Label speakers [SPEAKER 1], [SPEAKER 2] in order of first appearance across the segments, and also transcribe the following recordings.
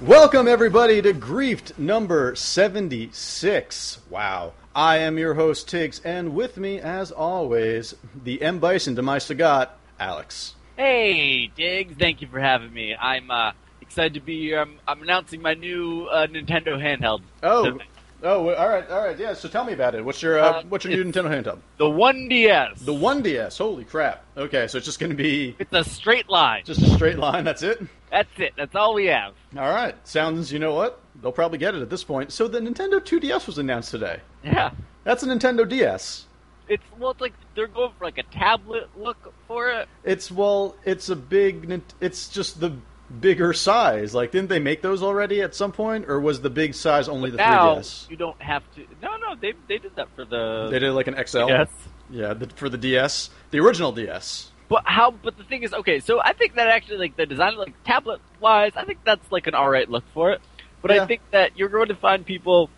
[SPEAKER 1] Welcome, everybody, to Griefed number 76. Wow. I am your host, Tiggs, and with me, as always, the M. Bison to my Sagat, Alex.
[SPEAKER 2] Hey, Diggs, thank you for having me. I'm uh, excited to be here. I'm, I'm announcing my new uh, Nintendo handheld.
[SPEAKER 1] Oh,
[SPEAKER 2] So,
[SPEAKER 1] oh, all right, all right, yeah, so tell me about it. What's your, uh,
[SPEAKER 2] Uh,
[SPEAKER 1] what's your new Nintendo handheld?
[SPEAKER 2] the 1DS.
[SPEAKER 1] The 1DS, holy crap. Okay, so it's just going to be
[SPEAKER 2] It's a straight line.
[SPEAKER 1] just a straight line, that's it?
[SPEAKER 2] That's it. That's all we have.
[SPEAKER 1] All right, sounds, you know what? They'll probably get it at this point. So the Nintendo 2DS was announced today.
[SPEAKER 2] Yeah.
[SPEAKER 1] That's a Nintendo DS.
[SPEAKER 2] It's well, it's like they're going for like a tablet look for it.
[SPEAKER 1] It's well, it's a big. Nin- It's just the bigger size. Like, didn't they make those already at some point, or was the big size only the
[SPEAKER 2] now
[SPEAKER 1] 3ds?
[SPEAKER 2] you don't have to. No, no, they they did that for the.
[SPEAKER 1] They did like an XL.
[SPEAKER 2] Yes.
[SPEAKER 1] Yeah, the, for the DS, the original DS.
[SPEAKER 2] But how? But the thing is, okay. So I think that actually, like the design, like tablet wise, I think that's like an all right look for it. But
[SPEAKER 1] Yeah.
[SPEAKER 2] I think that you're going to find people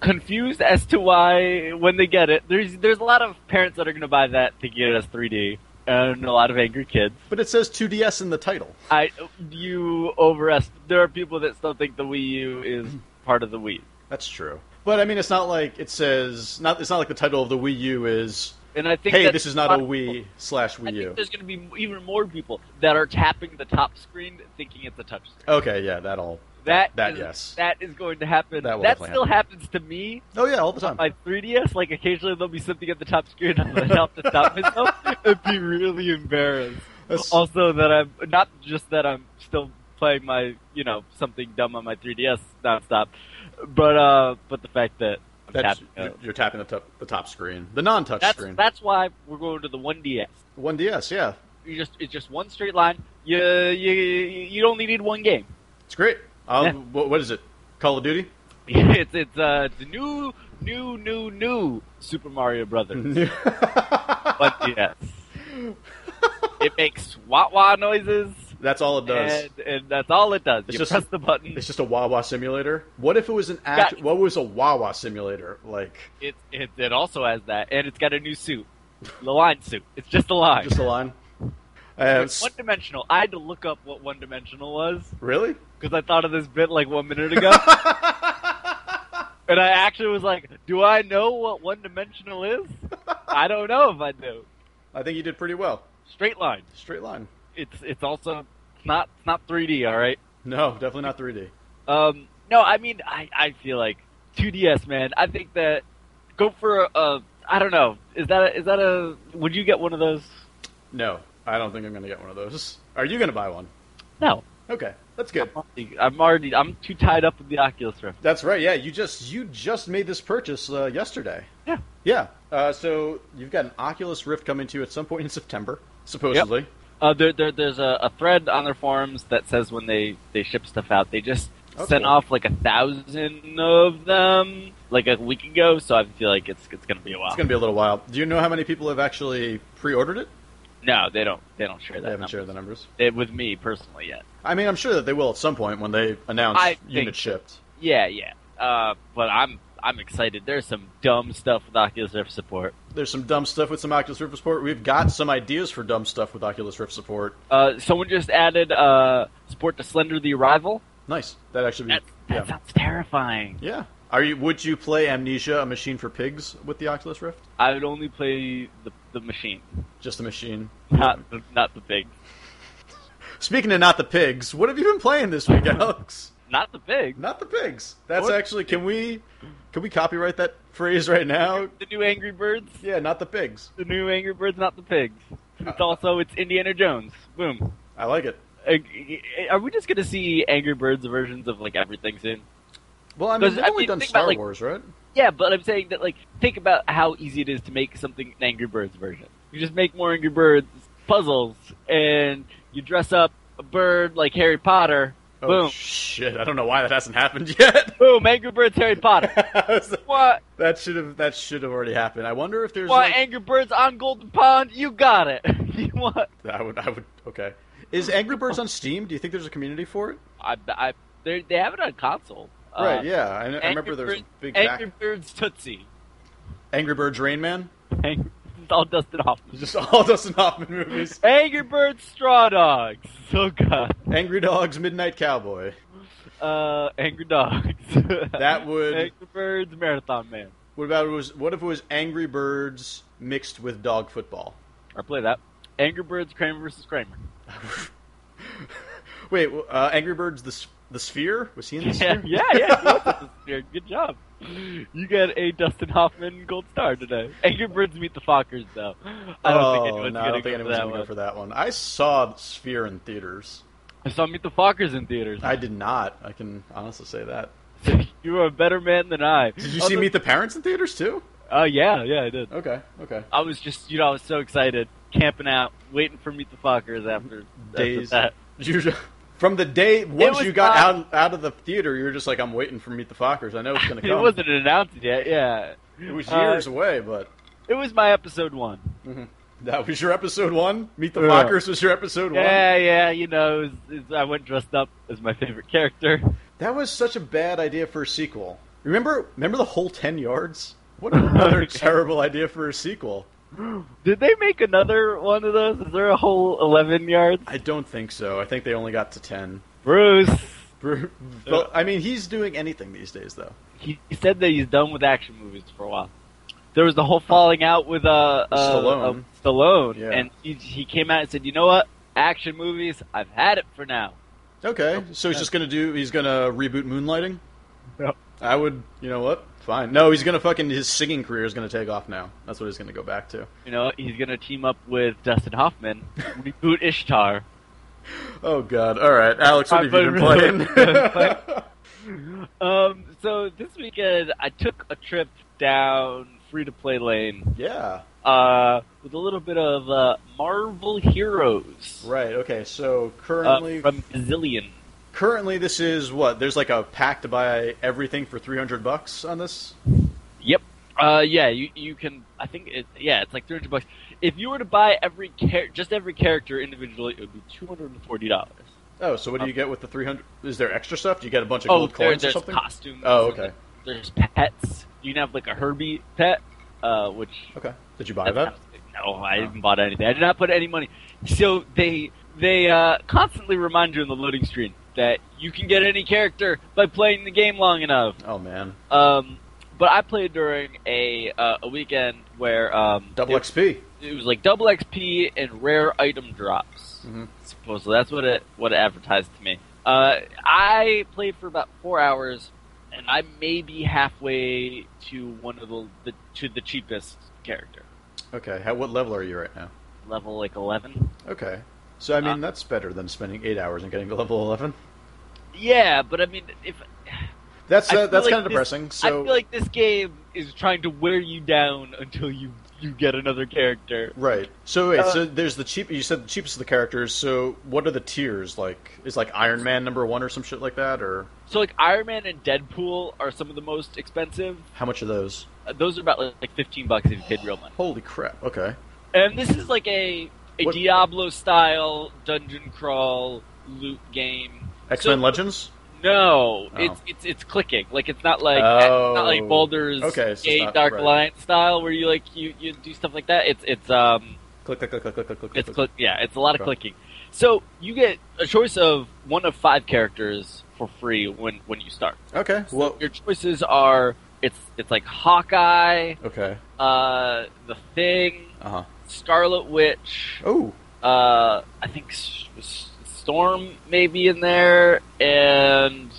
[SPEAKER 2] confused as to why when they get it. There's there's a lot of parents that are going to buy that thinking it as 3D, and a lot of angry kids.
[SPEAKER 1] But it says 2DS in the title.
[SPEAKER 2] I you overest. There are people that still think the Wii U is part of the Wii.
[SPEAKER 1] That's true. But I mean, it's not like it says. Not it's not like the title of the Wii U is.
[SPEAKER 2] And I think
[SPEAKER 1] Hey,
[SPEAKER 2] that
[SPEAKER 1] this is not a Wii slash
[SPEAKER 2] I
[SPEAKER 1] Wii
[SPEAKER 2] think
[SPEAKER 1] U.
[SPEAKER 2] there's going to be even more people that are tapping the top screen thinking it's a touch screen.
[SPEAKER 1] Okay, yeah, that'll.
[SPEAKER 2] That
[SPEAKER 1] That,
[SPEAKER 2] is-
[SPEAKER 1] yes.
[SPEAKER 2] that is going to
[SPEAKER 1] That
[SPEAKER 2] happen. That,
[SPEAKER 1] will definitely
[SPEAKER 2] still happens to me.
[SPEAKER 1] Oh yeah, all the time.
[SPEAKER 2] My 3ds, like occasionally there'll be something at the top screen and I'll have to stop myself. I'd be really embarrassed.
[SPEAKER 1] That's-
[SPEAKER 2] Also, that I'm not just that I'm still playing my you know something dumb on my 3ds nonstop, but uh, but the fact that I'm
[SPEAKER 1] that's,
[SPEAKER 2] tapping
[SPEAKER 1] you're,
[SPEAKER 2] out.
[SPEAKER 1] you're tapping the top, the top screen, the non-touch
[SPEAKER 2] that's
[SPEAKER 1] screen.
[SPEAKER 2] that's why we're going to the 1ds.
[SPEAKER 1] One DS, yeah,
[SPEAKER 2] You just it's just one straight line. You you you only need one game.
[SPEAKER 1] it's great. Um,
[SPEAKER 2] Yeah.
[SPEAKER 1] what, what is it? Call of Duty.
[SPEAKER 2] it's it's uh it's a new new new new Super Mario Brothers. but yes, it makes wah wah noises.
[SPEAKER 1] That's all it does.
[SPEAKER 2] And, and that's all it does.
[SPEAKER 1] It's
[SPEAKER 2] you
[SPEAKER 1] just-
[SPEAKER 2] press the button.
[SPEAKER 1] it's just a Wawa simulator. What if it was an act?
[SPEAKER 2] Yeah.
[SPEAKER 1] What was a Wawa simulator like?
[SPEAKER 2] It, it it also has that, and it's got a new suit, the line suit. It's just a line.
[SPEAKER 1] Just a line. Uh,
[SPEAKER 2] It's one dimensional. I had to look up what one dimensional was
[SPEAKER 1] really?
[SPEAKER 2] because I thought of this bit like one minute ago, and I actually was like, "Do I know what one dimensional is? I don't know if I do."
[SPEAKER 1] I think you did pretty well.
[SPEAKER 2] Straight line.
[SPEAKER 1] Straight line.
[SPEAKER 2] It's it's also it's not it's not 3D. All right.
[SPEAKER 1] No, definitely not 3D.
[SPEAKER 2] Um, no, I mean, I, I feel like 2DS, man. I think that go for a, a I don't know. Is that a, is that a? Would you get one of those?
[SPEAKER 1] No, I don't think I'm going to get one of those. Are you going to buy one?
[SPEAKER 2] No,
[SPEAKER 1] Okay, that's good.
[SPEAKER 2] Uh-huh. I'm already I'm too tied up with the Oculus Rift.
[SPEAKER 1] That's right. Yeah, you just you just made this purchase uh, yesterday.
[SPEAKER 2] Yeah.
[SPEAKER 1] Yeah. Uh, so you've got an Oculus Rift coming to you at some point in September, supposedly.
[SPEAKER 2] Uh, there, there there's a, a thread on their forums that says when they they ship stuff out, they just
[SPEAKER 1] Oh,
[SPEAKER 2] sent
[SPEAKER 1] cool.
[SPEAKER 2] off like a thousand of them like a week ago. So I feel like it's it's gonna be a while.
[SPEAKER 1] It's going to be a little while. Do you know how many people have actually pre-ordered it?
[SPEAKER 2] No, they don't they don't share
[SPEAKER 1] They
[SPEAKER 2] that
[SPEAKER 1] haven't
[SPEAKER 2] number.
[SPEAKER 1] shared the numbers.
[SPEAKER 2] They- with me personally yet.
[SPEAKER 1] I mean, I'm sure that they will at some point when they announce
[SPEAKER 2] I think
[SPEAKER 1] unit
[SPEAKER 2] so.
[SPEAKER 1] shipped.
[SPEAKER 2] Yeah, yeah. Uh, but I'm I'm excited. There's some dumb stuff with Oculus Rift support.
[SPEAKER 1] There's some dumb stuff with some Oculus Rift support. We've got some ideas for dumb stuff with Oculus Rift support.
[SPEAKER 2] Uh, someone just added uh, support to Slender the Arrival.
[SPEAKER 1] Nice. That actually,
[SPEAKER 2] That,
[SPEAKER 1] be,
[SPEAKER 2] that
[SPEAKER 1] yeah,
[SPEAKER 2] sounds terrifying.
[SPEAKER 1] yeah. Are you? Would you play Amnesia: A Machine for Pigs with the Oculus Rift?
[SPEAKER 2] I would only play the, the machine,
[SPEAKER 1] Just the machine.
[SPEAKER 2] not the, not the pig.
[SPEAKER 1] Speaking of not the pigs, what have you been playing this week, Alex?
[SPEAKER 2] Not the pig.
[SPEAKER 1] Not the pigs. That's
[SPEAKER 2] What?
[SPEAKER 1] actually. Can we? Can we copyright that phrase right now?
[SPEAKER 2] The new Angry Birds.
[SPEAKER 1] Yeah, not the pigs.
[SPEAKER 2] The new Angry Birds, not the pigs. It's also it's Indiana Jones. Boom.
[SPEAKER 1] I like it.
[SPEAKER 2] Uh, Are we just gonna see Angry Birds versions of like everything soon?
[SPEAKER 1] Well, I mean,
[SPEAKER 2] Does-
[SPEAKER 1] they've
[SPEAKER 2] I
[SPEAKER 1] only
[SPEAKER 2] mean,
[SPEAKER 1] done
[SPEAKER 2] think
[SPEAKER 1] Star
[SPEAKER 2] about, like-
[SPEAKER 1] Wars, right?
[SPEAKER 2] Yeah, but I'm saying that like think about how easy it is to make something an Angry Birds version. You just make more Angry Birds puzzles and you dress up a bird like Harry Potter.
[SPEAKER 1] Oh
[SPEAKER 2] Boom.
[SPEAKER 1] shit! I don't know why that hasn't happened yet.
[SPEAKER 2] Boom, Angry Birds Harry Potter. what
[SPEAKER 1] That should have that should have already happened. I wonder if there's.
[SPEAKER 2] want
[SPEAKER 1] like-
[SPEAKER 2] Angry Birds on Golden Pond? You got it. you want
[SPEAKER 1] I would. I would. Okay. Is Angry Birds on Steam? Do you think there's a community for it?
[SPEAKER 2] I, I they they have it on console. Uh,
[SPEAKER 1] right. Yeah. I, kn- I remember
[SPEAKER 2] Angry
[SPEAKER 1] there was a
[SPEAKER 2] Birds-
[SPEAKER 1] big
[SPEAKER 2] Angry
[SPEAKER 1] back-
[SPEAKER 2] Birds Tootsie.
[SPEAKER 1] Angry Birds Rain Man.
[SPEAKER 2] Angry, it's all dusted off.
[SPEAKER 1] Just all Dustin Hoffman movies.
[SPEAKER 2] Angry Birds Straw Dogs. Oh god.
[SPEAKER 1] Angry Dogs Midnight Cowboy.
[SPEAKER 2] uh, Angry Dogs.
[SPEAKER 1] That would-
[SPEAKER 2] Angry Birds Marathon Man.
[SPEAKER 1] What about it was? What if it was Angry Birds mixed with dog football?
[SPEAKER 2] Or play that. Angry Birds Kramer versus Kramer.
[SPEAKER 1] Wait, uh, Angry Birds the s- the Sphere was he in the
[SPEAKER 2] Yeah,
[SPEAKER 1] Sphere?
[SPEAKER 2] yeah, yeah. you looked at the- Good job. You got a Dustin Hoffman gold star today. Angry Birds meet the Fockers, though. I don't think
[SPEAKER 1] oh,
[SPEAKER 2] anyone's
[SPEAKER 1] no, I don't
[SPEAKER 2] gonna
[SPEAKER 1] think
[SPEAKER 2] go, for
[SPEAKER 1] anyone's
[SPEAKER 2] that
[SPEAKER 1] gonna go
[SPEAKER 2] one.
[SPEAKER 1] for that one. I saw Sphere in theaters.
[SPEAKER 2] I saw Meet the Fockers in theaters.
[SPEAKER 1] I did not. I can honestly say that.
[SPEAKER 2] you are a better man than I.
[SPEAKER 1] Did you see Meet the Parents in theaters too?
[SPEAKER 2] Oh yeah, yeah, I did.
[SPEAKER 1] Okay, okay.
[SPEAKER 2] I was just, you know, I was so excited, camping out, waiting for Meet the Fockers after after
[SPEAKER 1] Days.
[SPEAKER 2] that.
[SPEAKER 1] You, from the day once
[SPEAKER 2] was
[SPEAKER 1] you got
[SPEAKER 2] not-
[SPEAKER 1] out out of the theater, you were just like, "I'm waiting for Meet the Fockers. I know it's gonna come."
[SPEAKER 2] It wasn't announced yet. Yeah,
[SPEAKER 1] It was
[SPEAKER 2] Uh,
[SPEAKER 1] years away, but
[SPEAKER 2] It was my episode one.
[SPEAKER 1] that was your episode one. Meet the
[SPEAKER 2] Yeah.
[SPEAKER 1] Fockers was your episode one.
[SPEAKER 2] Yeah, yeah, you know, it was- it- I went dressed up as my favorite character.
[SPEAKER 1] That was such a bad idea for a sequel. Remember, remember the whole ten yards. What another terrible idea for a sequel.
[SPEAKER 2] Did they make another one of those? Is there a whole eleven yards?
[SPEAKER 1] I don't think so. I think they only got to ten.
[SPEAKER 2] Bruce,
[SPEAKER 1] Bru-
[SPEAKER 2] Uh,
[SPEAKER 1] Well, I mean, he's doing anything these days, though.
[SPEAKER 2] he he said that he's done with action movies for a while. There was the whole falling out with uh, uh
[SPEAKER 1] Stallone.
[SPEAKER 2] uh, Stallone,
[SPEAKER 1] Yeah.
[SPEAKER 2] and he, he came out and said, "You know what? Action movies, I've had it for now."
[SPEAKER 1] Okay, so he's just gonna do. He's gonna reboot Moonlighting.
[SPEAKER 2] Yep.
[SPEAKER 1] I would. You know what? Fine. No, he's gonna fucking his singing career is gonna take off now. That's what he's gonna go back to.
[SPEAKER 2] You know, he's gonna team up with Dustin Hoffman, reboot Ishtar.
[SPEAKER 1] Oh god. All right, Alex. What
[SPEAKER 2] I've
[SPEAKER 1] have you been
[SPEAKER 2] been-
[SPEAKER 1] playing?
[SPEAKER 2] Um, so this weekend I took a trip down free to play lane
[SPEAKER 1] yeah.
[SPEAKER 2] uh, with a little bit of uh, Marvel Heroes
[SPEAKER 1] Right. Okay. So
[SPEAKER 2] uh,
[SPEAKER 1] currently,
[SPEAKER 2] from Gazillion.
[SPEAKER 1] currently this is what? There's like a pack to buy everything for three hundred bucks on this.
[SPEAKER 2] Yep. Uh, yeah, you you can. I think it. Yeah, it's like three hundred bucks. If you were to buy every char- just every character individually, it would be two hundred and forty dollars.
[SPEAKER 1] Oh, so what do you get with the three hundred? Is there extra stuff? Do you get a bunch of
[SPEAKER 2] Uh, Oh,
[SPEAKER 1] gold
[SPEAKER 2] there,
[SPEAKER 1] coins or
[SPEAKER 2] there's
[SPEAKER 1] something?
[SPEAKER 2] costumes.
[SPEAKER 1] Oh, okay.
[SPEAKER 2] There's pets. You can have like a Herbie pet, uh, which
[SPEAKER 1] Okay. Did you buy that?
[SPEAKER 2] No, I
[SPEAKER 1] Oh.
[SPEAKER 2] didn't bought anything. I did not put any money. So they they uh, constantly remind you in the loading screen that you can get any character by playing the game long enough.
[SPEAKER 1] Oh man,
[SPEAKER 2] Um, but I played during a uh, a weekend where um,
[SPEAKER 1] double
[SPEAKER 2] it-
[SPEAKER 1] XP.
[SPEAKER 2] it was like double XP and rare item drops.
[SPEAKER 1] Mhm.
[SPEAKER 2] Supposedly, that's what it what it advertised to me. Uh, I played for about four hours, and I may be halfway to one of the, the to the cheapest character,
[SPEAKER 1] Okay. How, what level are you right now?
[SPEAKER 2] level like eleven.
[SPEAKER 1] Okay. So I mean,
[SPEAKER 2] Uh,
[SPEAKER 1] that's better than spending eight hours and getting to level eleven.
[SPEAKER 2] Yeah, but I mean, if
[SPEAKER 1] That's
[SPEAKER 2] I
[SPEAKER 1] uh,
[SPEAKER 2] feel
[SPEAKER 1] that's
[SPEAKER 2] like
[SPEAKER 1] kind of
[SPEAKER 2] this-
[SPEAKER 1] depressing.
[SPEAKER 2] I
[SPEAKER 1] So
[SPEAKER 2] feel like this game is trying to wear you down until you you get another character.
[SPEAKER 1] right. So wait.
[SPEAKER 2] Uh,
[SPEAKER 1] so there's the cheap. You said the cheapest of the characters. So what are the tiers like? Is like Iron Man number one or some shit like that, or
[SPEAKER 2] So like Iron Man and Deadpool are some of the most expensive.
[SPEAKER 1] how much are those?
[SPEAKER 2] Uh, those are about like, like fifteen bucks if you paid real money.
[SPEAKER 1] Holy crap. Okay.
[SPEAKER 2] And this is like a, a
[SPEAKER 1] What-
[SPEAKER 2] Diablo style dungeon crawl loot game.
[SPEAKER 1] X Men
[SPEAKER 2] So-
[SPEAKER 1] Legends.
[SPEAKER 2] No,
[SPEAKER 1] Oh.
[SPEAKER 2] it's it's it's clicking. Like it's not like
[SPEAKER 1] Oh.
[SPEAKER 2] it's not like Baldur's
[SPEAKER 1] Okay, so it's
[SPEAKER 2] Gate
[SPEAKER 1] not-
[SPEAKER 2] Dark
[SPEAKER 1] right.
[SPEAKER 2] Alliance style where you like you, you do stuff like that. It's it's um
[SPEAKER 1] Click click click click click click click.
[SPEAKER 2] it's
[SPEAKER 1] click.
[SPEAKER 2] click yeah, it's a lot of
[SPEAKER 1] Okay.
[SPEAKER 2] clicking. So you get a choice of one of five characters for free when when you start.
[SPEAKER 1] Okay.
[SPEAKER 2] So
[SPEAKER 1] Well.
[SPEAKER 2] your choices are it's it's like Hawkeye,
[SPEAKER 1] Okay.
[SPEAKER 2] uh the Thing,
[SPEAKER 1] Uh huh.
[SPEAKER 2] Scarlet Witch,
[SPEAKER 1] Oh.
[SPEAKER 2] uh, I think S- S- Storm may be in there, and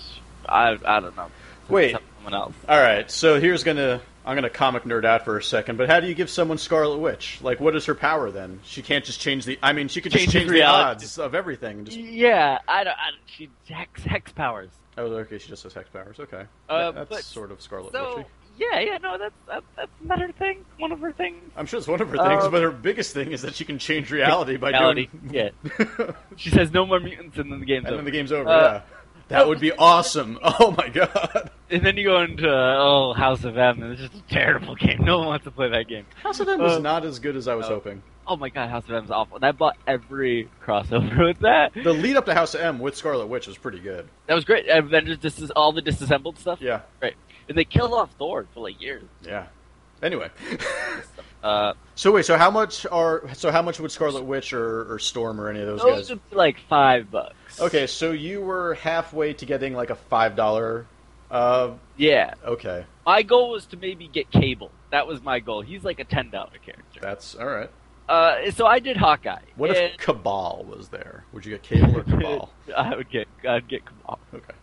[SPEAKER 2] I I don't know.
[SPEAKER 1] Wait.
[SPEAKER 2] someone else.
[SPEAKER 1] All right. So here's gonna. I'm gonna comic nerd out for a second, but how do you give someone Scarlet Witch? Like, what is her power then? She can't just change the. I mean, she could just
[SPEAKER 2] Change the
[SPEAKER 1] change the
[SPEAKER 2] reality.
[SPEAKER 1] odds of everything. and Just
[SPEAKER 2] Yeah, I don't. I, don't- she hex hex powers.
[SPEAKER 1] Oh, okay. She just has hex powers. Okay,
[SPEAKER 2] Uh,
[SPEAKER 1] That- that's
[SPEAKER 2] but-
[SPEAKER 1] sort of Scarlet
[SPEAKER 2] So
[SPEAKER 1] Witchy.
[SPEAKER 2] yeah, yeah, no, that's that, that's another thing. One of her things.
[SPEAKER 1] I'm sure it's one of her things,
[SPEAKER 2] Um,
[SPEAKER 1] but her biggest thing is that she can change reality by
[SPEAKER 2] Reality.
[SPEAKER 1] doing.
[SPEAKER 2] Yeah,
[SPEAKER 1] and
[SPEAKER 2] she says no more mutants, and then the game's
[SPEAKER 1] then
[SPEAKER 2] over.
[SPEAKER 1] the game's over.
[SPEAKER 2] Uh,
[SPEAKER 1] yeah, that would be awesome. Oh my god,
[SPEAKER 2] And then you go into uh, oh House of M, and it's just a terrible game. No one wants to play that game.
[SPEAKER 1] House of M was
[SPEAKER 2] Uh,
[SPEAKER 1] not as good as I was
[SPEAKER 2] oh.
[SPEAKER 1] hoping.
[SPEAKER 2] Oh my god, House of M's awful. And I bought every crossover with that.
[SPEAKER 1] The lead up to House of M with Scarlet Witch was pretty good.
[SPEAKER 2] That was great. Avengers, this is all the disassembled stuff.
[SPEAKER 1] Yeah,
[SPEAKER 2] Right. And they killed off Thor for like years.
[SPEAKER 1] yeah. Anyway,
[SPEAKER 2] Uh,
[SPEAKER 1] So wait, so how much are so how much would Scarlet Witch or, or Storm or any of those,
[SPEAKER 2] those
[SPEAKER 1] guys?
[SPEAKER 2] would be like five bucks.
[SPEAKER 1] Okay, so you were halfway to getting like a five dollar. Uh,
[SPEAKER 2] Yeah.
[SPEAKER 1] okay,
[SPEAKER 2] My goal was to maybe get Cable. That was my goal. He's like a ten dollar character.
[SPEAKER 1] that's all right.
[SPEAKER 2] Uh, so I did Hawkeye.
[SPEAKER 1] What
[SPEAKER 2] and
[SPEAKER 1] if Cabal was there? Would you get Cable or Cabal?
[SPEAKER 2] I would get I'd get Cabal.
[SPEAKER 1] Okay.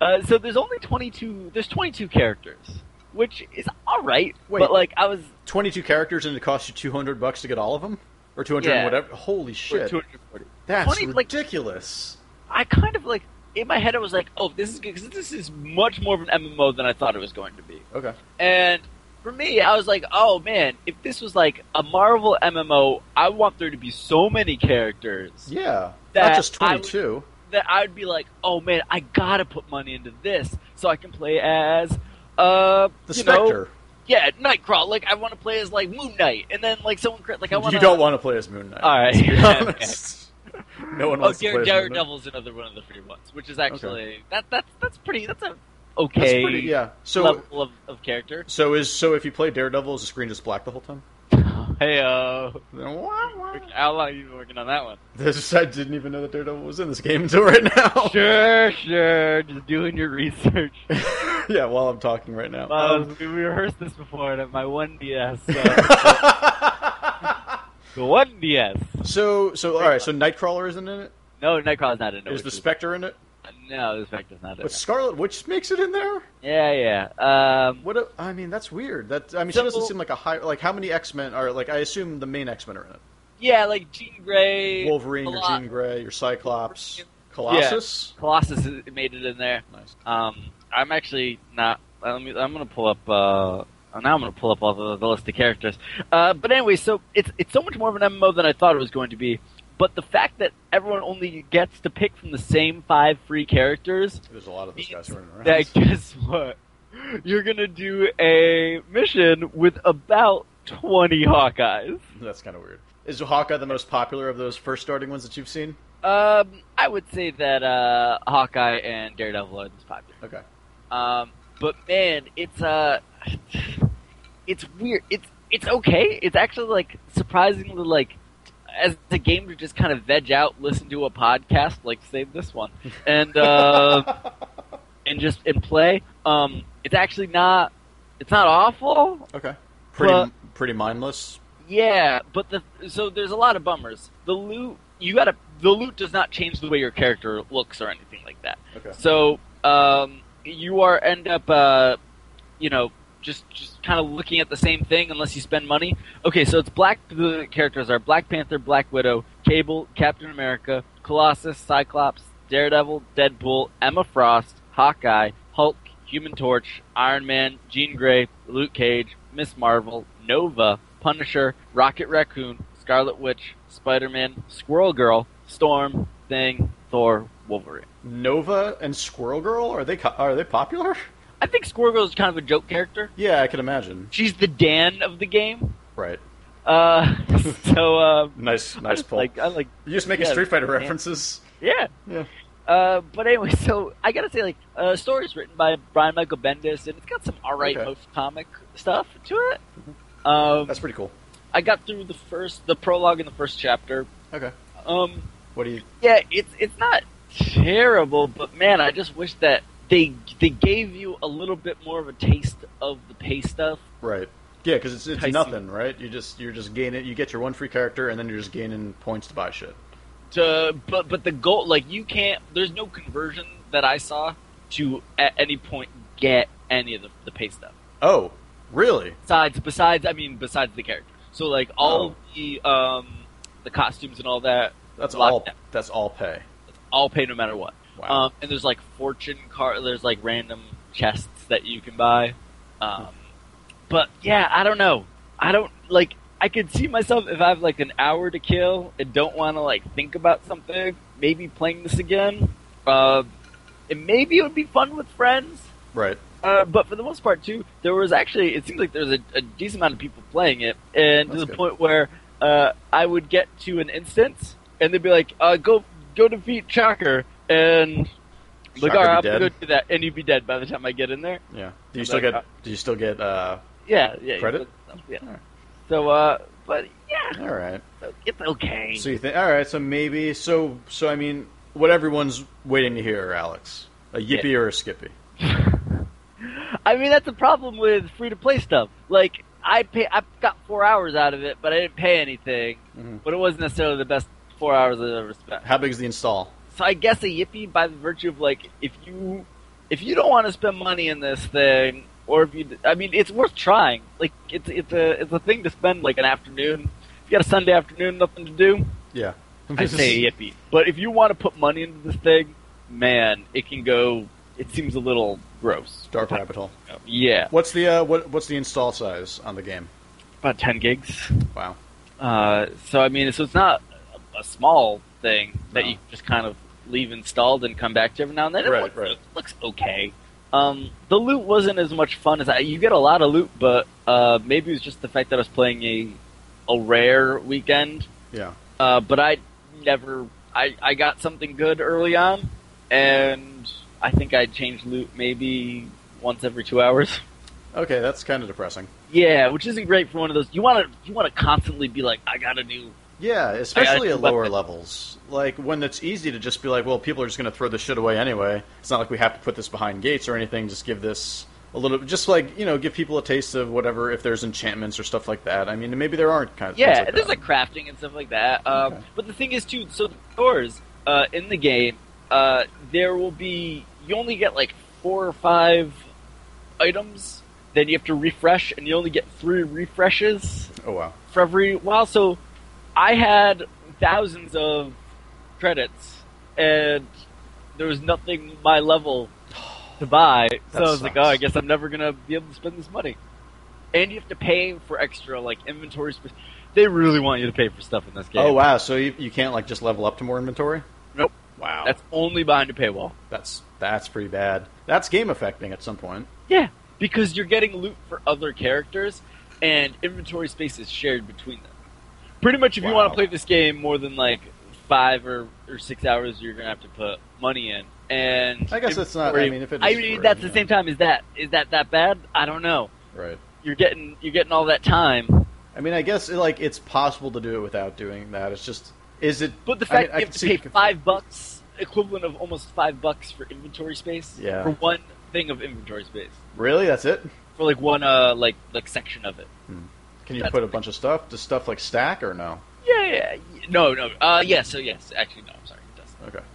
[SPEAKER 2] Uh, so there's only 22. There's 22 characters, which is all right.
[SPEAKER 1] Wait.
[SPEAKER 2] But like I was
[SPEAKER 1] Twenty-two characters, and it costs you two hundred bucks to get all of them, or two hundred
[SPEAKER 2] Yeah.
[SPEAKER 1] whatever. Holy shit,
[SPEAKER 2] 240.
[SPEAKER 1] that's
[SPEAKER 2] 20 like-
[SPEAKER 1] ridiculous.
[SPEAKER 2] I kind of like in my head I was like, oh, this is good 'cause this is much more of an MMO than I thought it was going to be.
[SPEAKER 1] Okay,
[SPEAKER 2] And for me, I was like, oh man, if this was like a Marvel MMO, I want there to be so many characters
[SPEAKER 1] yeah, not
[SPEAKER 2] That
[SPEAKER 1] just
[SPEAKER 2] I would-
[SPEAKER 1] twenty-two.
[SPEAKER 2] that I'd be like, oh man, I gotta put money into this so I can play as uh
[SPEAKER 1] the
[SPEAKER 2] you know,
[SPEAKER 1] Spectre.
[SPEAKER 2] yeah, Nightcrawler. Like I want to play as like Moon Knight, and then like someone crit- like I want
[SPEAKER 1] You don't want to play as Moon Knight.
[SPEAKER 2] uh, All
[SPEAKER 1] let's
[SPEAKER 2] right.
[SPEAKER 1] be
[SPEAKER 2] Yeah, okay.
[SPEAKER 1] honest. No one
[SPEAKER 2] Oh,
[SPEAKER 1] wants to
[SPEAKER 2] Dare,
[SPEAKER 1] play as Moon Knight.
[SPEAKER 2] Daredevil's another one of the free ones, which is actually that that's that's pretty that's a okay
[SPEAKER 1] That's pretty, yeah. So
[SPEAKER 2] level of, of character.
[SPEAKER 1] So is so if you play Daredevil, is the screen just black the whole time?
[SPEAKER 2] Hey, uh,
[SPEAKER 1] Then wah, wah.
[SPEAKER 2] how long have you been working on that one?
[SPEAKER 1] This, I didn't even know that Daredevil was in this game until right now.
[SPEAKER 2] Sure, sure, just doing your research.
[SPEAKER 1] yeah, while I'm talking right now. Um,
[SPEAKER 2] we rehearsed this before at my one DS, the one DS.
[SPEAKER 1] so so all right. So Nightcrawler isn't in it.
[SPEAKER 2] No, Nightcrawler's not in it.
[SPEAKER 1] Is
[SPEAKER 2] which
[SPEAKER 1] the Spectre in it?
[SPEAKER 2] no, the Spectre's not in
[SPEAKER 1] But
[SPEAKER 2] it.
[SPEAKER 1] Scarlet Witch makes it in there.
[SPEAKER 2] Yeah, yeah. Um,
[SPEAKER 1] What? A, I mean, that's weird. That I mean, she
[SPEAKER 2] So-
[SPEAKER 1] doesn't seem like a high. Like how many X Men are like? I assume the main X Men are in it.
[SPEAKER 2] yeah, like Jean Grey,
[SPEAKER 1] Wolverine, your
[SPEAKER 2] Colo-
[SPEAKER 1] Jean Grey, your Cyclops, Colossus.
[SPEAKER 2] Colossus is- made it in there.
[SPEAKER 1] Nice.
[SPEAKER 2] Um, I'm actually not. Let me, I'm going to pull up. Uh, now I'm going to pull up all the, the list of characters. Uh, but anyway, so it's it's so much more of an MMO than I thought it was going to be. But the fact that everyone only gets to pick from the same five free characters,
[SPEAKER 1] There's a lot of those guys running around.
[SPEAKER 2] that guess what? You're going to do a mission with about 20 Hawkeyes.
[SPEAKER 1] That's kind of weird. Is Hawkeye the most popular of those first starting ones that you've seen?
[SPEAKER 2] Um, I would say that uh, Hawkeye and Daredevil are the most popular.
[SPEAKER 1] Okay.
[SPEAKER 2] Um, but man, it's uh, it's weird. It's it's okay. It's actually like surprisingly like as the game to just kind of veg out, listen to a podcast like save this one and uh, and just and play. Um, it's actually not it's not awful.
[SPEAKER 1] okay. Pretty
[SPEAKER 2] Well-
[SPEAKER 1] pretty mindless.
[SPEAKER 2] Yeah, but the so there's a lot of bummers. The loot you gotta the loot does not change the way your character looks or anything like that.
[SPEAKER 1] Okay.
[SPEAKER 2] So um, you are end up, uh, you know, just just kind of looking at the same thing unless you spend money. Okay, so it's black. The characters are Black Panther, Black Widow, Cable, Captain America, Colossus, Cyclops, Daredevil, Deadpool, Emma Frost, Hawkeye, Hulk, Human Torch, Iron Man, Jean Grey, Luke Cage, Miss Marvel, Nova, Punisher, Rocket Raccoon, Scarlet Witch, Spider Man, Squirrel Girl, Storm, Thing, Thor, Wolverine.
[SPEAKER 1] Nova and Squirrel Girl are they co- are they popular?
[SPEAKER 2] I think Squirrel Girl's kind of a joke character.
[SPEAKER 1] Yeah, I can imagine.
[SPEAKER 2] She's the Dan of the game.
[SPEAKER 1] Right.
[SPEAKER 2] Uh, so um,
[SPEAKER 1] Nice
[SPEAKER 2] I
[SPEAKER 1] nice
[SPEAKER 2] just
[SPEAKER 1] pull.
[SPEAKER 2] Like I like
[SPEAKER 1] You're just making
[SPEAKER 2] yeah,
[SPEAKER 1] Street Fighter
[SPEAKER 2] yeah.
[SPEAKER 1] references.
[SPEAKER 2] yeah.
[SPEAKER 1] Yeah.
[SPEAKER 2] Uh, but anyway, so I gotta say, like, uh, story's written by Brian Michael Bendis, and it's got some alright
[SPEAKER 1] Okay. Mm-hmm.
[SPEAKER 2] most comic stuff to it. Um,
[SPEAKER 1] That's pretty cool.
[SPEAKER 2] I got through the first, the prologue in the first chapter.
[SPEAKER 1] Okay.
[SPEAKER 2] Um,
[SPEAKER 1] What do you?
[SPEAKER 2] yeah, it's it's not terrible, but man, I just wish that they they gave you a little bit more of a taste of the pay stuff
[SPEAKER 1] Right. Yeah, because it's, it's
[SPEAKER 2] Tyson.
[SPEAKER 1] nothing, right? You just you're just gaining. You get your one free character, and then you're just gaining points to buy shit.
[SPEAKER 2] to but but the goal like you can't there's no conversion that i saw to at any point get any of the, the pay stuff
[SPEAKER 1] Oh, really?
[SPEAKER 2] besides besides i mean besides the character so like all
[SPEAKER 1] Oh.
[SPEAKER 2] the um the costumes and all that
[SPEAKER 1] That's
[SPEAKER 2] Lock
[SPEAKER 1] all.
[SPEAKER 2] down.
[SPEAKER 1] That's all pay.
[SPEAKER 2] all pay no matter what
[SPEAKER 1] Wow.
[SPEAKER 2] um and there's like fortune card there's like random chests that you can buy um but yeah i don't know i don't like i could see myself if i have like an hour to kill and don't want to like think about something maybe playing this again uh, and maybe it would be fun with friends
[SPEAKER 1] right.
[SPEAKER 2] uh, but for the most part, too, there was actually it seems like there was a, a decent amount of people playing it, and to
[SPEAKER 1] That's
[SPEAKER 2] the
[SPEAKER 1] good.
[SPEAKER 2] point where uh, I would get to an instance, and they'd be like, uh, "Go, go defeat Shocker," and
[SPEAKER 1] Shocker
[SPEAKER 2] like,
[SPEAKER 1] be
[SPEAKER 2] "All right, I'm
[SPEAKER 1] dead?"
[SPEAKER 2] gonna go do that," and you'd be dead by the time I get in there.
[SPEAKER 1] Yeah. Do you
[SPEAKER 2] I'm
[SPEAKER 1] still
[SPEAKER 2] like,
[SPEAKER 1] get?
[SPEAKER 2] uh,
[SPEAKER 1] Do you still get? uh
[SPEAKER 2] Yeah, yeah.
[SPEAKER 1] Credit?
[SPEAKER 2] Yeah.
[SPEAKER 1] Alright.
[SPEAKER 2] So, uh, but yeah,
[SPEAKER 1] All right.
[SPEAKER 2] it's okay.
[SPEAKER 1] So you think? All right. So maybe. So so I mean, what everyone's waiting to hear, Alex, a yippee or a skippy?
[SPEAKER 2] I mean, that's a problem with free to play stuff. Like, I pay, I got four hours out of it, but I didn't pay anything.
[SPEAKER 1] Mhm.
[SPEAKER 2] But it wasn't necessarily the best four hours I've ever spent.
[SPEAKER 1] How big is the install?
[SPEAKER 2] So I guess a yippee by the virtue of like, if you if you don't want to spend money in this thing, or if you, I mean, it's worth trying. Like, it's it's a it's a thing to spend like an afternoon. If you got a Sunday afternoon, nothing to do,
[SPEAKER 1] Yeah.
[SPEAKER 2] I say yippee. But if you want to put money into this thing, man, it can go. It seems a little gross.
[SPEAKER 1] Dark rabbit hole.
[SPEAKER 2] Yeah,
[SPEAKER 1] What's the uh, what what's the install size on the game?
[SPEAKER 2] about ten gigs.
[SPEAKER 1] Wow.
[SPEAKER 2] Uh, so I mean, so it's not a, a small thing that
[SPEAKER 1] No.
[SPEAKER 2] you just kind of leave installed and come back to every now and then. It
[SPEAKER 1] Right,
[SPEAKER 2] looks,
[SPEAKER 1] right.
[SPEAKER 2] it looks okay. Um, the loot wasn't as much fun as I. You get a lot of loot, but uh, maybe it was just the fact that I was playing a a rare weekend.
[SPEAKER 1] Yeah.
[SPEAKER 2] Uh, but I never. I I got something good early on, and I think I changed loot maybe once every two hours.
[SPEAKER 1] Okay, that's kind of depressing.
[SPEAKER 2] Yeah, which isn't great for one of those. You want to you want to constantly be like, I got a new
[SPEAKER 1] Yeah, especially
[SPEAKER 2] I-
[SPEAKER 1] at lower
[SPEAKER 2] but-
[SPEAKER 1] levels. Like when it's easy to just be like, well, people are just going to throw this shit away anyway. It's not like we have to put this behind gates or anything. Just give this a little, just like you know, give people a taste of whatever if there's enchantments or stuff like that. I mean, maybe there aren't kind of things
[SPEAKER 2] Yeah,
[SPEAKER 1] like
[SPEAKER 2] there's
[SPEAKER 1] that.
[SPEAKER 2] like crafting and stuff like that. Um,
[SPEAKER 1] Okay.
[SPEAKER 2] But the thing is, too, so the doors uh, in the game, uh, there will be you only get like four or five items. Then you have to refresh, and you only get three refreshes
[SPEAKER 1] oh wow,
[SPEAKER 2] for every while. So I had thousands of credits, and there was nothing my level to buy. So
[SPEAKER 1] That
[SPEAKER 2] I was like, oh,
[SPEAKER 1] sucks.
[SPEAKER 2] I guess I'm never gonna be able to spend this money. And you have to pay for extra like inventory space. They really want you to pay for stuff in this game.
[SPEAKER 1] oh wow. So you, you can't like just level up to more inventory?
[SPEAKER 2] Nope.
[SPEAKER 1] Wow,
[SPEAKER 2] That's only behind a paywall.
[SPEAKER 1] that's that's pretty bad. That's game affecting at some point.
[SPEAKER 2] Yeah, because you're getting loot for other characters, and inventory space is shared between them. Pretty much, if you
[SPEAKER 1] Wow.
[SPEAKER 2] want to play this game more than like five or, or six hours, you're gonna have to put money in. And
[SPEAKER 1] I guess that's not. I
[SPEAKER 2] inventory-
[SPEAKER 1] mean, if it is
[SPEAKER 2] I mean,
[SPEAKER 1] free,
[SPEAKER 2] that's the
[SPEAKER 1] yeah.
[SPEAKER 2] same time. Is that is that that bad? I don't know.
[SPEAKER 1] Right.
[SPEAKER 2] You're getting you're getting all that time,
[SPEAKER 1] I mean, I guess like it's possible to do it without doing that. It's just is it?
[SPEAKER 2] but the
[SPEAKER 1] I mean,
[SPEAKER 2] fact
[SPEAKER 1] I can
[SPEAKER 2] that you have to
[SPEAKER 1] see
[SPEAKER 2] pay
[SPEAKER 1] it could-
[SPEAKER 2] five bucks, equivalent of almost five bucks for inventory space,
[SPEAKER 1] Yeah.
[SPEAKER 2] for one thing of inventory space,
[SPEAKER 1] Really, that's it.
[SPEAKER 2] for like one uh like like section of it.
[SPEAKER 1] Can you
[SPEAKER 2] That's-
[SPEAKER 1] put a bunch of stuff? Does stuff like stack or no?
[SPEAKER 2] Yeah, yeah, yeah. No, no. Uh, yeah, so yes. Actually, no, I'm sorry. It doesn't.
[SPEAKER 1] Okay.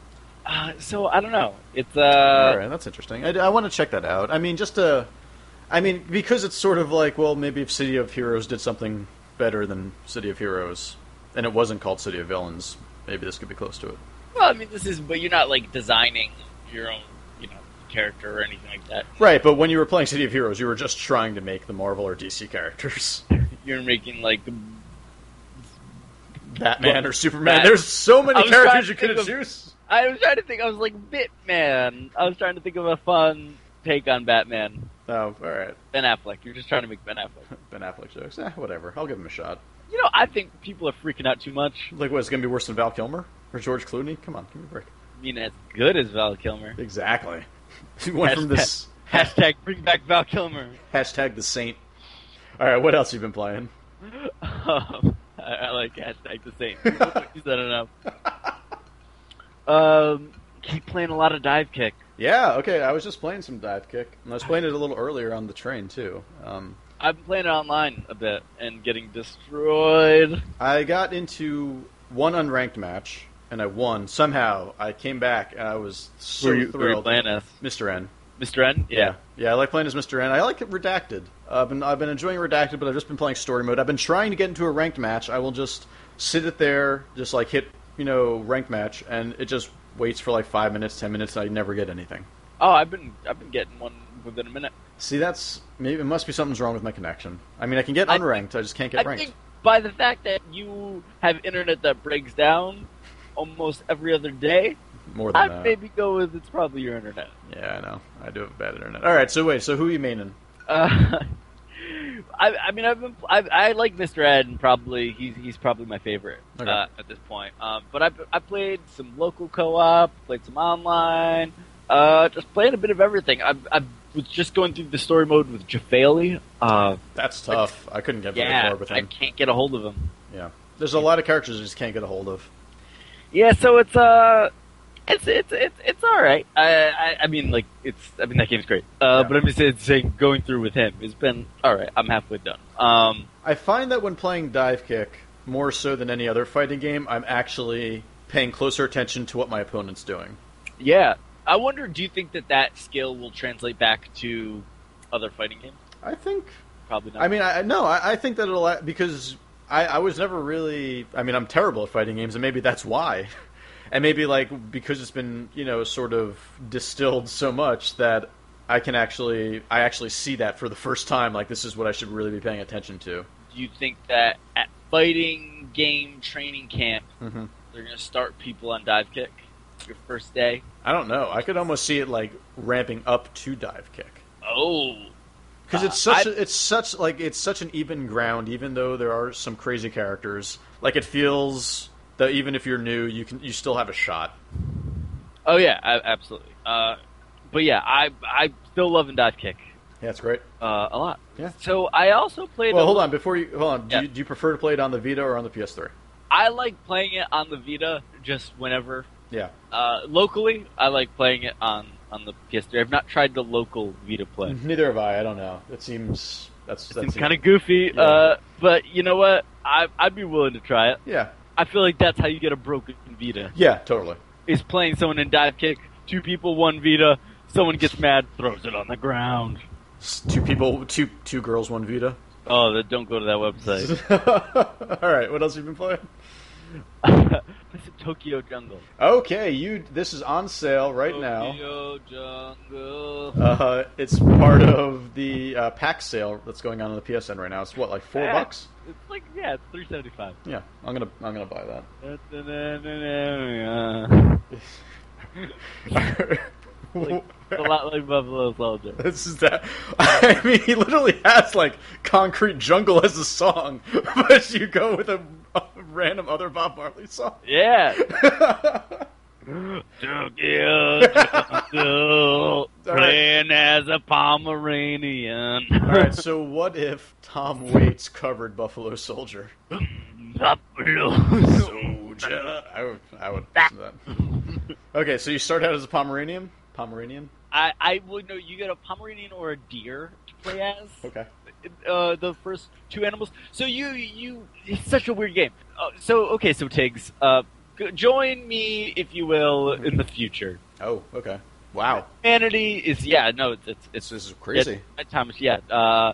[SPEAKER 2] Uh, so, I don't know. It's,
[SPEAKER 1] All
[SPEAKER 2] uh...
[SPEAKER 1] right, that's interesting. I, want to check that out. I mean, just to, I mean, because it's sort of like, well, maybe if City of Heroes did something better than City of Heroes, and it wasn't called City of Villains, maybe this could be close to it.
[SPEAKER 2] Well, I mean, this is... But you're not, like, designing your own, you know, character or anything like that.
[SPEAKER 1] Right, but when you were playing City of Heroes, you were just trying to make the Marvel or DC characters,
[SPEAKER 2] You're making, like...
[SPEAKER 1] Batman or Superman.
[SPEAKER 2] Bat-
[SPEAKER 1] There's so many
[SPEAKER 2] I was trying
[SPEAKER 1] characters
[SPEAKER 2] to
[SPEAKER 1] you could
[SPEAKER 2] think of-
[SPEAKER 1] choose.
[SPEAKER 2] I was trying to think. I was like, Bitman. I was trying to think of a fun take on Batman.
[SPEAKER 1] Oh, all right.
[SPEAKER 2] Ben Affleck. You're just trying to make Ben Affleck.
[SPEAKER 1] Ben Affleck jokes. Eh, whatever. I'll give him a shot.
[SPEAKER 2] You know, I think people are freaking out too much.
[SPEAKER 1] Like, what? It's gonna be worse than Val Kilmer or George Clooney? Come on, give me a break.
[SPEAKER 2] I mean, as good as Val Kilmer.
[SPEAKER 1] Exactly. He went from this
[SPEAKER 2] Hashtag bring back Val Kilmer.
[SPEAKER 1] hashtag the saint. All right, what else you been playing?
[SPEAKER 2] Um, I, I like hashtag the same. He's done enough. Um, keep playing a lot of dive kick.
[SPEAKER 1] Yeah, okay. I was just playing some dive kick. And I was playing it a little earlier on the train too. Um,
[SPEAKER 2] I've been playing it online a bit and getting destroyed.
[SPEAKER 1] I got into one unranked match and I won somehow. I came back and I was so
[SPEAKER 2] who are you, who are you
[SPEAKER 1] thrilled.
[SPEAKER 2] playing as?
[SPEAKER 1] Mr. N.
[SPEAKER 2] Mr. N?
[SPEAKER 1] yeah, I like playing as Mr. N. I like it redacted. Uh, I've been I've been enjoying redacted, but I've just been playing story mode. I've been trying to get into a ranked match. I will just sit it there, just like hit you know ranked match, and it just waits for like five minutes, ten minutes, and I never get anything.
[SPEAKER 2] Oh, I've been I've been getting one within a minute.
[SPEAKER 1] See, that's maybe it must be something's wrong with my connection. I mean, I can get
[SPEAKER 2] I-
[SPEAKER 1] unranked, I just can't
[SPEAKER 2] I
[SPEAKER 1] get ranked.
[SPEAKER 2] think by the fact that you have internet that breaks down almost every other day,
[SPEAKER 1] More than
[SPEAKER 2] I'd
[SPEAKER 1] that,
[SPEAKER 2] maybe go with it's probably your internet.
[SPEAKER 1] yeah, I know. I do have bad internet. All right, so wait, so who are you maining?
[SPEAKER 2] Uh, I, I mean, I've been I, I like Mr. Ed, and probably he's he's probably my favorite
[SPEAKER 1] Okay.
[SPEAKER 2] uh, at this point. Um, but I I played some local co-op, played some online, uh, just played a bit of everything. I've, I've was just going through the story mode with Jafali. Uh,
[SPEAKER 1] That's tough. I couldn't get very
[SPEAKER 2] yeah,
[SPEAKER 1] far with
[SPEAKER 2] I
[SPEAKER 1] him.
[SPEAKER 2] can't get a hold of him.
[SPEAKER 1] Yeah, there's a lot of characters I just can't get a hold of.
[SPEAKER 2] Yeah, so it's uh, it's it's it's, it's all right. I, I I mean like it's I mean that game's great. Uh,
[SPEAKER 1] Yeah.
[SPEAKER 2] but I'm just saying- saying going through with him has been all right. I'm halfway done. Um,
[SPEAKER 1] I find that when playing Dive Kick, more so than any other fighting game, I'm actually paying closer attention to what my opponent's doing.
[SPEAKER 2] yeah, I wonder. Do you think that that skill will translate back to other fighting games?
[SPEAKER 1] I think.
[SPEAKER 2] Probably not.
[SPEAKER 1] I mean, I no, I, I think that it'll because I, I was never really. I mean, I'm terrible at fighting games, and maybe that's why. And maybe like because it's been you know sort of distilled so much that I can actually I actually see that for the first time. Like this is what I should really be paying attention to.
[SPEAKER 2] do you think that at fighting game training camp
[SPEAKER 1] Mm-hmm.
[SPEAKER 2] they're gonna start people on dive kick your first day?
[SPEAKER 1] I don't know. I could almost see it like ramping up to dive kick
[SPEAKER 2] Oh,
[SPEAKER 1] because it's
[SPEAKER 2] Uh,
[SPEAKER 1] such a it's such like it's such an even ground. Even though there are some crazy characters, like it feels that even if you're new, you can you still have a shot.
[SPEAKER 2] oh yeah, I, absolutely. Uh, but yeah, I I still love and dive kick
[SPEAKER 1] Yeah, it's great.
[SPEAKER 2] uh, a lot.
[SPEAKER 1] Yeah.
[SPEAKER 2] So I also played.
[SPEAKER 1] Well,
[SPEAKER 2] a
[SPEAKER 1] hold on before you hold on. Do,
[SPEAKER 2] Yeah.
[SPEAKER 1] you, do you prefer to play it on the Vita or on the PS3?
[SPEAKER 2] I like playing it on the Vita just whenever.
[SPEAKER 1] Yeah,
[SPEAKER 2] Uh, locally, I like playing it on, on the PS3. I've not tried the local Vita play.
[SPEAKER 1] Mm-hmm. neither have I. I don't know. It seems that's
[SPEAKER 2] It
[SPEAKER 1] that
[SPEAKER 2] seems
[SPEAKER 1] seems-
[SPEAKER 2] kind of goofy,
[SPEAKER 1] Yeah.
[SPEAKER 2] uh, but you know what? I, I'd be willing to try it.
[SPEAKER 1] yeah,
[SPEAKER 2] I feel like that's how you get a broken Vita.
[SPEAKER 1] yeah, totally.
[SPEAKER 2] Is playing someone in dive kick, two people, one Vita, someone gets mad, throws it on the ground.
[SPEAKER 1] It's two people, two two girls, one Vita.
[SPEAKER 2] Oh, the, don't go to that website.
[SPEAKER 1] All right, what else have you been playing?
[SPEAKER 2] That's a Tokyo Jungle.
[SPEAKER 1] Okay, you. This is on sale right now.
[SPEAKER 2] Tokyo Jungle.
[SPEAKER 1] Uh, it's part of the uh, pack sale that's going on on the PSN right now. It's what, like four
[SPEAKER 2] Yeah.
[SPEAKER 1] bucks?
[SPEAKER 2] It's like yeah, it's three seventy five.
[SPEAKER 1] Yeah, I'm gonna I'm gonna buy
[SPEAKER 2] it's
[SPEAKER 1] that.
[SPEAKER 2] a lot like Buffalo Soldier.
[SPEAKER 1] this is that. I mean, he literally has like "Concrete Jungle" as a song, but you go with a, a random other Bob Marley song.
[SPEAKER 2] Yeah.
[SPEAKER 1] All
[SPEAKER 2] Tokyo Jungle, playing as a Pomeranian.
[SPEAKER 1] right, so what if Tom Waits covered "Buffalo Soldier"?
[SPEAKER 2] Buffalo
[SPEAKER 1] Soldier. I would I would listen to that. Okay, so you start out as a Pomeranian. Pomeranian.
[SPEAKER 2] I, I would know you got a Pomeranian or a deer to play as.
[SPEAKER 1] Okay.
[SPEAKER 2] uh, the first two animals. So you you it's such a weird game. Uh, so okay, so Tiggs, uh, g- join me if you will in the future.
[SPEAKER 1] Oh, okay. Wow.
[SPEAKER 2] Humanity is yeah no it's it's, it's
[SPEAKER 1] This is crazy.
[SPEAKER 2] it's- Thomas yeah uh,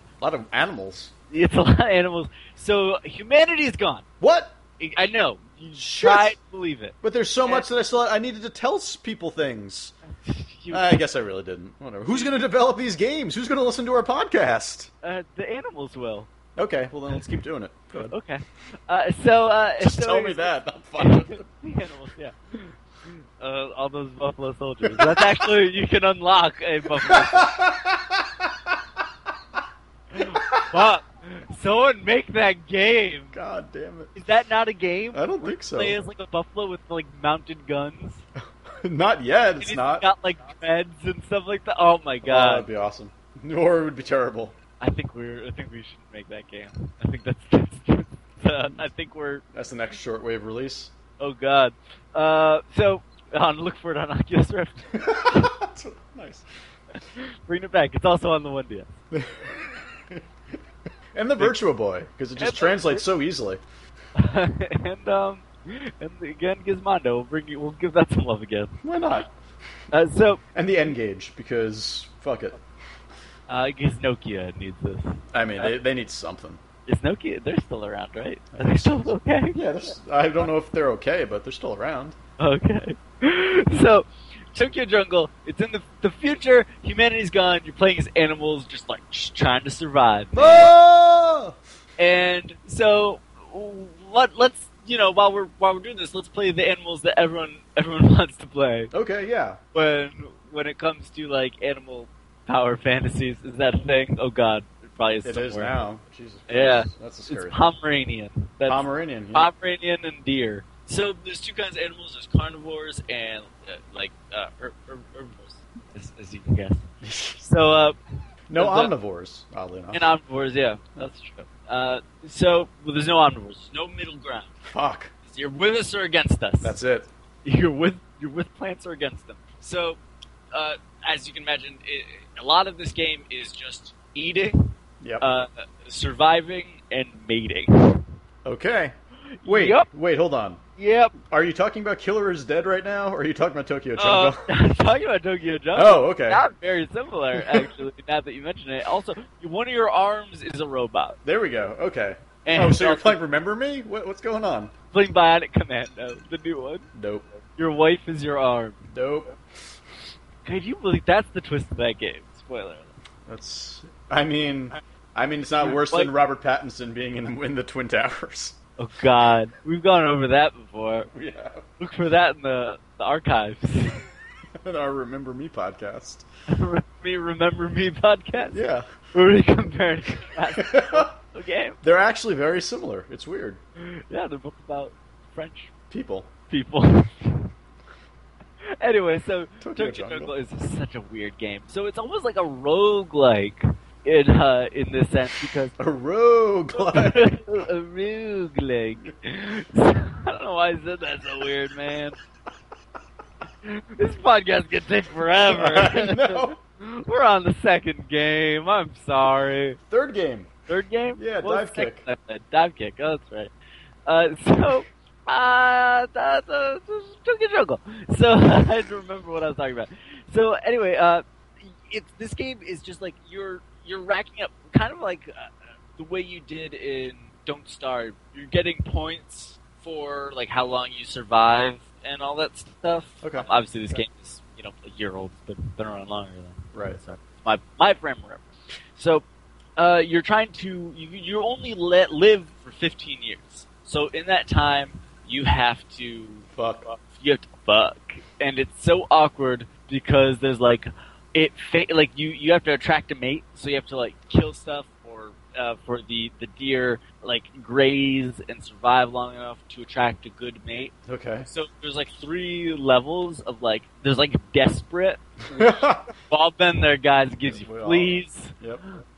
[SPEAKER 1] A lot of animals.
[SPEAKER 2] it's a lot of animals. So humanity is gone.
[SPEAKER 1] What?
[SPEAKER 2] I- I know you
[SPEAKER 1] Shit.
[SPEAKER 2] try to believe it.
[SPEAKER 1] But there's so much that I still I needed to tell s- people things.
[SPEAKER 2] You-
[SPEAKER 1] I guess I really didn't. Whatever. Who's going to develop these games? Who's going to listen to our podcast?
[SPEAKER 2] uh, the animals will
[SPEAKER 1] Okay, well then let's keep doing it. Go ahead.
[SPEAKER 2] okay. Uh, so uh,
[SPEAKER 1] Just
[SPEAKER 2] so
[SPEAKER 1] tell me that. I'm fine with it.
[SPEAKER 2] the animals, yeah. Uh, all those buffalo soldiers. That's actually you can unlock a buffalo. Fuck! Someone make that game.
[SPEAKER 1] God damn it.
[SPEAKER 2] Is that not a game?
[SPEAKER 1] I don't think so.
[SPEAKER 2] Play as like a buffalo with like mounted guns.
[SPEAKER 1] Not yet.
[SPEAKER 2] And
[SPEAKER 1] It's
[SPEAKER 2] it's
[SPEAKER 1] not.
[SPEAKER 2] got like dreads and stuff like that. Oh my
[SPEAKER 1] Oh, that'd
[SPEAKER 2] god!
[SPEAKER 1] be awesome. Or it would be terrible.
[SPEAKER 2] I think we're. I think we should make that game. I think that's. that's uh, I think we're.
[SPEAKER 1] That's the next shortwave release.
[SPEAKER 2] Oh god. Uh, so on look for it on Oculus Rift.
[SPEAKER 1] nice.
[SPEAKER 2] Bring it back. It's also on the one DS.
[SPEAKER 1] and the Virtua Boy, because it just
[SPEAKER 2] And the
[SPEAKER 1] translates so easily.
[SPEAKER 2] and um, and again, Gizmondo. We'll bring you. We'll give that some love again.
[SPEAKER 1] Why not?
[SPEAKER 2] Uh, so
[SPEAKER 1] And the N gauge, because fuck it.
[SPEAKER 2] uh, I guess Nokia needs this.
[SPEAKER 1] I mean, they, they need something.
[SPEAKER 2] Is Nokia? They're still around, right?
[SPEAKER 1] I
[SPEAKER 2] Are they
[SPEAKER 1] think so.
[SPEAKER 2] still okay?
[SPEAKER 1] Yeah, there's, I don't know if they're okay, but they're still around.
[SPEAKER 2] Okay. So, Tokyo Jungle. It's in the the future. Humanity's gone. You're playing as animals, just like just trying to survive.
[SPEAKER 1] Oh!
[SPEAKER 2] And so, let let's you know while we're while we're doing this, let's play the animals that everyone everyone wants to play.
[SPEAKER 1] Okay, yeah.
[SPEAKER 2] when when it comes to like animal power fantasies, is that a thing? Oh God, it probably is
[SPEAKER 1] It
[SPEAKER 2] somewhere.
[SPEAKER 1] is now. Jesus Christ.
[SPEAKER 2] Yeah.
[SPEAKER 1] That's a
[SPEAKER 2] It's
[SPEAKER 1] scary thing.
[SPEAKER 2] Pomeranian. That's
[SPEAKER 1] Pomeranian. yeah.
[SPEAKER 2] Pomeranian and deer. So there's two kinds of animals. There's carnivores and uh, like uh, herb- herb- herbivores. as, as you can guess. So, uh,
[SPEAKER 1] No
[SPEAKER 2] The- the-
[SPEAKER 1] omnivores, oddly enough.
[SPEAKER 2] and omnivores, yeah, that's true. Uh, so, well, there's no omnivores, no middle ground.
[SPEAKER 1] Fuck.
[SPEAKER 2] You're with us or against us.
[SPEAKER 1] That's it.
[SPEAKER 2] you're with you're with plants or against them. So, uh, as you can imagine, i a lot of this game is just eating,
[SPEAKER 1] Yep.
[SPEAKER 2] uh, surviving, and mating.
[SPEAKER 1] okay. Wait.
[SPEAKER 2] Yep.
[SPEAKER 1] Wait. Hold on.
[SPEAKER 2] Yep.
[SPEAKER 1] Are you talking about Killer is Dead right now, or are you talking about Tokyo
[SPEAKER 2] Uh,
[SPEAKER 1] Jungle?
[SPEAKER 2] talking about Tokyo Jungle.
[SPEAKER 1] oh, okay.
[SPEAKER 2] Not very similar, actually. now that you mention it, also one of your arms is a robot.
[SPEAKER 1] There we go. Okay.
[SPEAKER 2] And
[SPEAKER 1] oh, so you're
[SPEAKER 2] also
[SPEAKER 1] playing Remember Me? What, what's going on?
[SPEAKER 2] playing Bionic Commando, the new one.
[SPEAKER 1] Nope.
[SPEAKER 2] Your wife is your arm.
[SPEAKER 1] Nope.
[SPEAKER 2] Could you believe that's the twist of that game? Spoiler. alert.
[SPEAKER 1] That's. I mean, I mean, it's not worse than Robert Pattinson being in, in the Twin Towers.
[SPEAKER 2] Oh God, we've gone over that before.
[SPEAKER 1] Yeah.
[SPEAKER 2] Look for that in the, the archives.
[SPEAKER 1] In our Remember Me podcast.
[SPEAKER 2] me remember me podcast.
[SPEAKER 1] Yeah.
[SPEAKER 2] Where we compared it to that game.
[SPEAKER 1] They're actually very similar. It's weird.
[SPEAKER 2] Yeah, they're both about French
[SPEAKER 1] People.
[SPEAKER 2] people. anyway, so
[SPEAKER 1] Tokyo
[SPEAKER 2] Tokyo,
[SPEAKER 1] Jungle.
[SPEAKER 2] Jungle is such a weird game. So it's almost like a roguelike in uh, in this sense because
[SPEAKER 1] A rogue.
[SPEAKER 2] a roguelike. I don't know why I said that so weird, man. This podcast could take
[SPEAKER 1] I
[SPEAKER 2] forever.
[SPEAKER 1] know.
[SPEAKER 2] We're on the second game. I'm sorry.
[SPEAKER 1] Third game.
[SPEAKER 2] Third game?
[SPEAKER 1] Yeah,
[SPEAKER 2] What was
[SPEAKER 1] dive
[SPEAKER 2] the second one? Dive kick. Oh, that's right. Uh, so, uh, that, uh, Tokyo Jungle. So I had to remember what I was talking about. So anyway, uh, it's this game is just like you're you're racking up, kind of like uh, the way you did in Don't Starve. You're getting points for like how long you survive and all that stuff.
[SPEAKER 1] Okay.
[SPEAKER 2] Um, obviously, this
[SPEAKER 1] Okay.
[SPEAKER 2] game is you know a year old. It's been, been around longer than
[SPEAKER 1] Right.
[SPEAKER 2] so my my frame remember. So uh, you're trying to you, you're only let live for 15 years. So in that time, you have to
[SPEAKER 1] Fuck.
[SPEAKER 2] you have to fuck, and it's so awkward because there's like it fa- like you you have to attract a mate, so you have to like kill stuff or uh, for the the deer like graze and survive long enough to attract a good mate.
[SPEAKER 1] Okay.
[SPEAKER 2] So there's like three levels of like there's like desperate.
[SPEAKER 1] yep.
[SPEAKER 2] We've all been there, guys. It gives you
[SPEAKER 1] We all-
[SPEAKER 2] fleas.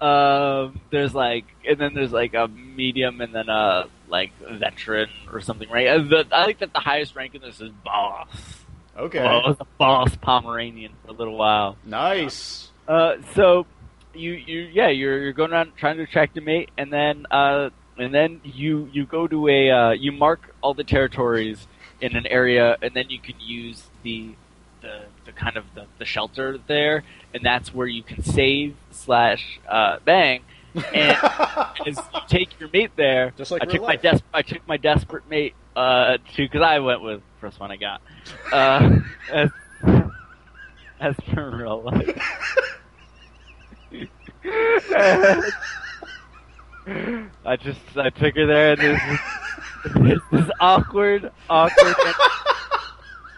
[SPEAKER 2] Um, there's like, and then there's like a medium, and then a like veteran or something, right? Uh, The, I think that the highest rank in this is boss.
[SPEAKER 1] Okay.
[SPEAKER 2] Well, it was a boss Pomeranian for a little while.
[SPEAKER 1] Nice.
[SPEAKER 2] Uh, so you you yeah you're you're going around trying to attract a mate, and then uh and then you you go to a uh, you mark all the territories in an area, and then you can use the the, the kind of the, the shelter there, and that's where you can save slash uh, bang. And is you take your mate there.
[SPEAKER 1] Just like
[SPEAKER 2] I
[SPEAKER 1] real
[SPEAKER 2] took my
[SPEAKER 1] life.
[SPEAKER 2] des- I took my desperate mate uh, to because I went with first one I got. Uh, as, as for real life. I just I took her there and this is this is awkward awkward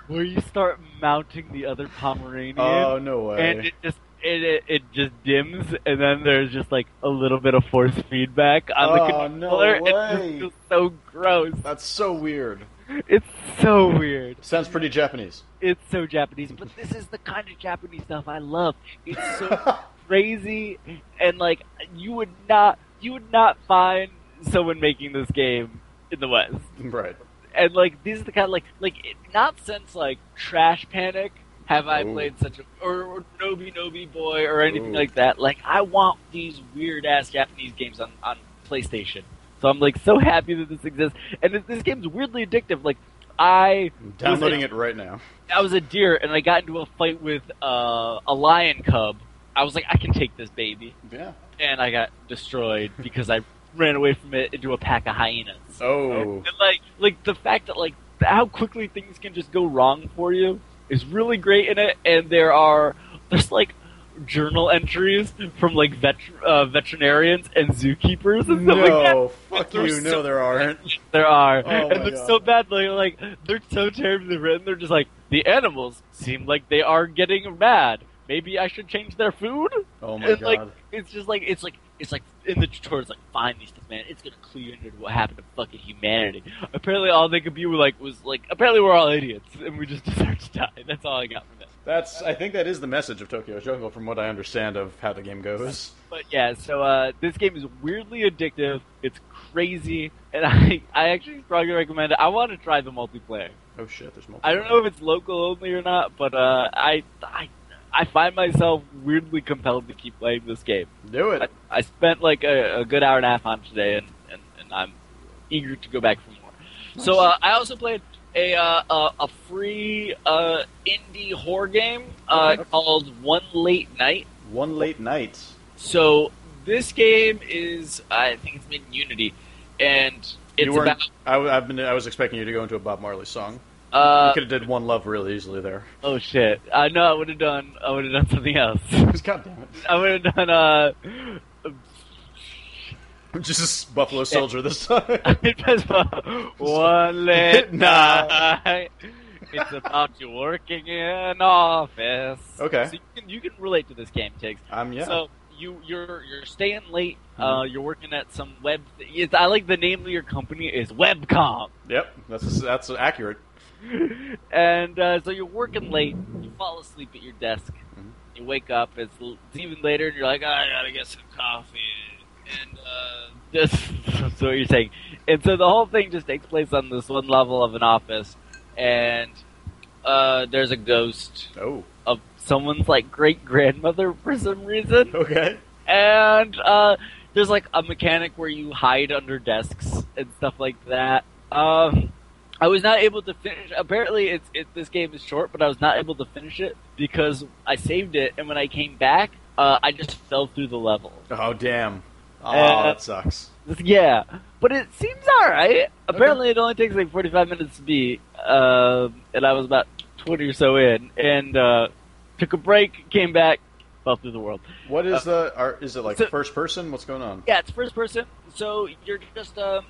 [SPEAKER 2] where you start mounting the other Pomeranian
[SPEAKER 1] oh no way.
[SPEAKER 2] and it just it, it it just dims, and then there's just like a little bit of force feedback on the
[SPEAKER 1] Oh, no
[SPEAKER 2] controller.
[SPEAKER 1] way.
[SPEAKER 2] It just feels so gross.
[SPEAKER 1] That's so weird.
[SPEAKER 2] It's so weird.
[SPEAKER 1] Sounds pretty Japanese.
[SPEAKER 2] It's so Japanese, but this is the kind of Japanese stuff I love. It's so crazy, and like you would not you would not find someone making this game in the West.
[SPEAKER 1] right.
[SPEAKER 2] and like these are the kind of like like it, not since like Trash Panic have I
[SPEAKER 1] Ooh.
[SPEAKER 2] played such a or, or Nobi Nobi Boy or anything
[SPEAKER 1] Ooh.
[SPEAKER 2] like that. Like I want these weird ass Japanese games on on PlayStation. So I'm like so happy that this exists, and this, this game's weirdly addictive. Like I
[SPEAKER 1] I'm downloading it right now.
[SPEAKER 2] I was a deer and I got into a fight with uh, a lion cub. I was like I can take this baby,
[SPEAKER 1] Yeah.
[SPEAKER 2] and I got destroyed because I ran away from it into a pack of hyenas.
[SPEAKER 1] Oh.
[SPEAKER 2] And, like, like the fact that like how quickly things can just go wrong for you is really great in it. And there are there's like journal entries from like vet- uh, veterinarians and zookeepers and stuff like that.
[SPEAKER 1] No. Fuck
[SPEAKER 2] They're
[SPEAKER 1] you. No,
[SPEAKER 2] so-
[SPEAKER 1] there aren't.
[SPEAKER 2] There are,
[SPEAKER 1] Oh my
[SPEAKER 2] and they're
[SPEAKER 1] God.
[SPEAKER 2] so bad. Like, like they're so terribly written. They're just like the animals seem like they are getting mad. Maybe I should change their food
[SPEAKER 1] Oh my
[SPEAKER 2] and
[SPEAKER 1] god.
[SPEAKER 2] like it's just like it's like it's like in the tutorial it's like find these things man it's gonna clue you into what happened to fucking humanity apparently all they could be were like was like apparently we're all idiots and we just deserve to die that's all i got from that
[SPEAKER 1] That's. I think that is the message of Tokyo Jungle, from what I understand of how the game goes.
[SPEAKER 2] But yeah, so uh, this game is weirdly addictive. It's crazy, and I I actually strongly recommend it. I want to try the multiplayer.
[SPEAKER 1] Oh shit, there's multiple.
[SPEAKER 2] I don't know if it's local only or not, but uh, I I I find myself weirdly compelled to keep playing this game.
[SPEAKER 1] Do
[SPEAKER 2] I,
[SPEAKER 1] it.
[SPEAKER 2] I spent like a, a good hour and a half on it today, and, and, and I'm eager to go back for more. So uh, I also played a uh, a, a free uh, indie horror game uh,
[SPEAKER 1] Okay.
[SPEAKER 2] called One Late Night.
[SPEAKER 1] One late night.
[SPEAKER 2] So this game is I think it's made in Unity, and it's
[SPEAKER 1] you weren't.
[SPEAKER 2] about
[SPEAKER 1] I, w- I've been. I was expecting you to go into a Bob Marley song.
[SPEAKER 2] uh,
[SPEAKER 1] you could have did one love really easily there.
[SPEAKER 2] oh shit. I know I would have done I would have done something else.
[SPEAKER 1] God damn it!
[SPEAKER 2] I would have done uh.
[SPEAKER 1] I'm just a Buffalo Soldier this time.
[SPEAKER 2] it was about one late night. It's about you working in an office.
[SPEAKER 1] Okay.
[SPEAKER 2] So you can, you can relate to this game, Tiggs.
[SPEAKER 1] I'm yeah. Mm-hmm.
[SPEAKER 2] So you you're you're staying late. Uh, you're working at some web. It's, I like the name of your company is Webcom,
[SPEAKER 1] Yep. That's that's accurate.
[SPEAKER 2] and uh, so you're working late. You fall asleep at your desk.
[SPEAKER 1] Mhm.
[SPEAKER 2] You wake up. It's, l- it's even later, and you're like, "Ah, I gotta get some coffee. And uh, just that's what you're saying. And so the whole thing just takes place on this one level of an office, and uh, there's a ghost
[SPEAKER 1] Oh.
[SPEAKER 2] of someone's like great grandmother for some reason.
[SPEAKER 1] Okay.
[SPEAKER 2] and uh, there's like a mechanic where you hide under desks and stuff like that. Um, I was not able to finish. Apparently, it's it, this game is short, but I was not able to finish it because I saved it, and when I came back, uh, I just fell through the level.
[SPEAKER 1] Oh damn. Oh,
[SPEAKER 2] Uh,
[SPEAKER 1] that sucks.
[SPEAKER 2] Yeah, but it seems all right. Apparently, it only takes like 45 minutes to beat, um, and I was about 20 or so in, and uh, took a break, came back, fell through the world.
[SPEAKER 1] What is the? Are, is it like
[SPEAKER 2] Uh, so-
[SPEAKER 1] first person? What's going on?
[SPEAKER 2] Yeah, it's first person. So you're just, um,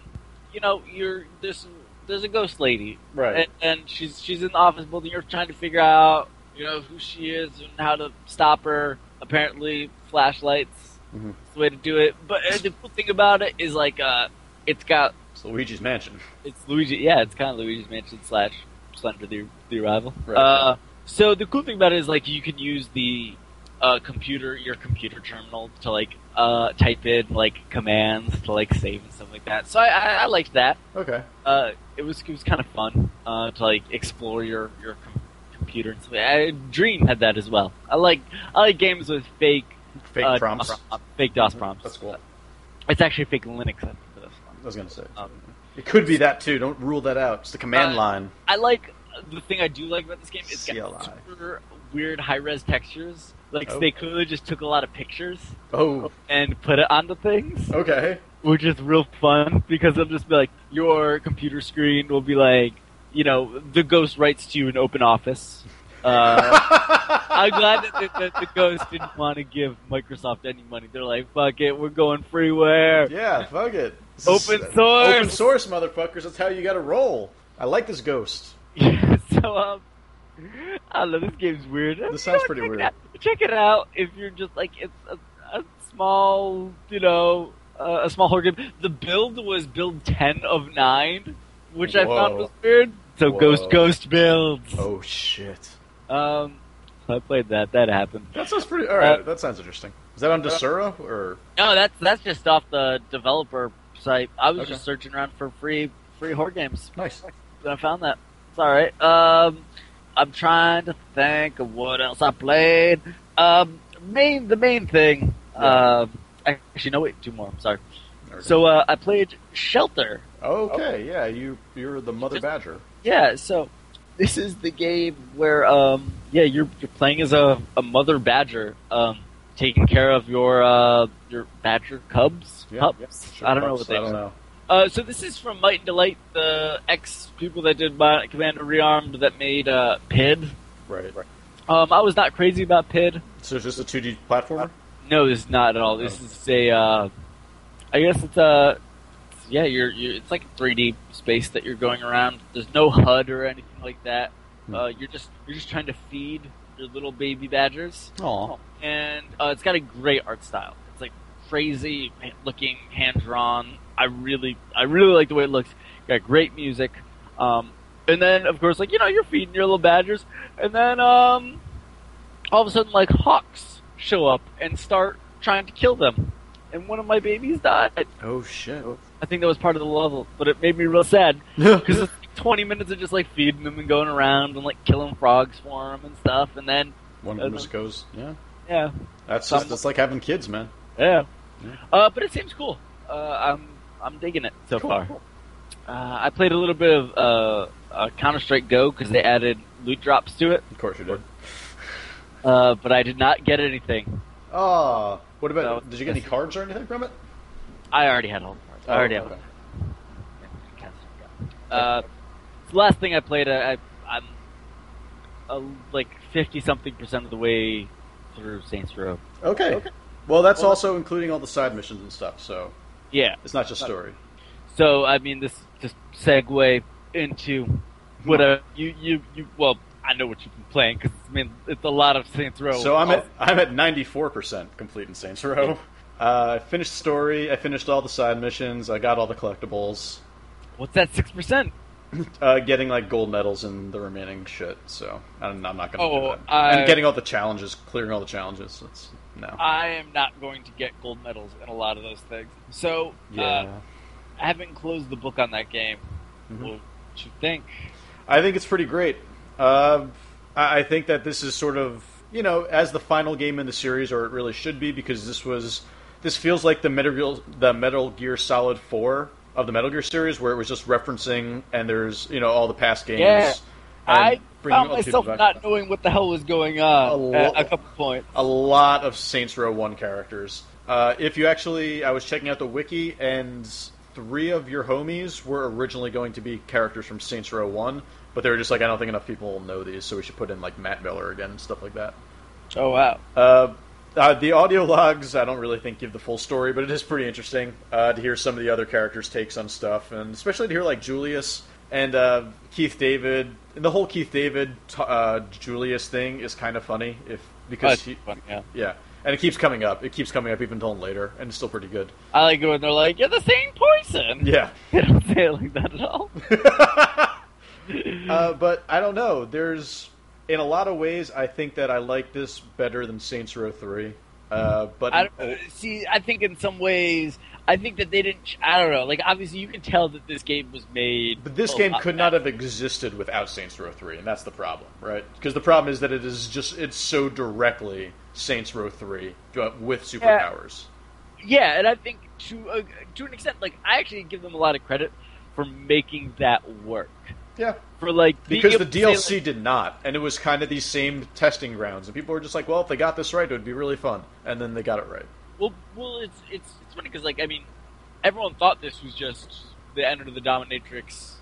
[SPEAKER 2] you know, you're there's there's a ghost lady,
[SPEAKER 1] Right.
[SPEAKER 2] and, and she's she's in the office building. You're trying to figure out, you know, who she is and how to stop her. Apparently, flashlights
[SPEAKER 1] Mhm.
[SPEAKER 2] is the way to do it. But uh, the cool thing about it is like, uh, it's got
[SPEAKER 1] It's Luigi's Mansion.
[SPEAKER 2] it's Luigi. Yeah, it's kind of Luigi's Mansion slash Slender the, the Arrival.
[SPEAKER 1] Right.
[SPEAKER 2] Uh, so the cool thing about it is like you can use the uh, computer, your computer terminal, to like uh, type in like commands to like save and stuff like that. So I, I, I liked that.
[SPEAKER 1] Okay.
[SPEAKER 2] Uh, it was it was kind of fun uh, to like explore your your com- computer and stuff. I, Dream had that as well. I like I like games with fake
[SPEAKER 1] Fake
[SPEAKER 2] uh,
[SPEAKER 1] prompts.
[SPEAKER 2] DOS prom- fake DOS prompts.
[SPEAKER 1] That's cool.
[SPEAKER 2] It's actually fake Linux. I think, for this one.
[SPEAKER 1] I was gonna say.
[SPEAKER 2] Um,
[SPEAKER 1] it could be that too. Don't rule that out. It's the command
[SPEAKER 2] Uh,
[SPEAKER 1] line.
[SPEAKER 2] I like the thing I do like about this game. It's got
[SPEAKER 1] CLI.
[SPEAKER 2] super weird high res textures. Like
[SPEAKER 1] Oh.
[SPEAKER 2] they clearly just took a lot of pictures
[SPEAKER 1] Oh.
[SPEAKER 2] and put it onto things,
[SPEAKER 1] Okay.
[SPEAKER 2] which is real fun because it'll just be like your computer screen will be like, you know, the ghost writes to you in open office. Uh, I'm glad that the, that the ghost didn't want to give Microsoft any money. They're like, fuck it, we're going freeware.
[SPEAKER 1] Yeah. Fuck it. This is-
[SPEAKER 2] Open source.
[SPEAKER 1] Open source, motherfuckers. That's how you got to roll. I like this ghost.
[SPEAKER 2] Yeah, so um, I don't know. This game's weird. You
[SPEAKER 1] sounds
[SPEAKER 2] know,
[SPEAKER 1] pretty
[SPEAKER 2] check
[SPEAKER 1] weird.
[SPEAKER 2] It out, check it out if you're just like it's a, a small, you know, uh, a small horror game. The build was build ten of nine, which I thought
[SPEAKER 1] Whoa.
[SPEAKER 2] was weird. So
[SPEAKER 1] Whoa.
[SPEAKER 2] ghost ghost builds.
[SPEAKER 1] Oh shit.
[SPEAKER 2] Um, so I played that. That happened.
[SPEAKER 1] That sounds pretty. All right.
[SPEAKER 2] Uh,
[SPEAKER 1] that sounds interesting. Is that on Desura or?
[SPEAKER 2] No, that's that's just off the developer site. I was
[SPEAKER 1] Okay.
[SPEAKER 2] just searching around for free free horror games.
[SPEAKER 1] Nice.
[SPEAKER 2] I found that. It's all right. Um, I'm trying to think of what else I played. Um, main the main thing. Uh, actually, no, wait, two more. I'm sorry. So uh, I played Shelter.
[SPEAKER 1] Okay, yeah, you you're the mother
[SPEAKER 2] Just-
[SPEAKER 1] badger.
[SPEAKER 2] Yeah. So this is the game where um, yeah, you're you're playing as a, a mother badger, um, taking care of your uh your badger cubs.
[SPEAKER 1] Yeah,
[SPEAKER 2] pups?
[SPEAKER 1] Sure,
[SPEAKER 2] I don't know
[SPEAKER 1] pups,
[SPEAKER 2] what they
[SPEAKER 1] I don't
[SPEAKER 2] are.
[SPEAKER 1] know.
[SPEAKER 2] Uh, so this is from Might and Delight, the ex people that did Mi- Commander Rearmed that made uh, PID.
[SPEAKER 1] Right.
[SPEAKER 2] Um, I was not crazy about PID.
[SPEAKER 1] So it's just a 2D platformer.
[SPEAKER 2] No, this is not at all. This is a, uh, I guess it's a, yeah, you're, you're, it's like a 3D space that you're going around. There's no HUD or anything like that.
[SPEAKER 1] Hmm.
[SPEAKER 2] Uh, you're just, you're just trying to feed your little baby badgers.
[SPEAKER 1] Aw.
[SPEAKER 2] And uh, it's got a great art style. It's like crazy looking, hand drawn. I really, I really like the way it looks. Got great music. Um, and then, of course, like you know, you're feeding your little badgers, and then um, all of a sudden, like hawks show up and start trying to kill them, and one of my babies died.
[SPEAKER 1] Oh shit.
[SPEAKER 2] I think that was part of the level, but it made me real sad because
[SPEAKER 1] wow.
[SPEAKER 2] it's like 20 minutes of just like feeding them and going around and like killing frogs for them and stuff, and then
[SPEAKER 1] One of them just goes, yeah.
[SPEAKER 2] yeah,
[SPEAKER 1] That's
[SPEAKER 2] Some-
[SPEAKER 1] just, that's like having kids, man.
[SPEAKER 2] yeah.
[SPEAKER 1] Yeah.
[SPEAKER 2] Uh, but it seems cool. Uh, I'm I'm digging it so
[SPEAKER 1] Cool,
[SPEAKER 2] far.
[SPEAKER 1] cool.
[SPEAKER 2] Uh, I played a little bit of uh, uh, Counter Strike Go because they added loot drops to it,
[SPEAKER 1] Of course you did.
[SPEAKER 2] uh, but I did not get anything.
[SPEAKER 1] Ah, what about?
[SPEAKER 2] So-
[SPEAKER 1] did you get any cards or anything from it?
[SPEAKER 2] I already had all the parts. I already
[SPEAKER 1] Oh,
[SPEAKER 2] have.
[SPEAKER 1] okay.
[SPEAKER 2] Uh, the last thing I played, I, I, I'm uh, like fifty something percent of the way through Saints Row.
[SPEAKER 1] Okay. Well, that's
[SPEAKER 2] Well-
[SPEAKER 1] also including all the side missions and stuff, so
[SPEAKER 2] Yeah.
[SPEAKER 1] it's not just story.
[SPEAKER 2] So I mean, this just segue into what uh, you you you. Well, I know what you've been playing because I mean it's a lot of Saints Row. Oh,
[SPEAKER 1] So I'm at I'm at 94% complete in Saints Row. Uh, I finished story. I finished all the side missions. I got all the collectibles.
[SPEAKER 2] What's that six percent?
[SPEAKER 1] Uh, getting like gold medals and the remaining shit. So I'm, I'm not gonna.
[SPEAKER 2] Oh,
[SPEAKER 1] do that.
[SPEAKER 2] I- Uh,
[SPEAKER 1] and getting all the challenges, clearing all the challenges. It's, no.
[SPEAKER 2] I am not going to get gold medals in a lot of those things. So uh,
[SPEAKER 1] yeah.
[SPEAKER 2] I haven't closed the book on that game.
[SPEAKER 1] Mhm.
[SPEAKER 2] What you think?
[SPEAKER 1] I think it's pretty great. Uh, I I think that this is sort of you know as the final game in the series, or it really should be, because this was this feels like the Metal the Metal Gear Solid Four of the Metal Gear series, where it was just referencing and there's you know all the past games.
[SPEAKER 2] Yeah.
[SPEAKER 1] and
[SPEAKER 2] I
[SPEAKER 1] bringing
[SPEAKER 2] found
[SPEAKER 1] all the
[SPEAKER 2] myself
[SPEAKER 1] people back.
[SPEAKER 2] not knowing what the hell was going on
[SPEAKER 1] A
[SPEAKER 2] at
[SPEAKER 1] lot-
[SPEAKER 2] a couple points.
[SPEAKER 1] a lot of Saints Row 1 characters. Uh, if you actually, I was checking out the wiki, and three of your homies were originally going to be characters from Saints Row 1, but they were just like, I don't think enough people know these, so we should put in like Matt Miller again and stuff like that.
[SPEAKER 2] Oh wow!
[SPEAKER 1] Uh, uh, the audio logs, I don't really think give the full story, but it is pretty interesting uh, to hear some of the other characters' takes on stuff, and especially to hear like Julius and uh, Keith David. And the whole Keith David t- uh, Julius thing is kind of funny, if because
[SPEAKER 2] That's
[SPEAKER 1] he,
[SPEAKER 2] funny, yeah.
[SPEAKER 1] yeah, and it keeps coming up. It keeps coming up even till later, and it's still pretty good.
[SPEAKER 2] I like it when they're like, "You're the same person."
[SPEAKER 1] Yeah,
[SPEAKER 2] They don't say it like that at all.
[SPEAKER 1] uh, but I don't know. There's in a lot of ways, I think that I like this better than Saints Row Three. Uh, but
[SPEAKER 2] I don't, see, I think in some ways, I think that they didn't. I don't know. Like obviously, you can tell that this game was made.
[SPEAKER 1] But this
[SPEAKER 2] a
[SPEAKER 1] game
[SPEAKER 2] lot
[SPEAKER 1] could not have existed without Saints Row 3, and that's the problem, right? Because the problem is that it is just, it's so directly Saints Row 3 but with superpowers.
[SPEAKER 2] Yeah, and I think to uh, to an extent, like I actually give them a lot of credit for making that work.
[SPEAKER 1] Yeah.
[SPEAKER 2] For like being
[SPEAKER 1] Because the
[SPEAKER 2] able to say,
[SPEAKER 1] DLC did not, and it was kind of these same testing grounds, and people were just like, well, if they got this right, it would be really fun. And then they got it right.
[SPEAKER 2] like, well, well, it's it's it's funny because like I mean, everyone thought this was just the Enter the Dominatrix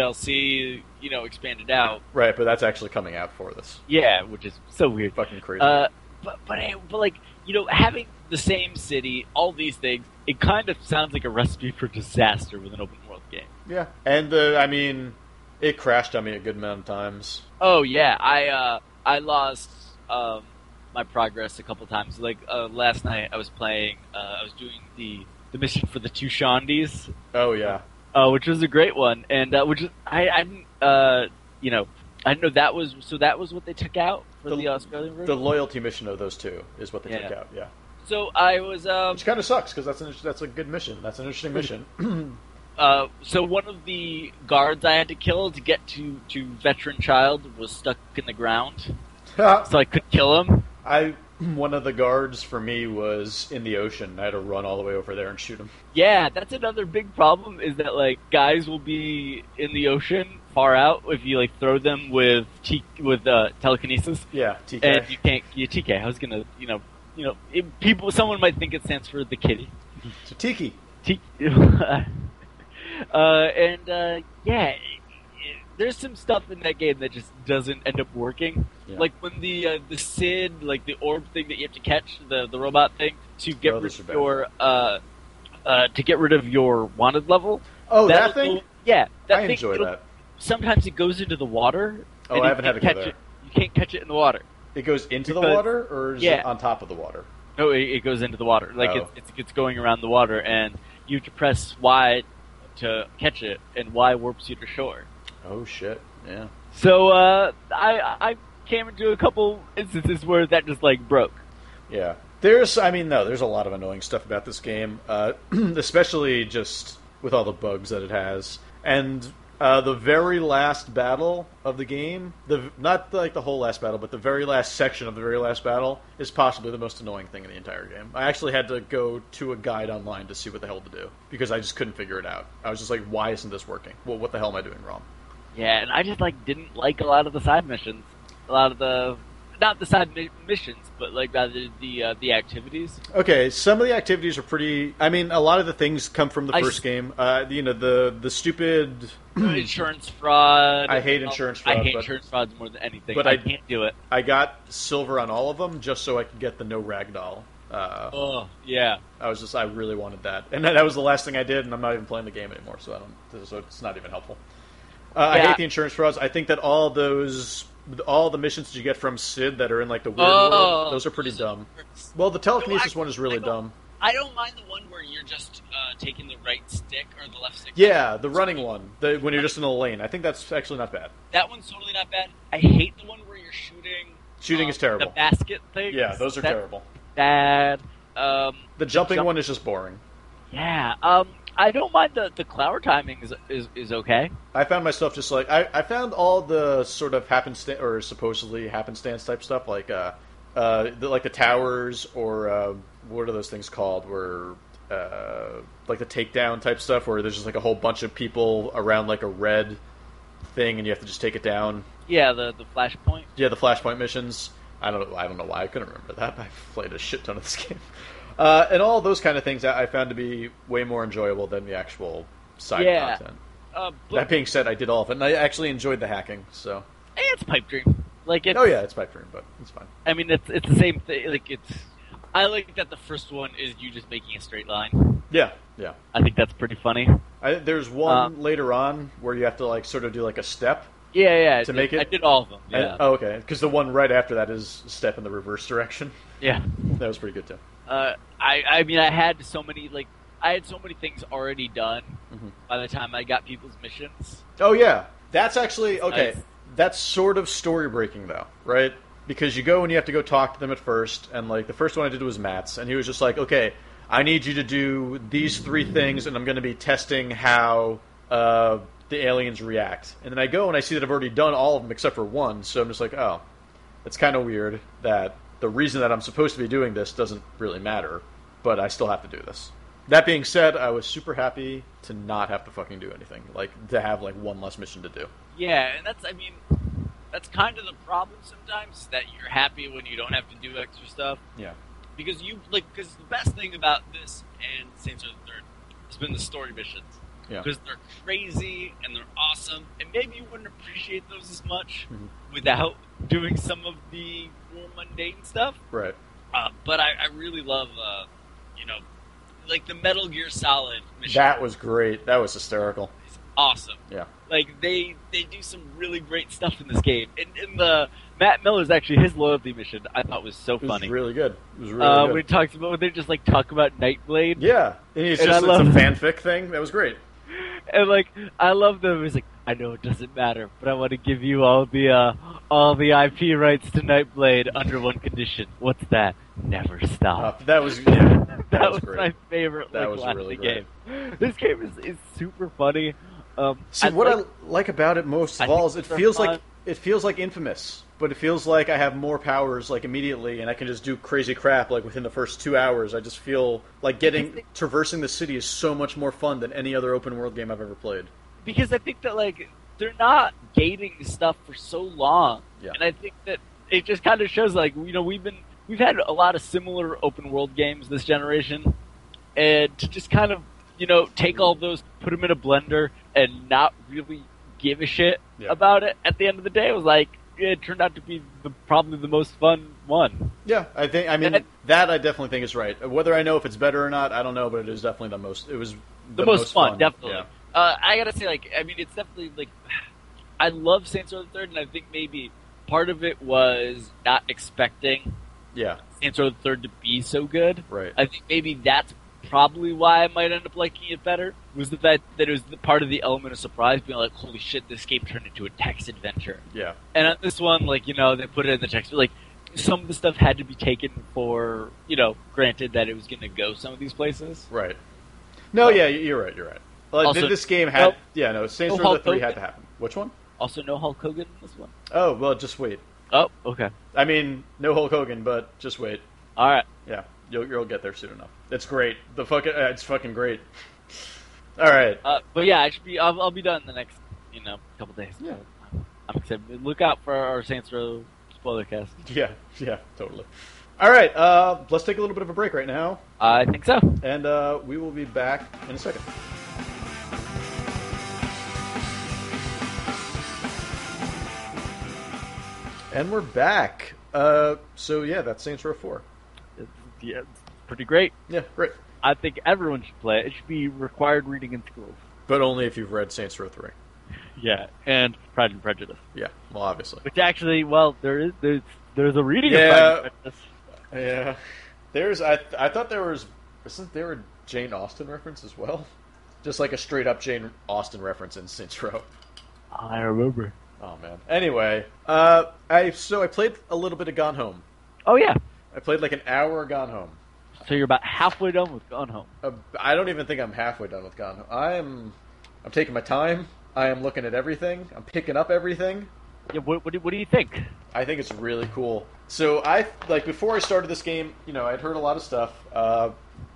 [SPEAKER 2] DLC, you know, expanded out.
[SPEAKER 1] Right, but that's actually coming out for this.
[SPEAKER 2] Yeah, which is so weird.
[SPEAKER 1] Fucking crazy.
[SPEAKER 2] Uh, but but I- but like you know, having the same city, all these things, it kind of sounds like a recipe for disaster with an open world game.
[SPEAKER 1] yeah. And, uh, I mean, it crashed on me a good amount of times.
[SPEAKER 2] Oh yeah, I uh, I lost um, my progress a couple times. Like uh, last night, I was playing. Uh, I was doing the the mission for the two Shondis,
[SPEAKER 1] Oh, yeah.
[SPEAKER 2] uh, which was a great one, and uh, which is- I I didn't uh, you know I didn't know that was so that was what they took out for the,
[SPEAKER 1] The-
[SPEAKER 2] Australian version.
[SPEAKER 1] The loyalty mission of those two is what they took
[SPEAKER 2] Yeah.
[SPEAKER 1] out, yeah.
[SPEAKER 2] so I was um, Hmm.
[SPEAKER 1] Which kind of sucks because that's an, that's a good mission. That's an interesting mission.
[SPEAKER 2] uh, so one of the guards I had to kill to get to to veteran child was stuck in the ground, so I could kill him.
[SPEAKER 1] I one of the guards for me was in the ocean. I had to run all the way over there and shoot him.
[SPEAKER 2] Yeah, that's another big problem is that like guys will be in the ocean far out if you like throw them with t- with uh, telekinesis
[SPEAKER 1] Yeah, TK.
[SPEAKER 2] and you can't you TK. I was gonna you know you know it, people someone might think it stands for the kitty.
[SPEAKER 1] so Tiki.
[SPEAKER 2] T- uh, and uh, yeah, it- it- there's some stuff in that game that just doesn't end up working.
[SPEAKER 1] Yeah.
[SPEAKER 2] Like when the uh, the Sid, like the orb thing that you have to catch, the the robot thing to get
[SPEAKER 1] Oh,
[SPEAKER 2] rid
[SPEAKER 1] those are
[SPEAKER 2] of
[SPEAKER 1] bad.
[SPEAKER 2] your uh, uh, to get rid of your wanted level.
[SPEAKER 1] Oh, that,
[SPEAKER 2] That'll
[SPEAKER 1] thing.
[SPEAKER 2] go- yeah, that
[SPEAKER 1] I
[SPEAKER 2] thing,
[SPEAKER 1] enjoy
[SPEAKER 2] it'll-
[SPEAKER 1] that.
[SPEAKER 2] Sometimes it goes into the water.
[SPEAKER 1] Oh,
[SPEAKER 2] and
[SPEAKER 1] I
[SPEAKER 2] you
[SPEAKER 1] haven't had
[SPEAKER 2] can't
[SPEAKER 1] to go
[SPEAKER 2] catch
[SPEAKER 1] there.
[SPEAKER 2] It, you can't catch it in the water.
[SPEAKER 1] It goes into the
[SPEAKER 2] because-
[SPEAKER 1] water, or is
[SPEAKER 2] yeah.
[SPEAKER 1] it on top of the water?
[SPEAKER 2] No, it, it goes into the water. Like
[SPEAKER 1] Oh.
[SPEAKER 2] it's, it's it's going around the water, and you have to press Y to catch it, and Y warps you to shore.
[SPEAKER 1] Oh shit! Yeah.
[SPEAKER 2] So uh, I I came into a couple instances where that just like broke.
[SPEAKER 1] Yeah. There's, I mean, no, there's a lot of annoying stuff about this game, uh, especially just with all the bugs that it has. And uh, the very last battle of the game, the not like the whole last battle, but the very last section of the very last battle is possibly the most annoying thing in the entire game. I actually had to go to a guide online to see what the hell to do because I just couldn't figure it out. I was just like, why isn't this working? Well, what the hell am I doing wrong?
[SPEAKER 2] Yeah, and I just like didn't like a lot of the side missions, a lot of the not the side mi- missions, but like rather the uh, the activities.
[SPEAKER 1] Okay, some of the activities are pretty. I mean, a lot of the things come from the
[SPEAKER 2] I
[SPEAKER 1] first
[SPEAKER 2] s-
[SPEAKER 1] game. Uh, you know, the the stupid.
[SPEAKER 2] insurance fraud.
[SPEAKER 1] I hate insurance
[SPEAKER 2] I
[SPEAKER 1] fraud,
[SPEAKER 2] hate
[SPEAKER 1] but-
[SPEAKER 2] insurance frauds more than anything.
[SPEAKER 1] but
[SPEAKER 2] I,
[SPEAKER 1] I-
[SPEAKER 2] can't do it.
[SPEAKER 1] I got silver on all of them just so I could get the no ragdoll. Uh,
[SPEAKER 2] Oh yeah.
[SPEAKER 1] I was just I really wanted that, and that that was the last thing I did, and I'm not even playing the game anymore, so I don't. So it's not even helpful. Uh, I
[SPEAKER 2] Yeah.
[SPEAKER 1] hate the insurance frauds. I think that all those, all the missions that you get from Sid that are in like the weird
[SPEAKER 2] Oh.
[SPEAKER 1] world, those are pretty dumb. Well, the telekinesis
[SPEAKER 2] No, I-
[SPEAKER 1] one is really
[SPEAKER 2] I don't-
[SPEAKER 1] dumb.
[SPEAKER 2] I don't mind the one where you're just uh, taking the right stick or the left stick.
[SPEAKER 1] Yeah, the running one, the, when you're just in a lane. I think that's actually not bad.
[SPEAKER 2] That one's totally not bad. I hate the one where you're shooting.
[SPEAKER 1] Shooting
[SPEAKER 2] um,
[SPEAKER 1] is terrible.
[SPEAKER 2] The basket thing.
[SPEAKER 1] yeah, those are
[SPEAKER 2] That's
[SPEAKER 1] terrible.
[SPEAKER 2] Bad. Um,
[SPEAKER 1] The jumping
[SPEAKER 2] jump-
[SPEAKER 1] one is just boring.
[SPEAKER 2] yeah. Um, I don't mind the the clower timing is is, is okay.
[SPEAKER 1] I found myself just like I, I found all the sort of happenstance or supposedly happenstance type stuff like uh, uh the, like the towers or uh, what are those things called where uh, like the takedown type stuff where there's just like a whole bunch of people around like a red thing and you have to just take it down.
[SPEAKER 2] Yeah, the the flashpoint.
[SPEAKER 1] Yeah, the Flashpoint missions. I don't. I don't know why I couldn't remember that. but I've played a shit ton of this game, uh, and all those kind of things I I found to be way more enjoyable than the actual side
[SPEAKER 2] Yeah.
[SPEAKER 1] content.
[SPEAKER 2] Uh,
[SPEAKER 1] That
[SPEAKER 2] but,
[SPEAKER 1] being said, I did all of it, and I actually enjoyed the hacking. So,
[SPEAKER 2] hey, it's pipe dream. Like it's,
[SPEAKER 1] oh yeah, it's pipe dream, but it's fine.
[SPEAKER 2] I mean, it's it's the same thing. Like it's. I like that the first one is you just making a straight line.
[SPEAKER 1] Yeah, yeah.
[SPEAKER 2] I think that's pretty funny.
[SPEAKER 1] I, there's one later on where you have to like sort of do like a step.
[SPEAKER 2] Yeah, yeah.
[SPEAKER 1] To
[SPEAKER 2] I
[SPEAKER 1] make
[SPEAKER 2] did-
[SPEAKER 1] it-
[SPEAKER 2] I did all of them. Yeah,
[SPEAKER 1] And- oh, okay. Because the one right after that is step in the reverse direction.
[SPEAKER 2] yeah.
[SPEAKER 1] That was pretty good too.
[SPEAKER 2] Uh, I I mean, I had so many like I had so many things already done
[SPEAKER 1] Mhm.
[SPEAKER 2] by the time I got people's missions.
[SPEAKER 1] Oh yeah, that's actually okay.
[SPEAKER 2] nice.
[SPEAKER 1] That's sort of story breaking though, right? Because you go and you have to go talk to them at first, and like the first one I did was Matt's, and he was just like, "Okay, I need you to do these three things, and I'm going to be testing how uh, the aliens react." And then I go and I see that I've already done all of them except for one, so I'm just like, "Oh, it's kind of weird that the reason that I'm supposed to be doing this doesn't really matter, but I still have to do this. That being said, I was super happy to not have to fucking do anything, like to have like one less mission to do.
[SPEAKER 2] Yeah, and that's I mean, that's kind of the problem sometimes is that you're happy when you don't have to do extra stuff
[SPEAKER 1] Yeah.
[SPEAKER 2] because you like because the best thing about this and Saints Row the Third has been the story missions.
[SPEAKER 1] Yeah.
[SPEAKER 2] Because they're crazy and they're awesome, and maybe you wouldn't appreciate those as much
[SPEAKER 1] Mhm.
[SPEAKER 2] without doing some of the more mundane stuff.
[SPEAKER 1] Right.
[SPEAKER 2] Uh, but I, I really love, uh, you know, like the Metal Gear Solid mission.
[SPEAKER 1] That was great. That was hysterical.
[SPEAKER 2] is awesome.
[SPEAKER 1] Yeah.
[SPEAKER 2] Like they they do some really great stuff in this game. And, and the Matt Miller's actually his loyalty mission I thought was so
[SPEAKER 1] It was
[SPEAKER 2] funny.
[SPEAKER 1] really good. It was really
[SPEAKER 2] uh,
[SPEAKER 1] good.
[SPEAKER 2] when it talks about when they just like talk about Nightblade
[SPEAKER 1] yeah. And it's
[SPEAKER 2] And
[SPEAKER 1] just
[SPEAKER 2] I love-
[SPEAKER 1] it's a fanfic thing. That was great.
[SPEAKER 2] and like I love them. He's like, I know it doesn't matter, but I want to give you all the uh, all the IP rights to Nightblade under one condition. What's that? Never stop.
[SPEAKER 1] Uh, that was yeah,
[SPEAKER 2] that,
[SPEAKER 1] that
[SPEAKER 2] was,
[SPEAKER 1] was great.
[SPEAKER 2] my favorite
[SPEAKER 1] That
[SPEAKER 2] like,
[SPEAKER 1] was
[SPEAKER 2] line
[SPEAKER 1] really
[SPEAKER 2] of the game. This game is, is super funny. Um,
[SPEAKER 1] See,
[SPEAKER 2] I
[SPEAKER 1] what
[SPEAKER 2] like-
[SPEAKER 1] I like about it most of
[SPEAKER 2] I
[SPEAKER 1] all is
[SPEAKER 2] think
[SPEAKER 1] it
[SPEAKER 2] they're
[SPEAKER 1] feels
[SPEAKER 2] fun.
[SPEAKER 1] like it feels like infamous, but it feels like I have more powers like immediately, and I can just do crazy crap like within the first two hours. I just feel like getting traversing the city is so much more fun than any other open world game I've ever played.
[SPEAKER 2] because I think that like they're not gating stuff for so long,
[SPEAKER 1] Yeah.
[SPEAKER 2] and I think that it just kind of shows like you know we've been we've had a lot of similar open world games this generation, and to just kind of you know take all those, put them in a blender, and not really give a shit
[SPEAKER 1] Yeah.
[SPEAKER 2] about it. At the end of the day, it was like it turned out to be the, probably the most fun one.
[SPEAKER 1] Yeah, I think I mean
[SPEAKER 2] And-
[SPEAKER 1] that I definitely think is right. Whether I know if it's better or not, I don't know, but it is definitely the most. It was the,
[SPEAKER 2] the, most, fun, definitely.
[SPEAKER 1] Yeah.
[SPEAKER 2] Uh, I gotta say, like, I mean, it's definitely like, I love Saints Row the Third, and I think maybe part of it was not expecting
[SPEAKER 1] yeah,
[SPEAKER 2] Saints Row the Third to be so good.
[SPEAKER 1] right.
[SPEAKER 2] I think maybe that's
[SPEAKER 3] probably why I might end up liking it better was the fact that it was the part of the element of surprise, being like, "Holy shit, this game turned into a text adventure."
[SPEAKER 1] Yeah.
[SPEAKER 3] And on this one, like you know, they put it in the text, but, like some of the stuff had to be taken for you know, granted that it was going to go some of these places.
[SPEAKER 1] Right. No,
[SPEAKER 3] Well-
[SPEAKER 1] yeah, you're right. You're right. Like,
[SPEAKER 3] Also-
[SPEAKER 1] this game had,
[SPEAKER 3] Nope.
[SPEAKER 1] yeah, no, Saints
[SPEAKER 2] Oh,
[SPEAKER 3] No
[SPEAKER 1] Row the
[SPEAKER 3] Hulk
[SPEAKER 1] Three
[SPEAKER 3] Hogan.
[SPEAKER 1] had to happen. Which one?
[SPEAKER 3] Also, no Hulk Hogan in this one.
[SPEAKER 1] Oh, well, just wait.
[SPEAKER 3] Oh, okay,
[SPEAKER 1] I mean, no Hulk Hogan, but just wait.
[SPEAKER 3] all right.
[SPEAKER 1] Yeah, you'll you'll get there soon enough. It's great. The fucking, uh, it's fucking great. All right.
[SPEAKER 3] Uh, but yeah, I should be. I'll, I'll be done in the next, you know, couple days.
[SPEAKER 1] Yeah.
[SPEAKER 3] I'm excited. Look out for our Saints Row spoiler cast.
[SPEAKER 1] Yeah. Yeah. Totally. All right. Uh, let's take a little bit of a break right now,
[SPEAKER 3] I think so.
[SPEAKER 1] and uh, we will be back in a second. And we're back. Uh, so yeah, that's Saints Row Four.
[SPEAKER 2] It's, yeah, it's pretty great.
[SPEAKER 1] Yeah, great.
[SPEAKER 2] I think everyone should play it. It should be required reading in schools.
[SPEAKER 1] But only if you've read Saints Row 3.
[SPEAKER 2] Yeah, and Pride and Prejudice,
[SPEAKER 1] Yeah, well, obviously.
[SPEAKER 2] which actually, well, there is there's there's a reading
[SPEAKER 1] Yeah.
[SPEAKER 2] of Pride and Prejudice.
[SPEAKER 1] Yeah. There's, I, I thought there was, isn't there a Jane Austen reference as well? Just like a straight up Jane Austen reference in Saints Row.
[SPEAKER 2] I remember.
[SPEAKER 1] Oh, man. Anyway, uh, I so I played a little bit of Gone Home.
[SPEAKER 2] Oh yeah,
[SPEAKER 1] I played like an hour of Gone Home.
[SPEAKER 2] so you're about halfway done with Gone Home.
[SPEAKER 1] Uh, I don't even think I'm halfway done with Gone Home. I am, I'm taking my time. I am looking at everything. I'm picking up everything.
[SPEAKER 2] Yeah, what, what, do, what do you think?
[SPEAKER 1] I think it's really cool. So I like before I started this game, you know, I'd heard a lot of stuff. Uh,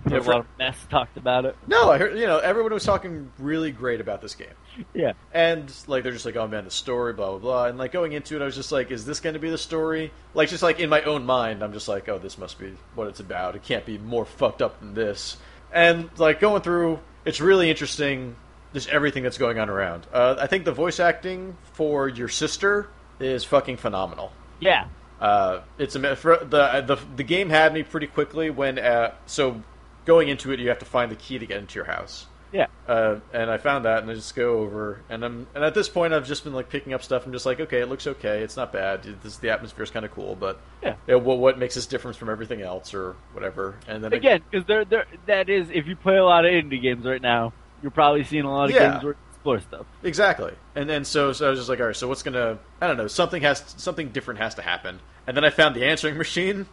[SPEAKER 1] you know,
[SPEAKER 2] There's a
[SPEAKER 1] for-
[SPEAKER 2] lot of mess talked about it.
[SPEAKER 1] no, I heard you know everyone was talking really great about this game,
[SPEAKER 2] Yeah,
[SPEAKER 1] and like they're just like, oh man, the story, blah blah blah, and like going into it, I was just like, is this going to be the story? Like just like in my own mind, I'm just like, oh, this must be what it's about. It can't be more fucked up than this. And like going through, it's really interesting. Just everything that's going on around. Uh, I think the voice acting for your sister is fucking phenomenal.
[SPEAKER 2] yeah.
[SPEAKER 1] Uh, it's a for the uh, the the game had me pretty quickly when uh, so going into it you have to find the key to get into your house.
[SPEAKER 2] Yeah.
[SPEAKER 1] Uh, and I found that, and I just go over, and I'm, and at this point, I've just been like picking up stuff. I'm just like, okay, it looks okay, it's not bad. This, the atmosphere's kind of cool, but
[SPEAKER 2] Yeah.
[SPEAKER 1] you know, what, what makes this difference from everything else, or whatever? And then I-
[SPEAKER 2] Again, because there, there, that is, if you play a lot of indie games right now, you're probably seeing a lot of
[SPEAKER 1] Yeah.
[SPEAKER 2] games where you explore stuff.
[SPEAKER 1] Exactly. And then so, so I was just like, all right, so what's gonna? I don't know. Something has something different has to happen. And then I found the answering machine,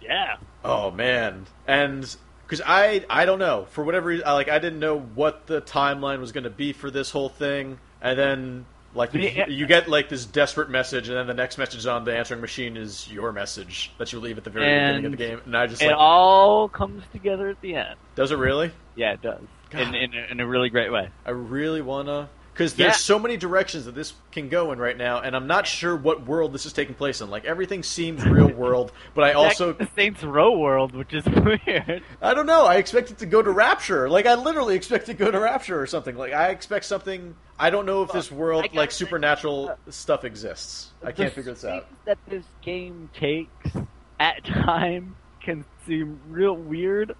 [SPEAKER 2] Yeah,
[SPEAKER 1] Oh man, and because I I don't know for whatever reason, I, like I didn't know what the timeline was going to be for this whole thing, and then like you,
[SPEAKER 2] Yeah.
[SPEAKER 1] you get like this desperate message, and then the next message on the answering machine is your message that you leave at the very beginning of the
[SPEAKER 2] And-
[SPEAKER 1] game, and I just
[SPEAKER 2] it
[SPEAKER 1] like
[SPEAKER 2] all comes together at the end.
[SPEAKER 1] does it really?
[SPEAKER 2] Yeah, it does in
[SPEAKER 1] God.
[SPEAKER 2] in a, in a really great way.
[SPEAKER 1] I really wanna because
[SPEAKER 2] Yeah.
[SPEAKER 1] there's so many directions that this can go in right now, and I'm not sure what world this is taking place in. Like everything seems real world, but I also
[SPEAKER 2] Back to the Saints Row world, which is weird.
[SPEAKER 1] I don't know. I expect it to go to Rapture. Like I literally expect it to go to Rapture or something. Like I expect something. I don't know if this
[SPEAKER 2] I
[SPEAKER 1] world
[SPEAKER 2] gotta
[SPEAKER 1] like
[SPEAKER 2] say-
[SPEAKER 1] supernatural stuff exists. I can't
[SPEAKER 2] The
[SPEAKER 1] figure this out.
[SPEAKER 2] things That this game takes at time can seem real weird,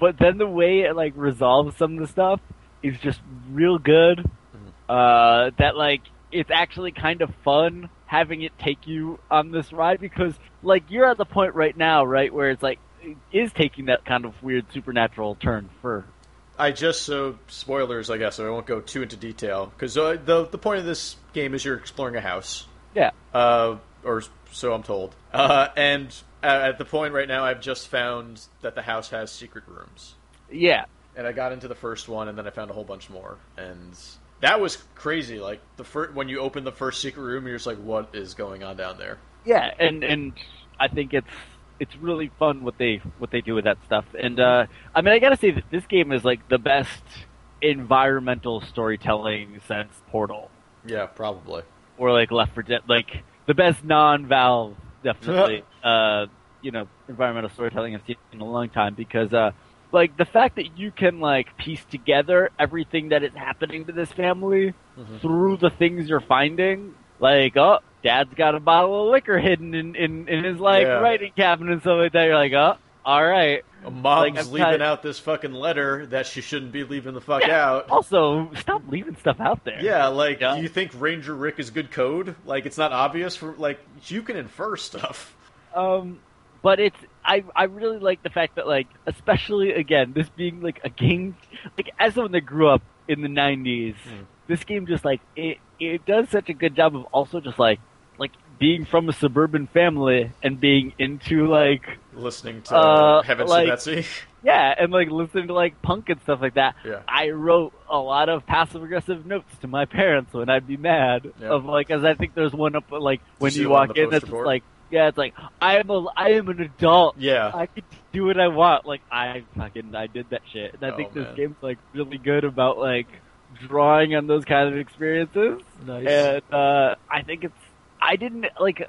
[SPEAKER 2] but then the way it like resolves some of the stuff is just real good.
[SPEAKER 1] Mm-hmm.
[SPEAKER 2] Uh, that like it's actually kind of fun having it take you on this ride because like you're at the point right now, right, where it's like it is taking that kind of weird supernatural turn for
[SPEAKER 1] I just so spoilers, I guess. So I won't go too into detail because uh, the the point of this game is you're exploring a house.
[SPEAKER 2] yeah.
[SPEAKER 1] uh, or so I'm told. Uh, and uh, at the point right now, I've just found that the house has secret rooms.
[SPEAKER 2] Yeah.
[SPEAKER 1] and I got into the first one, and then I found a whole bunch more, and that was crazy. Like the first when you open the first secret room, you're just like, "What is going on down there?"
[SPEAKER 2] yeah and and i think it's it's really fun what they what they do with that stuff and uh i mean i gotta say that this game is like the best environmental storytelling since portal
[SPEAKER 1] Yeah, probably.
[SPEAKER 2] or like left for dead like the best non-valve definitely uh you know environmental storytelling i've seen in a long time because uh like the fact that you can like piece together everything that is happening to this family
[SPEAKER 1] Mhm.
[SPEAKER 2] through the things you're finding. Like, oh, dad's got a bottle of liquor hidden in, in, in his like
[SPEAKER 1] Yeah.
[SPEAKER 2] writing cabinet and stuff like that. You're like, oh, all right.
[SPEAKER 1] Mom's
[SPEAKER 2] Like, I've
[SPEAKER 1] leaving
[SPEAKER 2] tried-
[SPEAKER 1] out this fucking letter that she shouldn't be leaving the fuck
[SPEAKER 2] Yeah.
[SPEAKER 1] out.
[SPEAKER 2] Also, stop leaving stuff out there.
[SPEAKER 1] Yeah, like
[SPEAKER 2] Yeah.
[SPEAKER 1] do you think Ranger Rick is good code? Like it's not obvious for like you can infer stuff.
[SPEAKER 2] Um, but it's I- I I really like the fact that like especially again this being like a game like as someone that grew up in the 90s
[SPEAKER 1] Mm.
[SPEAKER 2] this game just like it it does such a good job of also just like like being from a suburban family and being into like
[SPEAKER 1] Listening to
[SPEAKER 2] Uh,
[SPEAKER 1] Heaven
[SPEAKER 2] like-
[SPEAKER 1] Betsy.
[SPEAKER 2] yeah and like listening to like punk and stuff like that
[SPEAKER 1] Yeah.
[SPEAKER 2] I wrote a lot of passive aggressive notes to my parents when I'd be mad
[SPEAKER 1] Yeah.
[SPEAKER 2] of like, as I think there's one up like when
[SPEAKER 1] see
[SPEAKER 2] you
[SPEAKER 1] the one on
[SPEAKER 2] walk
[SPEAKER 1] the
[SPEAKER 2] in, that's
[SPEAKER 1] poster board?
[SPEAKER 2] like, yeah, it's like I am a I am an adult.
[SPEAKER 1] Yeah.
[SPEAKER 2] I can do what I want. Like I fucking I did that shit, and I
[SPEAKER 1] Oh,
[SPEAKER 2] think this
[SPEAKER 1] man.
[SPEAKER 2] game's like really good about like drawing on those kind of experiences.
[SPEAKER 1] Nice.
[SPEAKER 2] And uh, I think it's I didn't like.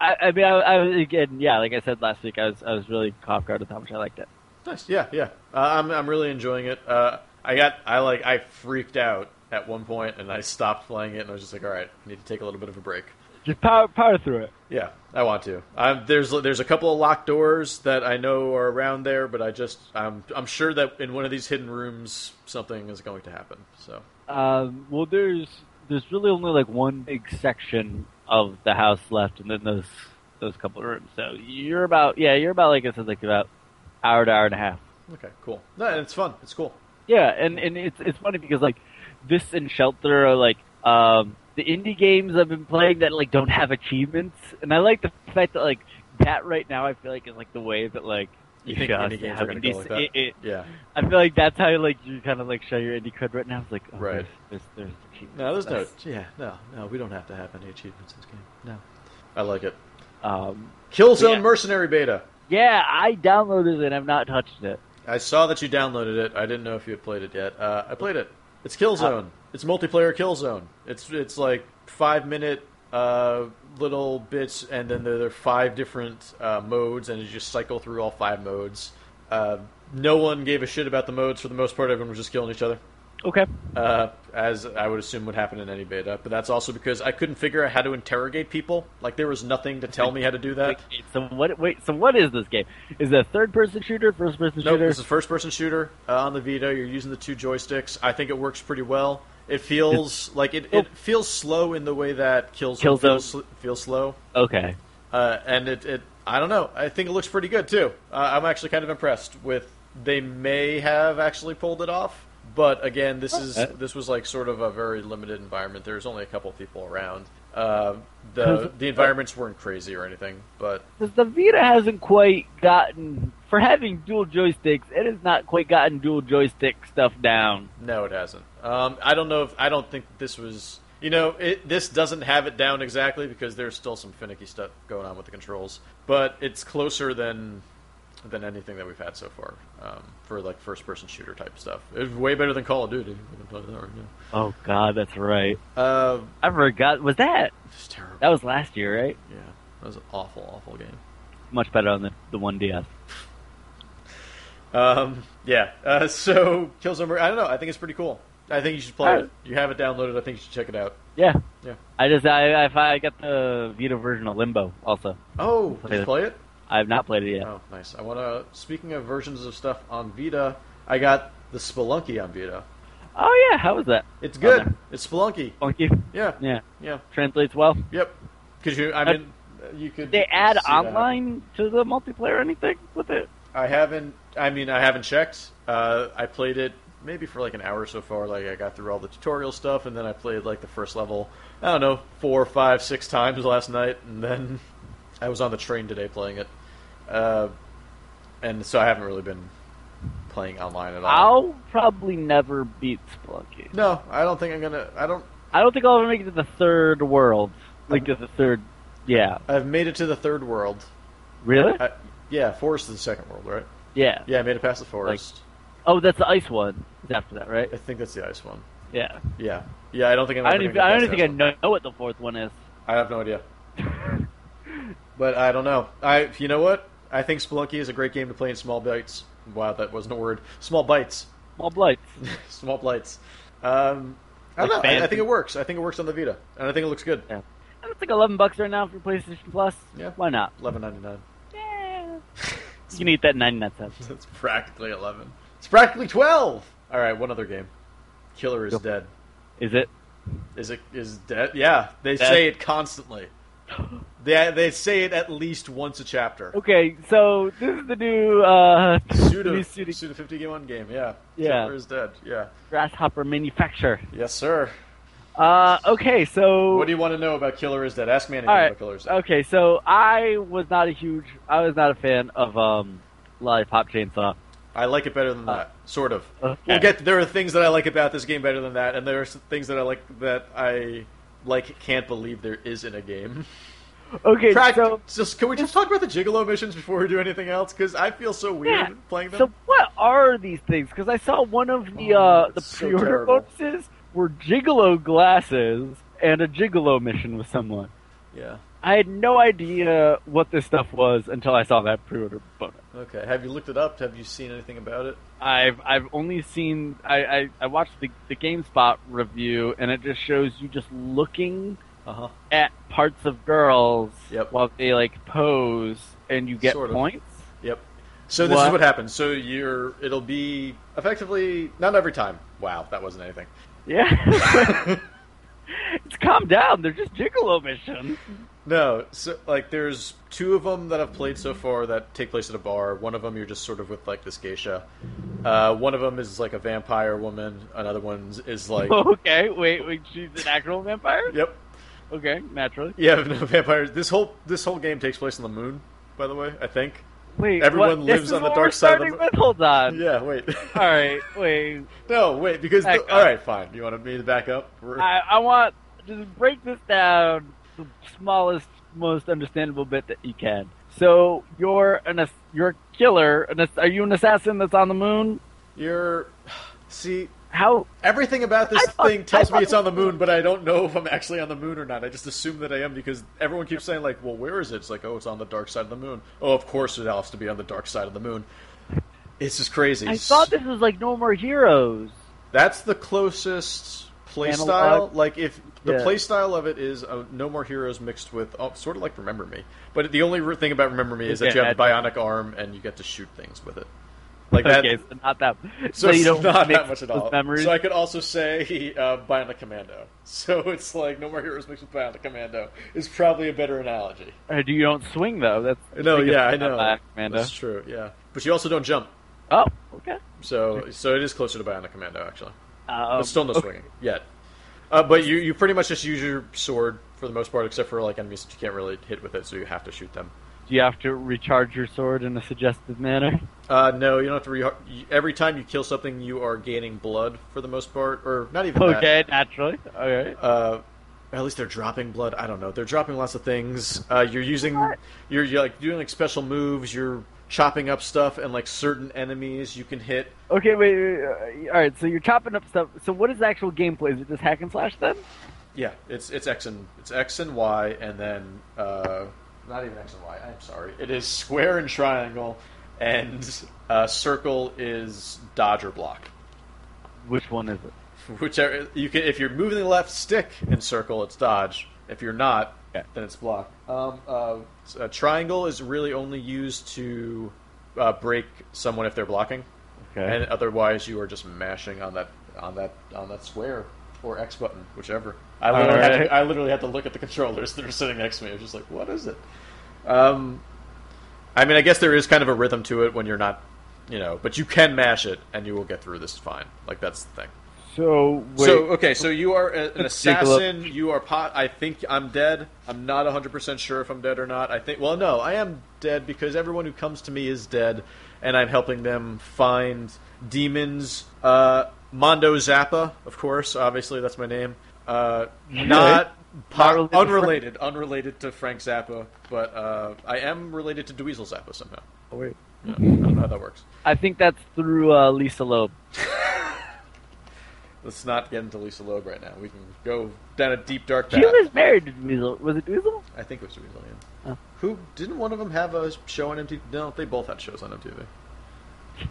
[SPEAKER 2] I, I mean, I, I again, yeah, like I said last week, I was I was really cop guarded how much I liked it.
[SPEAKER 1] Nice. Yeah, yeah. Uh, I'm I'm really enjoying it. Uh, I got I like I freaked out at one point and I stopped playing it and I was just like, all right, I need to take a little bit of a break.
[SPEAKER 2] Just power power through it.
[SPEAKER 1] Yeah, I want to. i there's there's a couple of locked doors that I know are around there, but I just I'm I'm sure that in one of these hidden rooms something is going to happen. So
[SPEAKER 2] Um, well, there's there's really only like one big section of the house left, and then those those couple of rooms. So you're about yeah, you're about like I said, like about hour to hour and a half.
[SPEAKER 1] okay, cool. No, and it's fun. It's cool.
[SPEAKER 2] Yeah, and and it's it's funny because like this and Shelter are like um, the indie games I've been playing that like don't have achievements, and I like the fact that like that right now I feel like is like the way that like
[SPEAKER 1] You think
[SPEAKER 2] should
[SPEAKER 1] indie
[SPEAKER 2] also
[SPEAKER 1] games
[SPEAKER 2] have
[SPEAKER 1] are gonna go
[SPEAKER 2] indies-
[SPEAKER 1] like that?
[SPEAKER 2] it- it-
[SPEAKER 1] Yeah.
[SPEAKER 2] I feel like that's how like you kind of like show your indie cred right now. It's like oh,
[SPEAKER 1] Right.
[SPEAKER 2] There's, there's, there's achievements.
[SPEAKER 1] No, there's no.
[SPEAKER 2] That's-
[SPEAKER 1] Yeah, no, no. We don't have to have any achievements in this game. No. I like it.
[SPEAKER 2] Um,
[SPEAKER 1] Killzone
[SPEAKER 2] Yeah.
[SPEAKER 1] Mercenary Beta.
[SPEAKER 2] Yeah, I downloaded it and I've not touched it.
[SPEAKER 1] I saw that you downloaded it. I didn't know if you had played it yet. Uh, I played it. It's Killzone. It's multiplayer Killzone. It's it's like five minute uh, little bits, and then there, there are five different uh, modes, and you just cycle through all five modes. Uh, no one gave a shit about the modes for the most part. Everyone was just killing each other,
[SPEAKER 2] Okay.
[SPEAKER 1] uh, as I would assume would happen in any beta. But that's also because I couldn't figure out how to interrogate people. Like there was nothing to tell me how to do that.
[SPEAKER 2] Wait, so what? Wait, so what is this game? Is it a third-person shooter, first-person
[SPEAKER 1] No,
[SPEAKER 2] shooter?
[SPEAKER 1] this is first person shooter uh, on the Vita. You're using the two joysticks. I think it works pretty well. It feels like it, it feels slow in the way that kills
[SPEAKER 2] Killzone.
[SPEAKER 1] feels, sl- feels slow.
[SPEAKER 2] okay.
[SPEAKER 1] Uh, and it, it, I don't know. I think it looks pretty good too. Uh, I'm actually kind of impressed with. They may have actually pulled it off, but again, this is
[SPEAKER 2] Okay.
[SPEAKER 1] this was like sort of a very limited environment. There's only a couple people around. Uh, the the environments weren't crazy or anything, but
[SPEAKER 2] 'Cause the Vita hasn't quite gotten for having dual joysticks. It has not quite gotten dual joystick stuff down.
[SPEAKER 1] No, it hasn't. Um, I don't know if I don't think this was. You know, it, this doesn't have it down exactly because there's still some finicky stuff going on with the controls, but it's closer than than anything that we've had so far um, for like first person shooter type stuff. It's way better than Call of Duty. I can tell you that right now.
[SPEAKER 2] Oh God, that's right.
[SPEAKER 1] Uh,
[SPEAKER 2] I forgot. Was that?
[SPEAKER 1] it's terrible.
[SPEAKER 2] That was last year, right?
[SPEAKER 1] yeah, that was an awful, awful game.
[SPEAKER 2] Much better on the the one DS.
[SPEAKER 1] Um, yeah. Uh, so Killzone. Mer- I don't know. I think it's pretty cool. I think you should play
[SPEAKER 2] Alright.
[SPEAKER 1] it. You have it downloaded. I think you should check it out.
[SPEAKER 2] Yeah.
[SPEAKER 1] Yeah.
[SPEAKER 2] I just I I, I got the Vita version of Limbo also.
[SPEAKER 1] Oh,
[SPEAKER 2] Play
[SPEAKER 1] did you
[SPEAKER 2] it.
[SPEAKER 1] play it?
[SPEAKER 2] I have not played it yet.
[SPEAKER 1] Oh, nice. I want to. Speaking of versions of stuff on Vita, I got the Spelunky on Vita.
[SPEAKER 2] oh yeah, how was that?
[SPEAKER 1] It's good.
[SPEAKER 2] Okay.
[SPEAKER 1] It's Spelunky.
[SPEAKER 2] Funky.
[SPEAKER 1] Yeah,
[SPEAKER 2] Yeah.
[SPEAKER 1] yeah,
[SPEAKER 2] translates well.
[SPEAKER 1] yep. Because you, I mean, you could.
[SPEAKER 2] They add
[SPEAKER 1] see that.
[SPEAKER 2] online to the multiplayer or anything with it?
[SPEAKER 1] I haven't. I mean, I haven't checked. Uh, I played it maybe for like an hour so far. Like I got through all the tutorial stuff, and then I played like the first level. I don't know, four, five, six times last night, and then I was on the train today playing it. Uh, and so I haven't really been playing online at all.
[SPEAKER 2] I'll probably never beat Splunky.
[SPEAKER 1] No, I don't think I'm gonna. I don't.
[SPEAKER 2] I don't think I'll ever make it to the third world. Like to the third, yeah.
[SPEAKER 1] I've made it to the third world.
[SPEAKER 2] Really?
[SPEAKER 1] I, yeah, forest is the second world, right?
[SPEAKER 2] Yeah.
[SPEAKER 1] Yeah, I made it past the forest.
[SPEAKER 2] Oh, that's the ice one. It's after that, right?
[SPEAKER 1] I think that's the ice one.
[SPEAKER 2] Yeah.
[SPEAKER 1] Yeah, yeah. I don't think I'm.
[SPEAKER 2] I
[SPEAKER 1] Ever
[SPEAKER 2] don't even,
[SPEAKER 1] gonna
[SPEAKER 2] I
[SPEAKER 1] get
[SPEAKER 2] don't
[SPEAKER 1] past the
[SPEAKER 2] even think I
[SPEAKER 1] ice one.
[SPEAKER 2] know what the fourth one is.
[SPEAKER 1] I have no idea. but I don't know. I. You know what? I think Spelunky is a great game to play in small bites. Wow, that wasn't a word. Small bites.
[SPEAKER 2] Small blights.
[SPEAKER 1] small bites. Um, I don't
[SPEAKER 2] Like
[SPEAKER 1] know. I, I
[SPEAKER 2] fancy.
[SPEAKER 1] think it works. I think it works on the Vita, and I think it looks good.
[SPEAKER 2] Yeah. And it's like eleven bucks right now for PlayStation Plus.
[SPEAKER 1] Yeah.
[SPEAKER 2] Why not?
[SPEAKER 1] Eleven ninety nine.
[SPEAKER 2] Yeah. you can eat that ninety nine cents.
[SPEAKER 1] That's practically 11. It's practically 12. All right, one other game. Killer is
[SPEAKER 2] Go.
[SPEAKER 1] dead.
[SPEAKER 2] Is it?
[SPEAKER 1] Is it is dead? Yeah, they
[SPEAKER 2] Dead.
[SPEAKER 1] say it constantly. They they say it at least once a chapter.
[SPEAKER 2] Okay, so this is the new uh,
[SPEAKER 1] Pseudo,
[SPEAKER 2] new
[SPEAKER 1] pseudo,
[SPEAKER 2] pseudo-
[SPEAKER 1] 51 game, yeah.
[SPEAKER 2] Yeah.
[SPEAKER 1] Hitler is dead, yeah.
[SPEAKER 2] grasshopper manufacture.
[SPEAKER 1] Yes, sir.
[SPEAKER 2] Uh, okay, so
[SPEAKER 1] What do you want to know about Killer is Dead? Ask me anything
[SPEAKER 2] All right.
[SPEAKER 1] about Killer is Dead.
[SPEAKER 2] okay, so I was not a huge, I was not a fan of um, Lollipop Chainsaw.
[SPEAKER 1] I like it better than
[SPEAKER 2] Uh,
[SPEAKER 1] that, sort of.
[SPEAKER 2] Okay.
[SPEAKER 1] We'll get there are things that I like about this game better than that, and there are s- things that I like that I like can't believe there is in a game.
[SPEAKER 2] okay,
[SPEAKER 1] Prac-
[SPEAKER 2] so
[SPEAKER 1] just can we just talk about the Gigolo missions before we do anything else? Because I feel so weird
[SPEAKER 2] Yeah.
[SPEAKER 1] playing them.
[SPEAKER 2] so what are these things? Because I saw one of the
[SPEAKER 1] Oh,
[SPEAKER 2] uh, the
[SPEAKER 1] it's so
[SPEAKER 2] pre-order
[SPEAKER 1] terrible.
[SPEAKER 2] bonuses were Gigolo glasses and a Gigolo mission with someone.
[SPEAKER 1] yeah.
[SPEAKER 2] I had no idea what this stuff was until I saw that pre-order bonus.
[SPEAKER 1] Okay. Have you looked it up? Have you seen anything about it?
[SPEAKER 2] I've I've only seen I, I, I watched the the GameSpot review and it just shows you just looking
[SPEAKER 1] Uh huh.
[SPEAKER 2] at parts of girls
[SPEAKER 1] Yep.
[SPEAKER 2] while they like pose and you get
[SPEAKER 1] Sort of.
[SPEAKER 2] points.
[SPEAKER 1] Yep. So this is
[SPEAKER 2] What?
[SPEAKER 1] what happens. So you're it'll be effectively not every time. Wow, that wasn't anything.
[SPEAKER 2] Yeah. it's calm down, they're just gigolo missions.
[SPEAKER 1] No, so like there's two of them that I've played so far that take place at a bar. One of them you're just sort of with like this geisha. Uh, one of them is like a vampire woman. Another one is like
[SPEAKER 2] okay, wait, wait, she's an actual vampire?
[SPEAKER 1] yep,
[SPEAKER 2] Okay, naturally.
[SPEAKER 1] yeah, no, vampires. This whole this whole game takes place on the moon, by the way. I think.
[SPEAKER 2] Wait,
[SPEAKER 1] Everyone
[SPEAKER 2] what-
[SPEAKER 1] lives
[SPEAKER 2] this is
[SPEAKER 1] on the
[SPEAKER 2] what
[SPEAKER 1] dark
[SPEAKER 2] we're
[SPEAKER 1] side of the
[SPEAKER 2] starting
[SPEAKER 1] mo-
[SPEAKER 2] With? Hold on.
[SPEAKER 1] Yeah, wait.
[SPEAKER 2] All right, wait.
[SPEAKER 1] no, wait, because
[SPEAKER 2] Back
[SPEAKER 1] the,
[SPEAKER 2] up.
[SPEAKER 1] all right, fine. You want me to back up? We're-
[SPEAKER 2] uh, I, I want to break this down the smallest, most understandable bit that you can. So you're an ass- you're a killer. An ass- are you an assassin that's on the moon?
[SPEAKER 1] You're see.
[SPEAKER 2] How?
[SPEAKER 1] Everything about this
[SPEAKER 2] I thought-
[SPEAKER 1] thing tells
[SPEAKER 2] I
[SPEAKER 1] me it's on the moon, but I don't know if I'm actually on the moon or not. I just assume that I am because everyone keeps saying like, "Well, where is it?" It's like, "Oh, it's on the dark side of the moon." Oh, of course it has to be on the dark side of the moon. It's just crazy.
[SPEAKER 2] I thought this was like No More Heroes.
[SPEAKER 1] That's the closest play
[SPEAKER 2] Analog?
[SPEAKER 1] style. Like if the
[SPEAKER 2] Yeah.
[SPEAKER 1] play style of it is uh, No More Heroes mixed with oh, sort of like Remember Me, but the only re- thing about Remember Me is that
[SPEAKER 2] Yeah,
[SPEAKER 1] you have the
[SPEAKER 2] I-
[SPEAKER 1] bionic arm and you get to shoot things with it. Like that.
[SPEAKER 2] okay, so not that.
[SPEAKER 1] So,
[SPEAKER 2] you don't
[SPEAKER 1] it's not
[SPEAKER 2] mix
[SPEAKER 1] that much at
[SPEAKER 2] those
[SPEAKER 1] all.
[SPEAKER 2] Memories.
[SPEAKER 1] So I could also say uh, Bionic Commando. So it's like No More Heroes mixed with Bionic Commando is probably a better analogy.
[SPEAKER 2] Uh, do you don't swing though? That's
[SPEAKER 1] No,
[SPEAKER 2] biggest
[SPEAKER 1] yeah, I know.
[SPEAKER 2] drawback, Amanda.
[SPEAKER 1] That's true. Yeah, but you also don't jump.
[SPEAKER 2] Oh, okay.
[SPEAKER 1] So so it is closer to Bionic Commando actually.
[SPEAKER 2] Um,
[SPEAKER 1] but still no
[SPEAKER 2] okay.
[SPEAKER 1] swinging yet. Uh, but you you pretty much just use your sword for the most part, except for like enemies that you can't really hit with it, so you have to shoot them.
[SPEAKER 2] Do you have to recharge your sword in a suggested manner?
[SPEAKER 1] Uh, no, you don't have to. Re- you- every time you kill something, you are gaining blood for the most part, or not even that.
[SPEAKER 2] Okay, naturally. All right.
[SPEAKER 1] uh, at least they're dropping blood. I don't know. They're dropping lots of things. Uh, you're using,
[SPEAKER 2] What?
[SPEAKER 1] you're, you're like doing like special moves. You're chopping up stuff, and like certain enemies you can hit.
[SPEAKER 2] Okay, wait, wait, wait. All right, so you're chopping up stuff. So what is the actual gameplay? Is it just hack and slash then?
[SPEAKER 1] Yeah, it's it's X and it's X and Y, and then uh, not even X and Y. I'm sorry. It is square and triangle, and uh, circle is dodge or block.
[SPEAKER 2] Which one is it?
[SPEAKER 1] Whichever you can, if you're moving the left stick in circle, it's dodge. If you're not,
[SPEAKER 2] Okay.
[SPEAKER 1] then it's block. Um, uh, s- a triangle is really only used to uh, break someone if they're blocking, and otherwise you are just mashing on that on that on that square or X button, whichever. I
[SPEAKER 2] All
[SPEAKER 1] literally, had,
[SPEAKER 2] right.
[SPEAKER 1] to, I literally had to look at the controllers that were sitting next to me. I was just like, "What is it?" Um, I mean, I guess there is kind of a rhythm to it when you're not, you know, but you can mash it and you will get through this fine. Like that's the thing.
[SPEAKER 2] So wait.
[SPEAKER 1] So okay, so you are a, an
[SPEAKER 2] Let's take a look.
[SPEAKER 1] assassin. You are pot. I think I'm dead. I'm not 100 percent sure if I'm dead or not. I think. Well, no, I am dead because everyone who comes to me is dead, and I'm helping them find demons. Uh, Mondo Zappa, of course. Obviously, that's my name. Uh, not.
[SPEAKER 2] Not
[SPEAKER 1] po-
[SPEAKER 2] related to Frank-
[SPEAKER 1] unrelated, unrelated to Frank Zappa, but uh, I am related to Dweezil Zappa somehow.
[SPEAKER 2] Oh, wait.
[SPEAKER 1] Yeah, I don't know how that works.
[SPEAKER 2] I think that's through uh, Lisa Loeb.
[SPEAKER 1] Let's not get into Lisa Loeb right now. We can go down a deep dark path.
[SPEAKER 2] She was married to Dweezil. Was it Dweezil?
[SPEAKER 1] I think it was Dweezil, yeah.
[SPEAKER 2] Oh.
[SPEAKER 1] Who didn't one of them have a show on MTV? No, they both had shows on MTV.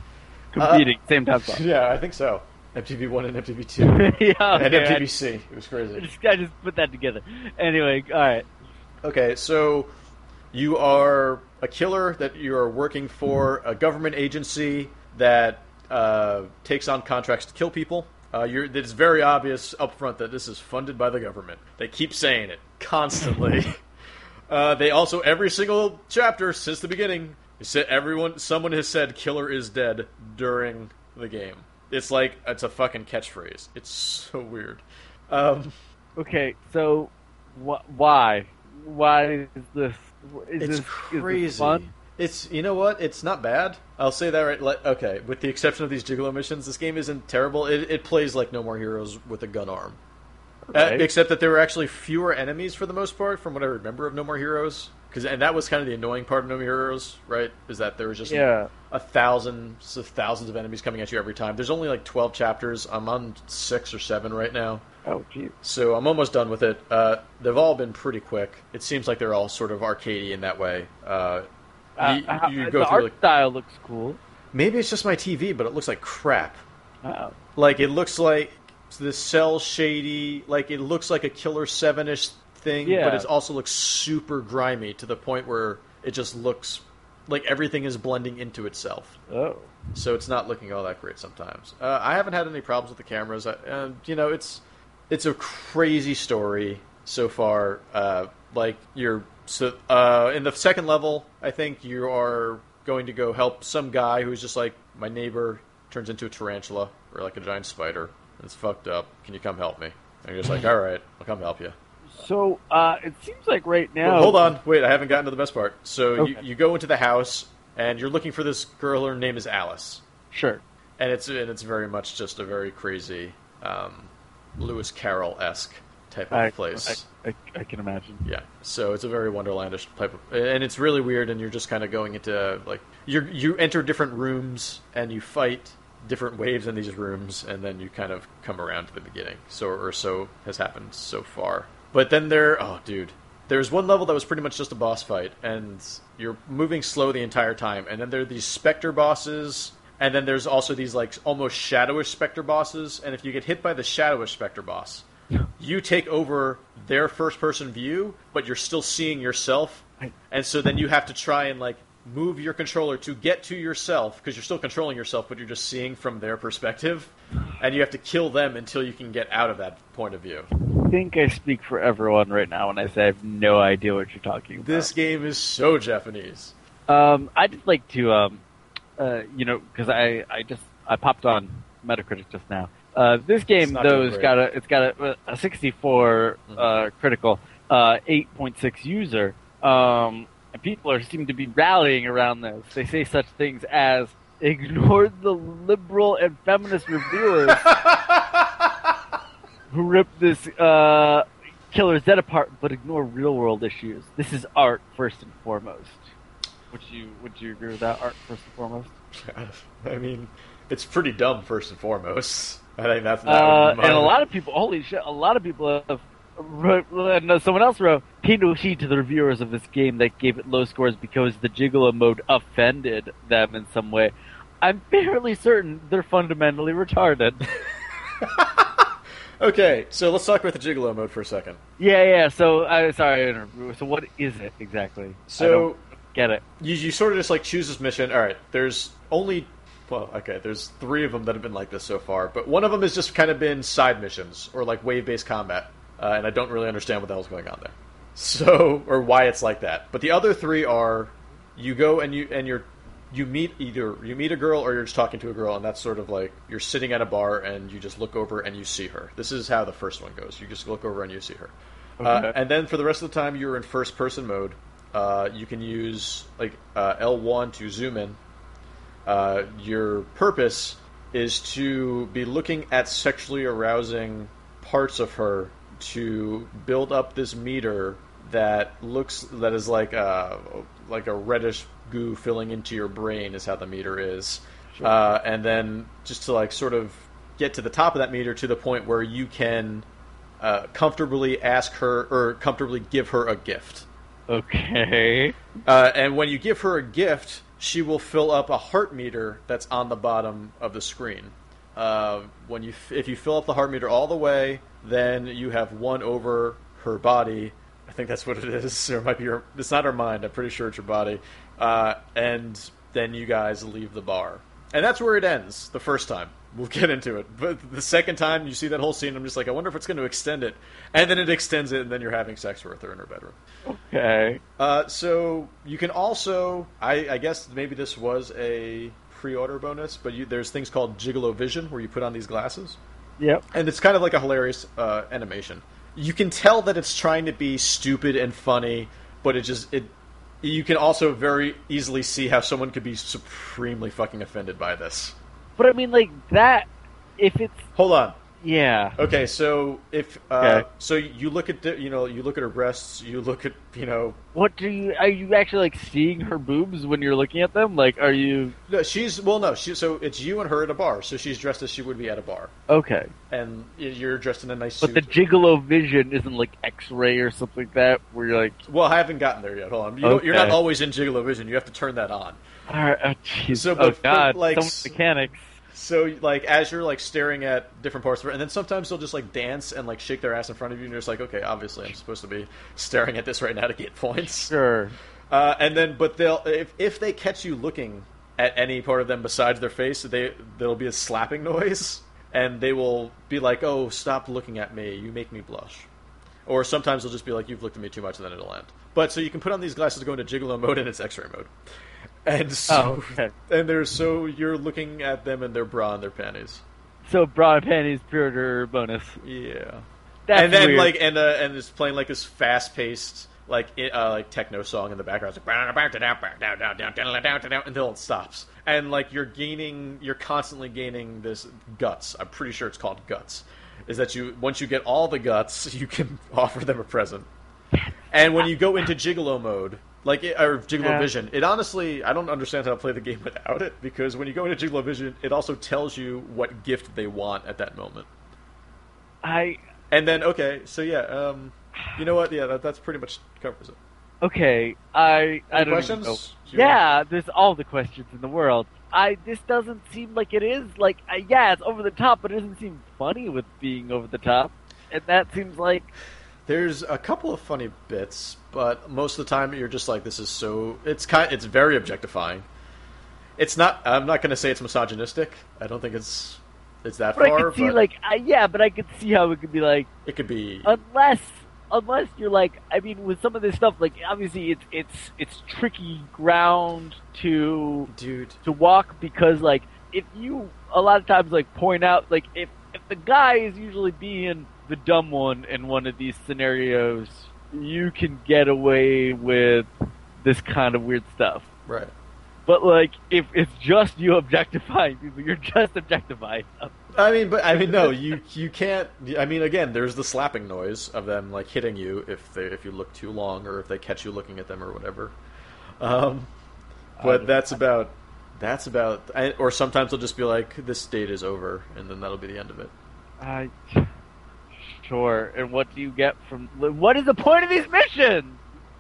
[SPEAKER 2] Competing same time slot.
[SPEAKER 1] Uh, yeah, I think so. MTV One and MTV Two
[SPEAKER 2] yeah.
[SPEAKER 1] and
[SPEAKER 2] okay, I,
[SPEAKER 1] MTVC. It was
[SPEAKER 2] I
[SPEAKER 1] crazy.
[SPEAKER 2] just, I just put that together. Anyway, all right.
[SPEAKER 1] Okay, so you are a killer that you are working for a government agency that uh, takes on contracts to kill people. Uh, you're, it's very obvious up front that this is funded by the government. They keep saying it constantly. Uh, they also every single chapter since the beginning they said everyone someone has said killer is dead during the game. It's like it's a fucking catchphrase. It's so weird. Um,
[SPEAKER 2] Okay, so wh- why? Why is this? Is
[SPEAKER 1] it's
[SPEAKER 2] this, Is this
[SPEAKER 1] crazy.
[SPEAKER 2] fun?
[SPEAKER 1] It's you know what? It's not bad. I'll say that right. Like, okay, with the exception of these Gigolo missions, this game isn't terrible. It, it plays like No More Heroes with a gun arm,
[SPEAKER 2] Okay.
[SPEAKER 1] uh, except that there were actually fewer enemies for the most part, from what I remember of No More Heroes. Because and that was kind of the annoying part of No More Heroes, right? Is that there was just
[SPEAKER 2] Yeah.
[SPEAKER 1] a thousands of thousands of enemies coming at you every time. There's only like twelve chapters. I'm on six or seven right now.
[SPEAKER 2] Oh, jeez.
[SPEAKER 1] So I'm almost done with it. Uh, they've all been pretty quick. It seems like they're all sort of arcadey in that way. Uh,
[SPEAKER 2] Uh,
[SPEAKER 1] you,
[SPEAKER 2] how-
[SPEAKER 1] you
[SPEAKER 2] the
[SPEAKER 1] go
[SPEAKER 2] art
[SPEAKER 1] through like,
[SPEAKER 2] style looks cool.
[SPEAKER 1] maybe it's just my TV, but it looks like crap.
[SPEAKER 2] Oh.
[SPEAKER 1] Like it looks like the cell shady. Like it looks like a Killer Seven ish thing, but
[SPEAKER 2] Yeah.
[SPEAKER 1] it also looks super grimy to the point where it just looks like everything is blending into itself.
[SPEAKER 2] Oh.
[SPEAKER 1] So it's not looking all that great sometimes. Uh, I haven't had any problems with the cameras. I, uh, you know, it's it's a crazy story so far. Uh, like you're so uh, in the second level, I think you are going to go help some guy who's just like my neighbor turns into a tarantula or like a giant spider. It's fucked up. Can you come help me? And you're just like, all right, I'll come help you.
[SPEAKER 2] So uh, it seems like right now.
[SPEAKER 1] Well, hold on, wait, I haven't gotten to the best part. So you,
[SPEAKER 2] Okay.
[SPEAKER 1] you go into the house and you're looking for this girl. Her name is Alice.
[SPEAKER 2] Sure.
[SPEAKER 1] and it's and it's very much just a very crazy um, Lewis Carroll esque type of
[SPEAKER 2] I,
[SPEAKER 1] place.
[SPEAKER 2] I, I, I can imagine.
[SPEAKER 1] yeah, so it's a very Wonderlandish type of, and it's really weird. And you're just kind of going into like you you enter different rooms and you fight different waves in these rooms, and then you kind of come around to the beginning. So or so has happened so far. But then there, oh dude, there's one level that was pretty much just a boss fight, and you're moving slow the entire time. And then there are these Spectre bosses, and then there's also these like almost shadowish Spectre bosses. And if you get hit by the shadowish Spectre boss, you take over their first person view, but you're still seeing yourself. And so then you have to try and like move your controller to get to yourself because you're still controlling yourself, but you're just seeing from their perspective. And you have to kill them until you can get out of that point of view.
[SPEAKER 2] I think I speak for everyone right now when I say I have no idea what you're talking about.
[SPEAKER 1] This game is so Japanese.
[SPEAKER 2] Um, I just like to, um, uh, you know, because I, I just I popped on Metacritic just now. Uh, this
[SPEAKER 1] It's
[SPEAKER 2] game
[SPEAKER 1] not
[SPEAKER 2] though
[SPEAKER 1] doing
[SPEAKER 2] has
[SPEAKER 1] great. Mm-hmm.
[SPEAKER 2] got a it's got a, a 64 uh, critical, uh, 8.6 user. Um, and people are seem to be rallying around this. They say such things as ignored the liberal and feminist reviewers who ripped this uh, Killer Z apart, but ignore real world issues. This is art first and foremost. Would you would you agree with that? Art first and foremost.
[SPEAKER 1] I mean, it's pretty dumb, first and foremost. I think that's not
[SPEAKER 2] Uh, and a lot of people, holy shit, a lot of people have. wrote- And uh, someone else wrote, "Pay no heed to the reviewers of this game that gave it low scores because the Gigolo mode offended them in some way." I'm fairly certain they're fundamentally retarded.
[SPEAKER 1] Okay, so let's talk about the Gigolo mode for a second.
[SPEAKER 2] yeah, yeah. So, I sorry. I interrupted. So, what is it exactly? I
[SPEAKER 1] So
[SPEAKER 2] don't get it.
[SPEAKER 1] you, you sort of just like choose this mission. All right, there's only well, okay, there's three of them that have been like this so far, but one of them has just kind of been side missions or like wave-based combat, uh, and I don't really understand what the hell's going on there. So or why it's like that. But the other three are you go and you and you're you meet either you meet a girl or you're just talking to a girl and that's sort of like you're sitting at a bar and you just look over and you see her. This is how the first one goes. You just look over and you see her. Uh,
[SPEAKER 2] Okay.
[SPEAKER 1] and then for the rest of the time you're in first person mode. Uh, you can use like uh, L1 to zoom in. Uh, your purpose is to be looking at sexually arousing parts of her to build up this meter that looks that is like a like a reddish goo filling into your brain is how the meter is, uh, and then just to like sort of get to the top of that meter to the point where you can uh, comfortably ask her or comfortably give her a gift.
[SPEAKER 2] Okay.
[SPEAKER 1] Uh, and when you give her a gift, she will fill up a heart meter that's on the bottom of the screen. Uh, when you, if you fill up the heart meter all the way, then you have one over her body. I think that's what it is. Or it might be her. It's not her mind. I'm pretty sure it's her body. Uh, and then you guys leave the bar, and that's where it ends the first time. We'll get into it. But the second time you see that whole scene, I'm just like, I wonder if it's going to extend it. And then it extends it, and then you're having sex with her in her bedroom.
[SPEAKER 2] Okay.
[SPEAKER 1] Uh, so you can also, I, I guess maybe this was a pre-order bonus, but you, there's things called Gigolo Vision where you put on these glasses,
[SPEAKER 2] Yep.
[SPEAKER 1] and it's kind of like a hilarious uh, animation. You can tell that it's trying to be stupid and funny, but it just it. You can also very easily see how someone could be supremely fucking offended by this.
[SPEAKER 2] But I mean, like that. If it's
[SPEAKER 1] Hold on.
[SPEAKER 2] yeah,
[SPEAKER 1] Okay, so if uh,
[SPEAKER 2] Okay.
[SPEAKER 1] so, you look at the, you know you look at her breasts, you look at you know
[SPEAKER 2] what do you are you actually like seeing her boobs when you're looking at them? Like, are you
[SPEAKER 1] no she's well no she so it's you and her at a bar, so she's dressed as she would be at a bar,
[SPEAKER 2] okay?
[SPEAKER 1] and you're dressed in a nice
[SPEAKER 2] But
[SPEAKER 1] suit.
[SPEAKER 2] the gigolo vision isn't like X-ray or something like that, where you're like,
[SPEAKER 1] Well, I haven't gotten there yet. Hold on. You don't, You're not
[SPEAKER 2] Okay.
[SPEAKER 1] always in Gigolo Vision. You have to turn that on.
[SPEAKER 2] all right, oh jeez,
[SPEAKER 1] So,
[SPEAKER 2] oh
[SPEAKER 1] but- but,
[SPEAKER 2] god,
[SPEAKER 1] like,
[SPEAKER 2] some
[SPEAKER 1] s-
[SPEAKER 2] mechanics.
[SPEAKER 1] So, like, as you're like staring at different parts of it, and then sometimes they'll just like dance and like shake their ass in front of you, and you're just like, okay, obviously, I'm supposed to be staring at this right now to get points.
[SPEAKER 2] Sure.
[SPEAKER 1] Uh, and then, but they'll if if they catch you looking at any part of them besides their face, they there'll be a slapping noise, and they will be like, oh, stop looking at me. You make me blush. Or sometimes they'll just be like, you've looked at me too much, and then it'll end. But so you can put on these glasses to go into gigolo mode, and it's X-ray mode. And so,
[SPEAKER 2] Oh, okay.
[SPEAKER 1] and they're so you're looking at them in their bra and their panties.
[SPEAKER 2] So bra and panties pre-order bonus.
[SPEAKER 1] Yeah.
[SPEAKER 2] That's
[SPEAKER 1] and then
[SPEAKER 2] weird.
[SPEAKER 1] like and uh, and it's playing like this fast paced like it, uh, like techno song in the background. It's like until it stops. And like you're gaining, you're constantly gaining this guts. I'm pretty sure it's called guts. Is that you? Once you get all the guts, you can offer them a present. And when you go into Gigolo mode, like it, or Gigolo
[SPEAKER 2] Yeah.
[SPEAKER 1] Vision, it honestly, I don't understand how to play the game without it because when you go into Gigolo Vision, it also tells you what gift they want at that moment.
[SPEAKER 2] I
[SPEAKER 1] And then okay, so yeah, um, you know what? Yeah, that, that's pretty much covers it.
[SPEAKER 2] okay. I I
[SPEAKER 1] Any
[SPEAKER 2] don't even
[SPEAKER 1] questions?
[SPEAKER 2] know.
[SPEAKER 1] Do you-
[SPEAKER 2] Yeah, there's all the questions in the world. I this doesn't seem like it is like uh, yeah, it's over the top, but it doesn't seem funny with being over the top, and that seems like
[SPEAKER 1] There's a couple of funny bits, but most of the time you're just like, this is so. It's kind. It's very objectifying. It's not. I'm not going to say it's misogynistic. I don't think it's. It's that
[SPEAKER 2] But I
[SPEAKER 1] far.
[SPEAKER 2] could see
[SPEAKER 1] but
[SPEAKER 2] like I, yeah, but I could see how it could be like
[SPEAKER 1] it could be.
[SPEAKER 2] unless unless you're like I mean with some of this stuff like obviously it's it's it's tricky ground to
[SPEAKER 1] dude.
[SPEAKER 2] to walk because like if you a lot of times like point out like if if the guy is usually being the dumb one in one of these scenarios, you can get away with this kind of weird stuff.
[SPEAKER 1] Right.
[SPEAKER 2] But like if it's just you objectifying people, you're just objectifying them.
[SPEAKER 1] I mean, but I mean, no, you you can't. I mean, again, there's the slapping noise of them like hitting you if they if you look too long or if they catch you looking at them or whatever. Um, but
[SPEAKER 2] Um,
[SPEAKER 1] that's about that's about. I- Or sometimes they'll just be like, "This date is over," and then that'll be the end of it.
[SPEAKER 2] I sure. And what do you get from? What is the point of these missions?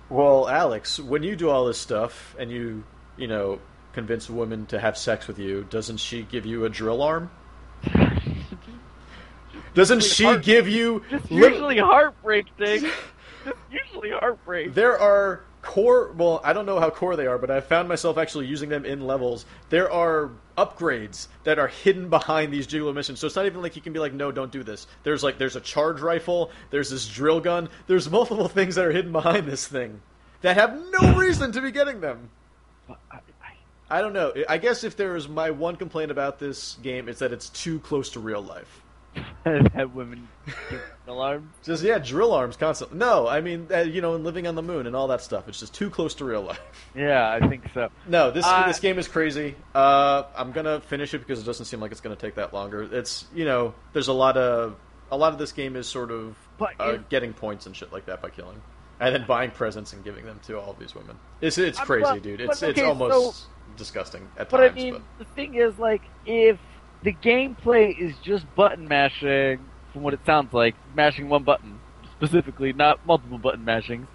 [SPEAKER 1] Well, Alex, when you do all this stuff and you you know convince a woman to have sex with you, doesn't she give you a drill arm? Doesn't she
[SPEAKER 2] Heart-
[SPEAKER 1] give you
[SPEAKER 2] Just
[SPEAKER 1] lit-
[SPEAKER 2] usually heartbreak things. Just usually heartbreak.
[SPEAKER 1] There are core. Well, I don't know how core they are, but I found myself actually using them in levels. There are upgrades that are hidden behind these Gigolo missions, so it's not even like you can be like, "No, don't do this." There's like, there's a charge rifle. There's this drill gun. There's multiple things that are hidden behind this thing that have no reason to be getting them. I don't know. I guess if there is my one complaint about this game, it's that it's too close to real life.
[SPEAKER 2] that woman gives an alarm.
[SPEAKER 1] Just yeah, drill arms constantly. No, I mean, uh, you know, and living on the moon and all that stuff. It's just too close to real life.
[SPEAKER 2] Yeah, I think so.
[SPEAKER 1] No, this
[SPEAKER 2] Uh,
[SPEAKER 1] this game is crazy. Uh, I'm gonna finish it because it doesn't seem like it's gonna take that longer. It's you know, there's a lot of a lot of this game is sort of
[SPEAKER 2] But
[SPEAKER 1] uh,
[SPEAKER 2] it-
[SPEAKER 1] getting points and shit like that by killing, and then buying presents and giving them to all of these women. It's it's
[SPEAKER 2] Uh,
[SPEAKER 1] crazy,
[SPEAKER 2] but-
[SPEAKER 1] dude.
[SPEAKER 2] but
[SPEAKER 1] It's it's
[SPEAKER 2] okay,
[SPEAKER 1] almost disgusting at
[SPEAKER 2] But
[SPEAKER 1] times.
[SPEAKER 2] I mean, the thing is, like, if the gameplay is just button mashing, from what it sounds like, mashing one button specifically, not multiple button mashings.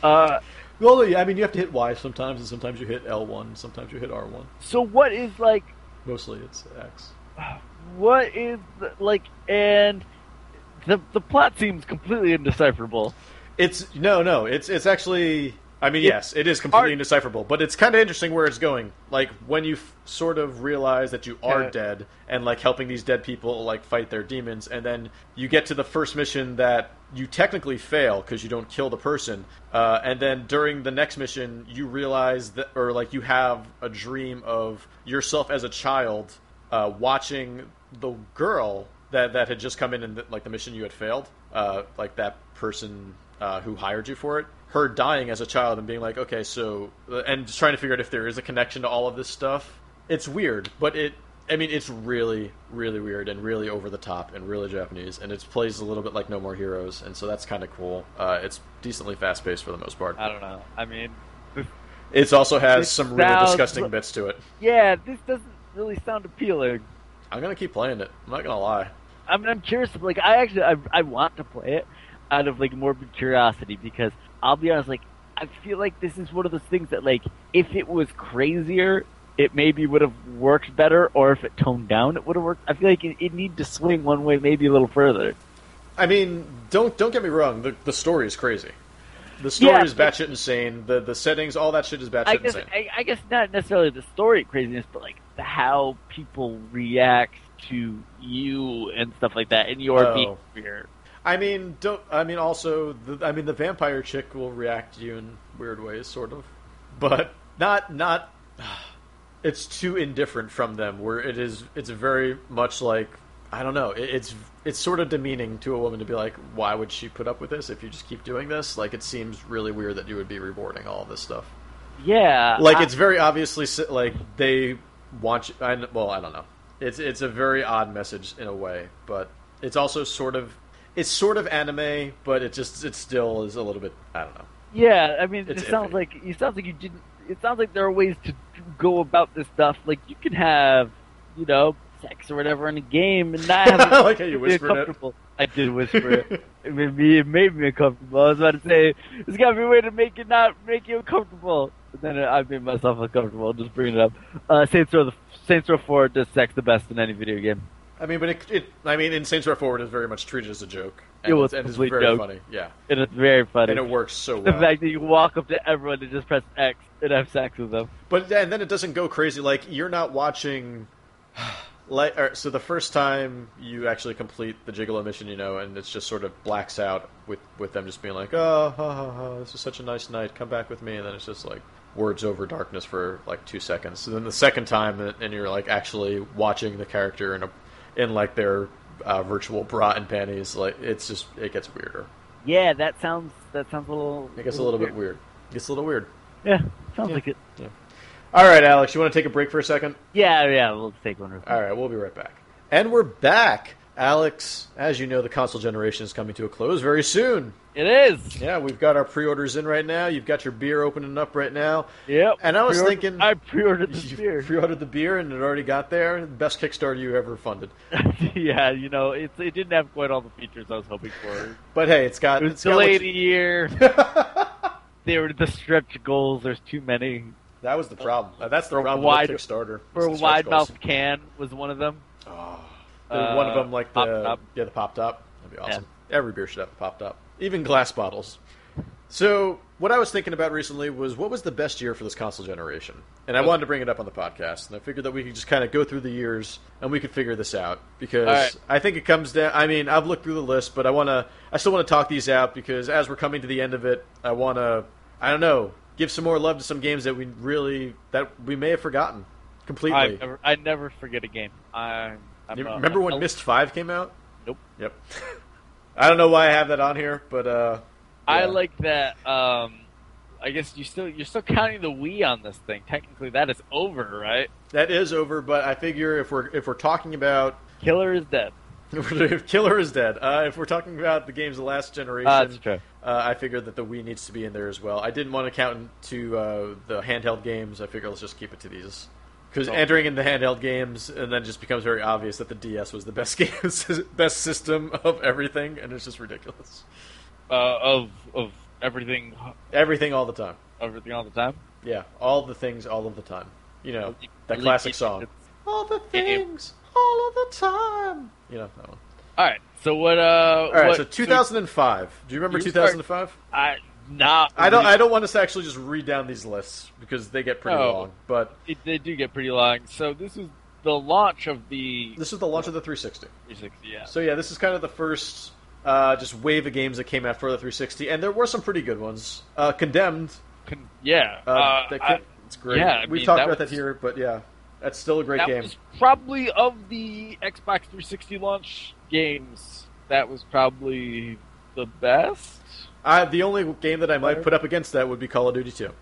[SPEAKER 2] Uh,
[SPEAKER 1] but well, yeah, I mean, you have to hit Y sometimes, and sometimes you hit L1, sometimes you hit R1.
[SPEAKER 2] so what is like
[SPEAKER 1] Mostly it's X.
[SPEAKER 2] what is the, like and the the plot seems completely indecipherable
[SPEAKER 1] It's no, no. It's it's actually I mean, yes, it is completely indecipherable, but it's kind of interesting where it's going. Like when you f- sort of realize that you are
[SPEAKER 2] Yeah.
[SPEAKER 1] dead, and like helping these dead people like fight their demons, and then you get to the first mission that you technically fail because you don't kill the person, uh, and then during the next mission you realize that, or like you have a dream of yourself as a child uh, watching the girl that that had just come in and th- like the mission you had failed, uh, like that person uh, who hired you for it, her dying as a child and being like, okay, so and just trying to figure out if there is a connection to all of this stuff. It's weird, but it. I mean, it's really, really weird and really over the top and really Japanese, and it plays a little bit like No More Heroes, and so that's kind of cool. Uh, it's decently fast paced for the most part.
[SPEAKER 2] I don't know. I mean,
[SPEAKER 1] It also has
[SPEAKER 2] It
[SPEAKER 1] some really
[SPEAKER 2] sounds-
[SPEAKER 1] disgusting bits to it.
[SPEAKER 2] yeah, this doesn't really sound appealing.
[SPEAKER 1] I'm gonna keep playing it. I'm not gonna lie.
[SPEAKER 2] I mean, I'm curious. Like, I actually, I, I want to play it out of like morbid curiosity because I'll be honest. Like, I feel like this is one of those things that, like, if it was crazier, it maybe would have worked better, or if it toned down, it would have worked. I feel like it, it need to swing one way, maybe a little further.
[SPEAKER 1] I mean, don't don't get me wrong. The the story is crazy. The story
[SPEAKER 2] Yeah.
[SPEAKER 1] is batshit insane. The the settings, all that shit is batshit
[SPEAKER 2] I guess,
[SPEAKER 1] insane.
[SPEAKER 2] I, I guess not necessarily the story craziness, but like the how people react to you and stuff like that, and your
[SPEAKER 1] Oh.
[SPEAKER 2] behavior.
[SPEAKER 1] I mean, don't. I mean, also, the, I mean, the vampire chick will react to you in weird ways, sort of, but not not. It's too indifferent from them. Where it is, it's very much like I don't know. It, it's it's sort of demeaning to a woman to be like, why would she put up with this if you just keep doing this? Like, it seems really weird that you would be rewarding all this stuff.
[SPEAKER 2] Yeah,
[SPEAKER 1] like
[SPEAKER 2] I-
[SPEAKER 1] it's very obviously s- like they want you, I, well i don't know it's it's a very odd message in a way but it's also sort of it's sort of anime but it just it still is a little bit i don't know
[SPEAKER 2] Yeah, I mean,
[SPEAKER 1] It's
[SPEAKER 2] it sounds
[SPEAKER 1] iffy.
[SPEAKER 2] like you sounds like you didn't. It sounds like there are ways to go about this stuff. Like you can have, you know, sex or whatever in a game, and not have
[SPEAKER 1] I like how you
[SPEAKER 2] feel
[SPEAKER 1] whispered it.
[SPEAKER 2] comfortable. I did whisper it. It made me it made me uncomfortable. I was about to say there's got to be a way to make it not make you uncomfortable. But then I made myself uncomfortable just bringing it up. Uh, Saints Row the Saints Row Four does sex the best in any video game.
[SPEAKER 1] i mean but it, it i mean in saints row forward is very much treated as a joke and
[SPEAKER 2] It
[SPEAKER 1] it's,
[SPEAKER 2] was
[SPEAKER 1] and it's
[SPEAKER 2] complete
[SPEAKER 1] very
[SPEAKER 2] joke.
[SPEAKER 1] funny yeah
[SPEAKER 2] And it's very funny.
[SPEAKER 1] and it works so
[SPEAKER 2] the
[SPEAKER 1] well
[SPEAKER 2] fact that you walk up to everyone and just press X and have sex with them.
[SPEAKER 1] But and then it doesn't go crazy. Like you're not watching. Like or, so, the first time you actually complete the Gigolo mission, you know, and it's just sort of blacks out with with them just being like, "Oh, ha, ha, ha, this is such a nice night. Come back with me." And then it's just like words over darkness for like two seconds. So then the second time, and you're like actually watching the character in a in like their uh, virtual bra and panties. Like it's just it gets weirder.
[SPEAKER 2] Yeah, that sounds that sounds a little.
[SPEAKER 1] It gets a little bit weird. It gets a little weird.
[SPEAKER 2] Yeah, sounds
[SPEAKER 1] Yeah.
[SPEAKER 2] like it.
[SPEAKER 1] All right, Alex, you want to take a break for a second?
[SPEAKER 2] Yeah, yeah, we'll take one. real quick.
[SPEAKER 1] All right, we'll be right back. And we're back. Alex, as you know, the console generation is coming to a close very soon.
[SPEAKER 2] It is.
[SPEAKER 1] Yeah, we've got our pre-orders in right now. You've got your beer opening up right now.
[SPEAKER 2] Yep.
[SPEAKER 1] And I was
[SPEAKER 2] Pre-ordered-
[SPEAKER 1] thinking-
[SPEAKER 2] I pre-ordered this
[SPEAKER 1] You
[SPEAKER 2] beer.
[SPEAKER 1] pre-ordered the beer, and it already got there. Best Kickstarter you ever funded.
[SPEAKER 2] yeah, you know, it's it didn't have quite all the features I was hoping for.
[SPEAKER 1] But hey, it's got
[SPEAKER 2] It was
[SPEAKER 1] it's got what
[SPEAKER 2] delayed a
[SPEAKER 1] you-
[SPEAKER 2] year. They were the stretch goals. There's too many.
[SPEAKER 1] that was the problem. Uh, That's the
[SPEAKER 2] For a
[SPEAKER 1] problem
[SPEAKER 2] wide-
[SPEAKER 1] with Kickstarter.
[SPEAKER 2] For a
[SPEAKER 1] It's the
[SPEAKER 2] wide
[SPEAKER 1] stretch
[SPEAKER 2] mouth
[SPEAKER 1] goals.
[SPEAKER 2] can was one of them.
[SPEAKER 1] Oh, The- one of
[SPEAKER 2] Uh,
[SPEAKER 1] them, like the
[SPEAKER 2] pop top.
[SPEAKER 1] yeah, the pop top. That'd be awesome. Every beer should have a pop top, even glass bottles. So, what I was thinking about recently was what was the best year for this console generation, and I wanted to bring it up on the podcast. And I figured that we could just kind of go through the years and we could figure this out because
[SPEAKER 2] All right.
[SPEAKER 1] I think it comes down. I mean, I've looked through the list, but I want to. I still want to talk these out because as we're coming to the end of it, I want to. I don't know. Give some more love to some games that we really that we may have forgotten completely.
[SPEAKER 2] I never, I never forget a game. I I'm
[SPEAKER 1] You
[SPEAKER 2] a-
[SPEAKER 1] remember when
[SPEAKER 2] a-
[SPEAKER 1] Mist Five came out?
[SPEAKER 2] Nope.
[SPEAKER 1] Yep. I don't know why I have that on here, but uh,
[SPEAKER 2] I
[SPEAKER 1] yeah.
[SPEAKER 2] like that. Um, I guess you still you're still counting the Wii on this thing. Technically, that is over, right?
[SPEAKER 1] that is over. But I figure if we're if we're talking about
[SPEAKER 2] Killer is dead.
[SPEAKER 1] if Killer is dead, uh, if we're talking about the games of the last generation,
[SPEAKER 2] Uh, that's true.
[SPEAKER 1] uh, I figure that the Wii needs to be in there as well. I didn't want to count into uh, the handheld games. I figure let's just keep it to these. Because
[SPEAKER 2] Oh.
[SPEAKER 1] entering in the handheld games and then just becomes very obvious that the DS was the best game, best system of everything, and it's just ridiculous.
[SPEAKER 2] Uh, of of everything,
[SPEAKER 1] Everything all the time.
[SPEAKER 2] everything all the time.
[SPEAKER 1] Yeah, all the things all of the time. You know, that
[SPEAKER 2] Really-
[SPEAKER 1] classic song.
[SPEAKER 2] it's-
[SPEAKER 1] All the
[SPEAKER 2] Yeah.
[SPEAKER 1] all of the time. You know that one.
[SPEAKER 2] All right. So what? Uh,
[SPEAKER 1] All right,
[SPEAKER 2] what-
[SPEAKER 1] so 2005. Do you remember
[SPEAKER 2] You
[SPEAKER 1] 2005?
[SPEAKER 2] I not.
[SPEAKER 1] I don't.
[SPEAKER 2] really-
[SPEAKER 1] I don't want us to actually just read down these lists because they get pretty
[SPEAKER 2] No.
[SPEAKER 1] long. But
[SPEAKER 2] it, they do get pretty long. So this is the launch of the
[SPEAKER 1] this is the launch of the 360.
[SPEAKER 2] 360. Yeah.
[SPEAKER 1] So yeah, this is kind of the first uh, just wave of games that came out for the 360, and there were some pretty good ones. Uh, Condemned.
[SPEAKER 2] Con- yeah.
[SPEAKER 1] Uh,
[SPEAKER 2] uh,
[SPEAKER 1] that
[SPEAKER 2] I-
[SPEAKER 1] ca- it's great.
[SPEAKER 2] yeah, I
[SPEAKER 1] we
[SPEAKER 2] mean,
[SPEAKER 1] talked
[SPEAKER 2] that
[SPEAKER 1] about
[SPEAKER 2] was-
[SPEAKER 1] that here, but yeah, that's still a great
[SPEAKER 2] that
[SPEAKER 1] game.
[SPEAKER 2] was probably of the Xbox 360 launch games. That was probably the best.
[SPEAKER 1] I, the only game that I might put up against that would be Call of Duty 2.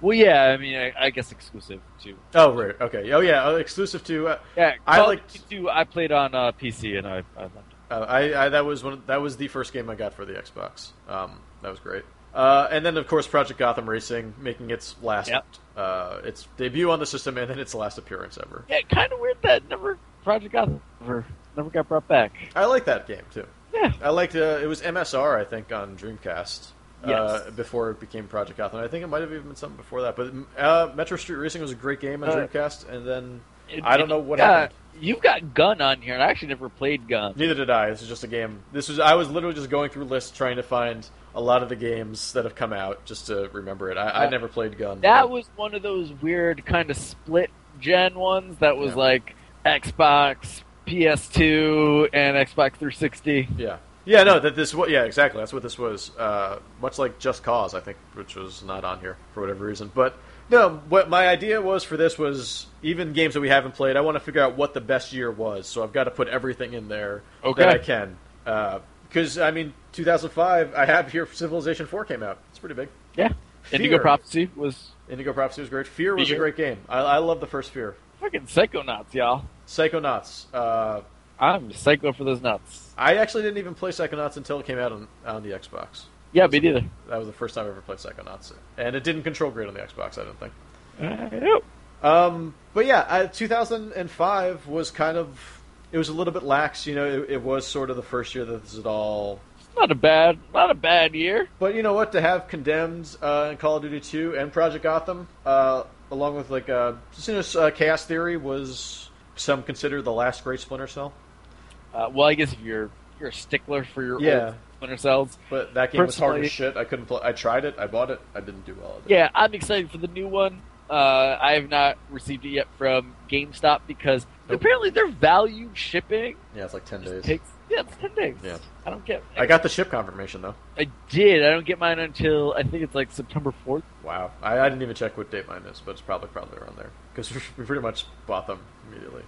[SPEAKER 2] Well, yeah. I mean, I, I guess exclusive too.
[SPEAKER 1] Oh right, okay. Oh yeah, uh, exclusive to. Uh,
[SPEAKER 2] Yeah.
[SPEAKER 1] I
[SPEAKER 2] Call of
[SPEAKER 1] liked-
[SPEAKER 2] Duty 2, I played on uh, PC and I, I loved it.
[SPEAKER 1] uh, I, I that was one. of- that was the first game I got for the Xbox. Um, that was great. Uh, and then of course Project Gotham Racing, making its last,
[SPEAKER 2] Yep.
[SPEAKER 1] uh, its debut on the system, and then its last appearance ever.
[SPEAKER 2] Yeah, kind of weird that never Project Gotham never, never got brought back.
[SPEAKER 1] I like that game too.
[SPEAKER 2] Yeah.
[SPEAKER 1] I liked uh, it was MSR I think on Dreamcast. Uh,
[SPEAKER 2] Yes.
[SPEAKER 1] before it became Project Gotham, I think it might have even been something before that. But uh, Metro Street Racing was a great game on
[SPEAKER 2] Uh,
[SPEAKER 1] Dreamcast, and then
[SPEAKER 2] It-
[SPEAKER 1] I don't
[SPEAKER 2] it-
[SPEAKER 1] know what
[SPEAKER 2] yeah,
[SPEAKER 1] happened.
[SPEAKER 2] You've got Gun on here, and I actually never played Gun.
[SPEAKER 1] Neither did I. This is just a game. This was I was literally just going through lists trying to find a lot of the games that have come out just to remember it. I, I
[SPEAKER 2] Yeah.
[SPEAKER 1] never played Gun.
[SPEAKER 2] That was one of those weird kind of split gen ones that was
[SPEAKER 1] Yeah.
[SPEAKER 2] like Xbox, PS2, and Xbox 360.
[SPEAKER 1] yeah, yeah. No, that this was yeah exactly. That's what this was. Uh, much like Just Cause, I think, which was not on here for whatever reason. But no, what my idea was for this was even games that we haven't played. I want to figure out what the best year was, so I've got to put everything in there
[SPEAKER 2] Okay.
[SPEAKER 1] that I can. Because I mean, 2005. I have here Civilization 4 came out. It's pretty big.
[SPEAKER 2] Yeah. Indigo
[SPEAKER 1] Fear.
[SPEAKER 2] Prophecy was
[SPEAKER 1] Indigo Prophecy was great. Fear was
[SPEAKER 2] Fear.
[SPEAKER 1] a great game. I, I love the first Fear.
[SPEAKER 2] fucking psychonauts, y'all.
[SPEAKER 1] Psychonauts. Uh,
[SPEAKER 2] I'm psycho for those nuts.
[SPEAKER 1] I actually didn't even play Psychonauts until it came out on, on the Xbox.
[SPEAKER 2] Yeah, me neither.
[SPEAKER 1] That was the first time I ever played Psychonauts, and it didn't control great on the Xbox. I don't think.
[SPEAKER 2] Alright.
[SPEAKER 1] Um, but yeah, uh, 2005 was kind of it was a little bit lax. You know, it, it was sort of the first year that this is all.
[SPEAKER 2] It's not a bad, not a bad year.
[SPEAKER 1] But you know what? To have Condemned uh, and Call of Duty 2 and Project Gotham, uh, along with like uh, just, you know, uh, Chaos Theory, was some consider the last great Splinter Cell.
[SPEAKER 2] Uh, well, I guess if you're you're a stickler for your
[SPEAKER 1] Yeah.
[SPEAKER 2] old Splinter Cells.
[SPEAKER 1] But that game was hard
[SPEAKER 2] Personally-
[SPEAKER 1] as shit. I couldn't play. I tried it. I bought it. I didn't do well. At it.
[SPEAKER 2] Yeah, I'm excited for the new one. Uh, I have not received it yet from GameStop because
[SPEAKER 1] Nope.
[SPEAKER 2] apparently their value shipping
[SPEAKER 1] Yeah, it's like ten
[SPEAKER 2] just
[SPEAKER 1] days.
[SPEAKER 2] takes yeah, it's ten days.
[SPEAKER 1] Yeah.
[SPEAKER 2] I don't get.
[SPEAKER 1] I got the ship confirmation though.
[SPEAKER 2] I did. I don't get mine until I think it's like September fourth.
[SPEAKER 1] Wow, I, I didn't even check what date mine is, but it's probably probably around there because we pretty much bought them immediately.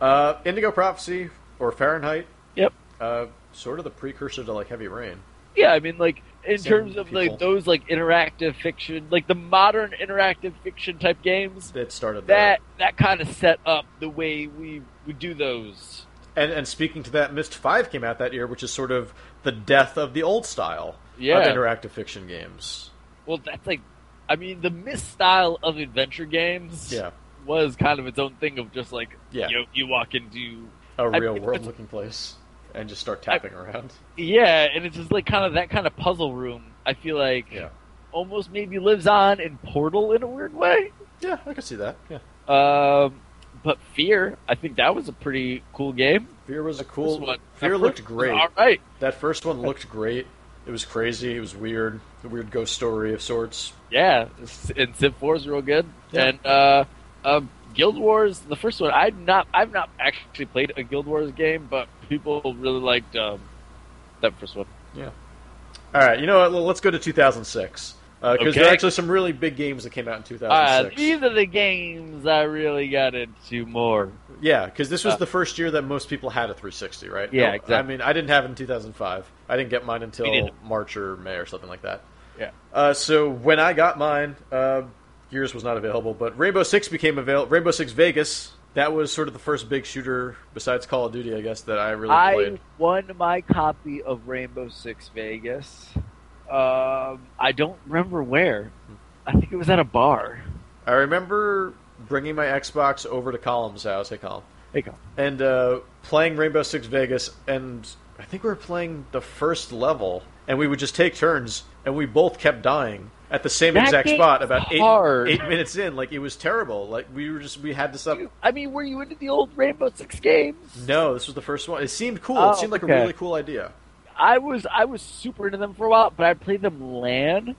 [SPEAKER 1] Uh, Indigo Prophecy or Fahrenheit.
[SPEAKER 2] Yep.
[SPEAKER 1] Uh, sort of the precursor to like Heavy Rain.
[SPEAKER 2] Yeah, I mean, like in
[SPEAKER 1] Same
[SPEAKER 2] terms of
[SPEAKER 1] people.
[SPEAKER 2] like those like interactive fiction, like the modern interactive fiction type games,
[SPEAKER 1] It started there.
[SPEAKER 2] that that kind of set up the way we would do those.
[SPEAKER 1] And and speaking to that, Mist Five came out that year, which is sort of the death of the old style
[SPEAKER 2] Yeah.
[SPEAKER 1] of interactive fiction games.
[SPEAKER 2] Well, that's like, I mean, the mist style of adventure games.
[SPEAKER 1] Yeah,
[SPEAKER 2] was kind of its own thing of just like
[SPEAKER 1] Yeah.
[SPEAKER 2] you, you walk into
[SPEAKER 1] a
[SPEAKER 2] I-
[SPEAKER 1] real world looking place, and just start tapping around.
[SPEAKER 2] yeah and it's just like kind of that kind of puzzle room i feel like
[SPEAKER 1] Yeah,
[SPEAKER 2] almost maybe lives on in portal in a weird way
[SPEAKER 1] yeah, I could see that. Yeah.
[SPEAKER 2] um, but fear i think that was a pretty cool game
[SPEAKER 1] Fear was a
[SPEAKER 2] This
[SPEAKER 1] cool.
[SPEAKER 2] one-
[SPEAKER 1] Fear
[SPEAKER 2] that
[SPEAKER 1] looked
[SPEAKER 2] first one was
[SPEAKER 1] great.
[SPEAKER 2] all right
[SPEAKER 1] That first one looked great. It was crazy. It was weird. A weird ghost story of sorts.
[SPEAKER 2] yeah and civ 4 is real good
[SPEAKER 1] Yeah.
[SPEAKER 2] and uh, um, guild wars the first one i've not i've not actually played a guild wars game but people really liked um, that first one
[SPEAKER 1] All right, you know what? Let's go to 2006 because Uh, there are
[SPEAKER 2] Okay.
[SPEAKER 1] actually some really big games that came out in
[SPEAKER 2] Uh,
[SPEAKER 1] 2006. Yeah, 'cause
[SPEAKER 2] these are the games I really got into more.
[SPEAKER 1] yeah, because this was
[SPEAKER 2] uh,
[SPEAKER 1] the first year that most people had a 360, right?
[SPEAKER 2] Yeah,
[SPEAKER 1] No,
[SPEAKER 2] exactly.
[SPEAKER 1] I mean, I didn't have it in 2005. I didn't get mine
[SPEAKER 2] Me
[SPEAKER 1] until
[SPEAKER 2] neither.
[SPEAKER 1] March or May or something like that.
[SPEAKER 2] Yeah.
[SPEAKER 1] Uh, so when I got mine, uh, yours was not available, but Rainbow Six became available. Rainbow Six Vegas. That was sort of the first big shooter besides Call of Duty, I guess, that I really played.
[SPEAKER 2] I won my copy of Rainbow Six Vegas. Um, I don't remember where. I think it was at a bar.
[SPEAKER 1] I remember bringing my Xbox over to Column's house. Hey, Column.
[SPEAKER 2] There you go.
[SPEAKER 1] And uh, playing Rainbow Six Vegas, and I think we were playing the first level, and we would just take turns, and we both kept dying at the same
[SPEAKER 2] That
[SPEAKER 1] exact
[SPEAKER 2] game's
[SPEAKER 1] spot about eight,
[SPEAKER 2] hard.
[SPEAKER 1] eight minutes in. Like, it was terrible. Like, we were just, we had to stop.
[SPEAKER 2] Dude, I mean, were you into the old Rainbow Six games?
[SPEAKER 1] No, this was the first one. It seemed cool.
[SPEAKER 2] Oh,
[SPEAKER 1] it seemed like
[SPEAKER 2] okay.
[SPEAKER 1] a really cool idea.
[SPEAKER 2] I was I was super into them for a while, but I played them LAN,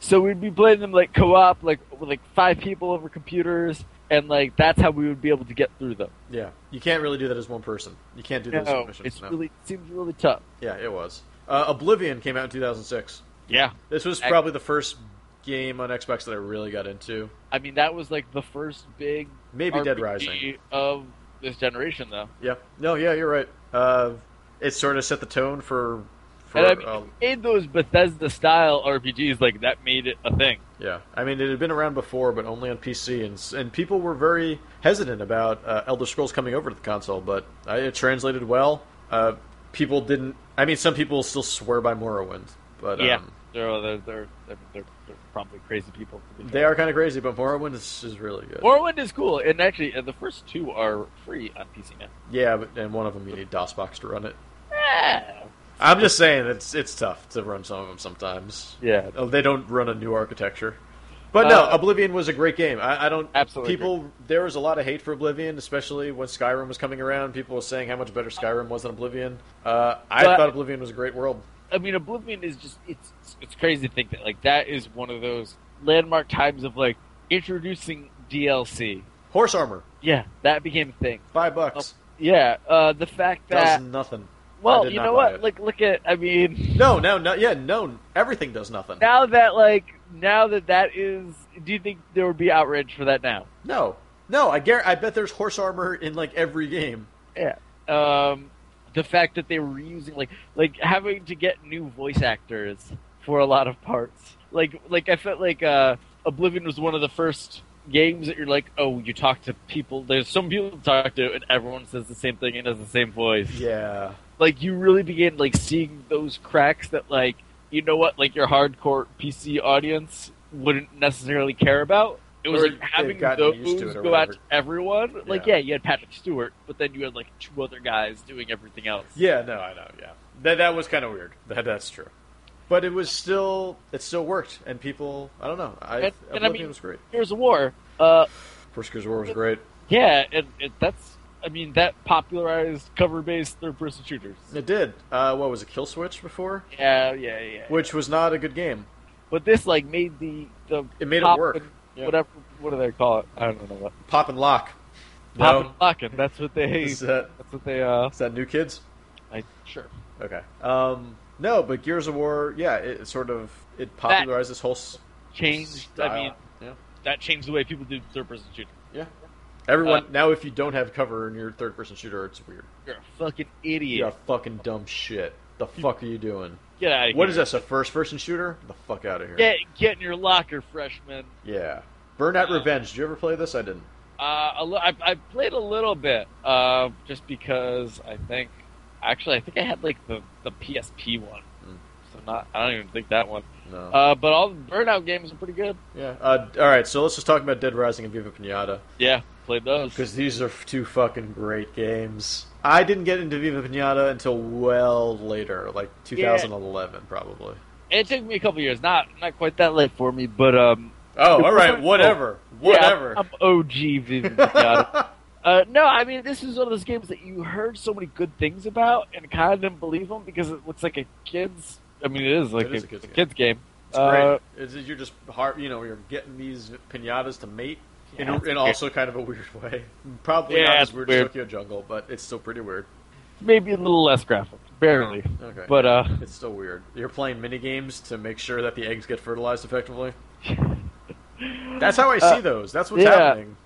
[SPEAKER 2] so we'd be playing them like co-op, like with like five people over computers, and like that's how we would be able to get through them.
[SPEAKER 1] Yeah, you can't really do that as one person. You can't do that as
[SPEAKER 2] No,
[SPEAKER 1] one mission.
[SPEAKER 2] it's
[SPEAKER 1] no.
[SPEAKER 2] really it seems really tough.
[SPEAKER 1] yeah, it was. Uh, Oblivion came out in 2006.
[SPEAKER 2] Yeah,
[SPEAKER 1] This was
[SPEAKER 2] Ac-
[SPEAKER 1] probably the first game on Xbox that I really got into.
[SPEAKER 2] I mean that was like the first big
[SPEAKER 1] Maybe Dead
[SPEAKER 2] RPG
[SPEAKER 1] Rising.
[SPEAKER 2] of this generation, though.
[SPEAKER 1] Yeah. No, yeah, you're right. Uh, it sort of set the tone for. for
[SPEAKER 2] and I mean,
[SPEAKER 1] uh,
[SPEAKER 2] in those Bethesda style RPGs, like that made it a thing.
[SPEAKER 1] yeah, I mean, it had been around before, but only on PC, and s- and people were very hesitant about uh, Elder Scrolls coming over to the console, but uh, it translated well. Uh, people didn't. I mean, some people still swear by Morrowind, but
[SPEAKER 2] yeah,
[SPEAKER 1] um,
[SPEAKER 2] they're, they're, they're, they're, they're probably crazy people. to be
[SPEAKER 1] they
[SPEAKER 2] fair.
[SPEAKER 1] are kind of crazy. But Morrowind is, is really good.
[SPEAKER 2] Morrowind is cool, and actually, uh, the first two are free on PC now.
[SPEAKER 1] yeah, but and one of them you need DOSBox to run it.
[SPEAKER 2] Ah.
[SPEAKER 1] I'm just saying it's it's tough to run some of them sometimes.
[SPEAKER 2] Yeah,
[SPEAKER 1] Oh, they don't run a new architecture. But no,
[SPEAKER 2] Uh,
[SPEAKER 1] Oblivion was a great game. I, I don't
[SPEAKER 2] Absolutely
[SPEAKER 1] people. There was a lot of hate for Oblivion, especially when Skyrim was coming around. People were saying how much better Skyrim was than Oblivion. Uh, I
[SPEAKER 2] But-
[SPEAKER 1] thought Oblivion was a great world.
[SPEAKER 2] I mean, Oblivion is just it's it's crazy to think that like that is one of those landmark times of like introducing DLC.
[SPEAKER 1] Horse armor,
[SPEAKER 2] Yeah, that became a thing.
[SPEAKER 1] five bucks,
[SPEAKER 2] Yeah, uh, the fact that
[SPEAKER 1] does nothing. I
[SPEAKER 2] well,
[SPEAKER 1] did
[SPEAKER 2] you
[SPEAKER 1] not
[SPEAKER 2] know
[SPEAKER 1] buy
[SPEAKER 2] what?
[SPEAKER 1] it.
[SPEAKER 2] Like, look at I mean,
[SPEAKER 1] No, no, no. Yeah, no. Everything does nothing.
[SPEAKER 2] now that like now that that is, do you think there would be outrage for that now?
[SPEAKER 1] No, no. I guarantee. I bet there's horse armor in like every game.
[SPEAKER 2] um, the fact that they were using like like having to get new voice actors for a lot of parts. Like like I felt like uh, Oblivion was one of the first games that you're like, oh, you talk to people. There's some people to talk to, and everyone says the same thing and has the same voice.
[SPEAKER 1] Yeah,
[SPEAKER 2] Like you really begin like seeing those cracks that like you know what like your hardcore PC audience wouldn't necessarily care about. It was
[SPEAKER 1] Or
[SPEAKER 2] like
[SPEAKER 1] they've
[SPEAKER 2] having
[SPEAKER 1] gotten
[SPEAKER 2] those
[SPEAKER 1] used to it or
[SPEAKER 2] go out
[SPEAKER 1] whatever.
[SPEAKER 2] to everyone. Like,
[SPEAKER 1] Yeah.
[SPEAKER 2] yeah, you had Patrick Stewart, but then you had like two other guys doing everything else.
[SPEAKER 1] yeah. No, I know. Yeah, that that was kind of weird. That that's true. But it was still it still worked, and people. I don't know. I,
[SPEAKER 2] And- and I
[SPEAKER 1] Oblivion
[SPEAKER 2] mean-
[SPEAKER 1] was great.
[SPEAKER 2] Here's a war. Uh,
[SPEAKER 1] First Gears of War was great.
[SPEAKER 2] yeah, and, and that's. I mean, that popularized cover-based third-person shooters.
[SPEAKER 1] It did. Uh, what was it, Kill Switch before?
[SPEAKER 2] Yeah, yeah, yeah.
[SPEAKER 1] Which was not a good game.
[SPEAKER 2] But this like made the the
[SPEAKER 1] It made
[SPEAKER 2] pop
[SPEAKER 1] it work.
[SPEAKER 2] and
[SPEAKER 1] Yeah.
[SPEAKER 2] Whatever. What do they call it? I don't know what.
[SPEAKER 1] Pop and lock.
[SPEAKER 2] Pop
[SPEAKER 1] No.
[SPEAKER 2] and locking. That's what they.
[SPEAKER 1] Is that,
[SPEAKER 2] That's what they. Uh.
[SPEAKER 1] is that New Kids?
[SPEAKER 2] I, sure.
[SPEAKER 1] Okay. Um, no, but Gears of War, yeah, it, it sort of it popularized this whole s-
[SPEAKER 2] Changed. I
[SPEAKER 1] style.
[SPEAKER 2] mean,
[SPEAKER 1] yeah.
[SPEAKER 2] that changed the way people do third-person shooter.
[SPEAKER 1] Everyone
[SPEAKER 2] uh,
[SPEAKER 1] now, if you don't have cover in your third-person shooter, it's weird.
[SPEAKER 2] You're a fucking
[SPEAKER 1] You're a
[SPEAKER 2] idiot.
[SPEAKER 1] fucking dumb shit. The fuck are you doing?
[SPEAKER 2] Get out of here.
[SPEAKER 1] What is this? A first-person shooter? The fuck out of here.
[SPEAKER 2] Get get in your locker, freshman.
[SPEAKER 1] Yeah. Burnout
[SPEAKER 2] Uh,
[SPEAKER 1] Revenge. Did you ever play this? I didn't.
[SPEAKER 2] Uh, a li- I, I played a little bit, uh, just because I think. Actually, I think I had like the, the PSP one,
[SPEAKER 1] Mm.
[SPEAKER 2] so not. I don't even think that one.
[SPEAKER 1] No.
[SPEAKER 2] Uh, but all the Burnout games are pretty good.
[SPEAKER 1] yeah. Uh, all right. So let's just talk about Dead Rising and Viva Pinata.
[SPEAKER 2] Yeah, played those.
[SPEAKER 1] Because these are two fucking great games. I didn't get into Viva Pinata until well later, like 2011, probably.
[SPEAKER 2] It took me a couple years, not not quite that late for me, but um,
[SPEAKER 1] Oh, all right,
[SPEAKER 2] Oh.
[SPEAKER 1] whatever,
[SPEAKER 2] yeah,
[SPEAKER 1] whatever.
[SPEAKER 2] I'm, I'm OG Vivian Pinata. Uh, no, I mean this is one of those games that you heard so many good things about and kind of didn't believe them because it looks like a kids. I mean, it is like
[SPEAKER 1] It is
[SPEAKER 2] a,
[SPEAKER 1] a kid's
[SPEAKER 2] a
[SPEAKER 1] game.
[SPEAKER 2] kids game.
[SPEAKER 1] it's
[SPEAKER 2] Uh,
[SPEAKER 1] great. It's, you're just hard, you know, you're getting these pinatas to mate in,
[SPEAKER 2] Yeah,
[SPEAKER 1] a-
[SPEAKER 2] it's
[SPEAKER 1] in also kind of a weird way. Probably
[SPEAKER 2] Yeah,
[SPEAKER 1] not as
[SPEAKER 2] it's
[SPEAKER 1] weird, as
[SPEAKER 2] weird.
[SPEAKER 1] Tokyo Jungle, but it's still pretty weird.
[SPEAKER 2] maybe a little less graphic, barely,
[SPEAKER 1] Okay,
[SPEAKER 2] but uh,
[SPEAKER 1] it's still weird. You're playing mini games to make sure that the eggs get fertilized effectively. That's how I see
[SPEAKER 2] Uh,
[SPEAKER 1] those. That's what's
[SPEAKER 2] yeah.
[SPEAKER 1] happening.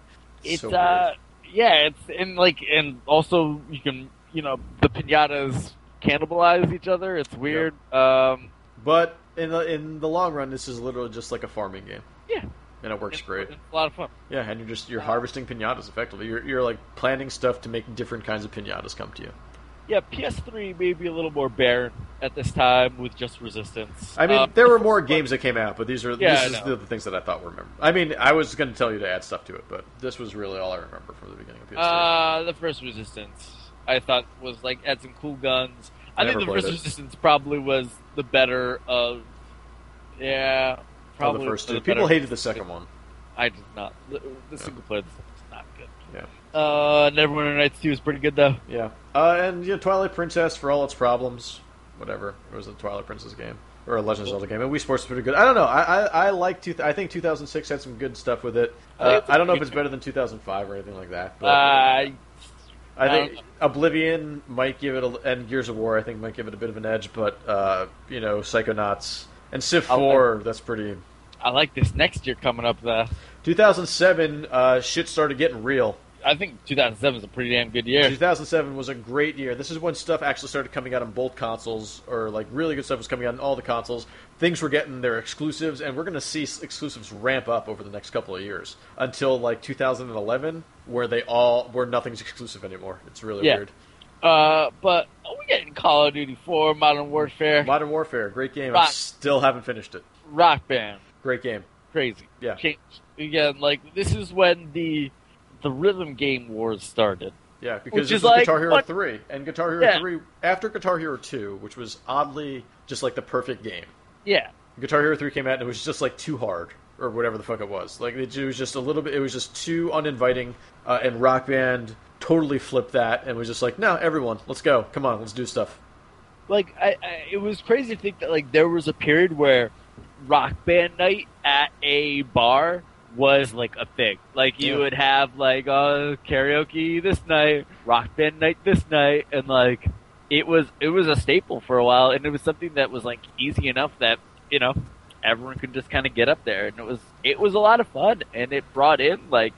[SPEAKER 2] it's
[SPEAKER 1] so
[SPEAKER 2] uh, yeah, it's and like and also you can you know the pinatas cannibalize each other. It's weird. Um,
[SPEAKER 1] weird. but in the in the long run, this is literally just like a farming game.
[SPEAKER 2] Yeah.
[SPEAKER 1] and it works
[SPEAKER 2] it's,
[SPEAKER 1] great.
[SPEAKER 2] It's a lot of fun.
[SPEAKER 1] Yeah, and you're just you're harvesting pinatas effectively. You're you're like planting stuff to make different kinds of pinatas come to you.
[SPEAKER 2] Yeah, PS3 may be a little more barren at this time with just Resistance.
[SPEAKER 1] I mean,
[SPEAKER 2] Um,
[SPEAKER 1] there were more games that came out, but these are
[SPEAKER 2] Yeah, I
[SPEAKER 1] this is
[SPEAKER 2] know.
[SPEAKER 1] the, the things that I thought were memorable. I mean, I was going to tell you to add stuff to it, but this was really all I remember from the beginning of PS3.
[SPEAKER 2] Uh, the first Resistance, I thought was like had some cool guns. I
[SPEAKER 1] Never
[SPEAKER 2] think the
[SPEAKER 1] played
[SPEAKER 2] first
[SPEAKER 1] it.
[SPEAKER 2] Resistance probably was the better of.
[SPEAKER 1] Of
[SPEAKER 2] Yeah, probably
[SPEAKER 1] the first
[SPEAKER 2] was
[SPEAKER 1] two.
[SPEAKER 2] the
[SPEAKER 1] People
[SPEAKER 2] better-
[SPEAKER 1] hated the second one.
[SPEAKER 2] I did not. The, the single player was not good.
[SPEAKER 1] Yeah.
[SPEAKER 2] Uh, Neverwinter Nights Two was pretty good though.
[SPEAKER 1] Yeah, uh, and you know, Twilight Princess for all its problems, whatever. It was a Twilight Princess game or a Legend of Zelda game. And Wii Sports is pretty good. I don't know. I I, I like two. I think 2006 had some good stuff with it. Uh, I don't know if it's better than 2005 or anything like that. But
[SPEAKER 2] Uh,
[SPEAKER 1] I
[SPEAKER 2] I don't
[SPEAKER 1] think Oblivion might give it a, and Gears of War I think might give it a bit of an edge, but uh, you know Psychonauts and Civ
[SPEAKER 2] I'll-
[SPEAKER 1] 4 that's pretty.
[SPEAKER 2] Uh, I like this next year coming up. though.
[SPEAKER 1] 2007 uh, shit started getting real.
[SPEAKER 2] I think 2007 is a pretty damn good year.
[SPEAKER 1] 2007 was a great year. This is when stuff actually started coming out on both consoles, or like really good stuff was coming out on all the consoles. Things were getting their exclusives, and we're going to see s- exclusives ramp up over the next couple of years until like 2011, where they all where nothing's exclusive anymore. It's really
[SPEAKER 2] Yeah.
[SPEAKER 1] weird.
[SPEAKER 2] Uh, but we getting Call of Duty 4, Modern Warfare,
[SPEAKER 1] Modern Warfare, great game. I
[SPEAKER 2] Rock.
[SPEAKER 1] still haven't finished it.
[SPEAKER 2] Rock Band,
[SPEAKER 1] Great game.
[SPEAKER 2] crazy.
[SPEAKER 1] Yeah.
[SPEAKER 2] Change. Again, like this is when the the rhythm game wars started.
[SPEAKER 1] Yeah, because
[SPEAKER 2] Which
[SPEAKER 1] this
[SPEAKER 2] is
[SPEAKER 1] is
[SPEAKER 2] like,
[SPEAKER 1] Guitar Hero
[SPEAKER 2] what-
[SPEAKER 1] three, and Guitar Hero
[SPEAKER 2] Yeah.
[SPEAKER 1] three after Guitar Hero two, which was oddly just like the perfect game.
[SPEAKER 2] Yeah,
[SPEAKER 1] Guitar Hero three came out and it was just like too hard or whatever the fuck it was. Like it was just a little bit. It was just too uninviting. Uh, and Rock Band totally flipped that and was just like, no, everyone, let's go. Come on, let's do stuff.
[SPEAKER 2] like I, I it was crazy to think that like there was a period where rock band night at a bar was like a thing like you
[SPEAKER 1] Yeah.
[SPEAKER 2] would have like uh karaoke this night rock band night this night and like it was it was a staple for a while and it was something that was like easy enough that you know everyone could just kind of get up there and it was it was a lot of fun and it brought in like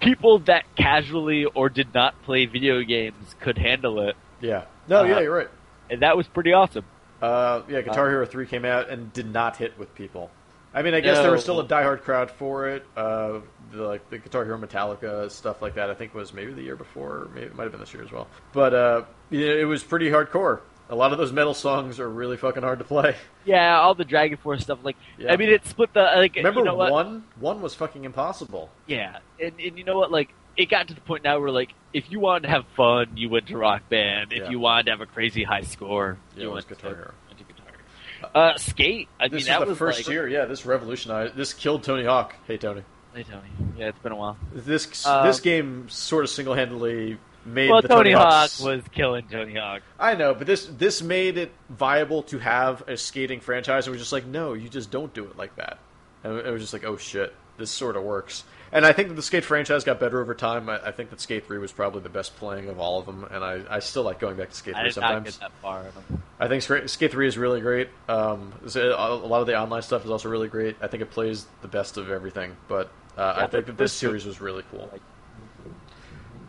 [SPEAKER 2] people that casually or did not play video games could handle it
[SPEAKER 1] Yeah. No,
[SPEAKER 2] Uh,
[SPEAKER 1] yeah, you're right.
[SPEAKER 2] and that was pretty awesome
[SPEAKER 1] Uh,
[SPEAKER 2] Uh-huh.
[SPEAKER 1] yeah, Guitar Hero three came out and did not hit with people. I mean, I guess there was still a
[SPEAKER 2] No.
[SPEAKER 1] diehard crowd for it. Uh, the, like the Guitar Hero Metallica stuff like that. I think was maybe the year before. Maybe it might have been this year as well. But uh, yeah, it was pretty hardcore. A lot of those metal songs are really fucking hard to play.
[SPEAKER 2] Yeah, all the Dragon Force stuff. Like,
[SPEAKER 1] Yeah.
[SPEAKER 2] I mean, it split the like.
[SPEAKER 1] Remember
[SPEAKER 2] you know what?
[SPEAKER 1] one? One was fucking impossible.
[SPEAKER 2] Yeah, and and you know what? Like, it got to the point now where like, if you wanted to have fun, you went to Rock Band. If
[SPEAKER 1] Yeah.
[SPEAKER 2] you wanted to have a crazy high score,
[SPEAKER 1] Yeah,
[SPEAKER 2] you
[SPEAKER 1] it was
[SPEAKER 2] went to
[SPEAKER 1] Guitar Hero.
[SPEAKER 2] went to Guitar Hero. Uh, Skate. I
[SPEAKER 1] This
[SPEAKER 2] mean, that
[SPEAKER 1] is the
[SPEAKER 2] was
[SPEAKER 1] first
[SPEAKER 2] like,
[SPEAKER 1] year. Yeah, this revolutionized. This killed Tony Hawk. Hey Tony.
[SPEAKER 2] Hey, Tony. Yeah, it's been a while.
[SPEAKER 1] This
[SPEAKER 2] Um,
[SPEAKER 1] this game sort of single handedly made
[SPEAKER 2] well,
[SPEAKER 1] the
[SPEAKER 2] Tony, Hawk
[SPEAKER 1] Hawks-
[SPEAKER 2] was killing Tony Hawk.
[SPEAKER 1] I know, but this this made it viable to have a skating franchise. It was just like, no, you just don't do it like that. And it was just like, oh shit, this sort of works. And I think that the skate franchise got better over time. I, I think that Skate Three was probably the best playing of all of them, and I, I still like going back to Skate
[SPEAKER 2] I
[SPEAKER 1] Three
[SPEAKER 2] did
[SPEAKER 1] sometimes.
[SPEAKER 2] not get that far. in them.
[SPEAKER 1] I think Skate Skate 3 is really great. Um, so a a lot of the online stuff is also really great. I think it plays the best of everything, but uh,
[SPEAKER 2] Yeah,
[SPEAKER 1] I think
[SPEAKER 2] the
[SPEAKER 1] that this
[SPEAKER 2] first two-
[SPEAKER 1] series was really cool.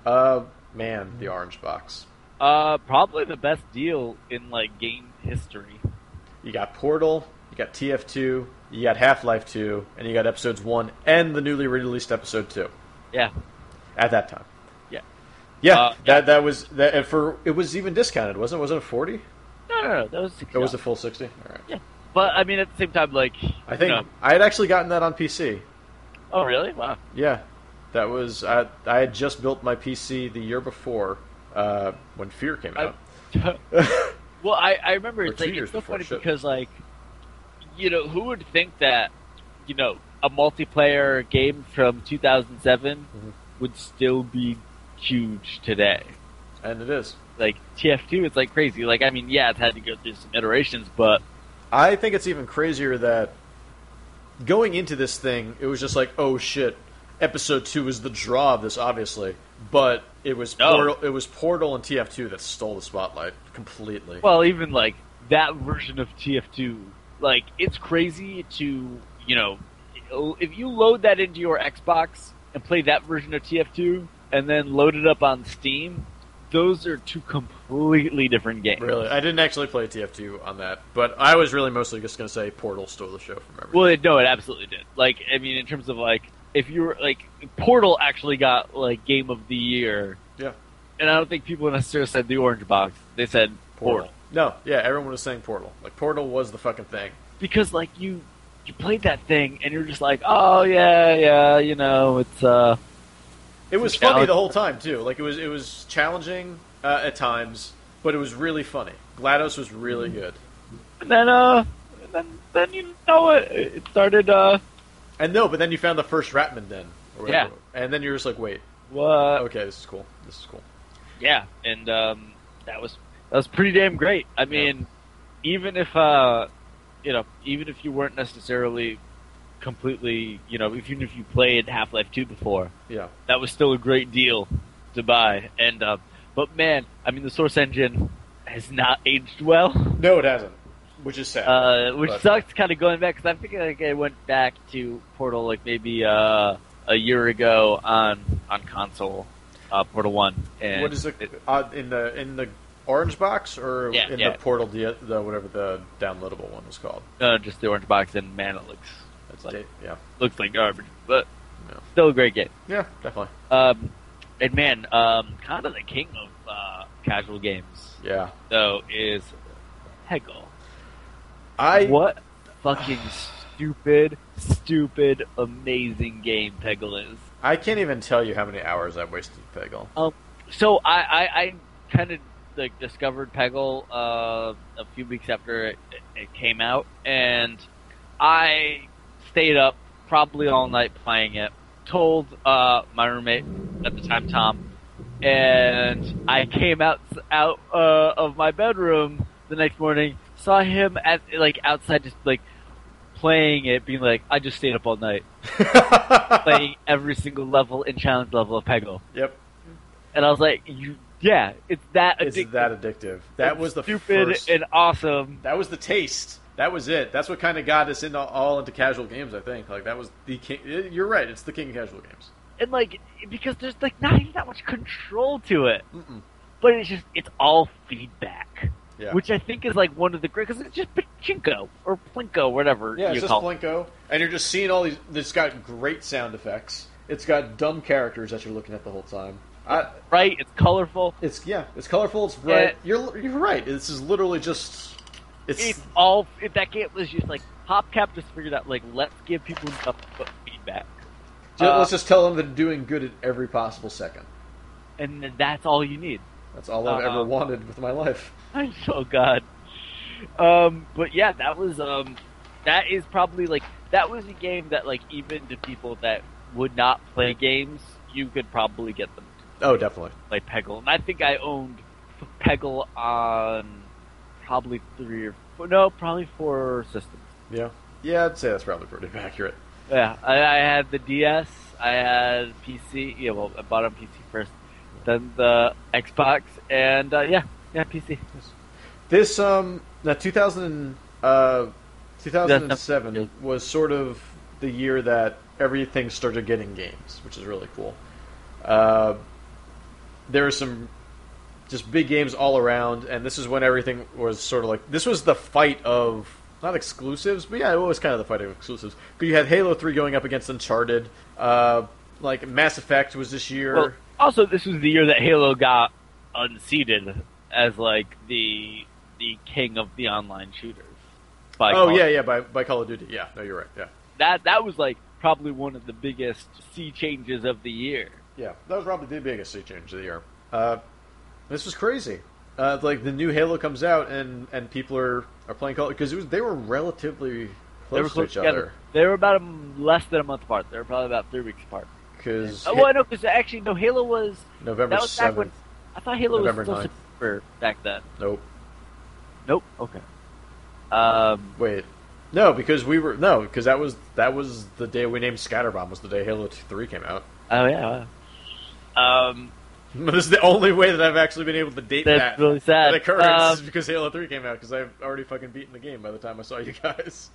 [SPEAKER 1] Uh, man, the orange box.
[SPEAKER 2] Uh, probably the best deal in like game history.
[SPEAKER 1] You got Portal, you got TF2, you got Half Life 2, and you got Episodes 1 and the newly released Episode 2
[SPEAKER 2] Yeah,
[SPEAKER 1] at that time.
[SPEAKER 2] Yeah.
[SPEAKER 1] Yeah,
[SPEAKER 2] Uh,
[SPEAKER 1] that that was that and for it was even discounted, wasn't it? Wasn't it forty?
[SPEAKER 2] no, no, no, that was
[SPEAKER 1] It was the full sixty. All right.
[SPEAKER 2] But I mean, at the same time, like
[SPEAKER 1] I
[SPEAKER 2] you
[SPEAKER 1] think
[SPEAKER 2] know-
[SPEAKER 1] I had actually gotten that on PC.
[SPEAKER 2] Oh, really? Wow.
[SPEAKER 1] Yeah, that was I. I had just built my PC the year before uh, when Fear came
[SPEAKER 2] I-
[SPEAKER 1] out.
[SPEAKER 2] well, I, I remember
[SPEAKER 1] Or
[SPEAKER 2] it's,
[SPEAKER 1] two
[SPEAKER 2] like,
[SPEAKER 1] years
[SPEAKER 2] it's so
[SPEAKER 1] before
[SPEAKER 2] funny
[SPEAKER 1] shipment.
[SPEAKER 2] because, like, you know, who would think that, you know, a multiplayer game from 2007
[SPEAKER 1] Mhm.
[SPEAKER 2] would still be huge today?
[SPEAKER 1] and it is.
[SPEAKER 2] Like, TF2 is, like, crazy. Like, I mean, yeah, it's had to go through some iterations, but
[SPEAKER 1] I think it's even crazier that going into this thing, it was just like, oh shit, episode two is the draw of this, obviously. But it was
[SPEAKER 2] No.
[SPEAKER 1] Portal, it was Portal and TF2 that stole the spotlight completely.
[SPEAKER 2] Well, even like that version of TF2, like it's crazy to you know, if you load that into your Xbox and play that version of TF2, and then load it up on Steam, those are two completely different games.
[SPEAKER 1] really, I didn't actually play TF2 on that, but I was really mostly just going to say Portal stole the show from everyone.
[SPEAKER 2] Well, it, no, it absolutely did. Like, I mean, in terms of like, if you were like, Portal actually got like Game of the Year.
[SPEAKER 1] Yeah.
[SPEAKER 2] And I don't think people necessarily said the Orange Box. They said Portal.
[SPEAKER 1] No, yeah, everyone was saying Portal. Like Portal was the fucking thing.
[SPEAKER 2] because like you you played that thing and you're just like oh yeah yeah you know it's uh
[SPEAKER 1] It was
[SPEAKER 2] Challenge-
[SPEAKER 1] funny the whole time too. Like it was it was challenging uh, at times, but it was really funny. Glados was really
[SPEAKER 2] Mm-hmm.
[SPEAKER 1] good.
[SPEAKER 2] and then uh and then then you know it it started uh
[SPEAKER 1] And no, but then you found the first Ratman then. Or
[SPEAKER 2] Yeah. Uh,
[SPEAKER 1] whatever. And then you're just like, wait,
[SPEAKER 2] what
[SPEAKER 1] okay, this is cool. This is cool.
[SPEAKER 2] yeah and um that was that was pretty damn great i mean even if uh, you know, even if you weren't necessarily completely, you know, even if you played Half Life Two before,
[SPEAKER 1] Yeah.
[SPEAKER 2] that was still a great deal to buy. And uh, but man, I mean, the Source Engine has not aged well,
[SPEAKER 1] No, it hasn't, which is sad.
[SPEAKER 2] uh, which
[SPEAKER 1] But-
[SPEAKER 2] sucks. Kind of going back because I think like, I went back to Portal like maybe uh, a year ago on on console, uh, Portal One. And
[SPEAKER 1] what is it,
[SPEAKER 2] it-
[SPEAKER 1] uh, in the in the orange box or
[SPEAKER 2] Yeah,
[SPEAKER 1] in
[SPEAKER 2] yeah.
[SPEAKER 1] the portal the, the whatever the downloadable one was called?
[SPEAKER 2] uh, just the orange box, and man, it looks it's like
[SPEAKER 1] Da- yeah,
[SPEAKER 2] looks like garbage, but
[SPEAKER 1] Yeah.
[SPEAKER 2] still a great game.
[SPEAKER 1] yeah, definitely.
[SPEAKER 2] Um, and man, um, kind of the king of uh, casual games
[SPEAKER 1] Yeah,
[SPEAKER 2] though is Hegel.
[SPEAKER 1] I
[SPEAKER 2] what fucking stupid, stupid, amazing game Peggle is.
[SPEAKER 1] I can't even tell you how many hours I've wasted with Peggle.
[SPEAKER 2] So I, I, I kind of like discovered Peggle uh, a few weeks after it, it came out, and I stayed up probably all night playing it. Told uh, my roommate at the time, Tom, and I came out out uh, of my bedroom the next morning. Saw him at like outside, just like playing it, being like, "I just stayed up all night playing every single level and challenge level of Peggle."
[SPEAKER 1] yep,
[SPEAKER 2] And I was like, "You, yeah, it's that
[SPEAKER 1] is
[SPEAKER 2] addictive.
[SPEAKER 1] that addictive? That
[SPEAKER 2] It's
[SPEAKER 1] was the
[SPEAKER 2] stupid
[SPEAKER 1] first.
[SPEAKER 2] and awesome."
[SPEAKER 1] that was the taste. That was it. That's what kind of got us into all into casual games. I think like that was the king. eh, You're right. It's the king of casual games.
[SPEAKER 2] And like, because there's like not even that much control to it,
[SPEAKER 1] Mm-mm.
[SPEAKER 2] but it's just it's all feedback,
[SPEAKER 1] Yeah.
[SPEAKER 2] which I think is like one of the great because it's just pachinko or plinko, whatever
[SPEAKER 1] Yeah,
[SPEAKER 2] you
[SPEAKER 1] it's just
[SPEAKER 2] call. it.
[SPEAKER 1] Blinko, and you're just seeing all these. It's got great sound effects. It's got dumb characters that you're looking at the whole time. I,
[SPEAKER 2] right? It's colorful.
[SPEAKER 1] it's yeah, it's colorful. It's bright.
[SPEAKER 2] Yeah.
[SPEAKER 1] You're you're right. This is literally just. It's,
[SPEAKER 2] It's all it, that game was just like PopCap just figured out like let's give people nothing but feedback,
[SPEAKER 1] ju-
[SPEAKER 2] uh,
[SPEAKER 1] let's just tell them they're doing good at every possible second.
[SPEAKER 2] and that's all you need.
[SPEAKER 1] That's all I've
[SPEAKER 2] uh,
[SPEAKER 1] ever wanted with my life.
[SPEAKER 2] I'm so god. Um, but yeah, that was um, that is probably like that was a game that like even to people that would not play games, you could probably get them
[SPEAKER 1] Oh, definitely.
[SPEAKER 2] to play Peggle. And I think I owned Peggle on probably three or four, no, probably four systems.
[SPEAKER 1] Yeah. Yeah, I'd say that's probably pretty accurate.
[SPEAKER 2] Yeah, I, I had the DS, I had PC. Yeah, well, I bought on PC first, then the Xbox, and uh, yeah, yeah, PC.
[SPEAKER 1] This um now 2000 and, uh, 2007
[SPEAKER 2] Yeah.
[SPEAKER 1] was sort of the year that everything started getting games, which is really cool. Uh, there were some just big games all around, and this is when everything was sort of like this was the fight of not exclusives, but yeah, it was kind of the fight of exclusives. But you had Halo Three going up against Uncharted, uh, like Mass Effect was this year.
[SPEAKER 2] Well, also, this was the year that Halo got unseated as like the the king of the online shooters. By
[SPEAKER 1] oh
[SPEAKER 2] far.
[SPEAKER 1] yeah, yeah, by by Call of Duty, yeah. No, you're right, yeah.
[SPEAKER 2] that that was like probably one of the biggest sea changes of the year.
[SPEAKER 1] Yeah, that was probably the biggest sea change of the year. Uh, this was crazy. Uh, like the new Halo comes out, and and people are, are playing Call because it was they were relatively close,
[SPEAKER 2] they were close
[SPEAKER 1] to each
[SPEAKER 2] together.
[SPEAKER 1] other
[SPEAKER 2] They were about a m less than a month apart. They were probably about three weeks apart.
[SPEAKER 1] because
[SPEAKER 2] Oh, well, no, because actually, no, Halo was.
[SPEAKER 1] November
[SPEAKER 2] that was back when-
[SPEAKER 1] seventh.
[SPEAKER 2] I thought Halo
[SPEAKER 1] November
[SPEAKER 2] was still
[SPEAKER 1] 9th.
[SPEAKER 2] September back then.
[SPEAKER 1] Nope,
[SPEAKER 2] Nope. Okay. Um.
[SPEAKER 1] wait, no, because we were no because that was that was the day we named Scatterbomb was the day Halo Three came out.
[SPEAKER 2] Oh yeah. Um.
[SPEAKER 1] this is the only way that I've actually been able to date
[SPEAKER 2] That's
[SPEAKER 1] that.
[SPEAKER 2] really sad.
[SPEAKER 1] that occurrence
[SPEAKER 2] Um,
[SPEAKER 1] is because Halo Three came out because I've already fucking beaten the game by the time I saw you guys.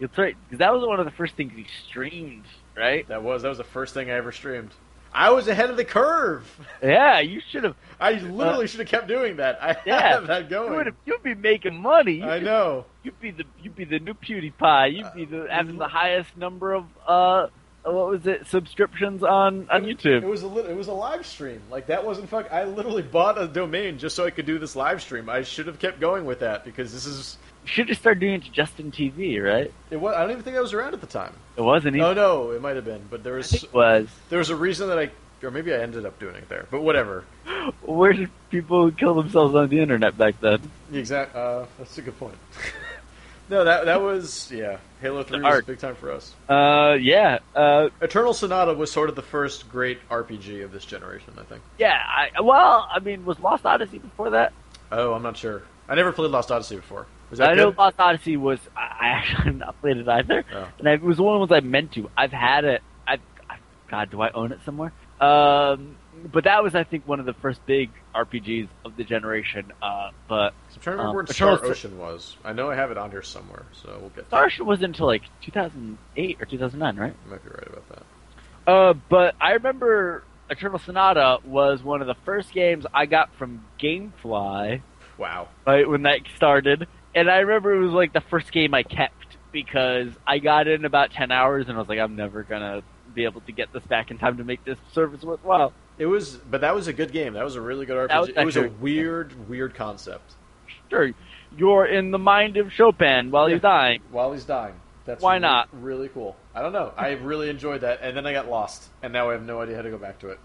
[SPEAKER 2] That's right. 'cause that was one of the first things we streamed, right?
[SPEAKER 1] That was that was the first thing I ever streamed. I was ahead of the curve.
[SPEAKER 2] Yeah, you should have.
[SPEAKER 1] I literally should have kept doing that. I
[SPEAKER 2] Uh, Yeah.
[SPEAKER 1] have that
[SPEAKER 2] You would
[SPEAKER 1] going.
[SPEAKER 2] have. You'd be making money. You
[SPEAKER 1] I
[SPEAKER 2] could-
[SPEAKER 1] know. Uh,
[SPEAKER 2] You'd be the. You'd be the new PewDiePie. You'd be the having the highest number of uh, what was it? Subscriptions on on
[SPEAKER 1] It
[SPEAKER 2] YouTube.
[SPEAKER 1] was a lit it was a live stream. Like that wasn't fuck. I literally bought a domain just so I could do this live stream. I should have kept going with that because this is
[SPEAKER 2] You should have started doing it to Justin TV, right?
[SPEAKER 1] it. Was, I don't even think I was around at the time.
[SPEAKER 2] It wasn't.
[SPEAKER 1] Oh
[SPEAKER 2] even-
[SPEAKER 1] no, it might have been. But there
[SPEAKER 2] I
[SPEAKER 1] was
[SPEAKER 2] think it was.
[SPEAKER 1] there was a reason that I or maybe I ended up doing it there. But whatever.
[SPEAKER 2] Where did people kill themselves on the internet back then?
[SPEAKER 1] The exact. Uh, that's a good point. no, that that was yeah. Halo Three was a
[SPEAKER 2] art.
[SPEAKER 1] big time for us.
[SPEAKER 2] Uh, yeah. Uh,
[SPEAKER 1] Eternal Sonata was sort of the first great RPG of this generation. I think.
[SPEAKER 2] yeah. I, well, I mean, was Lost Odyssey before that?
[SPEAKER 1] Oh, I'm not sure. I never played Lost Odyssey before. Is that
[SPEAKER 2] I know
[SPEAKER 1] good?
[SPEAKER 2] Lost Odyssey was. I I actually have not played it either,
[SPEAKER 1] Oh.
[SPEAKER 2] and I, it was one of the ones I meant to. I've had it. I've, i God, do I own it somewhere? Um, but that was, I think, one of the first big RPGs of the generation. Uh, but
[SPEAKER 1] I'm trying to remember
[SPEAKER 2] Um,
[SPEAKER 1] what
[SPEAKER 2] but
[SPEAKER 1] Star
[SPEAKER 2] Charles-
[SPEAKER 1] Ocean was. I know I have it on here somewhere, so we'll get.
[SPEAKER 2] Starship was until like 2008 or 2009, right?
[SPEAKER 1] You might be right about that.
[SPEAKER 2] Uh, but I remember Eternal Sonata was one of the first games I got from GameFly
[SPEAKER 1] Wow.
[SPEAKER 2] right, when that started, and I remember it was like the first game I kept because I got in about 10 hours and I was like, I'm never gonna be able to get this back in time to make this service worthwhile.
[SPEAKER 1] It was, but that was a good game. That was a really good
[SPEAKER 2] That
[SPEAKER 1] RPG.
[SPEAKER 2] was
[SPEAKER 1] it was a
[SPEAKER 2] actually-
[SPEAKER 1] weird, weird concept.
[SPEAKER 2] Sure, you're in the mind of Chopin while he's dying.
[SPEAKER 1] While he's dying, that's
[SPEAKER 2] Why
[SPEAKER 1] re-
[SPEAKER 2] not?
[SPEAKER 1] Really cool. I don't know. I really enjoyed that, and then I got lost, and now I have no idea how to go back to it.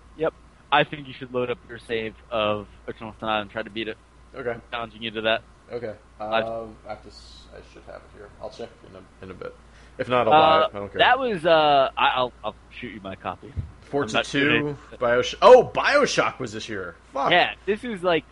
[SPEAKER 2] I think you should load up your save of Eternal Sonata and try to beat it.
[SPEAKER 1] Okay.
[SPEAKER 2] Challenging you to that.
[SPEAKER 1] Okay. Uh,
[SPEAKER 2] I've-
[SPEAKER 1] I have to. s- I should have it here. I'll check in a, in a bit. If not, I'll buy
[SPEAKER 2] Uh,
[SPEAKER 1] it. I don't care.
[SPEAKER 2] that was uh, I, I'll I'll shoot you my copy. I'm
[SPEAKER 1] Forza
[SPEAKER 2] not
[SPEAKER 1] Two, Bioshock. Oh, Bioshock was this year. Fuck.
[SPEAKER 2] Yeah, this is like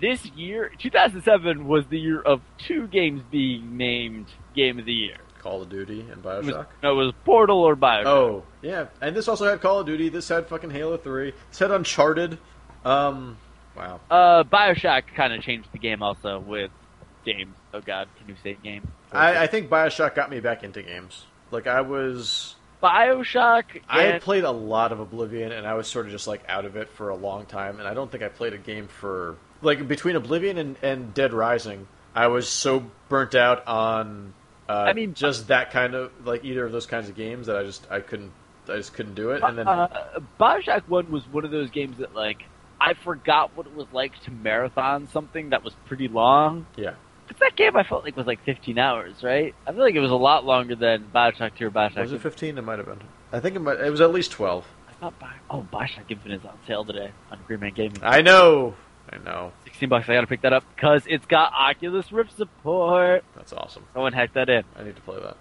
[SPEAKER 2] this year. 2007 was the year of two games being named Game of the Year.
[SPEAKER 1] Call of Duty and
[SPEAKER 2] It was,
[SPEAKER 1] Bioshock.
[SPEAKER 2] no, it was Portal or Bioshock.
[SPEAKER 1] Oh, yeah. And this also had Call of Duty. This had fucking Halo 3. This had Uncharted. Um, wow.
[SPEAKER 2] Uh, Bioshock kind of changed the game also with games. Oh God, can you say game?
[SPEAKER 1] I, I think Bioshock got me back into games. Like, I was.
[SPEAKER 2] Bioshock.
[SPEAKER 1] I had
[SPEAKER 2] and-
[SPEAKER 1] played a lot of Oblivion, and I was sort of just, like, out of it for a long time, and I don't think I played a game for. Like, between Oblivion and, and Dead Rising, I was so burnt out on. Uh,
[SPEAKER 2] I mean-
[SPEAKER 1] just that kind of like either of those kinds of games that I just I couldn't I just couldn't do it. And then
[SPEAKER 2] uh, Bioshock One was one of those games that like I forgot what it was like to marathon something that was pretty long.
[SPEAKER 1] yeah,
[SPEAKER 2] Because that game I felt like was like 15 hours, right? I feel like it was a lot longer than Bioshock 2 or Bioshock.
[SPEAKER 1] was it
[SPEAKER 2] Infinite.
[SPEAKER 1] fifteen? It might have been. I think it might. It was at least twelve.
[SPEAKER 2] I thought Bio- oh, Bioshock Infinite is on sale today on Green Man Gaming.
[SPEAKER 1] I know. I know.
[SPEAKER 2] 16 bucks. I gotta pick that up because it's got Oculus Rift support.
[SPEAKER 1] That's awesome.
[SPEAKER 2] Someone hacked that in.
[SPEAKER 1] I need to play that.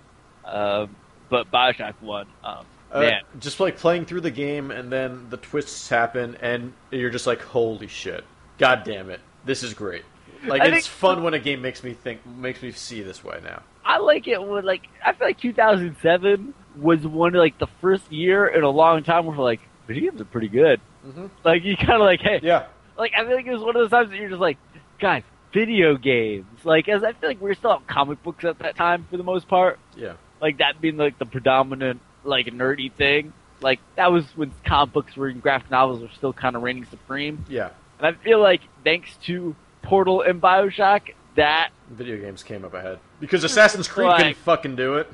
[SPEAKER 2] Um, but Bioshock 1. Um,
[SPEAKER 1] Uh,
[SPEAKER 2] man,
[SPEAKER 1] Just like playing through the game and then the twists happen and you're just like, holy shit. God damn it. This is great. Like
[SPEAKER 2] I
[SPEAKER 1] it's
[SPEAKER 2] think-
[SPEAKER 1] fun when a game makes me think makes me see this way now.
[SPEAKER 2] I like it when, like, I feel like 2007 was one of, like, the first year in a long time where, like, video games are pretty good.
[SPEAKER 1] Mhm.
[SPEAKER 2] Like, you kind of like, hey,
[SPEAKER 1] Yeah.
[SPEAKER 2] like, I feel like it was one of those times that you're just like, guys, video games. Like, as I feel like we were still on comic books at that time for the most part.
[SPEAKER 1] Yeah.
[SPEAKER 2] like that being like the predominant like nerdy thing. Like that was when comic books were and graphic novels were still kind of reigning supreme.
[SPEAKER 1] Yeah.
[SPEAKER 2] And I feel like thanks to Portal and Bioshock, that
[SPEAKER 1] Video games came up ahead. Because Assassin's Creed couldn't
[SPEAKER 2] Like-
[SPEAKER 1] fucking do it.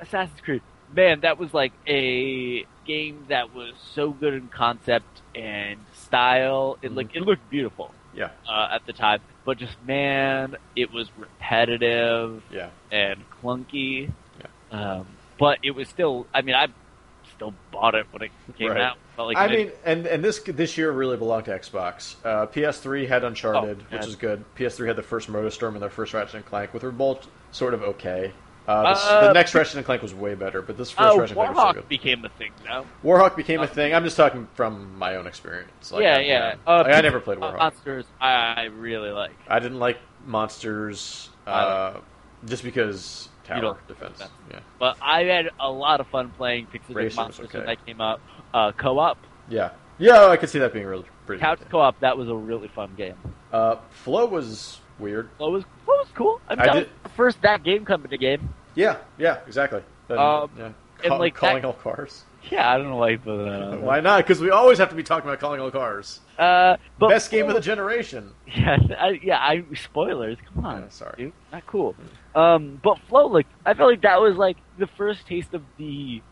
[SPEAKER 2] Assassin's Creed, man, that was like a game that was so good in concept and style. It like it looked beautiful
[SPEAKER 1] Yeah.
[SPEAKER 2] uh, at the time, but just man, it was repetitive.
[SPEAKER 1] Yeah.
[SPEAKER 2] and clunky.
[SPEAKER 1] Yeah.
[SPEAKER 2] Um, but it was still. I mean, I still bought it when it came
[SPEAKER 1] Right.
[SPEAKER 2] out. Felt like
[SPEAKER 1] I
[SPEAKER 2] it did-
[SPEAKER 1] mean, and, and this this year really belonged to Xbox. Uh, PS3 had Uncharted,
[SPEAKER 2] yeah.
[SPEAKER 1] which is good. PS3 had the first MotorStorm and their first Ratchet and Clank, which were both sort of okay. Uh, this,
[SPEAKER 2] Uh,
[SPEAKER 1] the next Ratchet and Clank was way better, but this first
[SPEAKER 2] oh,
[SPEAKER 1] Ratchet and Clank was so
[SPEAKER 2] Warhawk
[SPEAKER 1] good.
[SPEAKER 2] became a thing now.
[SPEAKER 1] Warhawk became a
[SPEAKER 2] Uh,
[SPEAKER 1] thing. I'm just talking from my own experience. Like,
[SPEAKER 2] yeah,
[SPEAKER 1] I,
[SPEAKER 2] yeah.
[SPEAKER 1] I,
[SPEAKER 2] Uh,
[SPEAKER 1] like, I never played
[SPEAKER 2] Pokemon
[SPEAKER 1] Warhawk.
[SPEAKER 2] Monsters, I really like.
[SPEAKER 1] I didn't like monsters,
[SPEAKER 2] I
[SPEAKER 1] uh, just because tower
[SPEAKER 2] You don't-
[SPEAKER 1] defense.
[SPEAKER 2] that's-
[SPEAKER 1] Yeah,
[SPEAKER 2] But I had a lot of fun playing
[SPEAKER 1] Racing
[SPEAKER 2] Pixel
[SPEAKER 1] was
[SPEAKER 2] Rick Monsters
[SPEAKER 1] okay.
[SPEAKER 2] when that came out. Uh, co-op,
[SPEAKER 1] yeah, yeah. I could see that being really pretty.
[SPEAKER 2] couch
[SPEAKER 1] good.
[SPEAKER 2] co-op, that was a really fun game.
[SPEAKER 1] Uh, Flow was weird.
[SPEAKER 2] What was what was cool? I, mean,
[SPEAKER 1] I
[SPEAKER 2] that
[SPEAKER 1] did-
[SPEAKER 2] was the first that game company game.
[SPEAKER 1] Yeah, yeah, exactly. Then,
[SPEAKER 2] Um,
[SPEAKER 1] yeah.
[SPEAKER 2] and,
[SPEAKER 1] Call-
[SPEAKER 2] like,
[SPEAKER 1] calling
[SPEAKER 2] that-
[SPEAKER 1] all cars. Uh,
[SPEAKER 2] Yeah, I don't know why you put that on.
[SPEAKER 1] Why not? Because we always have to be talking about calling all cars.
[SPEAKER 2] Uh, but
[SPEAKER 1] Best game of the generation.
[SPEAKER 2] Yeah, I, yeah. I spoilers. Come on,
[SPEAKER 1] Yeah, sorry.
[SPEAKER 2] dude. Not cool. Um, but Flow, like, I felt like that was like the first taste of the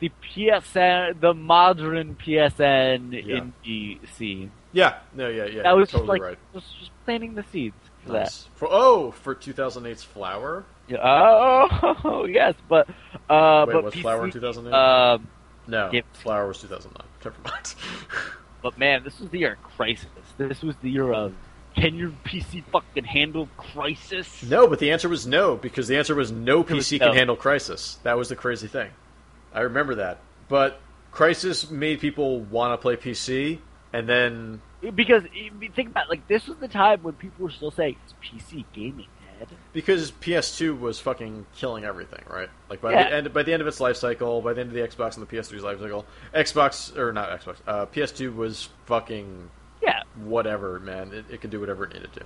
[SPEAKER 2] the PSN, the modern PSN
[SPEAKER 1] Yeah.
[SPEAKER 2] indie scene.
[SPEAKER 1] Yeah, no, yeah, yeah.
[SPEAKER 2] that
[SPEAKER 1] you're
[SPEAKER 2] was just
[SPEAKER 1] totally
[SPEAKER 2] like
[SPEAKER 1] right.
[SPEAKER 2] was just planting the seeds for that.
[SPEAKER 1] Nice. For oh, for 2008's Flower.
[SPEAKER 2] Yeah, Oh yes, but uh,
[SPEAKER 1] Wait,
[SPEAKER 2] but
[SPEAKER 1] was
[SPEAKER 2] PC,
[SPEAKER 1] Flower in 2008?
[SPEAKER 2] Um,
[SPEAKER 1] No,
[SPEAKER 2] Yep.
[SPEAKER 1] Flower was 2009. Never mind.
[SPEAKER 2] but man, this was the year of crisis. This was the year of can your PC fucking handle crisis?
[SPEAKER 1] no, but the answer was no because the answer was no
[SPEAKER 2] It was
[SPEAKER 1] PC
[SPEAKER 2] no.
[SPEAKER 1] can handle Crisis. That was the crazy thing. I remember that. But Crisis made people want to play PC, and then
[SPEAKER 2] Because I mean, think about it, like this was the time when people were still saying it's PC gaming. man. bad.
[SPEAKER 1] because PS2 was fucking killing everything, right? Like by
[SPEAKER 2] Yeah.
[SPEAKER 1] the end, by the end of its life cycle, by the end of the Xbox and the PS3's life cycle, Xbox or not Xbox, uh, PS2 was fucking
[SPEAKER 2] Yeah,
[SPEAKER 1] whatever, man. It, it could do whatever it needed to,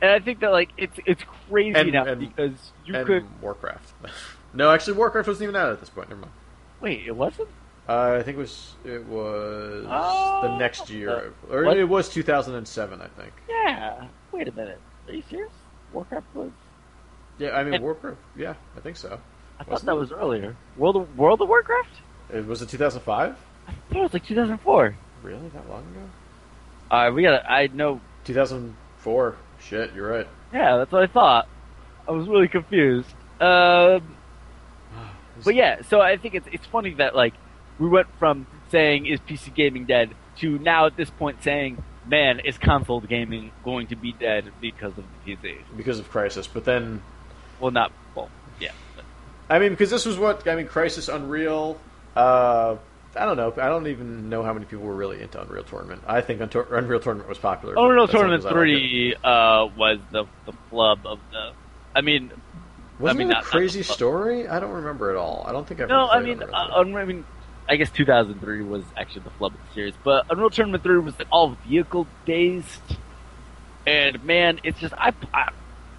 [SPEAKER 2] and I think that like it's it's crazy
[SPEAKER 1] And-
[SPEAKER 2] now
[SPEAKER 1] and-
[SPEAKER 2] because you
[SPEAKER 1] and
[SPEAKER 2] could
[SPEAKER 1] Warcraft. no, actually, Warcraft wasn't even out at this point. Never mind.
[SPEAKER 2] wait. It wasn't.
[SPEAKER 1] Uh, I think it was it was the
[SPEAKER 2] Oh.
[SPEAKER 1] next year, or
[SPEAKER 2] What?
[SPEAKER 1] it was 2007, I think.
[SPEAKER 2] Yeah. Wait a minute. Are you serious? Warcraft was.
[SPEAKER 1] Yeah, I mean
[SPEAKER 2] And-
[SPEAKER 1] Warcraft. Yeah, I think so.
[SPEAKER 2] I thought
[SPEAKER 1] Wasn't
[SPEAKER 2] that was earlier. World of, World of Warcraft.
[SPEAKER 1] It was it 2005?
[SPEAKER 2] I thought it was like 2004.
[SPEAKER 1] Really, that long ago?
[SPEAKER 2] Uh, we got. I know.
[SPEAKER 1] 2004. Shit, you're right.
[SPEAKER 2] Yeah, that's what I thought. I was really confused. Um, but yeah, so I think it's it's funny that like we went from saying is PC gaming dead to now at this point saying man is console gaming going to be dead because of the PC.
[SPEAKER 1] because of Crisis. But then,
[SPEAKER 2] Well, not well, yeah. but-
[SPEAKER 1] I mean, because this was what I mean, Crisis, Unreal. Uh, I don't know. I don't even know how many people were really into Unreal Tournament. I think Unto- Unreal Tournament was popular. but
[SPEAKER 2] Unreal
[SPEAKER 1] that's only
[SPEAKER 2] oh, Tournament
[SPEAKER 1] 'cause I liked it.
[SPEAKER 2] Three uh, was the the flub of the. I mean,
[SPEAKER 1] Wasn't
[SPEAKER 2] I mean,
[SPEAKER 1] it a
[SPEAKER 2] not- not-
[SPEAKER 1] crazy story? I don't remember at all. I don't think I've.
[SPEAKER 2] no,
[SPEAKER 1] ever
[SPEAKER 2] I
[SPEAKER 1] played
[SPEAKER 2] mean,
[SPEAKER 1] Unreal
[SPEAKER 2] uh,
[SPEAKER 1] Tournament.
[SPEAKER 2] Unreal, I mean, I guess 2003 was actually the flub of the series, but Unreal Tournament 3 was like all vehicle based, and man, it's just I, I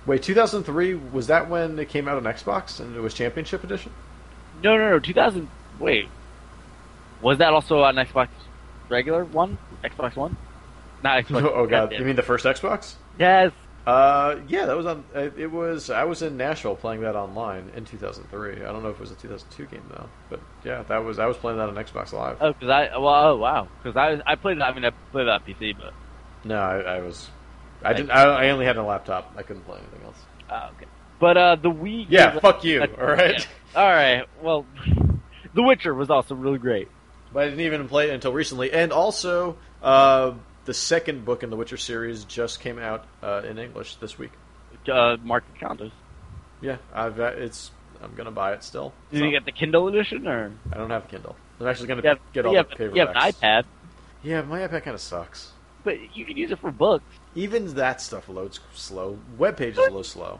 [SPEAKER 1] Wait, 2003 was that when it came out on Xbox and it was Championship Edition?
[SPEAKER 2] no no no 2000 wait was that also on Xbox regular one Xbox One, not Xbox.
[SPEAKER 1] oh god,
[SPEAKER 2] Goddamn.
[SPEAKER 1] you mean the first Xbox?
[SPEAKER 2] yes.
[SPEAKER 1] Uh, yeah, that was on. uh, It was. I was in Nashville playing that online in 2003. I don't know if it was a 2002 game though, but yeah, that was. I was playing that on Xbox Live.
[SPEAKER 2] Oh, because I well, oh, wow, because I I played it. I mean, I played it on PC, but
[SPEAKER 1] No, I, I was. I didn't. I, I only had a laptop. I couldn't play anything else.
[SPEAKER 2] oh, okay. But uh, the Wii.
[SPEAKER 1] Yeah,
[SPEAKER 2] gave-
[SPEAKER 1] fuck you.
[SPEAKER 2] uh,
[SPEAKER 1] All right,
[SPEAKER 2] yeah. All right. Well, The Witcher was also really great.
[SPEAKER 1] but I didn't even play it until recently. And also, uh, the second book in the Witcher series just came out uh, in English this week.
[SPEAKER 2] Uh, market condos.
[SPEAKER 1] Yeah, I've. Uh, it's. I'm gonna buy it still.
[SPEAKER 2] Did
[SPEAKER 1] So,
[SPEAKER 2] you get the Kindle edition or?
[SPEAKER 1] I don't have a Kindle. I'm actually gonna
[SPEAKER 2] Yeah,
[SPEAKER 1] get all
[SPEAKER 2] yeah,
[SPEAKER 1] the paperbacks.
[SPEAKER 2] yeah, an iPad,
[SPEAKER 1] Yeah, my iPad kind of sucks.
[SPEAKER 2] but you can use it for books.
[SPEAKER 1] Even that stuff loads slow. Web pages load slow.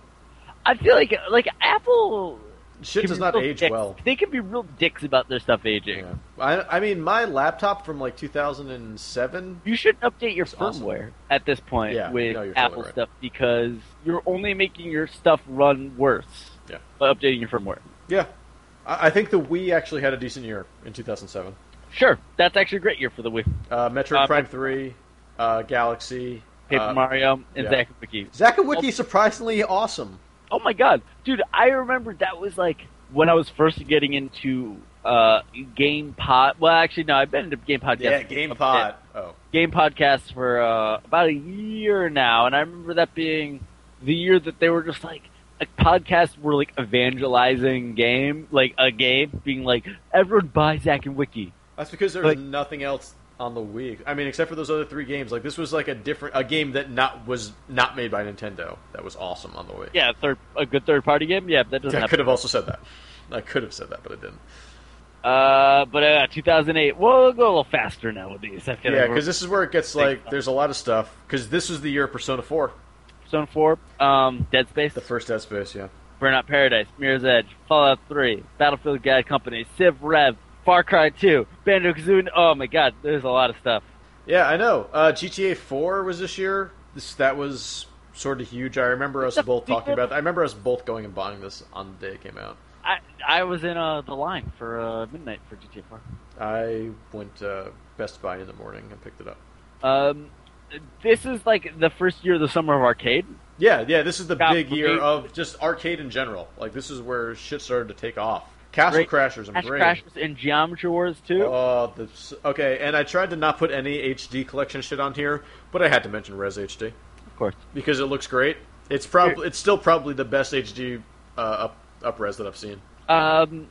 [SPEAKER 2] I feel like like Apple
[SPEAKER 1] Shit
[SPEAKER 2] can
[SPEAKER 1] does
[SPEAKER 2] be
[SPEAKER 1] not
[SPEAKER 2] real
[SPEAKER 1] age
[SPEAKER 2] dicks.
[SPEAKER 1] well.
[SPEAKER 2] They can be real dicks about their stuff aging.
[SPEAKER 1] Yeah. I, I mean, my laptop from like 2007
[SPEAKER 2] You shouldn't update your
[SPEAKER 1] It's awesome.
[SPEAKER 2] firmware at this point
[SPEAKER 1] Yeah,
[SPEAKER 2] with
[SPEAKER 1] no, you're totally
[SPEAKER 2] Apple
[SPEAKER 1] right.
[SPEAKER 2] stuff because you're only making your stuff run worse
[SPEAKER 1] Yeah.
[SPEAKER 2] by updating your firmware.
[SPEAKER 1] Yeah, I, I think the Wii actually had a decent year in 2007.
[SPEAKER 2] Sure, that's actually a great year for the Wii.
[SPEAKER 1] Uh, Metroid
[SPEAKER 2] Uh,
[SPEAKER 1] Prime Three, uh, Galaxy,
[SPEAKER 2] Paper
[SPEAKER 1] uh,
[SPEAKER 2] Mario and
[SPEAKER 1] yeah.
[SPEAKER 2] Zack and Wiki.
[SPEAKER 1] Zakawiki surprisingly awesome.
[SPEAKER 2] Oh my god, dude! I remember that was like when I was first getting into uh, game pod. Well, actually, no, I've been into game podcast.
[SPEAKER 1] GamePod. Oh,
[SPEAKER 2] game podcasts for uh, about a year now, and I remember that being the year that they were just like, like podcasts were like evangelizing game, like a game being like everyone buy Zach and Wiki.
[SPEAKER 1] that's because there was
[SPEAKER 2] Like-
[SPEAKER 1] nothing else on the Wii. I mean, except for those other three games. Like this was like a different a game that not was not made by Nintendo. That was awesome on the Wii.
[SPEAKER 2] Yeah, third a good third party game. Yeah, that doesn't
[SPEAKER 1] I
[SPEAKER 2] happen.
[SPEAKER 1] could have also said that. I could have said that, but I didn't.
[SPEAKER 2] Uh, but uh, 2008. Well, we'll go a little faster now with these. I feel
[SPEAKER 1] Yeah,
[SPEAKER 2] like we're-
[SPEAKER 1] because this is where it gets like there's a lot of stuff. Because this was the year of Persona Four,
[SPEAKER 2] Zone Four, um, Dead Space,
[SPEAKER 1] the first Dead Space. Yeah,
[SPEAKER 2] Burnout Paradise, Mirror's Edge, Fallout 3, Battlefield Guide Company, Civ Rev, Far Cry 2, Banjo Kazooie. Oh my god, there's a lot of stuff.
[SPEAKER 1] yeah, I know. Uh, GTA Four was this year. This that was sort of huge. I remember us
[SPEAKER 2] the
[SPEAKER 1] both
[SPEAKER 2] fuck?
[SPEAKER 1] talking about. I remember us both going and buying this on the day it came out.
[SPEAKER 2] I I was in uh, the line for uh, midnight for GTA 4.
[SPEAKER 1] I went uh, Best Buy in the morning and picked it up.
[SPEAKER 2] Um, this is like the first year of the summer of arcade.
[SPEAKER 1] Yeah, yeah. This is the
[SPEAKER 2] Got
[SPEAKER 1] big
[SPEAKER 2] me.
[SPEAKER 1] year of just arcade in general. Like this is where shit started to take off. Castle
[SPEAKER 2] Great.
[SPEAKER 1] Crashers, I'm
[SPEAKER 2] Crash
[SPEAKER 1] great.
[SPEAKER 2] Crashers and Geometry Wars too.
[SPEAKER 1] Oh, the, okay. And I tried to not put any HD collection shit on here, but I had to mention Res HD.
[SPEAKER 2] of course.
[SPEAKER 1] because it looks great. It's probably it's still probably the best HD uh, up upres that I've seen.
[SPEAKER 2] Um,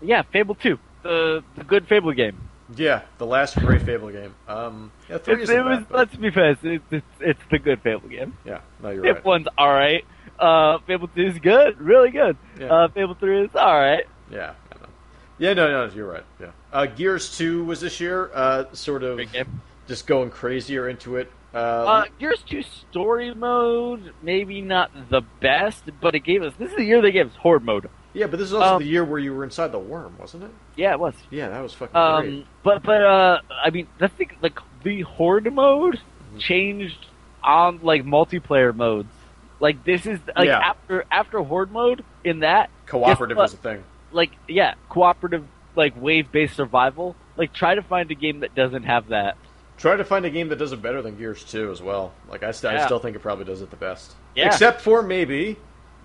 [SPEAKER 2] yeah, Fable 2, the the good Fable game.
[SPEAKER 1] Yeah, the last Ray Fable game. Um, yeah, three
[SPEAKER 2] It's,
[SPEAKER 1] isn't
[SPEAKER 2] it was.
[SPEAKER 1] bad, but-
[SPEAKER 2] let's be fair, it's, it's it's the good Fable game.
[SPEAKER 1] yeah, no, you're
[SPEAKER 2] Fable
[SPEAKER 1] right.
[SPEAKER 2] one's all right. Uh, Fable two is good, really good.
[SPEAKER 1] Yeah.
[SPEAKER 2] Uh, Fable three is all right.
[SPEAKER 1] Yeah, I know. yeah, no, no, you're right. Yeah, uh, Gears Two was this year. Uh, sort of
[SPEAKER 2] Great game.
[SPEAKER 1] just going crazier into it. Uh,
[SPEAKER 2] Uh, Gears 2 story mode, maybe not the best, but it gave us. This is the year they gave us horde mode.
[SPEAKER 1] yeah, but this is also
[SPEAKER 2] um,
[SPEAKER 1] the year where you were inside the worm, wasn't it?
[SPEAKER 2] Yeah, it was.
[SPEAKER 1] Yeah, that was fucking great.
[SPEAKER 2] Um, but but uh, I mean, the thing like the horde mode
[SPEAKER 1] Mm-hmm.
[SPEAKER 2] changed on like multiplayer modes. Like this is like
[SPEAKER 1] Yeah.
[SPEAKER 2] after after horde mode in that
[SPEAKER 1] Cooperative
[SPEAKER 2] guess
[SPEAKER 1] was a thing.
[SPEAKER 2] like yeah cooperative like wave based survival. Like try to find a game that doesn't have that.
[SPEAKER 1] Try to find a game that does it better than Gears 2 as well. Like, I, st- I
[SPEAKER 2] Yeah.
[SPEAKER 1] still think it probably does it the best.
[SPEAKER 2] Yeah.
[SPEAKER 1] Except for maybe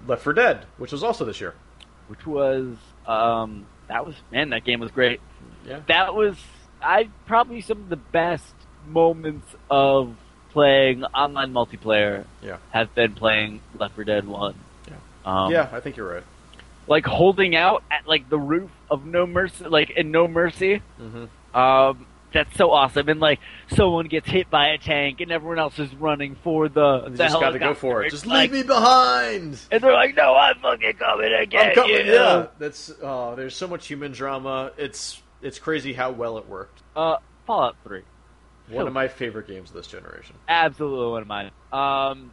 [SPEAKER 1] Left 4 Dead, which was also this year.
[SPEAKER 2] which was um that was man that game was great
[SPEAKER 1] Yeah.
[SPEAKER 2] that was i probably some of the best moments of playing online multiplayer
[SPEAKER 1] Yeah.
[SPEAKER 2] have been playing left 4 dead 1
[SPEAKER 1] Yeah.
[SPEAKER 2] um,
[SPEAKER 1] yeah, I think you're right.
[SPEAKER 2] like holding out at like the roof of no mercy like in no mercy
[SPEAKER 1] Mm-hmm.
[SPEAKER 2] um that's so awesome and like someone gets hit by a tank and everyone else is running for the,
[SPEAKER 1] You
[SPEAKER 2] the
[SPEAKER 1] just got to go
[SPEAKER 2] helicopter.
[SPEAKER 1] for it. Just
[SPEAKER 2] Like,
[SPEAKER 1] leave me behind!
[SPEAKER 2] and they're like no i'm fucking coming again
[SPEAKER 1] I'm coming.
[SPEAKER 2] you
[SPEAKER 1] Yeah.
[SPEAKER 2] know?
[SPEAKER 1] that's oh, there's so much human drama. It's it's crazy how well it worked.
[SPEAKER 2] uh fallout 3
[SPEAKER 1] One of my favorite games of this generation.
[SPEAKER 2] absolutely one of mine. Um,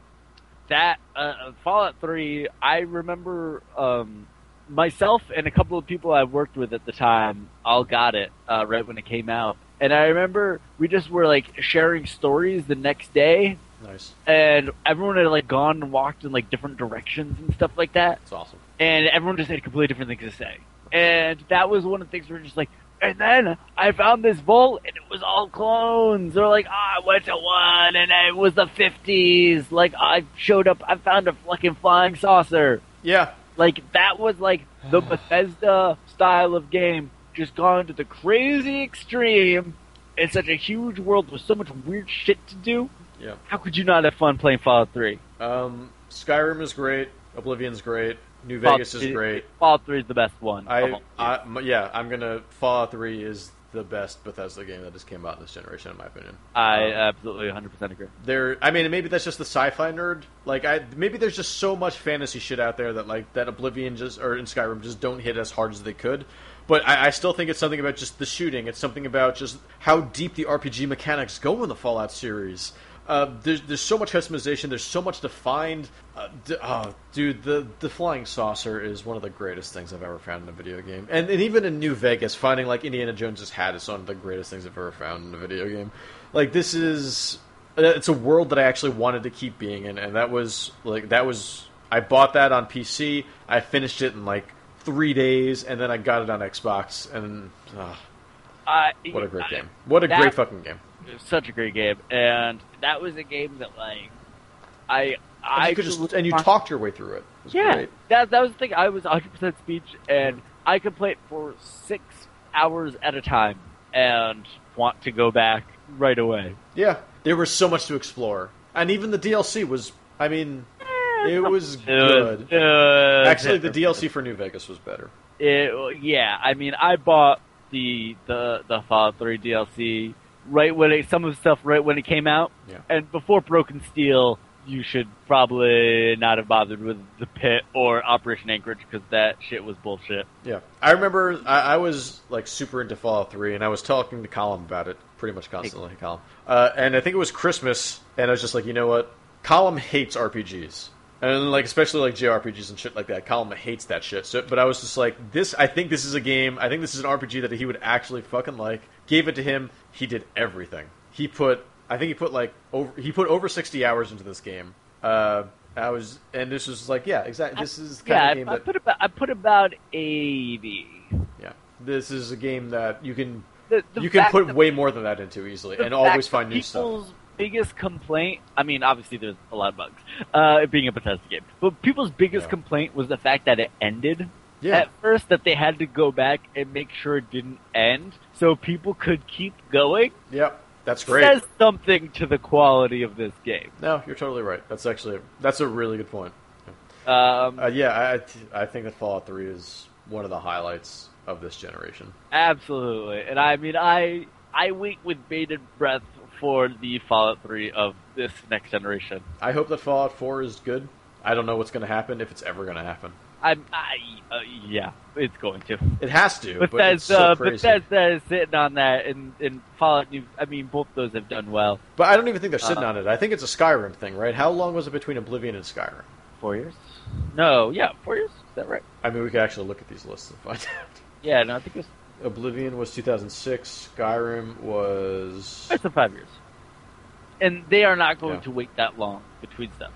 [SPEAKER 2] that uh, Fallout Three, I remember um, myself and a couple of people I worked with at the time all got it uh, right when it came out, and I remember we just were like sharing stories the next day,
[SPEAKER 1] Nice,
[SPEAKER 2] and everyone had like gone and walked in like different directions and stuff like that
[SPEAKER 1] it's awesome.
[SPEAKER 2] and everyone just had completely different things to say. And that was one of the things we were just like, and then I found this vault and it was all clones. Or like, ah, I went to one and it was the 50s. Like, I showed up, I found a fucking flying saucer.
[SPEAKER 1] Yeah,
[SPEAKER 2] Like, that was like the Bethesda style of game, just gone to the crazy extreme in such a huge world with so much weird shit to do.
[SPEAKER 1] Yeah.
[SPEAKER 2] How could you not have fun playing Fallout 3?
[SPEAKER 1] um, Skyrim is great. Oblivion's great. New
[SPEAKER 2] Fallout
[SPEAKER 1] Vegas is
[SPEAKER 2] 3
[SPEAKER 1] great.
[SPEAKER 2] Fallout 3 is the best one. of
[SPEAKER 1] I,
[SPEAKER 2] all.
[SPEAKER 1] I m- yeah, I'm gonna Fallout Three is the best Bethesda game that has came out in this generation, in my opinion.
[SPEAKER 2] I
[SPEAKER 1] Um,
[SPEAKER 2] absolutely 100% agree.
[SPEAKER 1] there i mean maybe that's just the sci-fi nerd like i maybe there's just so much fantasy shit out there that like that oblivion just or in skyrim just don't hit as hard as they could but I, I still think it's something about just the shooting it's something about just how deep the rpg mechanics go in the fallout series uh, there's, there's so much customization there's so much to find uh, d- oh, dude the, the flying saucer is one of the greatest things i've ever found in a video game and, and even in new vegas finding like indiana jones's hat is one of the greatest things i've ever found in a video game like this is Uh, it's a world that I actually wanted to keep being in, and that was like that was I bought that on PC. I finished it in like three days, and then I got it on Xbox. And ah,
[SPEAKER 2] I,
[SPEAKER 1] what a great game! What a
[SPEAKER 2] That-
[SPEAKER 1] great fucking game!
[SPEAKER 2] It was such a great game, and that was a game that like I
[SPEAKER 1] And
[SPEAKER 2] I
[SPEAKER 1] you could just
[SPEAKER 2] look
[SPEAKER 1] and you
[SPEAKER 2] back-
[SPEAKER 1] talked your way through it. It was
[SPEAKER 2] Yeah,
[SPEAKER 1] great.
[SPEAKER 2] that that was the thing. I was 100 percent speech, and I could play it for six hours at a time, and want to go back right away.
[SPEAKER 1] yeah. There was so much to explore, and even the DLC was. I mean,
[SPEAKER 2] Eh,
[SPEAKER 1] it was good.
[SPEAKER 2] It was-
[SPEAKER 1] Actually, the DLC for New Vegas was better.
[SPEAKER 2] It, yeah, I mean, I bought the the the Fallout 3 DLC right when it, some of the stuff right when it came out,
[SPEAKER 1] Yeah.
[SPEAKER 2] and before Broken Steel, you should probably not have bothered with the Pit or Operation Anchorage because that shit was bullshit.
[SPEAKER 1] Yeah, I remember I, I was like super into Fallout Three, and I was talking to Colin about it pretty much constantly. Colin, uh, and I think it was Christmas, and I was just like, you know what? Colin hates RPGs, and like especially like JRPGs and shit like that. Colin hates that shit. So, but I was just like, this. I think this is a game. I think this is an RPG that he would actually fucking like. Gave it to him. He did everything. He put. I think he put like over. He put over sixty hours into this game. Uh, I was, and this was like, yeah, exactly. This is the kind
[SPEAKER 2] yeah,
[SPEAKER 1] of game
[SPEAKER 2] I, I
[SPEAKER 1] that
[SPEAKER 2] put about I put about eighty.
[SPEAKER 1] yeah, this is a game that you can
[SPEAKER 2] The, the
[SPEAKER 1] you can
[SPEAKER 2] fact
[SPEAKER 1] put
[SPEAKER 2] that-
[SPEAKER 1] way more than that into easily,
[SPEAKER 2] the
[SPEAKER 1] and always
[SPEAKER 2] fact that
[SPEAKER 1] find new stuff.
[SPEAKER 2] People's biggest complaint, I mean, obviously there's a lot of bugs, uh, it being a Bethesda game, but people's biggest
[SPEAKER 1] Yeah.
[SPEAKER 2] complaint was the fact that it ended.
[SPEAKER 1] Yeah,
[SPEAKER 2] at first that they had to go back and make sure it didn't end so people could keep going
[SPEAKER 1] yep, that's great.
[SPEAKER 2] says something to the quality of this game.
[SPEAKER 1] no, you're totally right. That's actually that's a really good point.
[SPEAKER 2] Um,
[SPEAKER 1] Uh, yeah, I- I th- I think that Fallout Three is one of the highlights of this generation.
[SPEAKER 2] absolutely, and I mean, I I wait with bated breath for the Fallout 3 of this next generation.
[SPEAKER 1] I hope that Fallout Four is good. I don't know what's going to happen if it's ever going to happen.
[SPEAKER 2] I'm I uh, yeah, it's going to.
[SPEAKER 1] It has to. But,
[SPEAKER 2] Bethesda,
[SPEAKER 1] it's so crazy.
[SPEAKER 2] Bethesda is sitting on that, and, and Fallout New. I mean, both those have done well.
[SPEAKER 1] But I don't even think they're sitting
[SPEAKER 2] Uh-huh.
[SPEAKER 1] on it. I think it's a Skyrim thing, right? How long was it between Oblivion and Skyrim?
[SPEAKER 2] Four years? No, yeah, four years. Is that right?
[SPEAKER 1] I mean, we could actually look at these lists and find out.
[SPEAKER 2] Yeah, no, I think it was
[SPEAKER 1] Oblivion was 2006. Skyrim was.
[SPEAKER 2] less than five years. And they are not going
[SPEAKER 1] Yeah.
[SPEAKER 2] to wait that long between stuff.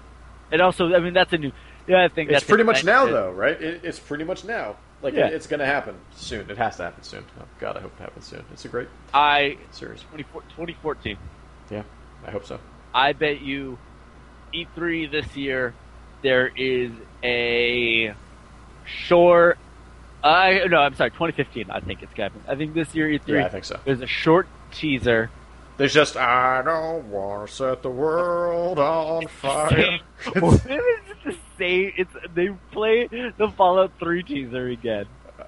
[SPEAKER 2] And also, I mean, that's a new. Yeah, I think
[SPEAKER 1] It's
[SPEAKER 2] that's
[SPEAKER 1] pretty much
[SPEAKER 2] exciting.
[SPEAKER 1] now, though, right? It, it's pretty much now. Like
[SPEAKER 2] Yeah.
[SPEAKER 1] it, it's going to happen soon. It has to happen soon. Oh, God, I hope it happens soon. It's a great
[SPEAKER 2] I
[SPEAKER 1] series.
[SPEAKER 2] 24 2014.
[SPEAKER 1] I hope so.
[SPEAKER 2] I bet you E3 this year there is a short. I no, I'm sorry, 2015. I think it's gonna happen. I think this year E3
[SPEAKER 1] Yeah, I think so.
[SPEAKER 2] there's a short teaser.
[SPEAKER 1] There's just I don't want to set the world on fire.
[SPEAKER 2] Well, it's the same. It's they play the Fallout 3 teaser again,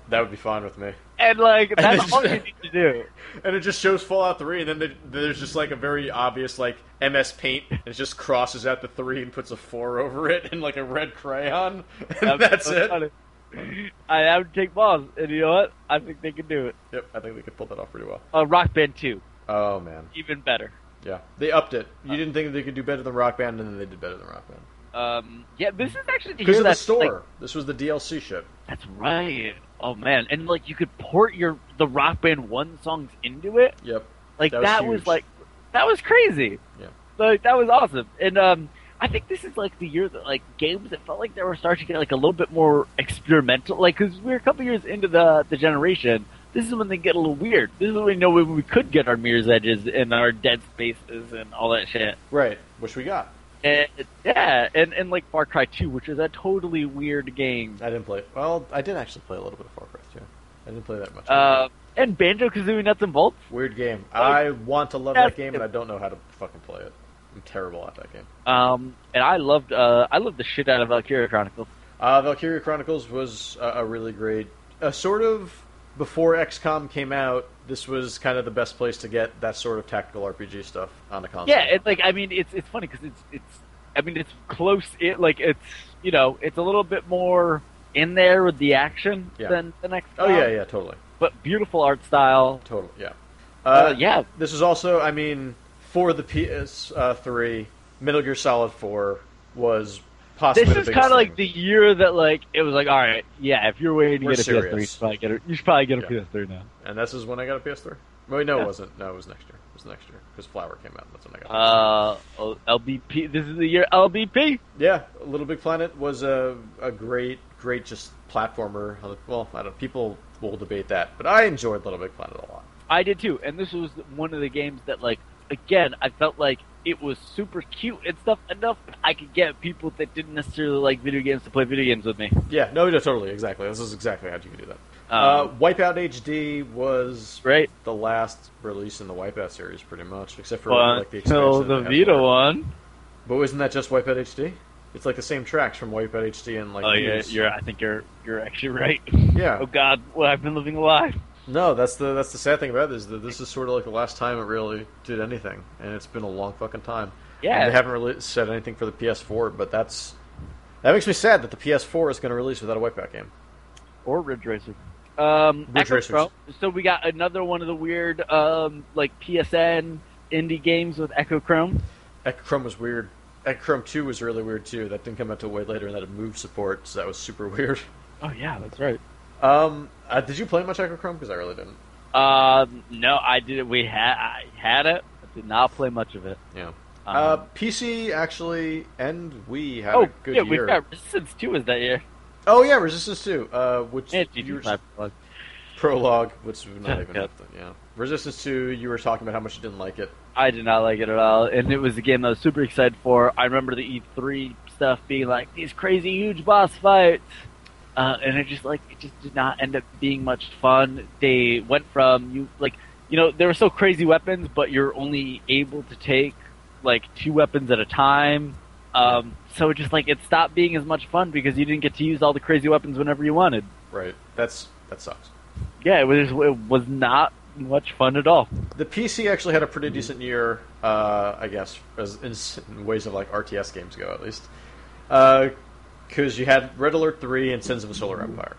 [SPEAKER 1] that would be fine with me.
[SPEAKER 2] and like that's
[SPEAKER 1] it's-
[SPEAKER 2] all you need to do.
[SPEAKER 1] And it just shows Fallout 3, and then there- there's just like a very obvious like MS Paint, and it just crosses out the three and puts a four over it, and like a red crayon, and
[SPEAKER 2] That'd be
[SPEAKER 1] that's
[SPEAKER 2] so
[SPEAKER 1] it.
[SPEAKER 2] funny. I, I would take balls, and you know what? I think they can do it.
[SPEAKER 1] Yep, I think they could pull that off pretty well.
[SPEAKER 2] Uh, Rock Band 2,
[SPEAKER 1] Oh man,
[SPEAKER 2] even better.
[SPEAKER 1] yeah, they upped it. You didn't think that they could do better than Rock Band, and then they did better than Rock Band
[SPEAKER 2] Um, yeah, this is actually to
[SPEAKER 1] because
[SPEAKER 2] hear
[SPEAKER 1] of the
[SPEAKER 2] that, like,
[SPEAKER 1] store. this was the DLC ship.
[SPEAKER 2] That's right. Oh man, and like you could port your the Rock Band one songs into it.
[SPEAKER 1] Yep,
[SPEAKER 2] Like
[SPEAKER 1] That
[SPEAKER 2] that
[SPEAKER 1] was
[SPEAKER 2] was,
[SPEAKER 1] huge.
[SPEAKER 2] like that was crazy.
[SPEAKER 1] Yeah.
[SPEAKER 2] Like that was awesome. And um I think this is like the year that like games it felt like they were starting to get like a little bit more experimental like cuz we're a couple years into the the generation. This is when they get a little weird. This is when we know when we could get our mirror's edges and our dead spaces and all that shit.
[SPEAKER 1] right, which we got.
[SPEAKER 2] And, yeah, and, and like Far Cry 2, which is a totally weird game.
[SPEAKER 1] I didn't play. Well, I did actually play a little bit of Far Cry 2. I didn't play that much.
[SPEAKER 2] Uh, and Banjo Kazooie Nuts and Bolts.
[SPEAKER 1] Weird game.
[SPEAKER 2] Oh,
[SPEAKER 1] I want to love
[SPEAKER 2] yeah.
[SPEAKER 1] that game, and I don't know how to fucking play it. I'm terrible at that game.
[SPEAKER 2] Um, and I loved uh, I loved the shit out of Valkyria Chronicles.
[SPEAKER 1] Uh, Valkyria Chronicles was a, a really great, uh, sort of before XCOM came out. This was kind of the best place to get that sort of tactical RPG stuff on the console.
[SPEAKER 2] Yeah, it's like I mean it's it's funny because it's it's I mean it's close it like it's you know it's a little bit more in there with the action
[SPEAKER 1] Yeah.
[SPEAKER 2] than the next.
[SPEAKER 1] oh yeah, yeah, totally,
[SPEAKER 2] But beautiful art style.
[SPEAKER 1] totally, yeah. Uh,
[SPEAKER 2] Uh, yeah,
[SPEAKER 1] This is also, I mean, for the PS3, Metal Gear Solid 4 was possibly.
[SPEAKER 2] this
[SPEAKER 1] the
[SPEAKER 2] is
[SPEAKER 1] biggest
[SPEAKER 2] kind of
[SPEAKER 1] thing.
[SPEAKER 2] like the year that like it was like all right, yeah, if you're waiting to
[SPEAKER 1] We're
[SPEAKER 2] get a PS3, you
[SPEAKER 1] serious.
[SPEAKER 2] should probably get a, you should probably get a
[SPEAKER 1] Yeah.
[SPEAKER 2] PS3 now.
[SPEAKER 1] and this is when I got a PS3. Wait, no, it
[SPEAKER 2] Yeah.
[SPEAKER 1] wasn't. No, it was next year. It was next year because Flower came out. And that's when I got. it.
[SPEAKER 2] Uh, oh, LBP. This is the year LBP.
[SPEAKER 1] Yeah, Little Big Planet was a, a great, great just platformer. Well, I don't. People will debate that, but I enjoyed Little Big Planet a lot.
[SPEAKER 2] I did too, and this was one of the games that, like, again, I felt like it was super cute and stuff enough that I could get people that didn't necessarily like video games to play video games with me.
[SPEAKER 1] Yeah, no, no, totally, exactly. This is exactly how you can do that.
[SPEAKER 2] Um,
[SPEAKER 1] uh, Wipeout HD was
[SPEAKER 2] right?
[SPEAKER 1] the last release in the Wipeout series, pretty much, except for like the expansion.
[SPEAKER 2] Until the
[SPEAKER 1] that they had
[SPEAKER 2] Vita
[SPEAKER 1] later.
[SPEAKER 2] one.
[SPEAKER 1] But isn't that just Wipeout HD? It's like the same tracks from Wipeout HD and like.
[SPEAKER 2] Oh yeah,
[SPEAKER 1] these.
[SPEAKER 2] you're. I think you're. You're actually right.
[SPEAKER 1] Yeah.
[SPEAKER 2] Oh God, well, I've been living a lie.
[SPEAKER 1] No, that's the that's the sad thing about it is that this is sort of like the last time it really did anything, and it's been a long fucking time.
[SPEAKER 2] Yeah.
[SPEAKER 1] And they haven't really said anything for the PS4, but that's that makes me sad that the PS4 is going to release without a Wipeout game.
[SPEAKER 2] or Ridge Racer. Um,
[SPEAKER 1] Ridge
[SPEAKER 2] Echo
[SPEAKER 1] Racers.
[SPEAKER 2] Pro. So we got another one of the weird, um, like PSN indie games with Echo Chrome.
[SPEAKER 1] Ekrom was weird. Ekrom Two was really weird too. That didn't come out till way later, and that had move support, so that was super weird.
[SPEAKER 2] Oh yeah, that's right.
[SPEAKER 1] Um, uh, did you play much Ekrom? Because I really didn't.
[SPEAKER 2] Um, no, I didn't. We had I had it. I did not play much of it.
[SPEAKER 1] Yeah.
[SPEAKER 2] Um,
[SPEAKER 1] uh, PC actually, and we had a
[SPEAKER 2] oh,
[SPEAKER 1] good
[SPEAKER 2] yeah,
[SPEAKER 1] year.
[SPEAKER 2] we got Resistance Two was that year.
[SPEAKER 1] Oh yeah, Resistance Two, uh, which
[SPEAKER 2] Yeah,
[SPEAKER 1] you were
[SPEAKER 2] GG five plug.
[SPEAKER 1] prologue, which we've not even
[SPEAKER 2] Yeah.
[SPEAKER 1] yeah. Resistance Two, you were talking about how much you didn't like it.
[SPEAKER 2] I did not like it at all, and it was a game I was super excited for. I remember the E3 stuff being like these crazy huge boss fights, uh, and it just like it just did not end up being much fun. They went from you like you know there were so crazy weapons, but you're only able to take like two weapons at a time. Um, so it just like it stopped being as much fun because you didn't get to use all the crazy weapons whenever you wanted.
[SPEAKER 1] Right. That's that sucks.
[SPEAKER 2] Yeah, it was it was not much fun at all.
[SPEAKER 1] The PC actually had a
[SPEAKER 2] Mm-hmm.
[SPEAKER 1] pretty decent year, uh, I guess, as in, s- in ways of like RTS games go, at least, Uh, because you had Red Alert Three and Sins of the Solar Empire.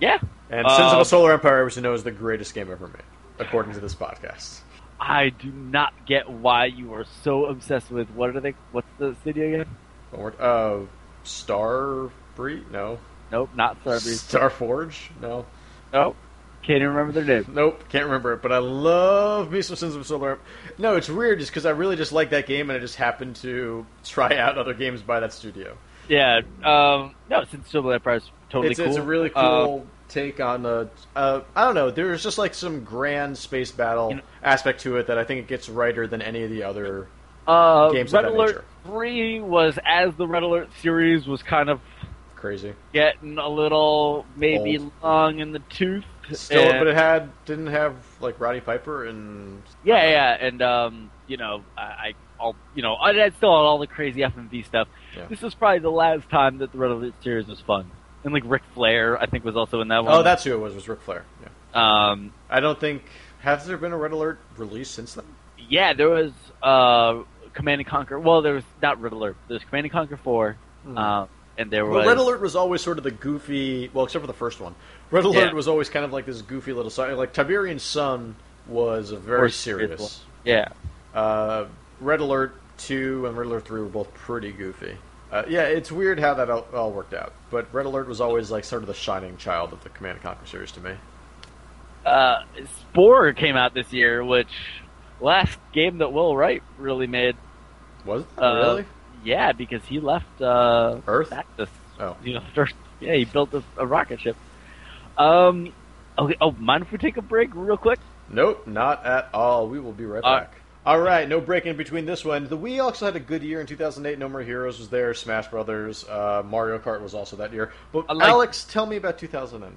[SPEAKER 4] Yeah,
[SPEAKER 1] And
[SPEAKER 2] Uh,
[SPEAKER 1] Sins of
[SPEAKER 4] Um,
[SPEAKER 1] a Solar Empire, as you know, is the greatest game ever made, according to this podcast.
[SPEAKER 2] I do not get why you are so obsessed with what are they? What's the studio again?
[SPEAKER 1] Don't worry- Uh, Star Bre No.
[SPEAKER 2] Nope, not Starbreeze.
[SPEAKER 1] Star Forge? No.
[SPEAKER 2] Nope, can't even remember their name.
[SPEAKER 1] Nope, can't remember it. But I love me some Sins of a Solar. Empire. No, it's weird, just because I really just like that game, and I just happened to try out other games by that studio.
[SPEAKER 2] Yeah, um, no, since Silver Empire is totally
[SPEAKER 1] it's,
[SPEAKER 2] cool.
[SPEAKER 1] it's a really
[SPEAKER 2] Uh,
[SPEAKER 1] cool take on the. Uh, I don't know. There's just like some grand space battle
[SPEAKER 2] You know-
[SPEAKER 1] aspect to it that I think it gets righter than any of the other.
[SPEAKER 2] Uh,
[SPEAKER 1] games of
[SPEAKER 2] Red
[SPEAKER 1] that
[SPEAKER 2] Alert
[SPEAKER 1] nature.
[SPEAKER 2] Three was as the Red Alert series was kind of
[SPEAKER 1] Crazy.
[SPEAKER 2] getting a little maybe
[SPEAKER 1] Old.
[SPEAKER 2] long in the tooth.
[SPEAKER 1] Still,
[SPEAKER 2] and-
[SPEAKER 1] but it had didn't have like Roddy Piper and
[SPEAKER 2] yeah, yeah, and um, you know, I, I all you know, I, I still had all the crazy F and V stuff.
[SPEAKER 1] Yeah.
[SPEAKER 2] This was probably the last time that the Red Alert series was fun. And like Ric Flair, I think was also in that one.
[SPEAKER 1] oh, that's who it was. Was Ric Flair? Yeah.
[SPEAKER 2] um,
[SPEAKER 1] I don't think has there been a Red Alert release since then.
[SPEAKER 2] yeah, there was uh, Command and Conquer. Well, there was not Red Alert. There was Command and Conquer Four, um, and there
[SPEAKER 1] Hmm. Well,
[SPEAKER 2] was
[SPEAKER 1] Red Alert was always sort of the goofy, well, except for the first one. Red Alert
[SPEAKER 2] Yeah.
[SPEAKER 1] was always kind of like this goofy little side. Like Tiberian Sun was a
[SPEAKER 2] Or
[SPEAKER 1] very
[SPEAKER 2] serious
[SPEAKER 1] serious.
[SPEAKER 2] yeah.
[SPEAKER 1] Uh, Red Alert two and Red Alert three were both pretty goofy. Uh, yeah, it's weird how that all, all worked out. But Red Alert was always like sort of the shining child of the Command and Conquer series to me.
[SPEAKER 2] uh, Spore came out this year, which last game that Will Wright really made.
[SPEAKER 1] Was it?
[SPEAKER 2] Uh,
[SPEAKER 1] Oh, really
[SPEAKER 2] Yeah, because he left uh,
[SPEAKER 1] Earth?
[SPEAKER 2] Axis.
[SPEAKER 1] Oh,
[SPEAKER 2] You know, first, yeah, he built a, a rocket ship. Um, okay. Oh, mind if we take a break real quick?
[SPEAKER 1] Nope, not at all. We will be right
[SPEAKER 2] Uh,
[SPEAKER 1] back. All right, no break in between this one. The Wii also had a good year in 2008. No More Heroes was there. Smash Brothers, uh, Mario Kart was also that year. But
[SPEAKER 2] I like-
[SPEAKER 1] Alex, tell me about 2009.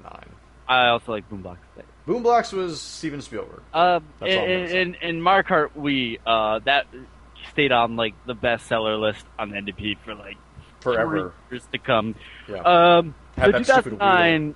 [SPEAKER 2] I also like Boombox. Thing.
[SPEAKER 1] Boomblocks was Steven Spielberg.
[SPEAKER 2] Um,
[SPEAKER 1] That's all I'm
[SPEAKER 2] in,
[SPEAKER 1] gonna say.
[SPEAKER 2] in in Mario Kart, we uh that stayed on like the bestseller list on NDP for like
[SPEAKER 1] Forever.
[SPEAKER 2] three years to come.
[SPEAKER 1] Yeah.
[SPEAKER 2] Um,
[SPEAKER 1] Had
[SPEAKER 2] so
[SPEAKER 1] that stupid
[SPEAKER 2] 2009,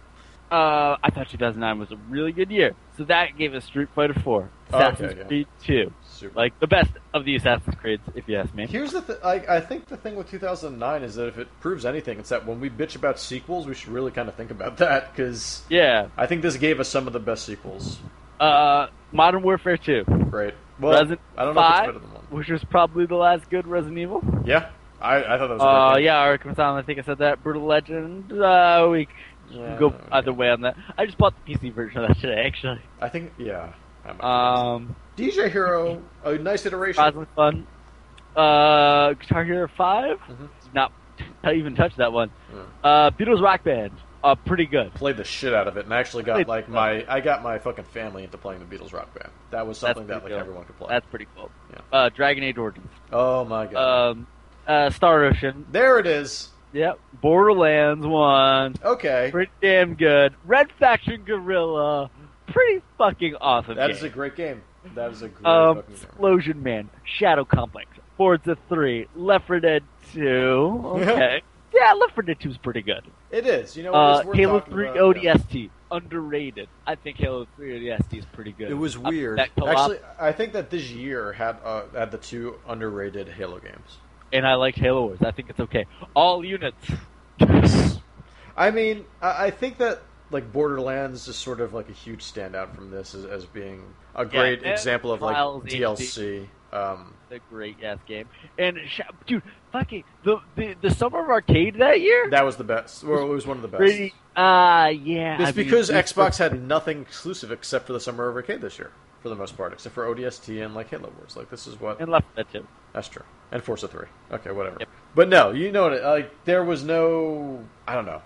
[SPEAKER 2] uh, I thought 2009 was a really good year. So that gave us Street Fighter 4,
[SPEAKER 1] Oh, okay,
[SPEAKER 2] Assassin's
[SPEAKER 1] yeah.
[SPEAKER 2] Creed 2,
[SPEAKER 1] Super.
[SPEAKER 2] like the best of the Assassin's Creeds, if you ask me.
[SPEAKER 1] Here's the th- I, I think the thing with 2009 is that if it proves anything, it's that when we bitch about sequels, we should really kind of think about that because
[SPEAKER 2] Yeah,
[SPEAKER 1] I think this gave us some of the best sequels.
[SPEAKER 2] uh, Modern Warfare 2,
[SPEAKER 1] Right. Well,
[SPEAKER 2] Resident
[SPEAKER 1] I don't know
[SPEAKER 2] Five,
[SPEAKER 1] if it's better than one.
[SPEAKER 2] which was probably the last good Resident Evil.
[SPEAKER 1] Yeah, I, I thought that was. a great
[SPEAKER 2] Uh,
[SPEAKER 1] game.
[SPEAKER 2] yeah, Arkham Asylum. I think I said that. Brutal Legend. Uh, we could
[SPEAKER 1] Yeah,
[SPEAKER 2] go
[SPEAKER 1] okay.
[SPEAKER 2] either way on that. I just bought the PC version of that today, actually.
[SPEAKER 1] I think, yeah. I might-
[SPEAKER 2] Um,
[SPEAKER 1] DJ Hero, a nice iteration.
[SPEAKER 2] Roslyn Fun. Uh, Guitar Hero 5.
[SPEAKER 1] Mhm.
[SPEAKER 2] Did Not I even touch that one.
[SPEAKER 1] Mm.
[SPEAKER 2] Uh, Beatles Rock Band. Uh, pretty good.
[SPEAKER 1] Played the shit out of it, and actually got
[SPEAKER 2] Played-
[SPEAKER 1] like my I got my fucking family into playing the Beatles Rock Band. That was something
[SPEAKER 2] That's
[SPEAKER 1] that like
[SPEAKER 2] pretty
[SPEAKER 1] everyone could play.
[SPEAKER 2] That's pretty cool.
[SPEAKER 1] Yeah.
[SPEAKER 2] Uh, Dragon Age Origins.
[SPEAKER 1] oh my god!
[SPEAKER 2] Um, uh, Star Ocean.
[SPEAKER 1] there it is.
[SPEAKER 2] Yep. Borderlands 1.
[SPEAKER 1] Okay,
[SPEAKER 2] Pretty damn good. Red Faction Gorilla. Pretty fucking awesome.
[SPEAKER 1] that
[SPEAKER 2] game.
[SPEAKER 1] is a great game. That is a great
[SPEAKER 2] Um,
[SPEAKER 1] fucking game.
[SPEAKER 2] Explosion Man, Shadow Complex, Forza 3, Left 4 Dead 2. Okay. yeah, Left 4 Dead 2 is pretty good.
[SPEAKER 1] It is. You know,
[SPEAKER 2] Uh,
[SPEAKER 1] it is worth
[SPEAKER 2] Halo
[SPEAKER 1] talking
[SPEAKER 2] 3
[SPEAKER 1] about. Yeah.
[SPEAKER 2] ODST, underrated. I think Halo 3 ODST is pretty good.
[SPEAKER 1] It was
[SPEAKER 2] Uh,
[SPEAKER 1] weird.
[SPEAKER 2] that co-op,
[SPEAKER 1] Actually, I think that this year had uh, had the two underrated Halo games.
[SPEAKER 2] and I liked Halo Wars. I think it's okay. All units.
[SPEAKER 1] I mean, I I think that like Borderlands is sort of like a huge standout from this as, as being a great
[SPEAKER 2] and
[SPEAKER 1] example of like
[SPEAKER 2] Trials
[SPEAKER 1] DLC. Um,
[SPEAKER 2] A great ass game. And sh- dude, fucking the, the the summer of arcade that year.
[SPEAKER 1] that was the best. Well, it was one of the best.
[SPEAKER 2] pretty. Ah, yeah.
[SPEAKER 1] it's
[SPEAKER 2] I mean,
[SPEAKER 1] because
[SPEAKER 2] this
[SPEAKER 1] Xbox had nothing exclusive except for the Summer of Arcade this year, for the most part, except for ODST and like Halo Wars. Like this is what
[SPEAKER 2] and Left 4 Dead 2.
[SPEAKER 1] that's true. And Forza Three. Okay, whatever.
[SPEAKER 2] Yep.
[SPEAKER 1] But no, you know what? Like there was no. I don't know.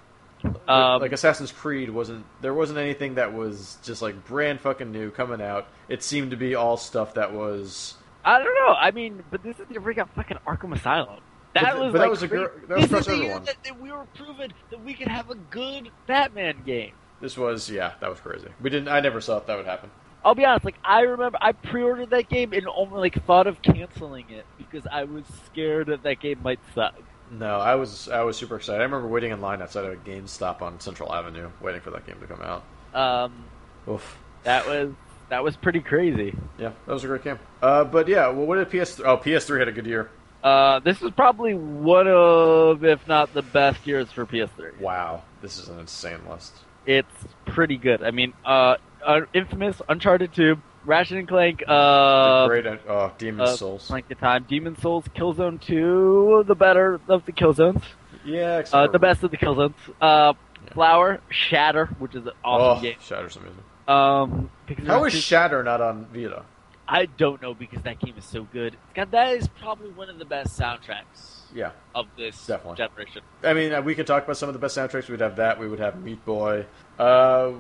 [SPEAKER 2] Um,
[SPEAKER 1] like Assassin's Creed wasn't there wasn't anything that was just like brand fucking new coming out. It seemed to be all stuff that was
[SPEAKER 2] I don't know. I mean, but this is the freaking fucking Arkham Asylum.
[SPEAKER 1] But
[SPEAKER 2] That
[SPEAKER 1] th-
[SPEAKER 2] was
[SPEAKER 1] but that
[SPEAKER 2] like
[SPEAKER 1] was a
[SPEAKER 2] crazy.
[SPEAKER 1] gr- that was
[SPEAKER 2] this
[SPEAKER 1] across
[SPEAKER 2] is the year
[SPEAKER 1] everyone.
[SPEAKER 2] that, that we were proven that we could have a good Batman game.
[SPEAKER 1] this was yeah that was crazy. We didn't I never thought that would happen.
[SPEAKER 2] I'll be honest. Like I remember, I pre-ordered that game and only like thought of canceling it because I was scared that that game might suck.
[SPEAKER 1] No, I was I was super excited. I remember waiting in line outside of a GameStop on Central Avenue waiting for that game to come out.
[SPEAKER 2] Um,
[SPEAKER 1] Oof.
[SPEAKER 2] that was that was pretty crazy.
[SPEAKER 1] Yeah, that was a great game. Uh, but yeah, well, what did PS? Oh, PS3 had a good year.
[SPEAKER 2] Uh, this is probably one of, if not the best years for PS3.
[SPEAKER 1] Wow, this is an insane list.
[SPEAKER 5] it's pretty good. I mean, uh, uh, Infamous, Uncharted 2, Ratchet and Clank, uh,
[SPEAKER 1] great. en- Oh, Demon
[SPEAKER 5] uh,
[SPEAKER 1] Souls.
[SPEAKER 5] Clank the Time, Demon Souls, Killzone 2, the better of the Killzones,
[SPEAKER 1] yeah,
[SPEAKER 5] uh,
[SPEAKER 1] except
[SPEAKER 5] the
[SPEAKER 1] for-
[SPEAKER 5] best of the Killzones, uh, Flower, Shatter, which is an awesome
[SPEAKER 1] oh,
[SPEAKER 5] game.
[SPEAKER 1] Shatter's amazing.
[SPEAKER 5] Um, Pixar
[SPEAKER 1] How is
[SPEAKER 5] two-
[SPEAKER 1] Shatter not on Vita?
[SPEAKER 2] I don't know because that game is so good. God, that is probably one of the best soundtracks
[SPEAKER 1] Yeah,
[SPEAKER 2] of this
[SPEAKER 1] Definitely.
[SPEAKER 2] generation.
[SPEAKER 1] I mean, uh, we could talk about some of the best soundtracks. We'd have that. We would have Meat Boy. Uh,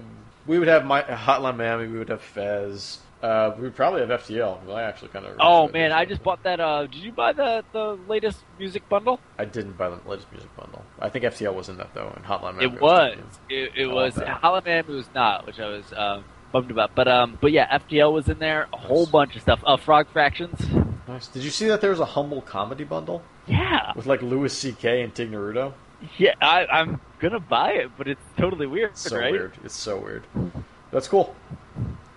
[SPEAKER 1] we would have My- Hotline Miami. We would have Fez. Uh, we would probably have FTL. Well, I actually kind of.
[SPEAKER 2] Oh man, I just bought that. Uh, did you buy the the latest music bundle?
[SPEAKER 1] I didn't buy the latest music bundle. I think FTL was in that though, and Hotline Miami.
[SPEAKER 2] It was. It, it
[SPEAKER 1] I
[SPEAKER 2] was.
[SPEAKER 1] love that.
[SPEAKER 2] Hollow Man was not, which I was um, bummed about. But um, but yeah, FTL was in there. A whole
[SPEAKER 1] Nice.
[SPEAKER 2] bunch of stuff. Uh, Frog Fractions.
[SPEAKER 1] Nice. Did you see that there was a humble comedy bundle
[SPEAKER 5] Yeah,
[SPEAKER 1] with like Louis C.K. and Tig Naruto?
[SPEAKER 5] yeah, I, I'm gonna buy it, but it's totally weird,
[SPEAKER 1] It's so
[SPEAKER 5] right?
[SPEAKER 1] weird. It's so weird. That's cool.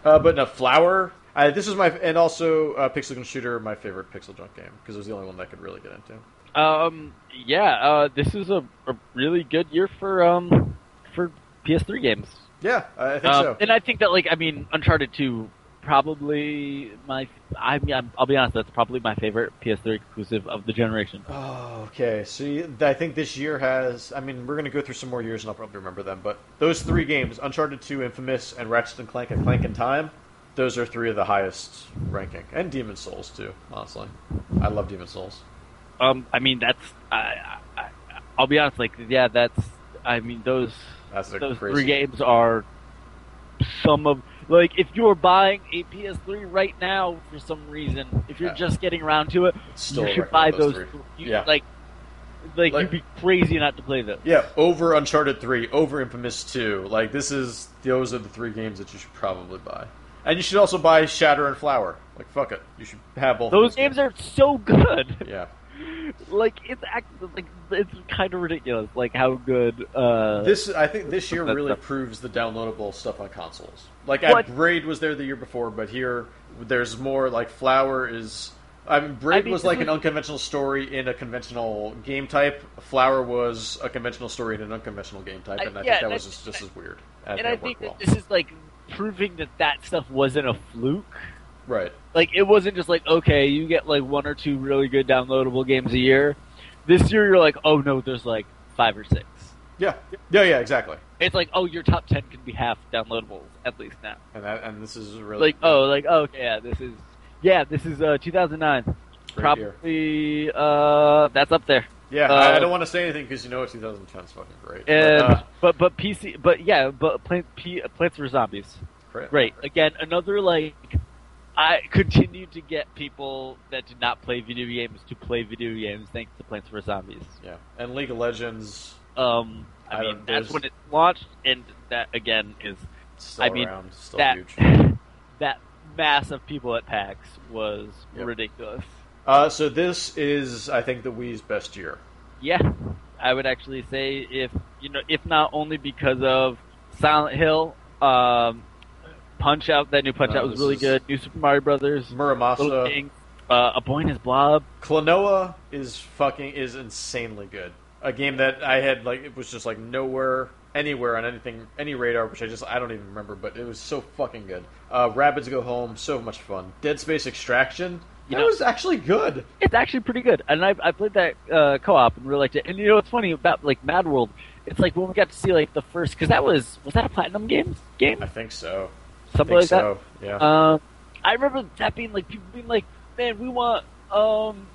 [SPEAKER 1] Uh, but no, Flower. I, this is my and also uh, Pixel Gun Shooter, my favorite Pixel Junk game because it was the only one that I could really get into.
[SPEAKER 5] Um, yeah, uh, this is a, a really good year for um for PS3 games.
[SPEAKER 1] Yeah, I I think
[SPEAKER 5] Um,
[SPEAKER 1] so.
[SPEAKER 5] And I think that like I mean, Uncharted 2 probably my I mean I'm- I'll be honest, that's probably my favorite PS3 exclusive of the generation.
[SPEAKER 1] Oh, okay. So you, I think this year has. I mean, we're going to go through some more years, and I'll probably remember them. But those three games, Uncharted Two, Infamous, and Ratchet and Clank, and Clank in Time, those are three of the highest ranking, and Demon Souls too. Honestly, I love Demon Souls.
[SPEAKER 5] Um, I mean that's I, I I'll be honest, like yeah, that's I mean those
[SPEAKER 1] That's a
[SPEAKER 5] those
[SPEAKER 1] crazy.
[SPEAKER 5] three games are some of like if you're buying a PS3 right now for some reason, if you're
[SPEAKER 1] Yeah.
[SPEAKER 5] just getting around to it,
[SPEAKER 1] it's Still
[SPEAKER 5] you
[SPEAKER 1] a
[SPEAKER 5] should
[SPEAKER 1] record,
[SPEAKER 5] buy those.
[SPEAKER 1] three.
[SPEAKER 5] you-
[SPEAKER 1] Yeah.
[SPEAKER 5] Like, like,
[SPEAKER 1] Like-
[SPEAKER 5] you'd be crazy not to play those.
[SPEAKER 1] Yeah, over Uncharted Three, over Infamous Two. Like this is those are the three games that you should probably buy, and you should also buy Shatter and Flower. Like fuck it, you should have both. of
[SPEAKER 5] Those
[SPEAKER 1] those
[SPEAKER 5] games are so good.
[SPEAKER 1] Yeah.
[SPEAKER 5] Like it's act like it's kind of ridiculous. Like how good. uh
[SPEAKER 1] This I think this year
[SPEAKER 5] That's
[SPEAKER 1] really
[SPEAKER 5] tough.
[SPEAKER 1] proves the downloadable stuff on consoles. Like
[SPEAKER 5] What?
[SPEAKER 1] I, Braid was there the year before, but here there's more. Like Flower is. I mean, Braid
[SPEAKER 5] I mean,
[SPEAKER 1] was
[SPEAKER 5] this
[SPEAKER 1] like an
[SPEAKER 5] was-
[SPEAKER 1] unconventional story in a conventional game type. Flower was a conventional story in an unconventional game type,
[SPEAKER 2] I-
[SPEAKER 1] and I,
[SPEAKER 2] yeah,
[SPEAKER 1] think
[SPEAKER 2] and
[SPEAKER 1] that
[SPEAKER 2] I-
[SPEAKER 1] was just, just as weird.
[SPEAKER 2] and I
[SPEAKER 1] it
[SPEAKER 2] think
[SPEAKER 1] worked
[SPEAKER 2] that this is like proving that that stuff wasn't a fluke.
[SPEAKER 1] well. right.
[SPEAKER 2] Like it wasn't just like okay, you get like one or two really good downloadable games a year. This year you're like, oh no, there's like five or six.
[SPEAKER 1] Yeah, yeah, yeah, exactly.
[SPEAKER 2] It's like oh, your top ten can be half downloadables at least now.
[SPEAKER 1] And that and this is really
[SPEAKER 2] Like oh, like oh okay, yeah, this is yeah, this is uh 2009.
[SPEAKER 1] Great year.
[SPEAKER 2] Probably uh that's up there.
[SPEAKER 1] Yeah, I, I
[SPEAKER 2] uh,
[SPEAKER 1] don't want to say anything because you know 2010 is fucking great. But,
[SPEAKER 5] and,
[SPEAKER 1] uh,
[SPEAKER 5] but but PC but yeah but Plants P, Plants vs Zombies
[SPEAKER 1] great.
[SPEAKER 2] Great. Again, another like I continue to get people that did not play video games to play video games thanks to Plants vs Zombies.
[SPEAKER 1] Yeah, and League of Legends.
[SPEAKER 2] Um, I,
[SPEAKER 1] I
[SPEAKER 2] mean,
[SPEAKER 1] don't-
[SPEAKER 2] that's
[SPEAKER 1] there's-
[SPEAKER 2] when it launched, and that again is
[SPEAKER 1] Still
[SPEAKER 2] I mean,
[SPEAKER 1] around, still
[SPEAKER 2] that
[SPEAKER 1] huge.
[SPEAKER 2] that mass of people at PAX was
[SPEAKER 1] Yep.
[SPEAKER 2] ridiculous.
[SPEAKER 1] Uh, so this is, I think, the Wii's best year.
[SPEAKER 2] Yeah, I would actually say if you know, if not only because of Silent Hill, um, Punch Out, that new Punch
[SPEAKER 1] No,
[SPEAKER 2] Out was
[SPEAKER 1] Oh, this
[SPEAKER 2] really
[SPEAKER 1] is-
[SPEAKER 2] good. New Super Mario Brothers, Little
[SPEAKER 1] Muramasa,
[SPEAKER 2] King, uh, A Boy and His Blob.
[SPEAKER 1] Klonoa is fucking is insanely good. A game that I had like it was just like nowhere, anywhere on anything, any radar, which I just I don't even remember, but it was so fucking good. Uh, Rabbids Go Home, so much fun. Dead Space Extraction,
[SPEAKER 2] You
[SPEAKER 1] that
[SPEAKER 2] know-
[SPEAKER 1] was actually good.
[SPEAKER 2] It's actually pretty good, and I, I played that uh, co-op and really liked it. And you know what's funny about like Mad World? It's like when we got to see like the first because that was was that a platinum game game
[SPEAKER 1] I think so. I
[SPEAKER 2] something
[SPEAKER 1] think
[SPEAKER 2] like
[SPEAKER 1] so. Yeah.
[SPEAKER 2] that. Um, I remember that being like people being like, "Man, we want um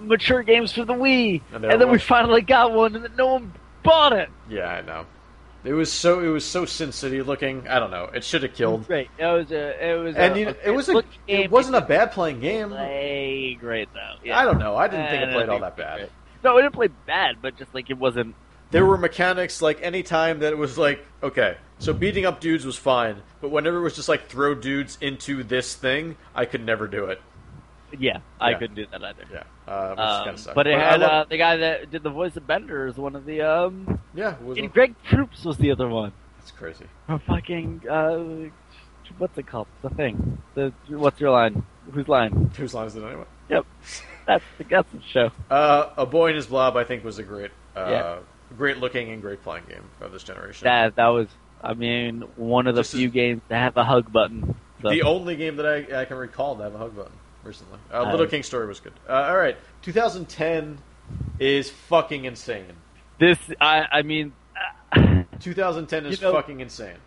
[SPEAKER 2] mature games for the Wii,"
[SPEAKER 1] And
[SPEAKER 2] and,
[SPEAKER 1] there it
[SPEAKER 2] then we
[SPEAKER 1] was.
[SPEAKER 2] finally got one, and then no one bought it.
[SPEAKER 1] Yeah, I know. It was so it was so Sin City looking. I don't know. It should have killed.
[SPEAKER 2] Great. It was a it was
[SPEAKER 1] And
[SPEAKER 2] a,
[SPEAKER 1] you know, it was a,
[SPEAKER 2] good-looking game.
[SPEAKER 1] it wasn't a bad playing game.
[SPEAKER 2] play great though. Yeah.
[SPEAKER 1] I don't know. I didn't think
[SPEAKER 2] I
[SPEAKER 1] it played
[SPEAKER 2] don't
[SPEAKER 1] all
[SPEAKER 2] think
[SPEAKER 1] that bad.
[SPEAKER 2] it's No, it didn't play bad, but just like it wasn't.
[SPEAKER 1] There were mechanics like any time that it was like okay, so beating up dudes was fine, but whenever it was just like throw dudes into this thing, I could never do it.
[SPEAKER 2] Yeah, I
[SPEAKER 1] Yeah.
[SPEAKER 2] couldn't do that either.
[SPEAKER 1] Yeah, uh, which
[SPEAKER 2] Um,
[SPEAKER 1] kind of sucked.
[SPEAKER 2] but it
[SPEAKER 1] I
[SPEAKER 2] had
[SPEAKER 1] love-
[SPEAKER 2] uh, the guy that did the voice of Bender is one of the um.
[SPEAKER 1] yeah, it was,
[SPEAKER 2] And Greg Troops was the other one.
[SPEAKER 1] it's crazy.
[SPEAKER 2] Oh, fucking uh, what's it called? The thing. The what's your line? Whose line?
[SPEAKER 1] Whose line is it anyway?
[SPEAKER 2] That's the that's the show.
[SPEAKER 1] Uh, a boy and his blob, I think, was a great, uh,
[SPEAKER 2] Yeah.
[SPEAKER 1] great looking and great playing game of this generation.
[SPEAKER 2] That that was I mean, one of the
[SPEAKER 1] This is-
[SPEAKER 2] few games to have a hug button. So.
[SPEAKER 1] The only game that I, I can recall to have a hug button recently. Uh,
[SPEAKER 2] Uh,
[SPEAKER 1] Little King Story was good. Uh, all right, 2010 is fucking insane.
[SPEAKER 2] this, I, I mean, uh,
[SPEAKER 1] 2010 is
[SPEAKER 2] You know-
[SPEAKER 1] fucking insane.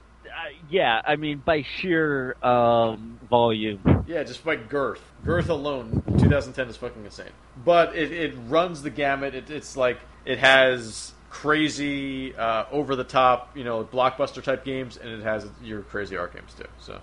[SPEAKER 2] yeah, I mean, by sheer um, volume.
[SPEAKER 1] Yeah, just by girth. Girth alone, 2010 is fucking insane. But it, it runs the gamut. It, it's like it has crazy, uh, over the top, you know, blockbuster type games, and it has your crazy art games too. So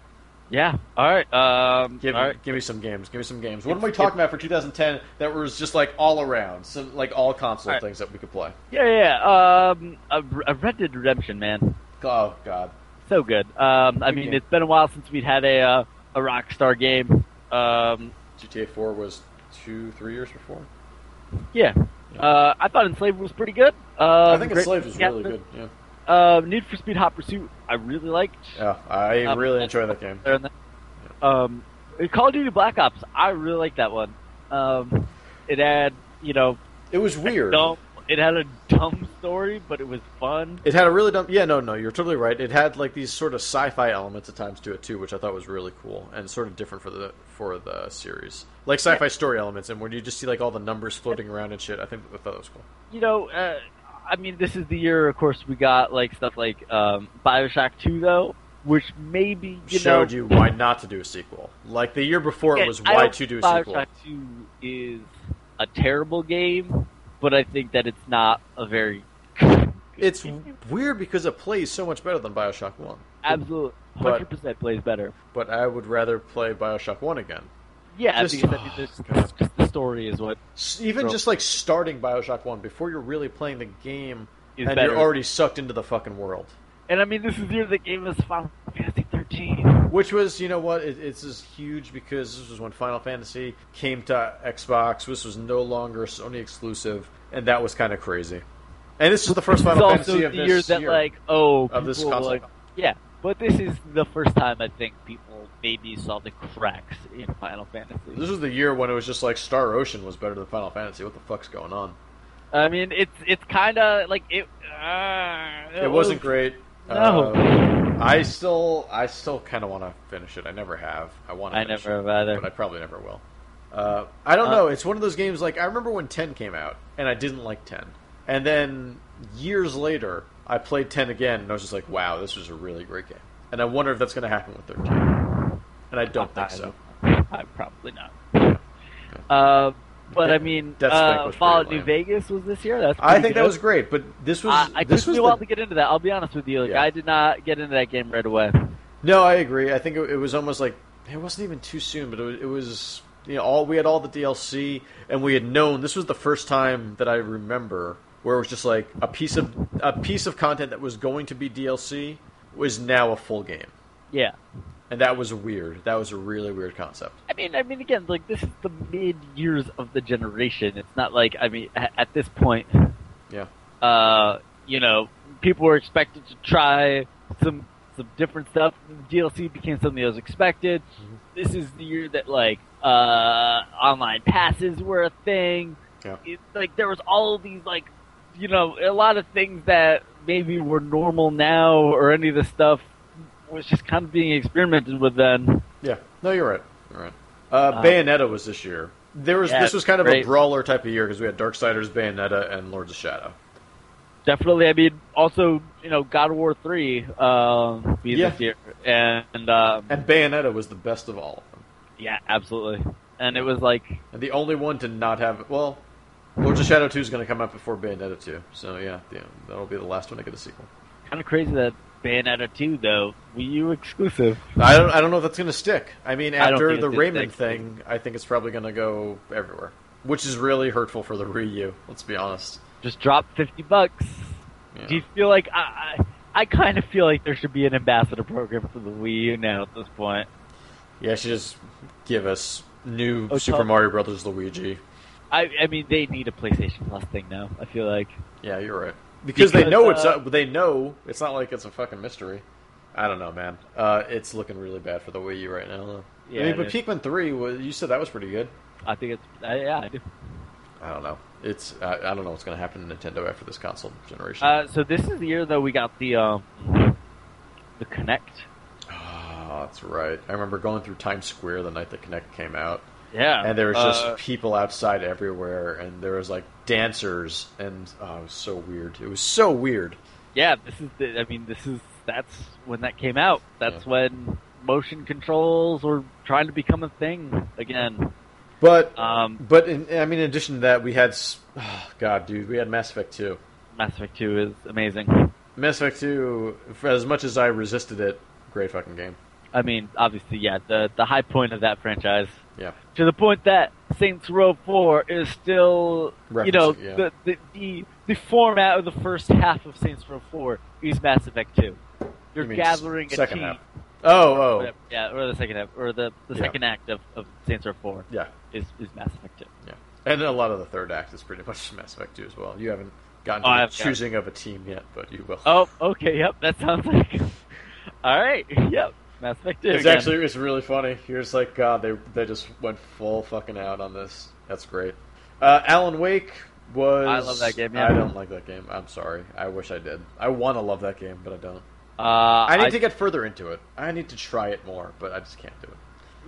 [SPEAKER 2] Yeah. All right. Um,
[SPEAKER 1] give,
[SPEAKER 2] all right.
[SPEAKER 1] give me some games. Give me some games. What am I talking about for 2010 that was just like all around, some like all console
[SPEAKER 2] All right.
[SPEAKER 1] things that we could play?
[SPEAKER 2] Yeah, yeah. Um, a, a Red Dead Redemption, man,
[SPEAKER 1] Oh God,
[SPEAKER 2] so good. Um, I
[SPEAKER 1] Good
[SPEAKER 2] mean,
[SPEAKER 1] game.
[SPEAKER 2] it's been a while since we'd had a uh, a Rockstar game. Um,
[SPEAKER 1] GTA 4 was two, three years before.
[SPEAKER 2] yeah. Uh, I thought Enslaved was pretty good. Uh,
[SPEAKER 1] I think Enslaved was really good. Yeah,
[SPEAKER 2] Uh, Need for Speed Hot Pursuit, I really liked.
[SPEAKER 1] yeah I
[SPEAKER 2] Um,
[SPEAKER 1] really enjoyed that game.
[SPEAKER 2] There and that. Um, Call of Duty Black Ops, I really like that one. Um, it had, you know,
[SPEAKER 1] It was weird.
[SPEAKER 2] dumb, it had a dumb story, but it was fun.
[SPEAKER 1] It had a really dumb. Yeah, no, no, you're totally right. It had like these sort of sci-fi elements at times to it too, which I thought was really cool and sort of different for the for the series, like sci-fi story elements. And when you just see like all the numbers floating around and shit, I think I thought that was cool.
[SPEAKER 2] You know, uh, I mean, this is the year, of course, we got like stuff like um, Bioshock Two, though, which maybe you
[SPEAKER 1] Showed
[SPEAKER 2] know,
[SPEAKER 1] you why not to do a sequel. Like the year before, it was
[SPEAKER 2] I
[SPEAKER 1] why
[SPEAKER 2] don't
[SPEAKER 1] to do a
[SPEAKER 2] think
[SPEAKER 1] sequel.
[SPEAKER 2] Bioshock Two is a terrible game, but I think that it's not a very
[SPEAKER 1] It's weird because it plays so much better than Bioshock One.
[SPEAKER 2] absolute
[SPEAKER 1] But-
[SPEAKER 2] hundred percent plays better.
[SPEAKER 1] But I would rather play Bioshock One again.
[SPEAKER 2] Yeah,
[SPEAKER 1] Just-
[SPEAKER 2] because I mean, there's, there's just the story is what
[SPEAKER 1] S- Even
[SPEAKER 2] Bro.
[SPEAKER 1] just like starting Bioshock One before you're really playing the game,
[SPEAKER 2] is
[SPEAKER 1] and
[SPEAKER 2] better.
[SPEAKER 1] you're already sucked into the fucking world.
[SPEAKER 2] and I mean, this is year the game is Final Fantasy 13.
[SPEAKER 1] Which was, you know what, it, it's just huge because this was when Final Fantasy came to Xbox. This was no longer Sony exclusive, and that was kind of crazy. And this is the first Final
[SPEAKER 2] it's
[SPEAKER 1] Fantasy
[SPEAKER 2] also
[SPEAKER 1] of
[SPEAKER 2] the
[SPEAKER 1] this
[SPEAKER 2] year that,
[SPEAKER 1] year.
[SPEAKER 2] like, oh,
[SPEAKER 1] Of this
[SPEAKER 2] people,
[SPEAKER 1] console.
[SPEAKER 2] like- yeah, but this is the first time I think people maybe saw the cracks in Final Fantasy.
[SPEAKER 1] this was the year when it was just like Star Ocean was better than Final Fantasy. What the fuck's going on?
[SPEAKER 2] I mean, it's it's kind of like it. Uh,
[SPEAKER 1] It, wasn't great.
[SPEAKER 2] No.
[SPEAKER 1] Uh, I still, I still kind of want to finish it. I never have. I want.
[SPEAKER 2] I never have either.
[SPEAKER 1] but I probably never will. Uh, I don't
[SPEAKER 2] Uh,
[SPEAKER 1] know. It's one of those games. Like I remember when Ten came out, and I didn't like Ten, and then years later, I played Ten again, and I was just like, "Wow, this was a really great game." And I wonder if that's going to happen with Thirteen. And I don't think so.
[SPEAKER 2] I'm probably not. Uh, but I mean,
[SPEAKER 1] Death Strike
[SPEAKER 2] uh,
[SPEAKER 1] was pretty
[SPEAKER 2] Fallout New
[SPEAKER 1] lame.
[SPEAKER 2] Vegas was this year. That's
[SPEAKER 1] I
[SPEAKER 2] pretty
[SPEAKER 1] think that
[SPEAKER 2] good.
[SPEAKER 1] was great, but this was
[SPEAKER 2] I, I
[SPEAKER 1] this
[SPEAKER 2] took
[SPEAKER 1] was
[SPEAKER 2] me a while
[SPEAKER 1] the-
[SPEAKER 2] to get into that. I'll be honest with you. Like,
[SPEAKER 1] Yeah.
[SPEAKER 2] I did not get into that game right away.
[SPEAKER 1] No, I agree. I think it, it was almost like it wasn't even too soon, but it was, it was you know all we had all the DLC, and we had known this was the first time that I remember where it was just like a piece of a piece of content that was going to be DLC was now a full game,
[SPEAKER 2] Yeah.
[SPEAKER 1] and that was weird. That was a really weird concept.
[SPEAKER 2] I mean, I mean, again, like this is the mid years of the generation. It's not like I mean, a- at this point,
[SPEAKER 1] Yeah.
[SPEAKER 2] uh, you know, people were expected to try some some different stuff. DLC became something that was expected.
[SPEAKER 1] Mm-hmm.
[SPEAKER 2] This is the year that like uh, online passes were a thing.
[SPEAKER 1] Yeah.
[SPEAKER 2] It's like there was all these like, you know, a lot of things that maybe were normal now or any of the stuff was just kind of being experimented with then.
[SPEAKER 1] Yeah. No, you're right. You're right. Uh,
[SPEAKER 2] Uh,
[SPEAKER 1] Bayonetta was this year. There was
[SPEAKER 2] yeah,
[SPEAKER 1] this was kind of
[SPEAKER 2] great.
[SPEAKER 1] a brawler type of year because we had Darksiders, Bayonetta, and Lords of Shadow.
[SPEAKER 2] Definitely. I mean, also, you know, God of War three um, be
[SPEAKER 1] Yeah.
[SPEAKER 2] this year, and um,
[SPEAKER 1] And Bayonetta was the best of all of them.
[SPEAKER 2] yeah, absolutely. And it was like,
[SPEAKER 1] And the only one to not have well, Lords of Shadow Two is going to come out before Bayonetta Two, so yeah, yeah, that'll be the last one to get a sequel.
[SPEAKER 2] kind of crazy that Bayonetta 2, though, Wii U exclusive.
[SPEAKER 1] I don't, I don't know if that's going to stick. I mean,
[SPEAKER 2] I don't
[SPEAKER 1] after
[SPEAKER 2] think
[SPEAKER 1] the
[SPEAKER 2] it's gonna
[SPEAKER 1] Raymond
[SPEAKER 2] stick.
[SPEAKER 1] thing, I think it's probably going to go everywhere, which is really hurtful for the Ryu. Let's be honest.
[SPEAKER 2] Just drop 50 bucks.
[SPEAKER 1] Yeah.
[SPEAKER 2] Do you feel like I, I, I kind of feel like there should be an ambassador program for the Wii U now at this point.
[SPEAKER 1] yeah, she just give us new
[SPEAKER 2] Oh,
[SPEAKER 1] Super
[SPEAKER 2] tell-
[SPEAKER 1] Mario Brothers Luigi.
[SPEAKER 2] I, I mean, they need a PlayStation Plus thing now. I feel like
[SPEAKER 1] Yeah, you're right. Because, they know it's
[SPEAKER 2] uh,
[SPEAKER 1] up. They know it's not like it's a fucking mystery. I don't know, man. Uh, it's looking really bad for the Wii U right now. Though.
[SPEAKER 2] Yeah,
[SPEAKER 1] I mean,
[SPEAKER 2] it
[SPEAKER 1] but
[SPEAKER 2] is.
[SPEAKER 1] Pikmin Three, was, you said that was pretty good.
[SPEAKER 2] I think it's uh, yeah. I do.
[SPEAKER 1] I don't know. It's I, I don't know what's going to happen to Nintendo after this console generation.
[SPEAKER 2] Uh, so this is the year though we got the um, the Connect.
[SPEAKER 1] Ah, that's right. I remember going through Times Square the night the Connect came out,
[SPEAKER 2] Yeah,
[SPEAKER 1] and there was just
[SPEAKER 2] uh,
[SPEAKER 1] people outside everywhere, and there was like dancers, and oh, it was so weird. It was so weird.
[SPEAKER 2] yeah. This is the. I mean, this is that's when that came out. That's when motion controls were trying to become a thing again.
[SPEAKER 1] But
[SPEAKER 2] Um,
[SPEAKER 1] but in, I mean, in addition to that, we had s- oh, God, dude, we had Mass Effect two.
[SPEAKER 2] Mass Effect Two is amazing.
[SPEAKER 1] Mass Effect two, for as much as I resisted it, great fucking game.
[SPEAKER 2] I mean, obviously, yeah, the the high point of that franchise.
[SPEAKER 1] Yeah.
[SPEAKER 2] To the point that Saints Row Four is still, you
[SPEAKER 1] Reference
[SPEAKER 2] know,
[SPEAKER 1] it, yeah.
[SPEAKER 2] the, the the the format of the first half of Saints Row Four is Mass Effect Two. You're
[SPEAKER 1] You mean s-
[SPEAKER 2] gathering a
[SPEAKER 1] second
[SPEAKER 2] team.
[SPEAKER 1] half. Oh
[SPEAKER 2] or
[SPEAKER 1] oh
[SPEAKER 2] whatever, yeah, or the second half, or the, the
[SPEAKER 1] Yeah.
[SPEAKER 2] second act of, of Saints Row Four
[SPEAKER 1] yeah.
[SPEAKER 2] is, is Mass Effect Two.
[SPEAKER 1] And a lot of the third act is pretty much Mass Effect 2 as well. You haven't gotten
[SPEAKER 2] Oh, I
[SPEAKER 1] to the
[SPEAKER 2] haven't gotten-
[SPEAKER 1] choosing of a team yet, but you will.
[SPEAKER 2] Oh, okay, yep, that sounds like. All right, yep, Mass Effect Two.
[SPEAKER 1] it's
[SPEAKER 2] again.
[SPEAKER 1] actually it's really funny. You're just like, God, they they just went full fucking out on this. That's great. Uh, Alan Wake was.
[SPEAKER 2] I love that game, yeah.
[SPEAKER 1] I don't like that game. I'm sorry. I wish I did. I want to love that game, but I don't.
[SPEAKER 2] uh,
[SPEAKER 1] I need
[SPEAKER 2] I-
[SPEAKER 1] to get further into it. I need to try it more, but I just can't do it.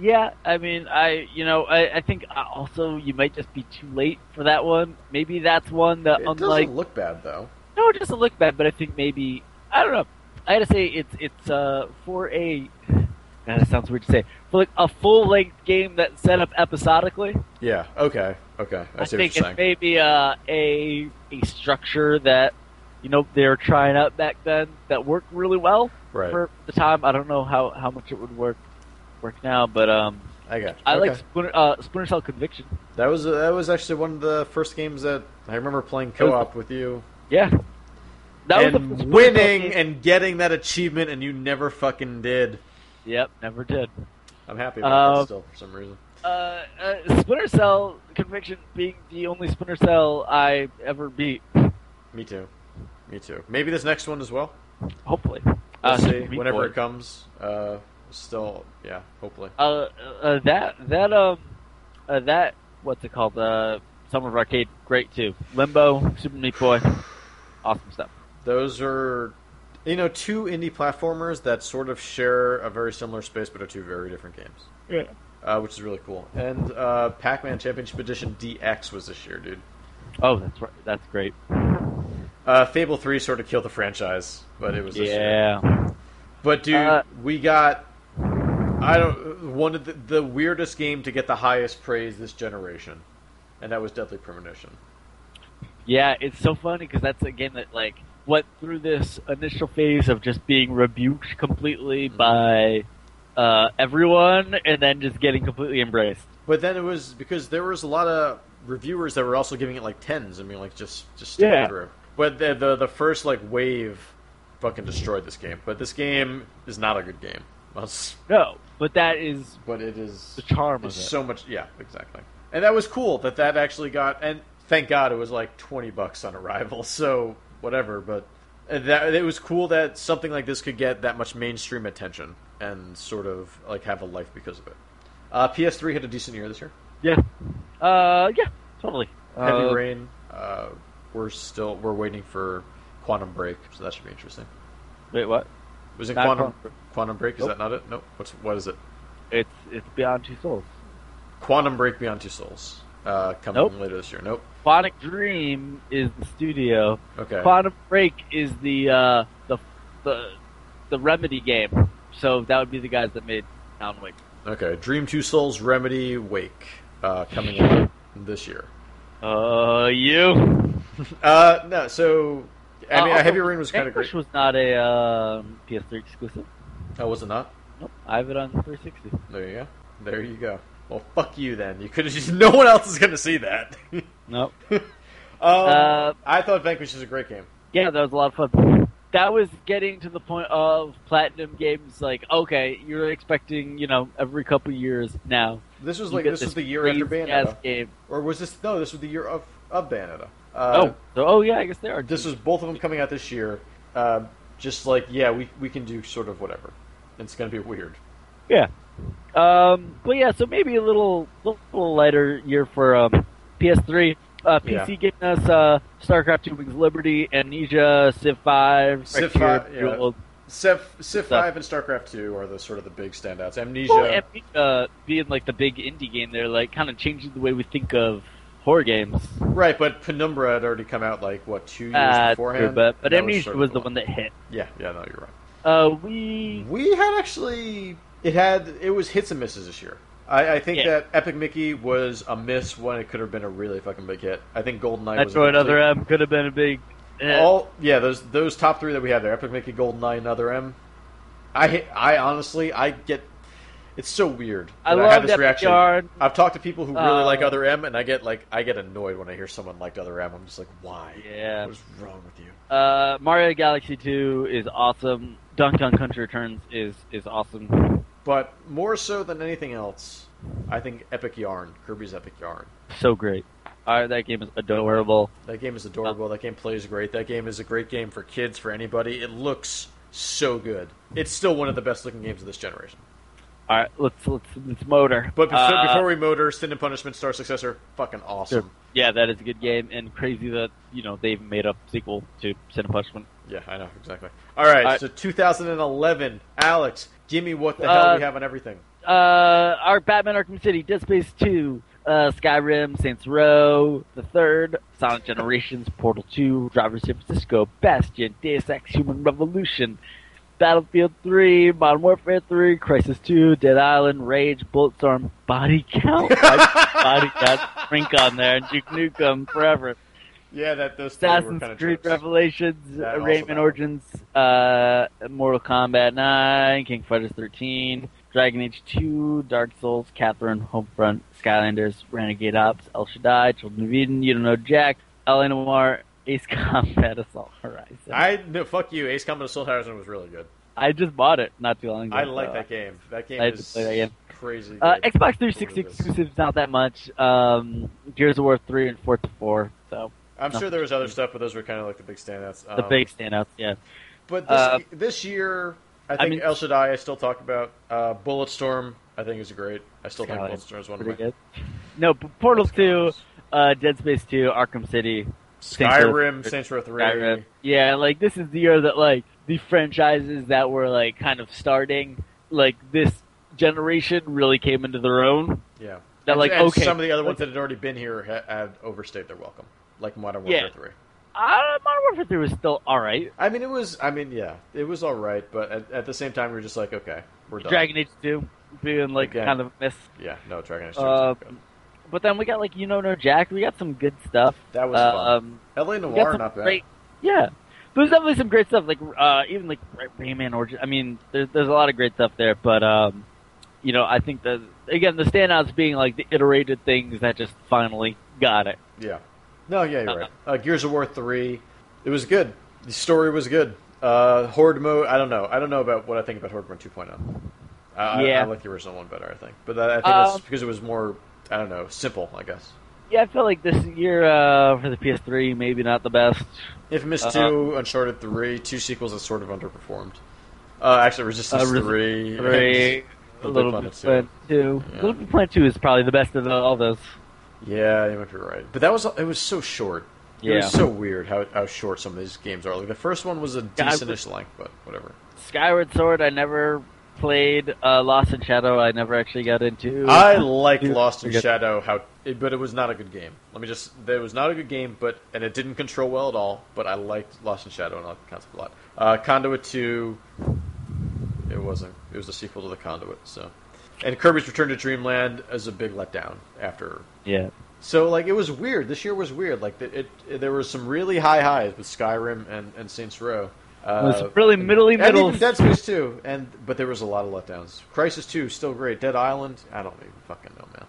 [SPEAKER 2] Yeah, I mean, I you know, I, I think uh, also you might just be too late for that one. Maybe that's one that,
[SPEAKER 1] It
[SPEAKER 2] Uh, unlike
[SPEAKER 1] doesn't look bad though.
[SPEAKER 2] no, it doesn't look bad, but I think maybe I don't know. I gotta say it's it's uh for a God, that sounds weird to say for like a full length game that's set up episodically.
[SPEAKER 1] Yeah. Okay. Okay. I,
[SPEAKER 2] I
[SPEAKER 1] see
[SPEAKER 2] think
[SPEAKER 1] what you're saying.
[SPEAKER 2] it's maybe uh, a a structure that you know they were trying out back then that worked really well
[SPEAKER 1] right.
[SPEAKER 2] for the time. I don't know how, how much it would work work now, but um,
[SPEAKER 1] I got. You.
[SPEAKER 2] I
[SPEAKER 1] okay.
[SPEAKER 2] like Splinter, uh, Splinter Cell Conviction.
[SPEAKER 1] That was that was actually one of the first games that I remember playing co-op with you
[SPEAKER 2] Yeah, that was the
[SPEAKER 1] and
[SPEAKER 2] first Splinter Cell
[SPEAKER 1] winning
[SPEAKER 2] game-
[SPEAKER 1] and getting that achievement, and you never fucking did.
[SPEAKER 2] Yep, never did.
[SPEAKER 1] I'm happy about
[SPEAKER 2] Uh,
[SPEAKER 1] that still for some reason.
[SPEAKER 2] Uh, uh, Splinter Cell Conviction being the only Splinter Cell I ever beat.
[SPEAKER 1] Me too. Me too. Maybe this next one as well.
[SPEAKER 2] Hopefully,
[SPEAKER 1] We'll
[SPEAKER 2] uh,
[SPEAKER 1] see
[SPEAKER 2] Meat
[SPEAKER 1] whenever
[SPEAKER 2] Boy.
[SPEAKER 1] it comes. Uh, still, yeah, hopefully.
[SPEAKER 2] uh, uh, that that um uh, that what's it called? Uh, Summer of Arcade, great too. Limbo, Super Meat Boy, awesome stuff.
[SPEAKER 1] Those are, you know, two indie platformers that sort of share a very similar space, but are two very different games.
[SPEAKER 2] Yeah.
[SPEAKER 1] Uh, which is really cool. And uh, Pac-Man Championship Edition DX was this year, dude.
[SPEAKER 2] Oh, that's right. That's great.
[SPEAKER 1] Uh, Fable Three sort of killed the franchise, but it was this year.
[SPEAKER 2] Yeah.
[SPEAKER 1] But dude,
[SPEAKER 2] Uh,
[SPEAKER 1] we got I don't one of the, the weirdest game to get the highest praise this generation, and that was Deadly Premonition.
[SPEAKER 2] Yeah, it's so funny because that's a game that like went through this initial phase of just being rebuked completely
[SPEAKER 1] Mm-hmm.
[SPEAKER 2] by uh, everyone, and then just getting completely embraced.
[SPEAKER 1] But then it was because there was a lot of reviewers that were also giving it like tens. I mean, like just just stick
[SPEAKER 5] Yeah.
[SPEAKER 1] it through. But the, the the first like wave fucking destroyed this game. But this game is not a good game. That's-
[SPEAKER 2] No, but that is
[SPEAKER 1] But it is
[SPEAKER 2] the charm of it.
[SPEAKER 1] It's so much. Yeah, exactly. And that was cool that that actually got. And thank God it was like twenty bucks on arrival. So whatever, but that it was cool that something like this could get that much mainstream attention and sort of like have a life because of it. Uh, PS3 had a decent year this year.
[SPEAKER 2] yeah. Uh, yeah. Totally.
[SPEAKER 1] Heavy
[SPEAKER 2] Uh,
[SPEAKER 1] Rain. Uh, we're still we're waiting for Quantum Break, so that should be interesting.
[SPEAKER 2] Wait, what?
[SPEAKER 1] Was it
[SPEAKER 2] Not
[SPEAKER 1] Quantum
[SPEAKER 2] Quantum Break.
[SPEAKER 1] Quantum Break? Is
[SPEAKER 2] Nope.
[SPEAKER 1] that not it? Nope. What's what is it?
[SPEAKER 2] It's it's Beyond Two Souls.
[SPEAKER 1] Quantum Break Beyond Two Souls. Uh, coming
[SPEAKER 2] Nope.
[SPEAKER 1] later this year. Nope.
[SPEAKER 2] Quantic Dream is the studio.
[SPEAKER 1] Okay.
[SPEAKER 2] Quantum Break is the uh, the the the Remedy game. So that would be the guys that made Alan Wake.
[SPEAKER 1] Okay, Dream Two Souls Remedy Wake uh, coming out this year.
[SPEAKER 2] Uh, you.
[SPEAKER 1] Uh, no, so I mean,
[SPEAKER 2] Uh, also,
[SPEAKER 1] Heavy Rain was kind of
[SPEAKER 2] Vanquish
[SPEAKER 1] great.
[SPEAKER 2] was not a um, PS3 exclusive.
[SPEAKER 1] Oh, was it not?
[SPEAKER 2] Nope, I have it on 360.
[SPEAKER 1] There you go. There you go. Well, fuck you then. You could have just. No one else is going to see that. um,
[SPEAKER 2] Nope. Uh,
[SPEAKER 1] I thought Vanquish was a great game.
[SPEAKER 2] Yeah, that was a lot of fun. That was getting to the point of platinum games. Like, okay, you're expecting, you know, every couple years now.
[SPEAKER 1] This was
[SPEAKER 2] you
[SPEAKER 1] like
[SPEAKER 2] get
[SPEAKER 1] this was the year after
[SPEAKER 2] crazy-ass
[SPEAKER 1] Bayonetta,
[SPEAKER 2] game.
[SPEAKER 1] or was this no? This was the year of of Bayonetta. Uh,
[SPEAKER 2] Oh, so, oh yeah, I guess there are.
[SPEAKER 1] this was both of them coming out this year. Uh, just like yeah, we we can do sort of whatever. It's going to be weird.
[SPEAKER 2] Um, but yeah, so maybe a little, little lighter year for um, PS3. Uh, PC
[SPEAKER 1] Yeah.
[SPEAKER 2] getting us uh, StarCraft Two Wings of Liberty, Amnesia, Civ Five,
[SPEAKER 1] Civ
[SPEAKER 2] Frontier,
[SPEAKER 1] five, yeah.
[SPEAKER 2] Jewel,
[SPEAKER 1] Civ, Civ
[SPEAKER 2] Stuff.
[SPEAKER 1] Five and StarCraft Two are the sort of the big standouts. Amnesia.
[SPEAKER 2] Well, and uh, being like the big indie game, they're like kind of changing the way we think of horror games.
[SPEAKER 1] Right, but Penumbra had already come out like what two years
[SPEAKER 2] Uh,
[SPEAKER 1] beforehand.
[SPEAKER 2] but but
[SPEAKER 1] And that
[SPEAKER 2] Amnesia
[SPEAKER 1] sort of
[SPEAKER 2] was the one that hit.
[SPEAKER 1] Yeah, yeah, no, you're
[SPEAKER 2] Uh,
[SPEAKER 1] right.
[SPEAKER 2] we
[SPEAKER 1] We had actually it had it was hits and misses this year. I, I think
[SPEAKER 2] Yeah.
[SPEAKER 1] that Epic Mickey was a miss when it could have been a really fucking big hit. I think GoldenEye was a
[SPEAKER 5] Metroid
[SPEAKER 1] complete-
[SPEAKER 5] Other M could have been a big. eh.
[SPEAKER 1] all yeah those those top three that we had there: Epic Mickey, GoldenEye, and Other M. I hit- I honestly I get it's so weird.
[SPEAKER 2] I
[SPEAKER 1] that I have
[SPEAKER 2] love
[SPEAKER 1] this reaction.
[SPEAKER 2] Yard.
[SPEAKER 1] I've talked to people who really
[SPEAKER 2] Uh,
[SPEAKER 1] like Other M, and I get like I get annoyed when I hear someone liked Other M. I'm just like, why?
[SPEAKER 2] Yeah.
[SPEAKER 1] What is wrong with you?
[SPEAKER 2] Uh, Mario Galaxy 2 is awesome. Donkey Kong Country Returns is is awesome.
[SPEAKER 1] But more so than anything else, I think Epic Yarn, Kirby's Epic Yarn.
[SPEAKER 2] So great. Uh, that game is adorable.
[SPEAKER 1] That game is
[SPEAKER 2] Oh.
[SPEAKER 1] adorable. That game plays great. That game is a great game for kids, for anybody. It looks so good. It's still one of the best looking games of this generation.
[SPEAKER 2] All right, let's let's let's motor.
[SPEAKER 1] But before,
[SPEAKER 2] Uh,
[SPEAKER 1] before we motor, Sin and Punishment, Star Successor, fucking awesome.
[SPEAKER 2] yeah, that is a good game, and crazy that you know they even made a sequel to Sin and Punishment.
[SPEAKER 1] Yeah, I know, exactly. All right,
[SPEAKER 2] I-
[SPEAKER 1] so 2011. Alex, give me what the
[SPEAKER 2] Uh,
[SPEAKER 1] hell we have on everything.
[SPEAKER 2] uh, our Batman Arkham City, Dead Space 2, uh, Skyrim, Saints Row, The Third, Sonic Generations, Portal 2, Driver San Francisco, Bastion, Deus Ex Human Revolution, Battlefield 3, Modern Warfare 3, Crisis 2, Dead Island, Rage, Bulletstorm, Body Count. body Count, Frink on there, and Duke Nukem Forever.
[SPEAKER 1] Yeah, that those three were
[SPEAKER 2] Assassin's
[SPEAKER 1] kind of
[SPEAKER 2] Creed
[SPEAKER 1] jokes.
[SPEAKER 2] Revelations,
[SPEAKER 1] That
[SPEAKER 2] uh,
[SPEAKER 1] also
[SPEAKER 2] Rayman
[SPEAKER 1] bad.
[SPEAKER 2] Origins, uh, Mortal Kombat 9, King Fighters 13, Dragon Age 2, Dark Souls, Catherine, Homefront, Skylanders, Renegade Ops, El Shaddai, Children of Eden, You Don't Know Jack, LA Noir, Ace Combat Assault Horizon. I,
[SPEAKER 1] I no, fuck you. Ace Combat Assault Horizon was really good.
[SPEAKER 2] just bought it not too long ago.
[SPEAKER 1] I like
[SPEAKER 2] so-
[SPEAKER 1] that game. That game
[SPEAKER 2] uh, I had to
[SPEAKER 1] is
[SPEAKER 2] play that game.
[SPEAKER 1] crazy.
[SPEAKER 2] Uh,
[SPEAKER 1] good.
[SPEAKER 2] Xbox 360
[SPEAKER 1] Really good.
[SPEAKER 2] exclusives, not that much. Um, Gears of War 3 and 4 to 4, so
[SPEAKER 1] I'm sure there was other stuff, but those were kind of like the big standouts. Um,
[SPEAKER 2] Mm. the big standouts, yeah.
[SPEAKER 1] But this,
[SPEAKER 2] uh,
[SPEAKER 1] this year, I think
[SPEAKER 2] I mean-
[SPEAKER 1] El Shaddai. I still talk about uh, Bulletstorm. I think is great. I still think
[SPEAKER 2] Skyline.
[SPEAKER 1] Bulletstorm is one of my
[SPEAKER 2] Pretty good. No, but Portal 2, uh, Dead Space 2, Arkham City, Saints Row-
[SPEAKER 1] Skyrim, Saints Row Three.
[SPEAKER 2] Skyrim. Yeah, like this is the year that like the franchises that were like kind of starting, like this generation really came into their own.
[SPEAKER 1] Yeah,
[SPEAKER 2] That
[SPEAKER 1] And-
[SPEAKER 2] like
[SPEAKER 1] and
[SPEAKER 2] okay,
[SPEAKER 1] Some of the other ones that had already been here ha- had overstayed their welcome, like Modern Warfare
[SPEAKER 2] Yeah.
[SPEAKER 1] Three.
[SPEAKER 2] uh, Modern Warfare 3 was still all right.
[SPEAKER 1] I mean, it was. I mean, yeah, it was all right, but at, at the same time, we were just like, okay, we're done.
[SPEAKER 2] Dragon Age 2 being like
[SPEAKER 1] Again.
[SPEAKER 2] kind of a miss.
[SPEAKER 1] Yeah, no, Dragon Age Two.
[SPEAKER 2] Uh,
[SPEAKER 1] was not good.
[SPEAKER 2] but then we got like you know no Jack. We got some good stuff.
[SPEAKER 1] That was
[SPEAKER 2] Uh,
[SPEAKER 1] fun.
[SPEAKER 2] um,
[SPEAKER 1] L.A.
[SPEAKER 2] We got
[SPEAKER 1] Noir,
[SPEAKER 2] some
[SPEAKER 1] not bad.
[SPEAKER 2] great- yeah, there's definitely some great stuff. Like uh, even like Ray- Rayman Origin. I mean, there's there's a lot of great stuff there. But um, you know, I think the again the standouts being like the iterated things that just finally got it.
[SPEAKER 1] Yeah. No, yeah,
[SPEAKER 2] Uh-huh.
[SPEAKER 1] you're right. Uh, Gears of War three, it was good. The story was good. Uh, Horde mode, I don't know. I don't know about what I think about Horde mode 2.0. I, I, I
[SPEAKER 2] Yeah.
[SPEAKER 1] like the original one better, I think. But that, I think
[SPEAKER 2] Um,
[SPEAKER 1] that's because it was more, I don't know, simple, I guess.
[SPEAKER 2] Yeah, I feel like this year uh, for the PS3 maybe not the best.
[SPEAKER 1] Infamous
[SPEAKER 2] Uh-huh.
[SPEAKER 1] two, Uncharted three, two sequels that sort of underperformed. Uh, actually, Resistance
[SPEAKER 2] Uh, Resi-
[SPEAKER 1] three,
[SPEAKER 2] Three,
[SPEAKER 1] Little
[SPEAKER 2] a
[SPEAKER 1] Big
[SPEAKER 2] little
[SPEAKER 1] Planet
[SPEAKER 2] bit
[SPEAKER 1] two.
[SPEAKER 2] plan two.
[SPEAKER 1] Yeah.
[SPEAKER 2] Little bit plan two is probably the best of the, all those.
[SPEAKER 1] Yeah, you might be right. But that was it was so short. It
[SPEAKER 2] Yeah.
[SPEAKER 1] was so weird how how short some of these games are. Like the first one was a
[SPEAKER 2] I was-
[SPEAKER 1] decentish length, but whatever.
[SPEAKER 2] Skyward Sword I never played. Uh, Lost in Shadow I never actually got into.
[SPEAKER 1] I liked
[SPEAKER 2] Dude,
[SPEAKER 1] Lost in
[SPEAKER 2] forget-
[SPEAKER 1] Shadow, how, it, but it was not a good game. Let me just, it was not a good game, but and it didn't control well at all. But I liked Lost in Shadow and I liked the concept a lot. Uh, Conduit Two, it wasn't. It was a sequel to the Conduit. So, and Kirby's Return to Dreamland is a big letdown after.
[SPEAKER 2] yeah.
[SPEAKER 1] So like it was weird. This year was weird. Like it, it there were some really high highs with Skyrim and, and Saints Row.
[SPEAKER 2] It was
[SPEAKER 1] Uh,
[SPEAKER 2] really middly
[SPEAKER 1] and
[SPEAKER 2] middle.
[SPEAKER 1] even Dead Space 2, and but there was a lot of letdowns. Crisis 2, still great. Dead Island, I don't even fucking know, man.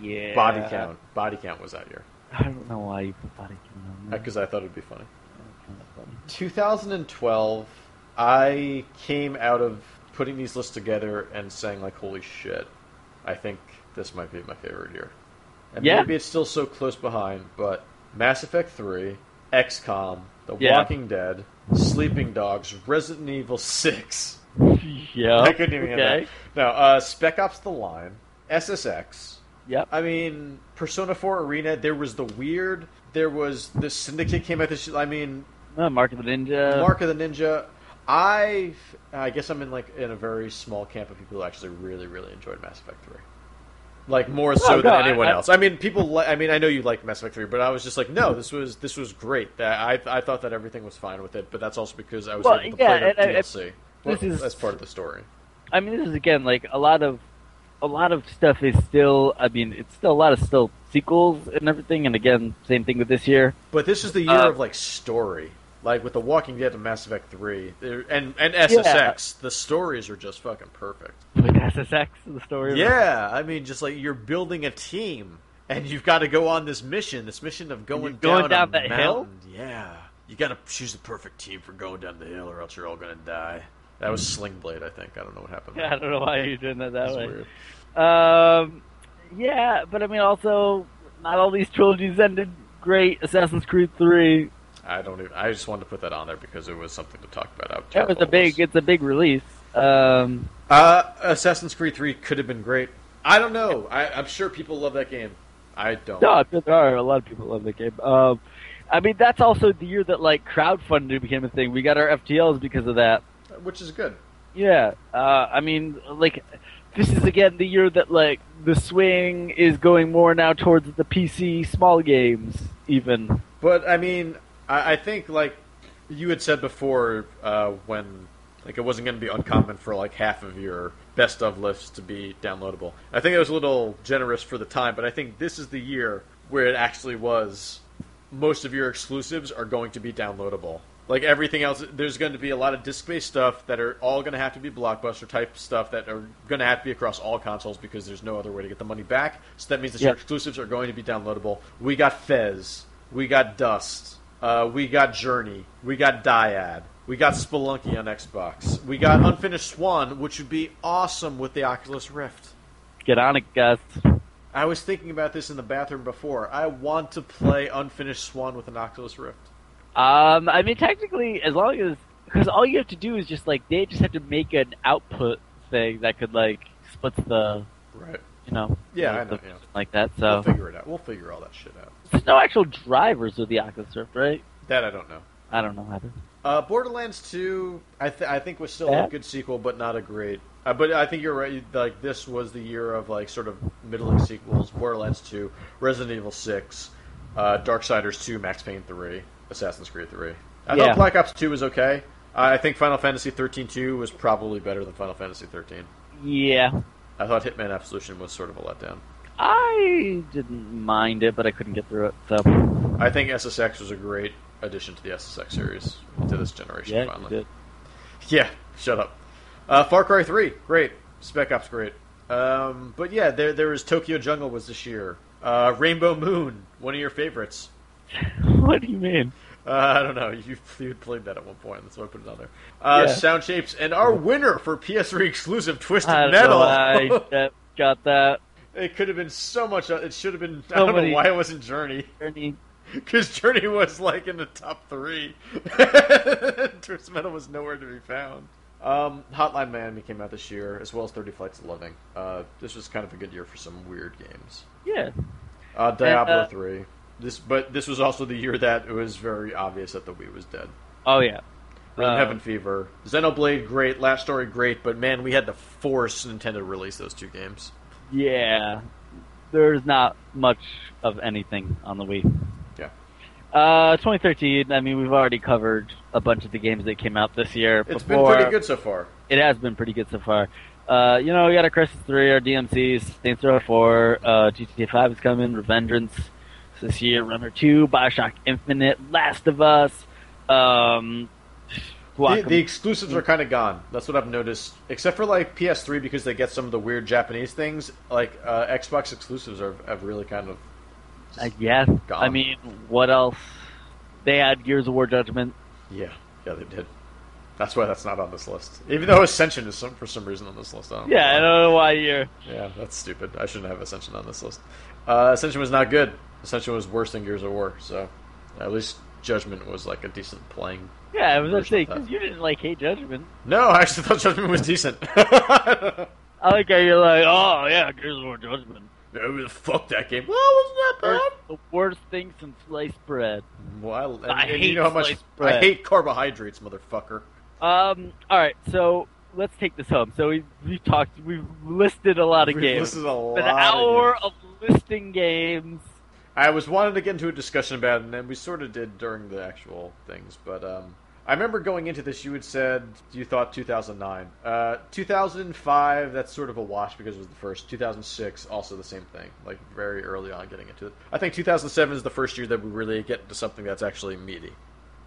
[SPEAKER 2] Yeah.
[SPEAKER 1] Body count. Body count was that year
[SPEAKER 2] I don't know why you put body count on there.
[SPEAKER 1] because I thought it'd be funny.
[SPEAKER 2] That's kinda funny.
[SPEAKER 1] 2012, I came out of putting these lists together and saying like, "Holy shit!" I think this might be my favorite year. And
[SPEAKER 2] Yeah.
[SPEAKER 1] maybe it's still so close behind, but Mass Effect 3, XCOM, The
[SPEAKER 2] Yeah.
[SPEAKER 1] Walking Dead, Sleeping Dogs, Resident Evil 6.
[SPEAKER 2] yeah.
[SPEAKER 1] I couldn't even
[SPEAKER 2] Oh, okay.
[SPEAKER 1] get that. No, uh, Spec Ops: The Line, SSX.
[SPEAKER 2] Yep.
[SPEAKER 1] I mean, Persona 4 Arena. There was the weird. There was the Syndicate came out this. I mean,
[SPEAKER 2] Uh, Mark of the Ninja.
[SPEAKER 1] Mark of the Ninja. I I guess I'm in like in a very small camp of people who actually really really enjoyed Mass Effect Three, like more so
[SPEAKER 2] no,
[SPEAKER 1] than
[SPEAKER 2] I-
[SPEAKER 1] anyone
[SPEAKER 2] Oh, I-
[SPEAKER 1] else. I mean, people. Li- I mean, I know you like Mass Effect Three, but I was just like, no, this was this was great. That I I thought that everything was fine with it, but that's also because I was
[SPEAKER 2] Well,
[SPEAKER 1] able to
[SPEAKER 2] yeah,
[SPEAKER 1] play the
[SPEAKER 2] and I-
[SPEAKER 1] DLC.
[SPEAKER 2] this
[SPEAKER 1] Well,
[SPEAKER 2] is-
[SPEAKER 1] that's part of the story.
[SPEAKER 2] I mean, this is again like a lot of a lot of stuff is still. I mean, it's still a lot of still sequels and everything. And again, same thing with this year.
[SPEAKER 1] But this is the year
[SPEAKER 6] Uh,
[SPEAKER 1] of like story, like with The Walking Dead and Mass Effect Three, there- and and SSX. The stories are just fucking perfect.
[SPEAKER 2] With SSX, the story.
[SPEAKER 1] Yeah, I mean, just like you're building a team, and you've got to go on this mission. This mission of going,
[SPEAKER 2] going
[SPEAKER 1] down,
[SPEAKER 2] down
[SPEAKER 1] a
[SPEAKER 2] that hill?
[SPEAKER 1] mountain. Yeah, you got to choose the perfect team for going down the hill, or else you're all gonna die. That was Slingblade, I think. I don't know what happened.
[SPEAKER 2] I
[SPEAKER 1] there.
[SPEAKER 2] don't know why you're doing that that
[SPEAKER 1] That's
[SPEAKER 2] way.
[SPEAKER 1] weird.
[SPEAKER 2] Um, yeah, but I mean, also, not all these trilogies ended great. Assassin's Creed Three,
[SPEAKER 1] I don't. Even, I just wanted to put that on there because it was something to talk about. How
[SPEAKER 2] that was
[SPEAKER 1] terrible
[SPEAKER 2] a
[SPEAKER 1] it
[SPEAKER 2] big, it's a big release. Um,
[SPEAKER 1] Uh, Assassin's Creed 3 could have been great. I don't know. I, I'm sure people love that game. I don't.
[SPEAKER 2] no, I'm sure there are a lot of people love the game. Um, I mean, that's also the year that like crowdfunding became a thing. We got our FTLs because of that.
[SPEAKER 1] Which is good.
[SPEAKER 2] Yeah, uh, I mean, like, this is again the year that like the swing is going more now towards the PC small games, even.
[SPEAKER 1] But, I mean, I, I think, like, you had said before uh, when, like, it wasn't going to be uncommon for, like, half of your best of lists to be downloadable. I think it was a little generous for the time, but I think this is the year where it actually was most of your exclusives are going to be downloadable. Like everything else, there's going to be a lot of disc-based stuff that are all going to have to be blockbuster type stuff that are going to have to be across all consoles because there's no other way to get the money back. So that means that your
[SPEAKER 2] Yeah.
[SPEAKER 1] exclusives are going to be downloadable. We got Fez, we got Dust, uh, we got Journey, we got Dyad, we got Spelunky on Xbox, we got Unfinished Swan, which would be awesome with the Oculus Rift.
[SPEAKER 2] Get on it, guys.
[SPEAKER 1] I was thinking about this in the bathroom before. I want to play Unfinished Swan with an Oculus Rift.
[SPEAKER 2] Um, I mean, technically, as long as because all you have to do is just like they just have to make an output thing that could like split the
[SPEAKER 1] Right.
[SPEAKER 2] you know
[SPEAKER 1] Yeah, I
[SPEAKER 2] the-
[SPEAKER 1] know,
[SPEAKER 2] the-
[SPEAKER 1] yeah.
[SPEAKER 2] like that.
[SPEAKER 1] We'll
[SPEAKER 2] So
[SPEAKER 1] figure it out. We'll figure all that shit out.
[SPEAKER 2] there's no actual drivers with the Oculus Rift, right?
[SPEAKER 1] That I don't know.
[SPEAKER 2] I don't know either.
[SPEAKER 1] Uh, Borderlands 2, I, th- I think was still
[SPEAKER 2] Yeah.
[SPEAKER 1] a good sequel, but not a great. Uh, but I think you're right. Like this was the year of like sort of middling sequels: Borderlands 2, Resident Evil 6, uh, Darksiders 2, Max Payne 3, Assassin's Creed 3. I
[SPEAKER 2] Yeah.
[SPEAKER 1] thought Black Ops 2 was okay. I think Final Fantasy 13 2 was probably better than Final Fantasy 13.
[SPEAKER 2] Yeah,
[SPEAKER 1] I thought Hitman Absolution was sort of a letdown.
[SPEAKER 2] I didn't mind it, but I couldn't get through it. So
[SPEAKER 1] I think SSX was a great addition to the SSX series to this generation.
[SPEAKER 2] yeah, you
[SPEAKER 1] finally,
[SPEAKER 2] did.
[SPEAKER 1] yeah. Shut up. Uh, Far Cry Three, great. Spec Ops, great. Um, but yeah, there there is Tokyo Jungle was this year. Uh, Rainbow Moon, one of your favorites.
[SPEAKER 2] what do you mean?
[SPEAKER 1] Uh, I don't know. You you played that at one point. That's why I put it on there. Uh,
[SPEAKER 2] Yeah. Mm-hmm.
[SPEAKER 1] Sound shapes and our winner for PS3 exclusive Twisted
[SPEAKER 2] I don't
[SPEAKER 1] Metal.
[SPEAKER 2] know. I uh, got that.
[SPEAKER 1] it could have been so much. uh, It should have been. I
[SPEAKER 2] So
[SPEAKER 1] don't know
[SPEAKER 2] many-
[SPEAKER 1] why it wasn't Journey.
[SPEAKER 2] Ernie.
[SPEAKER 1] Because Journey was like in the top three. Twisted Metal was nowhere to be found. Um, Hotline Miami came out this year, as well as 30 Flights of Loving. Uh, this was kind of a good year for some weird games.
[SPEAKER 2] Yeah,
[SPEAKER 1] Uh, Diablo
[SPEAKER 2] uh,
[SPEAKER 1] 3. This, but this was also the year that it was very obvious that the Wii was dead.
[SPEAKER 2] Oh yeah.
[SPEAKER 1] Red
[SPEAKER 2] Uh,
[SPEAKER 1] Heaven Fever, Xenoblade, great. Last Story, great. But man, we had to force Nintendo to release those two games.
[SPEAKER 2] Yeah. There's not much of anything on the Wii.
[SPEAKER 1] Yeah.
[SPEAKER 2] Uh, 2013. I mean, we've already covered a bunch of the games that came out this year.
[SPEAKER 1] It's
[SPEAKER 2] before.
[SPEAKER 1] been pretty good so far.
[SPEAKER 2] It has been pretty good so far. Uh, you know, we got our Crisis 3, our DMCs, Saints Row 4, uh, GTA 5 is coming, Revengeance this year, Runner 2, Bioshock Infinite, Last of Us, um,
[SPEAKER 1] The,
[SPEAKER 2] Guacam-
[SPEAKER 1] the exclusives are kind of gone. That's what I've noticed, except for like PS3 because they get some of the weird Japanese things. Like uh, Xbox exclusives are have really kind of
[SPEAKER 2] I guess.
[SPEAKER 1] gone.
[SPEAKER 2] I mean, what else? They had Gears of War Judgment.
[SPEAKER 1] yeah, yeah they did. That's why that's not on this list. Even though Ascension is some, for some reason on this list. I don't know
[SPEAKER 2] Yeah, I
[SPEAKER 1] why.
[SPEAKER 2] don't know why you're.
[SPEAKER 1] yeah, that's stupid. I shouldn't have Ascension on this list. Uh, Ascension was not good. Ascension was worse than Gears of War. So at least Judgment was like a decent playing.
[SPEAKER 2] Yeah, I was gonna
[SPEAKER 1] Version
[SPEAKER 2] say
[SPEAKER 1] of that.
[SPEAKER 2] because you didn't like Hate Judgment.
[SPEAKER 1] No, I actually thought Judgment was decent. No,
[SPEAKER 2] I like how you're like, oh yeah, Gears of War Judgment.
[SPEAKER 1] Fuck that game. Oh, wasn't that
[SPEAKER 2] First,
[SPEAKER 1] bad?
[SPEAKER 2] the worst thing since sliced bread.
[SPEAKER 1] Well, I,
[SPEAKER 2] I
[SPEAKER 1] and
[SPEAKER 2] hate
[SPEAKER 1] you know how much
[SPEAKER 2] sliced bread.
[SPEAKER 1] I hate carbohydrates, motherfucker.
[SPEAKER 2] Um. All right. So let's take this home. So we we talked. We've listed a lot of
[SPEAKER 1] We've
[SPEAKER 2] games.
[SPEAKER 1] listed a lot
[SPEAKER 2] An
[SPEAKER 1] of
[SPEAKER 2] hour
[SPEAKER 1] games.
[SPEAKER 2] of listing games.
[SPEAKER 1] I was wanted to get into a discussion about it, and then we sort of did during the actual things. But um, I remember going into this, you had said you thought 2009. Uh, 2005, that's sort of a wash because it was the first. 2006, also the same thing, like very early on getting into it. I think 2007 is the first year that we really get into something that's actually meaty.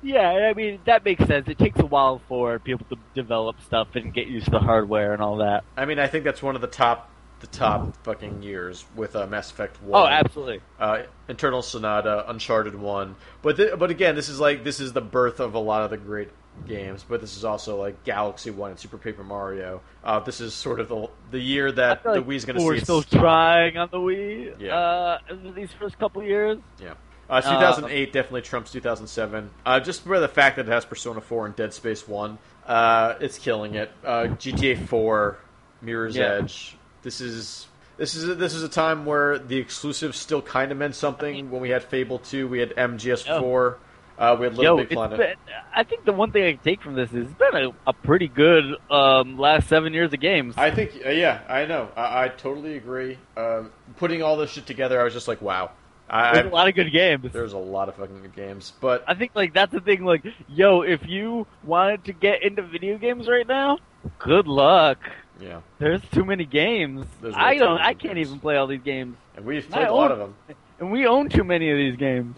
[SPEAKER 2] Yeah, I mean that makes sense. It takes a while for people to develop stuff and get used to the hardware and all that.
[SPEAKER 1] I mean, I think that's one of the top the top fucking years with uh, Mass Effect 1.
[SPEAKER 2] Oh, absolutely.
[SPEAKER 1] uh, Internal Sonata, Uncharted One. But th- but again, this is like this is the birth of a lot of the great games. But this is also like Galaxy One and Super Paper Mario. Uh, this is sort of the the year
[SPEAKER 2] I
[SPEAKER 1] that
[SPEAKER 2] feel
[SPEAKER 1] the
[SPEAKER 2] like
[SPEAKER 1] Wii's going to
[SPEAKER 2] people
[SPEAKER 1] see.
[SPEAKER 2] We're
[SPEAKER 1] its-
[SPEAKER 2] still trying on the Wii.
[SPEAKER 1] Yeah.
[SPEAKER 2] Uh, these first couple years.
[SPEAKER 1] yeah. Uh, 2008 definitely trumps 2007. Uh, just by the fact that it has Persona 4 and Dead Space 1, uh, it's killing it. Uh, GTA 4, Mirror's
[SPEAKER 2] Yeah.
[SPEAKER 1] Edge. This is this is a, this is a time where the exclusives still kind of meant something. when we had Fable 2, we had MGS4, uh, we had Little
[SPEAKER 2] Yo,
[SPEAKER 1] Big Planet.
[SPEAKER 2] It's been, I think the one thing I can take from this is it's been a, a pretty good um, last seven years of games.
[SPEAKER 1] I think, uh, yeah, I know. I, I totally agree. Um, putting all this shit together, I was just like, wow. I,
[SPEAKER 2] There's a
[SPEAKER 1] I,
[SPEAKER 2] lot of good games.
[SPEAKER 1] there's a lot of fucking good games, but
[SPEAKER 2] I think like that's the thing. Like, yo, if you wanted to get into video games right now, good luck.
[SPEAKER 1] yeah,
[SPEAKER 2] There's too many games.
[SPEAKER 1] There's way
[SPEAKER 2] I
[SPEAKER 1] too
[SPEAKER 2] don't.
[SPEAKER 1] many
[SPEAKER 2] I can't
[SPEAKER 1] games.
[SPEAKER 2] even play all these games,
[SPEAKER 1] and we've
[SPEAKER 2] My
[SPEAKER 1] played a lot
[SPEAKER 2] own-
[SPEAKER 1] of them.
[SPEAKER 2] and we own too many of these games.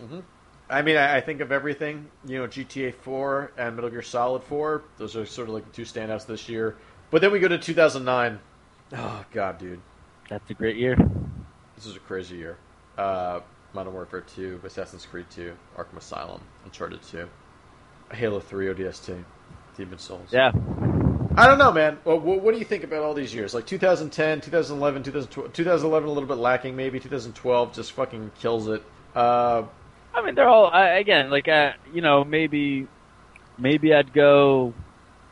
[SPEAKER 1] I mean, I, I think of everything. You know, GTA 4 and Metal Gear Solid 4. Those are sort of like the two standouts this year. But then we go to 2009. Oh god, dude,
[SPEAKER 2] That's a great year.
[SPEAKER 1] this is a crazy year. Uh, Modern Warfare 2, Assassin's Creed 2, Arkham Asylum, Uncharted 2, Halo 3, ODST, Demon Souls.
[SPEAKER 2] Yeah.
[SPEAKER 1] I don't know, man. Well, what, what do you think about all these years? Like 2010, 2011, 2012, 2011 a little bit lacking, maybe 2012 just fucking kills it. Uh,
[SPEAKER 2] I mean, they're all I, again like uh, you know maybe maybe I'd go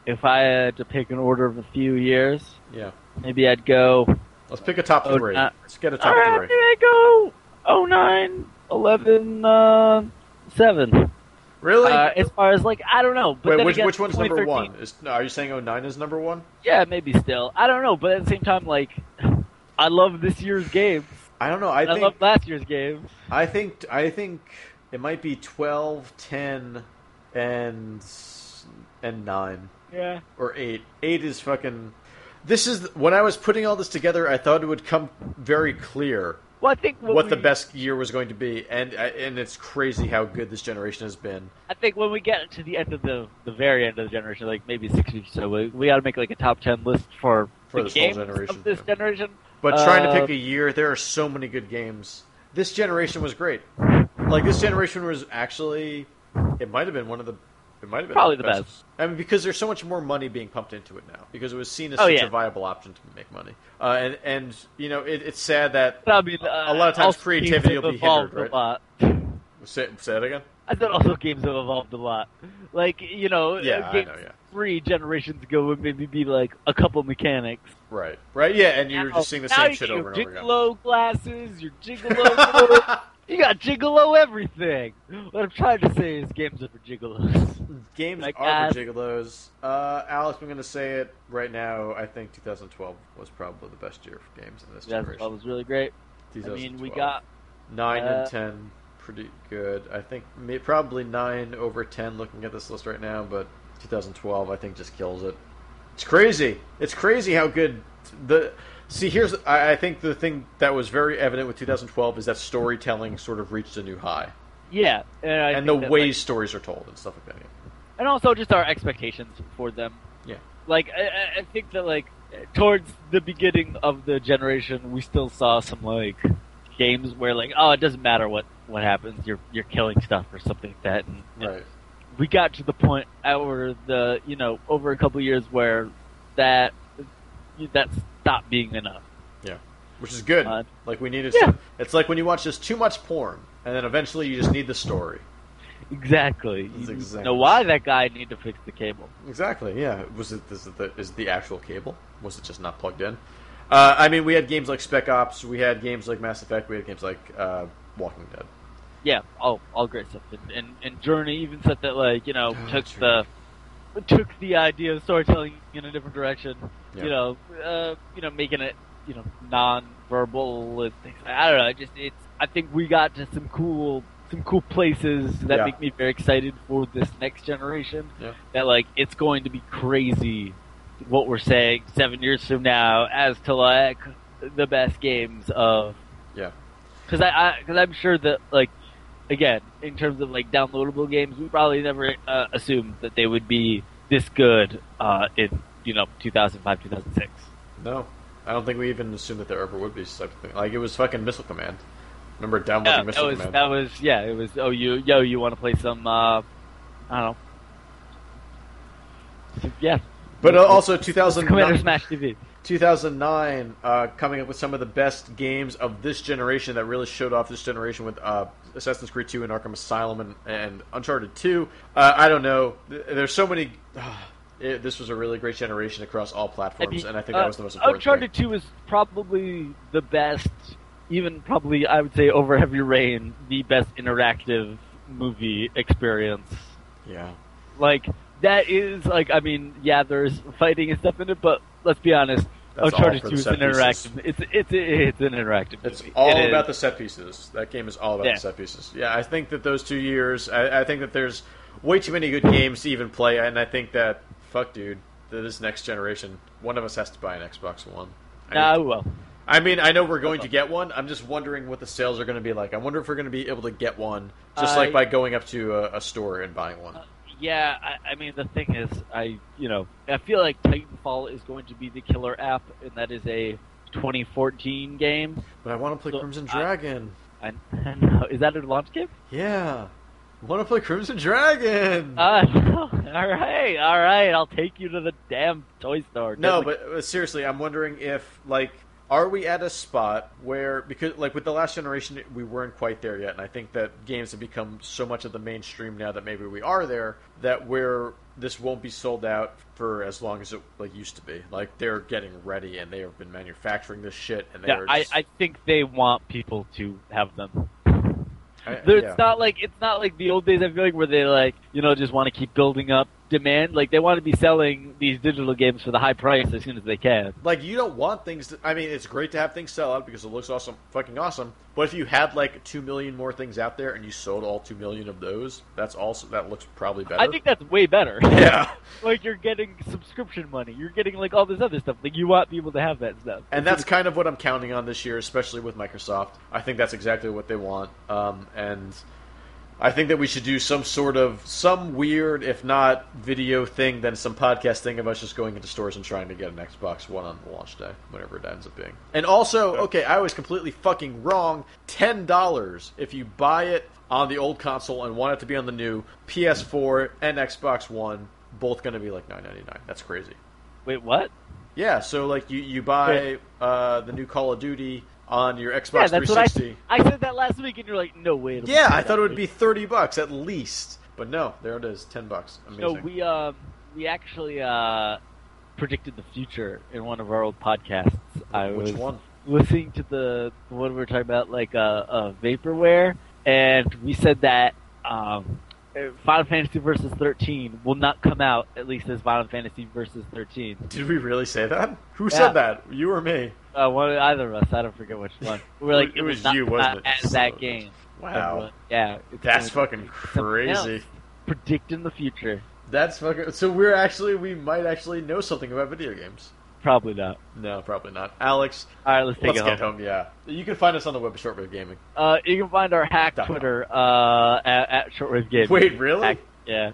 [SPEAKER 2] if I had to pick an order of a few years.
[SPEAKER 1] yeah,
[SPEAKER 2] Maybe I'd go.
[SPEAKER 1] let's pick a top
[SPEAKER 2] Oh,
[SPEAKER 1] three.
[SPEAKER 2] not-
[SPEAKER 1] Let's get a
[SPEAKER 2] All
[SPEAKER 1] top
[SPEAKER 2] right, maybe
[SPEAKER 1] three.
[SPEAKER 2] I'd go. Oh nine, eleven, uh, seven.
[SPEAKER 1] Really?
[SPEAKER 2] Uh, as far as like I don't know. But
[SPEAKER 1] Wait,
[SPEAKER 2] then
[SPEAKER 1] which
[SPEAKER 2] again,
[SPEAKER 1] which one's number
[SPEAKER 2] 2013
[SPEAKER 1] one? Is, no, are you saying 09 is number one?
[SPEAKER 2] Yeah, maybe still. I don't know, but at the same time, like I love this year's games.
[SPEAKER 1] I don't know. I
[SPEAKER 2] and I,
[SPEAKER 1] think
[SPEAKER 2] love last year's games.
[SPEAKER 1] I think I think it might be 12, 10, and and nine.
[SPEAKER 2] Yeah.
[SPEAKER 1] or eight. Eight is fucking. This is when I was putting all this together. I thought it would come very clear
[SPEAKER 2] Well, I think
[SPEAKER 1] what,
[SPEAKER 2] when
[SPEAKER 1] the
[SPEAKER 2] we-
[SPEAKER 1] best year was going to be, and I- and it's crazy how good this generation has been.
[SPEAKER 2] I think when we get to the end of the the very end of the generation, like maybe six weeks or so, we, we got to make like a top ten list for
[SPEAKER 1] For
[SPEAKER 2] the
[SPEAKER 1] this whole
[SPEAKER 2] games
[SPEAKER 1] generation,
[SPEAKER 2] of this
[SPEAKER 1] yeah.
[SPEAKER 2] generation.
[SPEAKER 1] But trying to
[SPEAKER 2] Uh,
[SPEAKER 1] pick a year, there are so many good games. This generation was great. Like this generation was actually, it might have been one of the, it might have been
[SPEAKER 2] Probably the best.
[SPEAKER 1] I mean, because there's so much more money being pumped into it now, because it was seen as
[SPEAKER 2] Oh,
[SPEAKER 1] such
[SPEAKER 2] yeah.
[SPEAKER 1] a viable option to make money. Uh, and and you know, it, it's sad that
[SPEAKER 2] But I mean,
[SPEAKER 1] A- a
[SPEAKER 2] uh,
[SPEAKER 1] lot of times
[SPEAKER 2] also
[SPEAKER 1] creativity
[SPEAKER 2] games have
[SPEAKER 1] will be
[SPEAKER 2] evolved
[SPEAKER 1] hindered,
[SPEAKER 2] a lot.
[SPEAKER 1] say, say that again.
[SPEAKER 2] I said also games have evolved a lot. Like you know, uh,
[SPEAKER 1] Yeah, I
[SPEAKER 2] games
[SPEAKER 1] know, yeah.
[SPEAKER 2] three generations ago would maybe be like a couple mechanics.
[SPEAKER 1] Right. Right. Yeah, and you're
[SPEAKER 2] Now-
[SPEAKER 1] just seeing the
[SPEAKER 2] now
[SPEAKER 1] same
[SPEAKER 2] you
[SPEAKER 1] shit
[SPEAKER 2] get
[SPEAKER 1] over and
[SPEAKER 2] your
[SPEAKER 1] over again.
[SPEAKER 2] Gigolo glasses, your gigolo. you got gigolo everything. What I'm trying to say is games are for gigolos.
[SPEAKER 1] Games
[SPEAKER 2] Like
[SPEAKER 1] are
[SPEAKER 2] that.
[SPEAKER 1] for gigolos. Uh, Alex, I'm going to say it right now. I think 2012 was probably the best year for games in this
[SPEAKER 2] That's
[SPEAKER 1] generation.
[SPEAKER 2] what was really great. I mean, we
[SPEAKER 1] 2012.
[SPEAKER 2] got
[SPEAKER 1] nine
[SPEAKER 2] uh,
[SPEAKER 1] and ten, pretty good. I think may- probably nine over ten. Looking at this list right now, but 2012, I think, just kills it. It's crazy. It's crazy how good the. See, here's I, I think the thing that was very evident with 2012 is that storytelling sort of reached a new high,
[SPEAKER 2] yeah, and, I
[SPEAKER 1] and the
[SPEAKER 2] think that,
[SPEAKER 1] way
[SPEAKER 2] like-
[SPEAKER 1] stories are told and stuff like that.
[SPEAKER 2] and also just our expectations for them.
[SPEAKER 1] Yeah.
[SPEAKER 2] like I- I, I think that like towards the beginning of the generation, we still saw some like games where like oh, it doesn't matter what what happens, you're you're killing stuff or something like that, and, and
[SPEAKER 1] Right.
[SPEAKER 2] we got to the point over the you know over a couple years where that that stopped being enough.
[SPEAKER 1] Which is good.
[SPEAKER 2] Uh,
[SPEAKER 1] like we needed.
[SPEAKER 2] yeah.
[SPEAKER 1] some- It's like when you watch just too much porn, and then eventually you just need the story.
[SPEAKER 2] Exactly.
[SPEAKER 1] That's
[SPEAKER 2] you
[SPEAKER 1] exactly-
[SPEAKER 2] know why that guy needed to fix the cable.
[SPEAKER 1] Exactly. Yeah. Was it this is the is it the actual cable? Was it just not plugged in? Uh, I mean, we had games like Spec Ops. We had games like Mass Effect. We had games like uh, Walking Dead.
[SPEAKER 2] Yeah, all all great stuff. And and, and Journey even said that like you know
[SPEAKER 1] Oh,
[SPEAKER 2] took
[SPEAKER 1] Journey.
[SPEAKER 2] the took the idea of storytelling in a different direction.
[SPEAKER 1] Yeah.
[SPEAKER 2] You know, uh, you know, making it you know non-verbal and things. I don't know. I Just it's. I think we got to some cool some cool places that
[SPEAKER 1] Yeah.
[SPEAKER 2] make me very excited for this next generation.
[SPEAKER 1] Yeah.
[SPEAKER 2] That like it's going to be crazy what we're saying seven years from now as to like the best games of
[SPEAKER 1] Yeah.
[SPEAKER 2] because I because I'm sure that like again in terms of like downloadable games we probably never uh, assumed that they would be this good uh, in you know 2005 2006
[SPEAKER 1] No, I don't think we even assumed that there ever would be such a thing. Like it was fucking Missile Command. Remember downloading
[SPEAKER 2] yeah, that
[SPEAKER 1] Missile
[SPEAKER 2] was
[SPEAKER 1] Command?
[SPEAKER 2] that was yeah it was oh you yo you want to play some uh, I don't know So, yeah
[SPEAKER 1] but uh, also
[SPEAKER 2] Commander
[SPEAKER 1] 2009,
[SPEAKER 2] Smash TV
[SPEAKER 1] 2009 uh, coming up with some of the best games of this generation that really showed off this generation with uh, Assassin's Creed 2 and Arkham Asylum and, and Uncharted 2. Uh, I don't know. Th- There's so many. uh, it, this was a really great generation across all platforms, and I think
[SPEAKER 2] uh,
[SPEAKER 1] that was the most important.
[SPEAKER 2] Uncharted 2 is probably the best, even probably, I would say, over Heavy Rain, the best interactive movie experience.
[SPEAKER 1] Thing. Yeah.
[SPEAKER 2] Like, that is, like, I mean, yeah, there's fighting and stuff in it, but let's be honest,
[SPEAKER 1] That's all
[SPEAKER 2] Uncharted
[SPEAKER 1] for
[SPEAKER 2] 2
[SPEAKER 1] the
[SPEAKER 2] is an
[SPEAKER 1] set pieces.
[SPEAKER 2] interactive. It's, it's, it's an interactive
[SPEAKER 1] It's
[SPEAKER 2] movie.
[SPEAKER 1] all
[SPEAKER 2] It is.
[SPEAKER 1] about the set pieces. That game is all about
[SPEAKER 2] Yeah.
[SPEAKER 1] the set pieces. Yeah, I think that those two years, I, I think that there's way too many good games to even play, and I think that fuck, dude, that this next generation, one of us has to buy an Xbox One. I-
[SPEAKER 2] No, well.
[SPEAKER 1] I mean, I know we're going to get one. I'm just wondering what the sales are going to be like. I wonder if we're going to be able to get one just
[SPEAKER 2] I-
[SPEAKER 1] like by going up to a, a store and buying one.
[SPEAKER 2] Yeah, I, I mean the thing is, I you know I feel like Titanfall is going to be the killer app, and that is a 2014 game.
[SPEAKER 1] But I want to play
[SPEAKER 2] so
[SPEAKER 1] Crimson
[SPEAKER 2] I-
[SPEAKER 1] Dragon.
[SPEAKER 2] I, I know. Is that a launch game?
[SPEAKER 1] Yeah, I want to play Crimson Dragon.
[SPEAKER 2] Uh, all right, all right. I'll take you to the damn toy store.
[SPEAKER 1] No,
[SPEAKER 2] Just
[SPEAKER 1] but uh, seriously, I'm wondering if like are we at a spot where because like with the last generation we weren't quite there yet and I think that games have become so much of the mainstream now that maybe we are there that where this won't be sold out for as long as it like used to be. Like they're getting ready and they have been manufacturing this shit and
[SPEAKER 2] like,
[SPEAKER 1] they're
[SPEAKER 2] yeah, I, I think they want people to have them. There-
[SPEAKER 1] yeah.
[SPEAKER 2] It's not like it's not like the old days. I feel like where they like you know just want to keep building up demand. Like they want to be selling these digital games for the high price as soon as they can.
[SPEAKER 1] like you don't want things to, i mean it's great to have things sell out because it looks awesome fucking awesome but if you had like 2 million more things out there and you sold all 2 million of those that's also that looks probably better
[SPEAKER 2] I think that's way better.
[SPEAKER 1] yeah
[SPEAKER 2] like you're getting subscription money. You're getting like all this other stuff. Like you want people to have that stuff.
[SPEAKER 1] and that's kind of what i'm counting on this year especially with microsoft i think that's exactly what they want um, and i think that we should do some sort of some weird if not video thing then some podcast thing of us just going into stores and trying to get an xbox one on the launch day whatever it ends up being and also okay i was completely fucking wrong $10 if you buy it on the old console and want it to be on the new ps4 and xbox one both going to be like 9.99 that's crazy
[SPEAKER 2] Wait, what?
[SPEAKER 1] yeah, so like you you buy uh, the new Call of Duty on your Xbox
[SPEAKER 2] yeah, that's what I.
[SPEAKER 1] 360.
[SPEAKER 2] I said that last week, and you're like, no way.
[SPEAKER 1] yeah, I thought it would be thirty bucks at least, but no, there it is, ten bucks.
[SPEAKER 2] No,
[SPEAKER 1] Amazing.
[SPEAKER 2] we um we actually uh predicted the future in one of our old podcasts. I
[SPEAKER 1] Which
[SPEAKER 2] was
[SPEAKER 1] one?
[SPEAKER 2] listening to the the one we were talking about, like uh, uh vaporware, and we said that um. Final Fantasy Versus 13 will not come out at least as Final Fantasy Versus 13.
[SPEAKER 1] Did we really say that? Who
[SPEAKER 2] Yeah.
[SPEAKER 1] said that? You or me?
[SPEAKER 2] Uh, one, either of us. I don't forget which one. We We're like,
[SPEAKER 1] It was
[SPEAKER 2] not
[SPEAKER 1] you,
[SPEAKER 2] come
[SPEAKER 1] wasn't
[SPEAKER 2] out
[SPEAKER 1] it?
[SPEAKER 2] As that
[SPEAKER 1] So-
[SPEAKER 2] game.
[SPEAKER 1] Wow,
[SPEAKER 2] Everyone- Yeah. It's
[SPEAKER 1] that's
[SPEAKER 2] gonna
[SPEAKER 1] fucking
[SPEAKER 2] be something else.
[SPEAKER 1] crazy.
[SPEAKER 2] Predicting the future.
[SPEAKER 1] That's fucking. So we're actually we might actually know something about video games.
[SPEAKER 2] Probably not.
[SPEAKER 1] No, probably not. Alex,
[SPEAKER 2] All right, let's take
[SPEAKER 1] let's
[SPEAKER 2] it
[SPEAKER 1] get
[SPEAKER 2] home.
[SPEAKER 1] home. Yeah, you can find us on the web at Shortwave Gaming.
[SPEAKER 2] Uh, you can find our hack
[SPEAKER 1] Dot com.
[SPEAKER 2] Twitter uh, at, at Shortwave Games.
[SPEAKER 1] Wait, really?
[SPEAKER 2] Hack- yeah.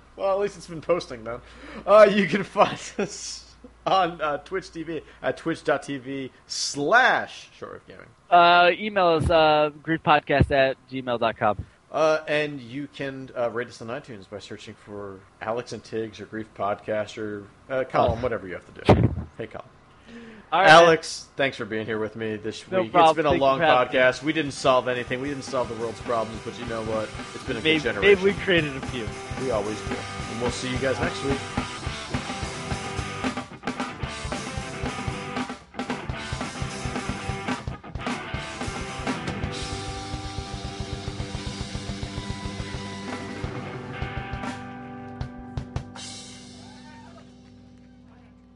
[SPEAKER 1] well, at least it's been posting then. Uh, you can find us on uh, Twitch TV at twitch.tv slash shortwave gaming.
[SPEAKER 2] Uh, email us uh, griefpodcast at gmail.com.
[SPEAKER 1] Uh, and you can uh, rate us on iTunes by searching for Alex and Tiggs or Grief Podcast or uh, Colin, whatever you have to do. Hey, Colin.
[SPEAKER 2] Oh. All right.
[SPEAKER 1] Alex, thanks for being here with me this
[SPEAKER 2] No
[SPEAKER 1] week.
[SPEAKER 2] problem.
[SPEAKER 1] It's been a
[SPEAKER 2] Thank you
[SPEAKER 1] long
[SPEAKER 2] for having me.
[SPEAKER 1] podcast. We didn't solve anything. We didn't solve the world's problems, but you know what? It's been a
[SPEAKER 2] Maybe,
[SPEAKER 1] good generation.
[SPEAKER 2] maybe we created a few.
[SPEAKER 1] we always do. And we'll see you guys next week.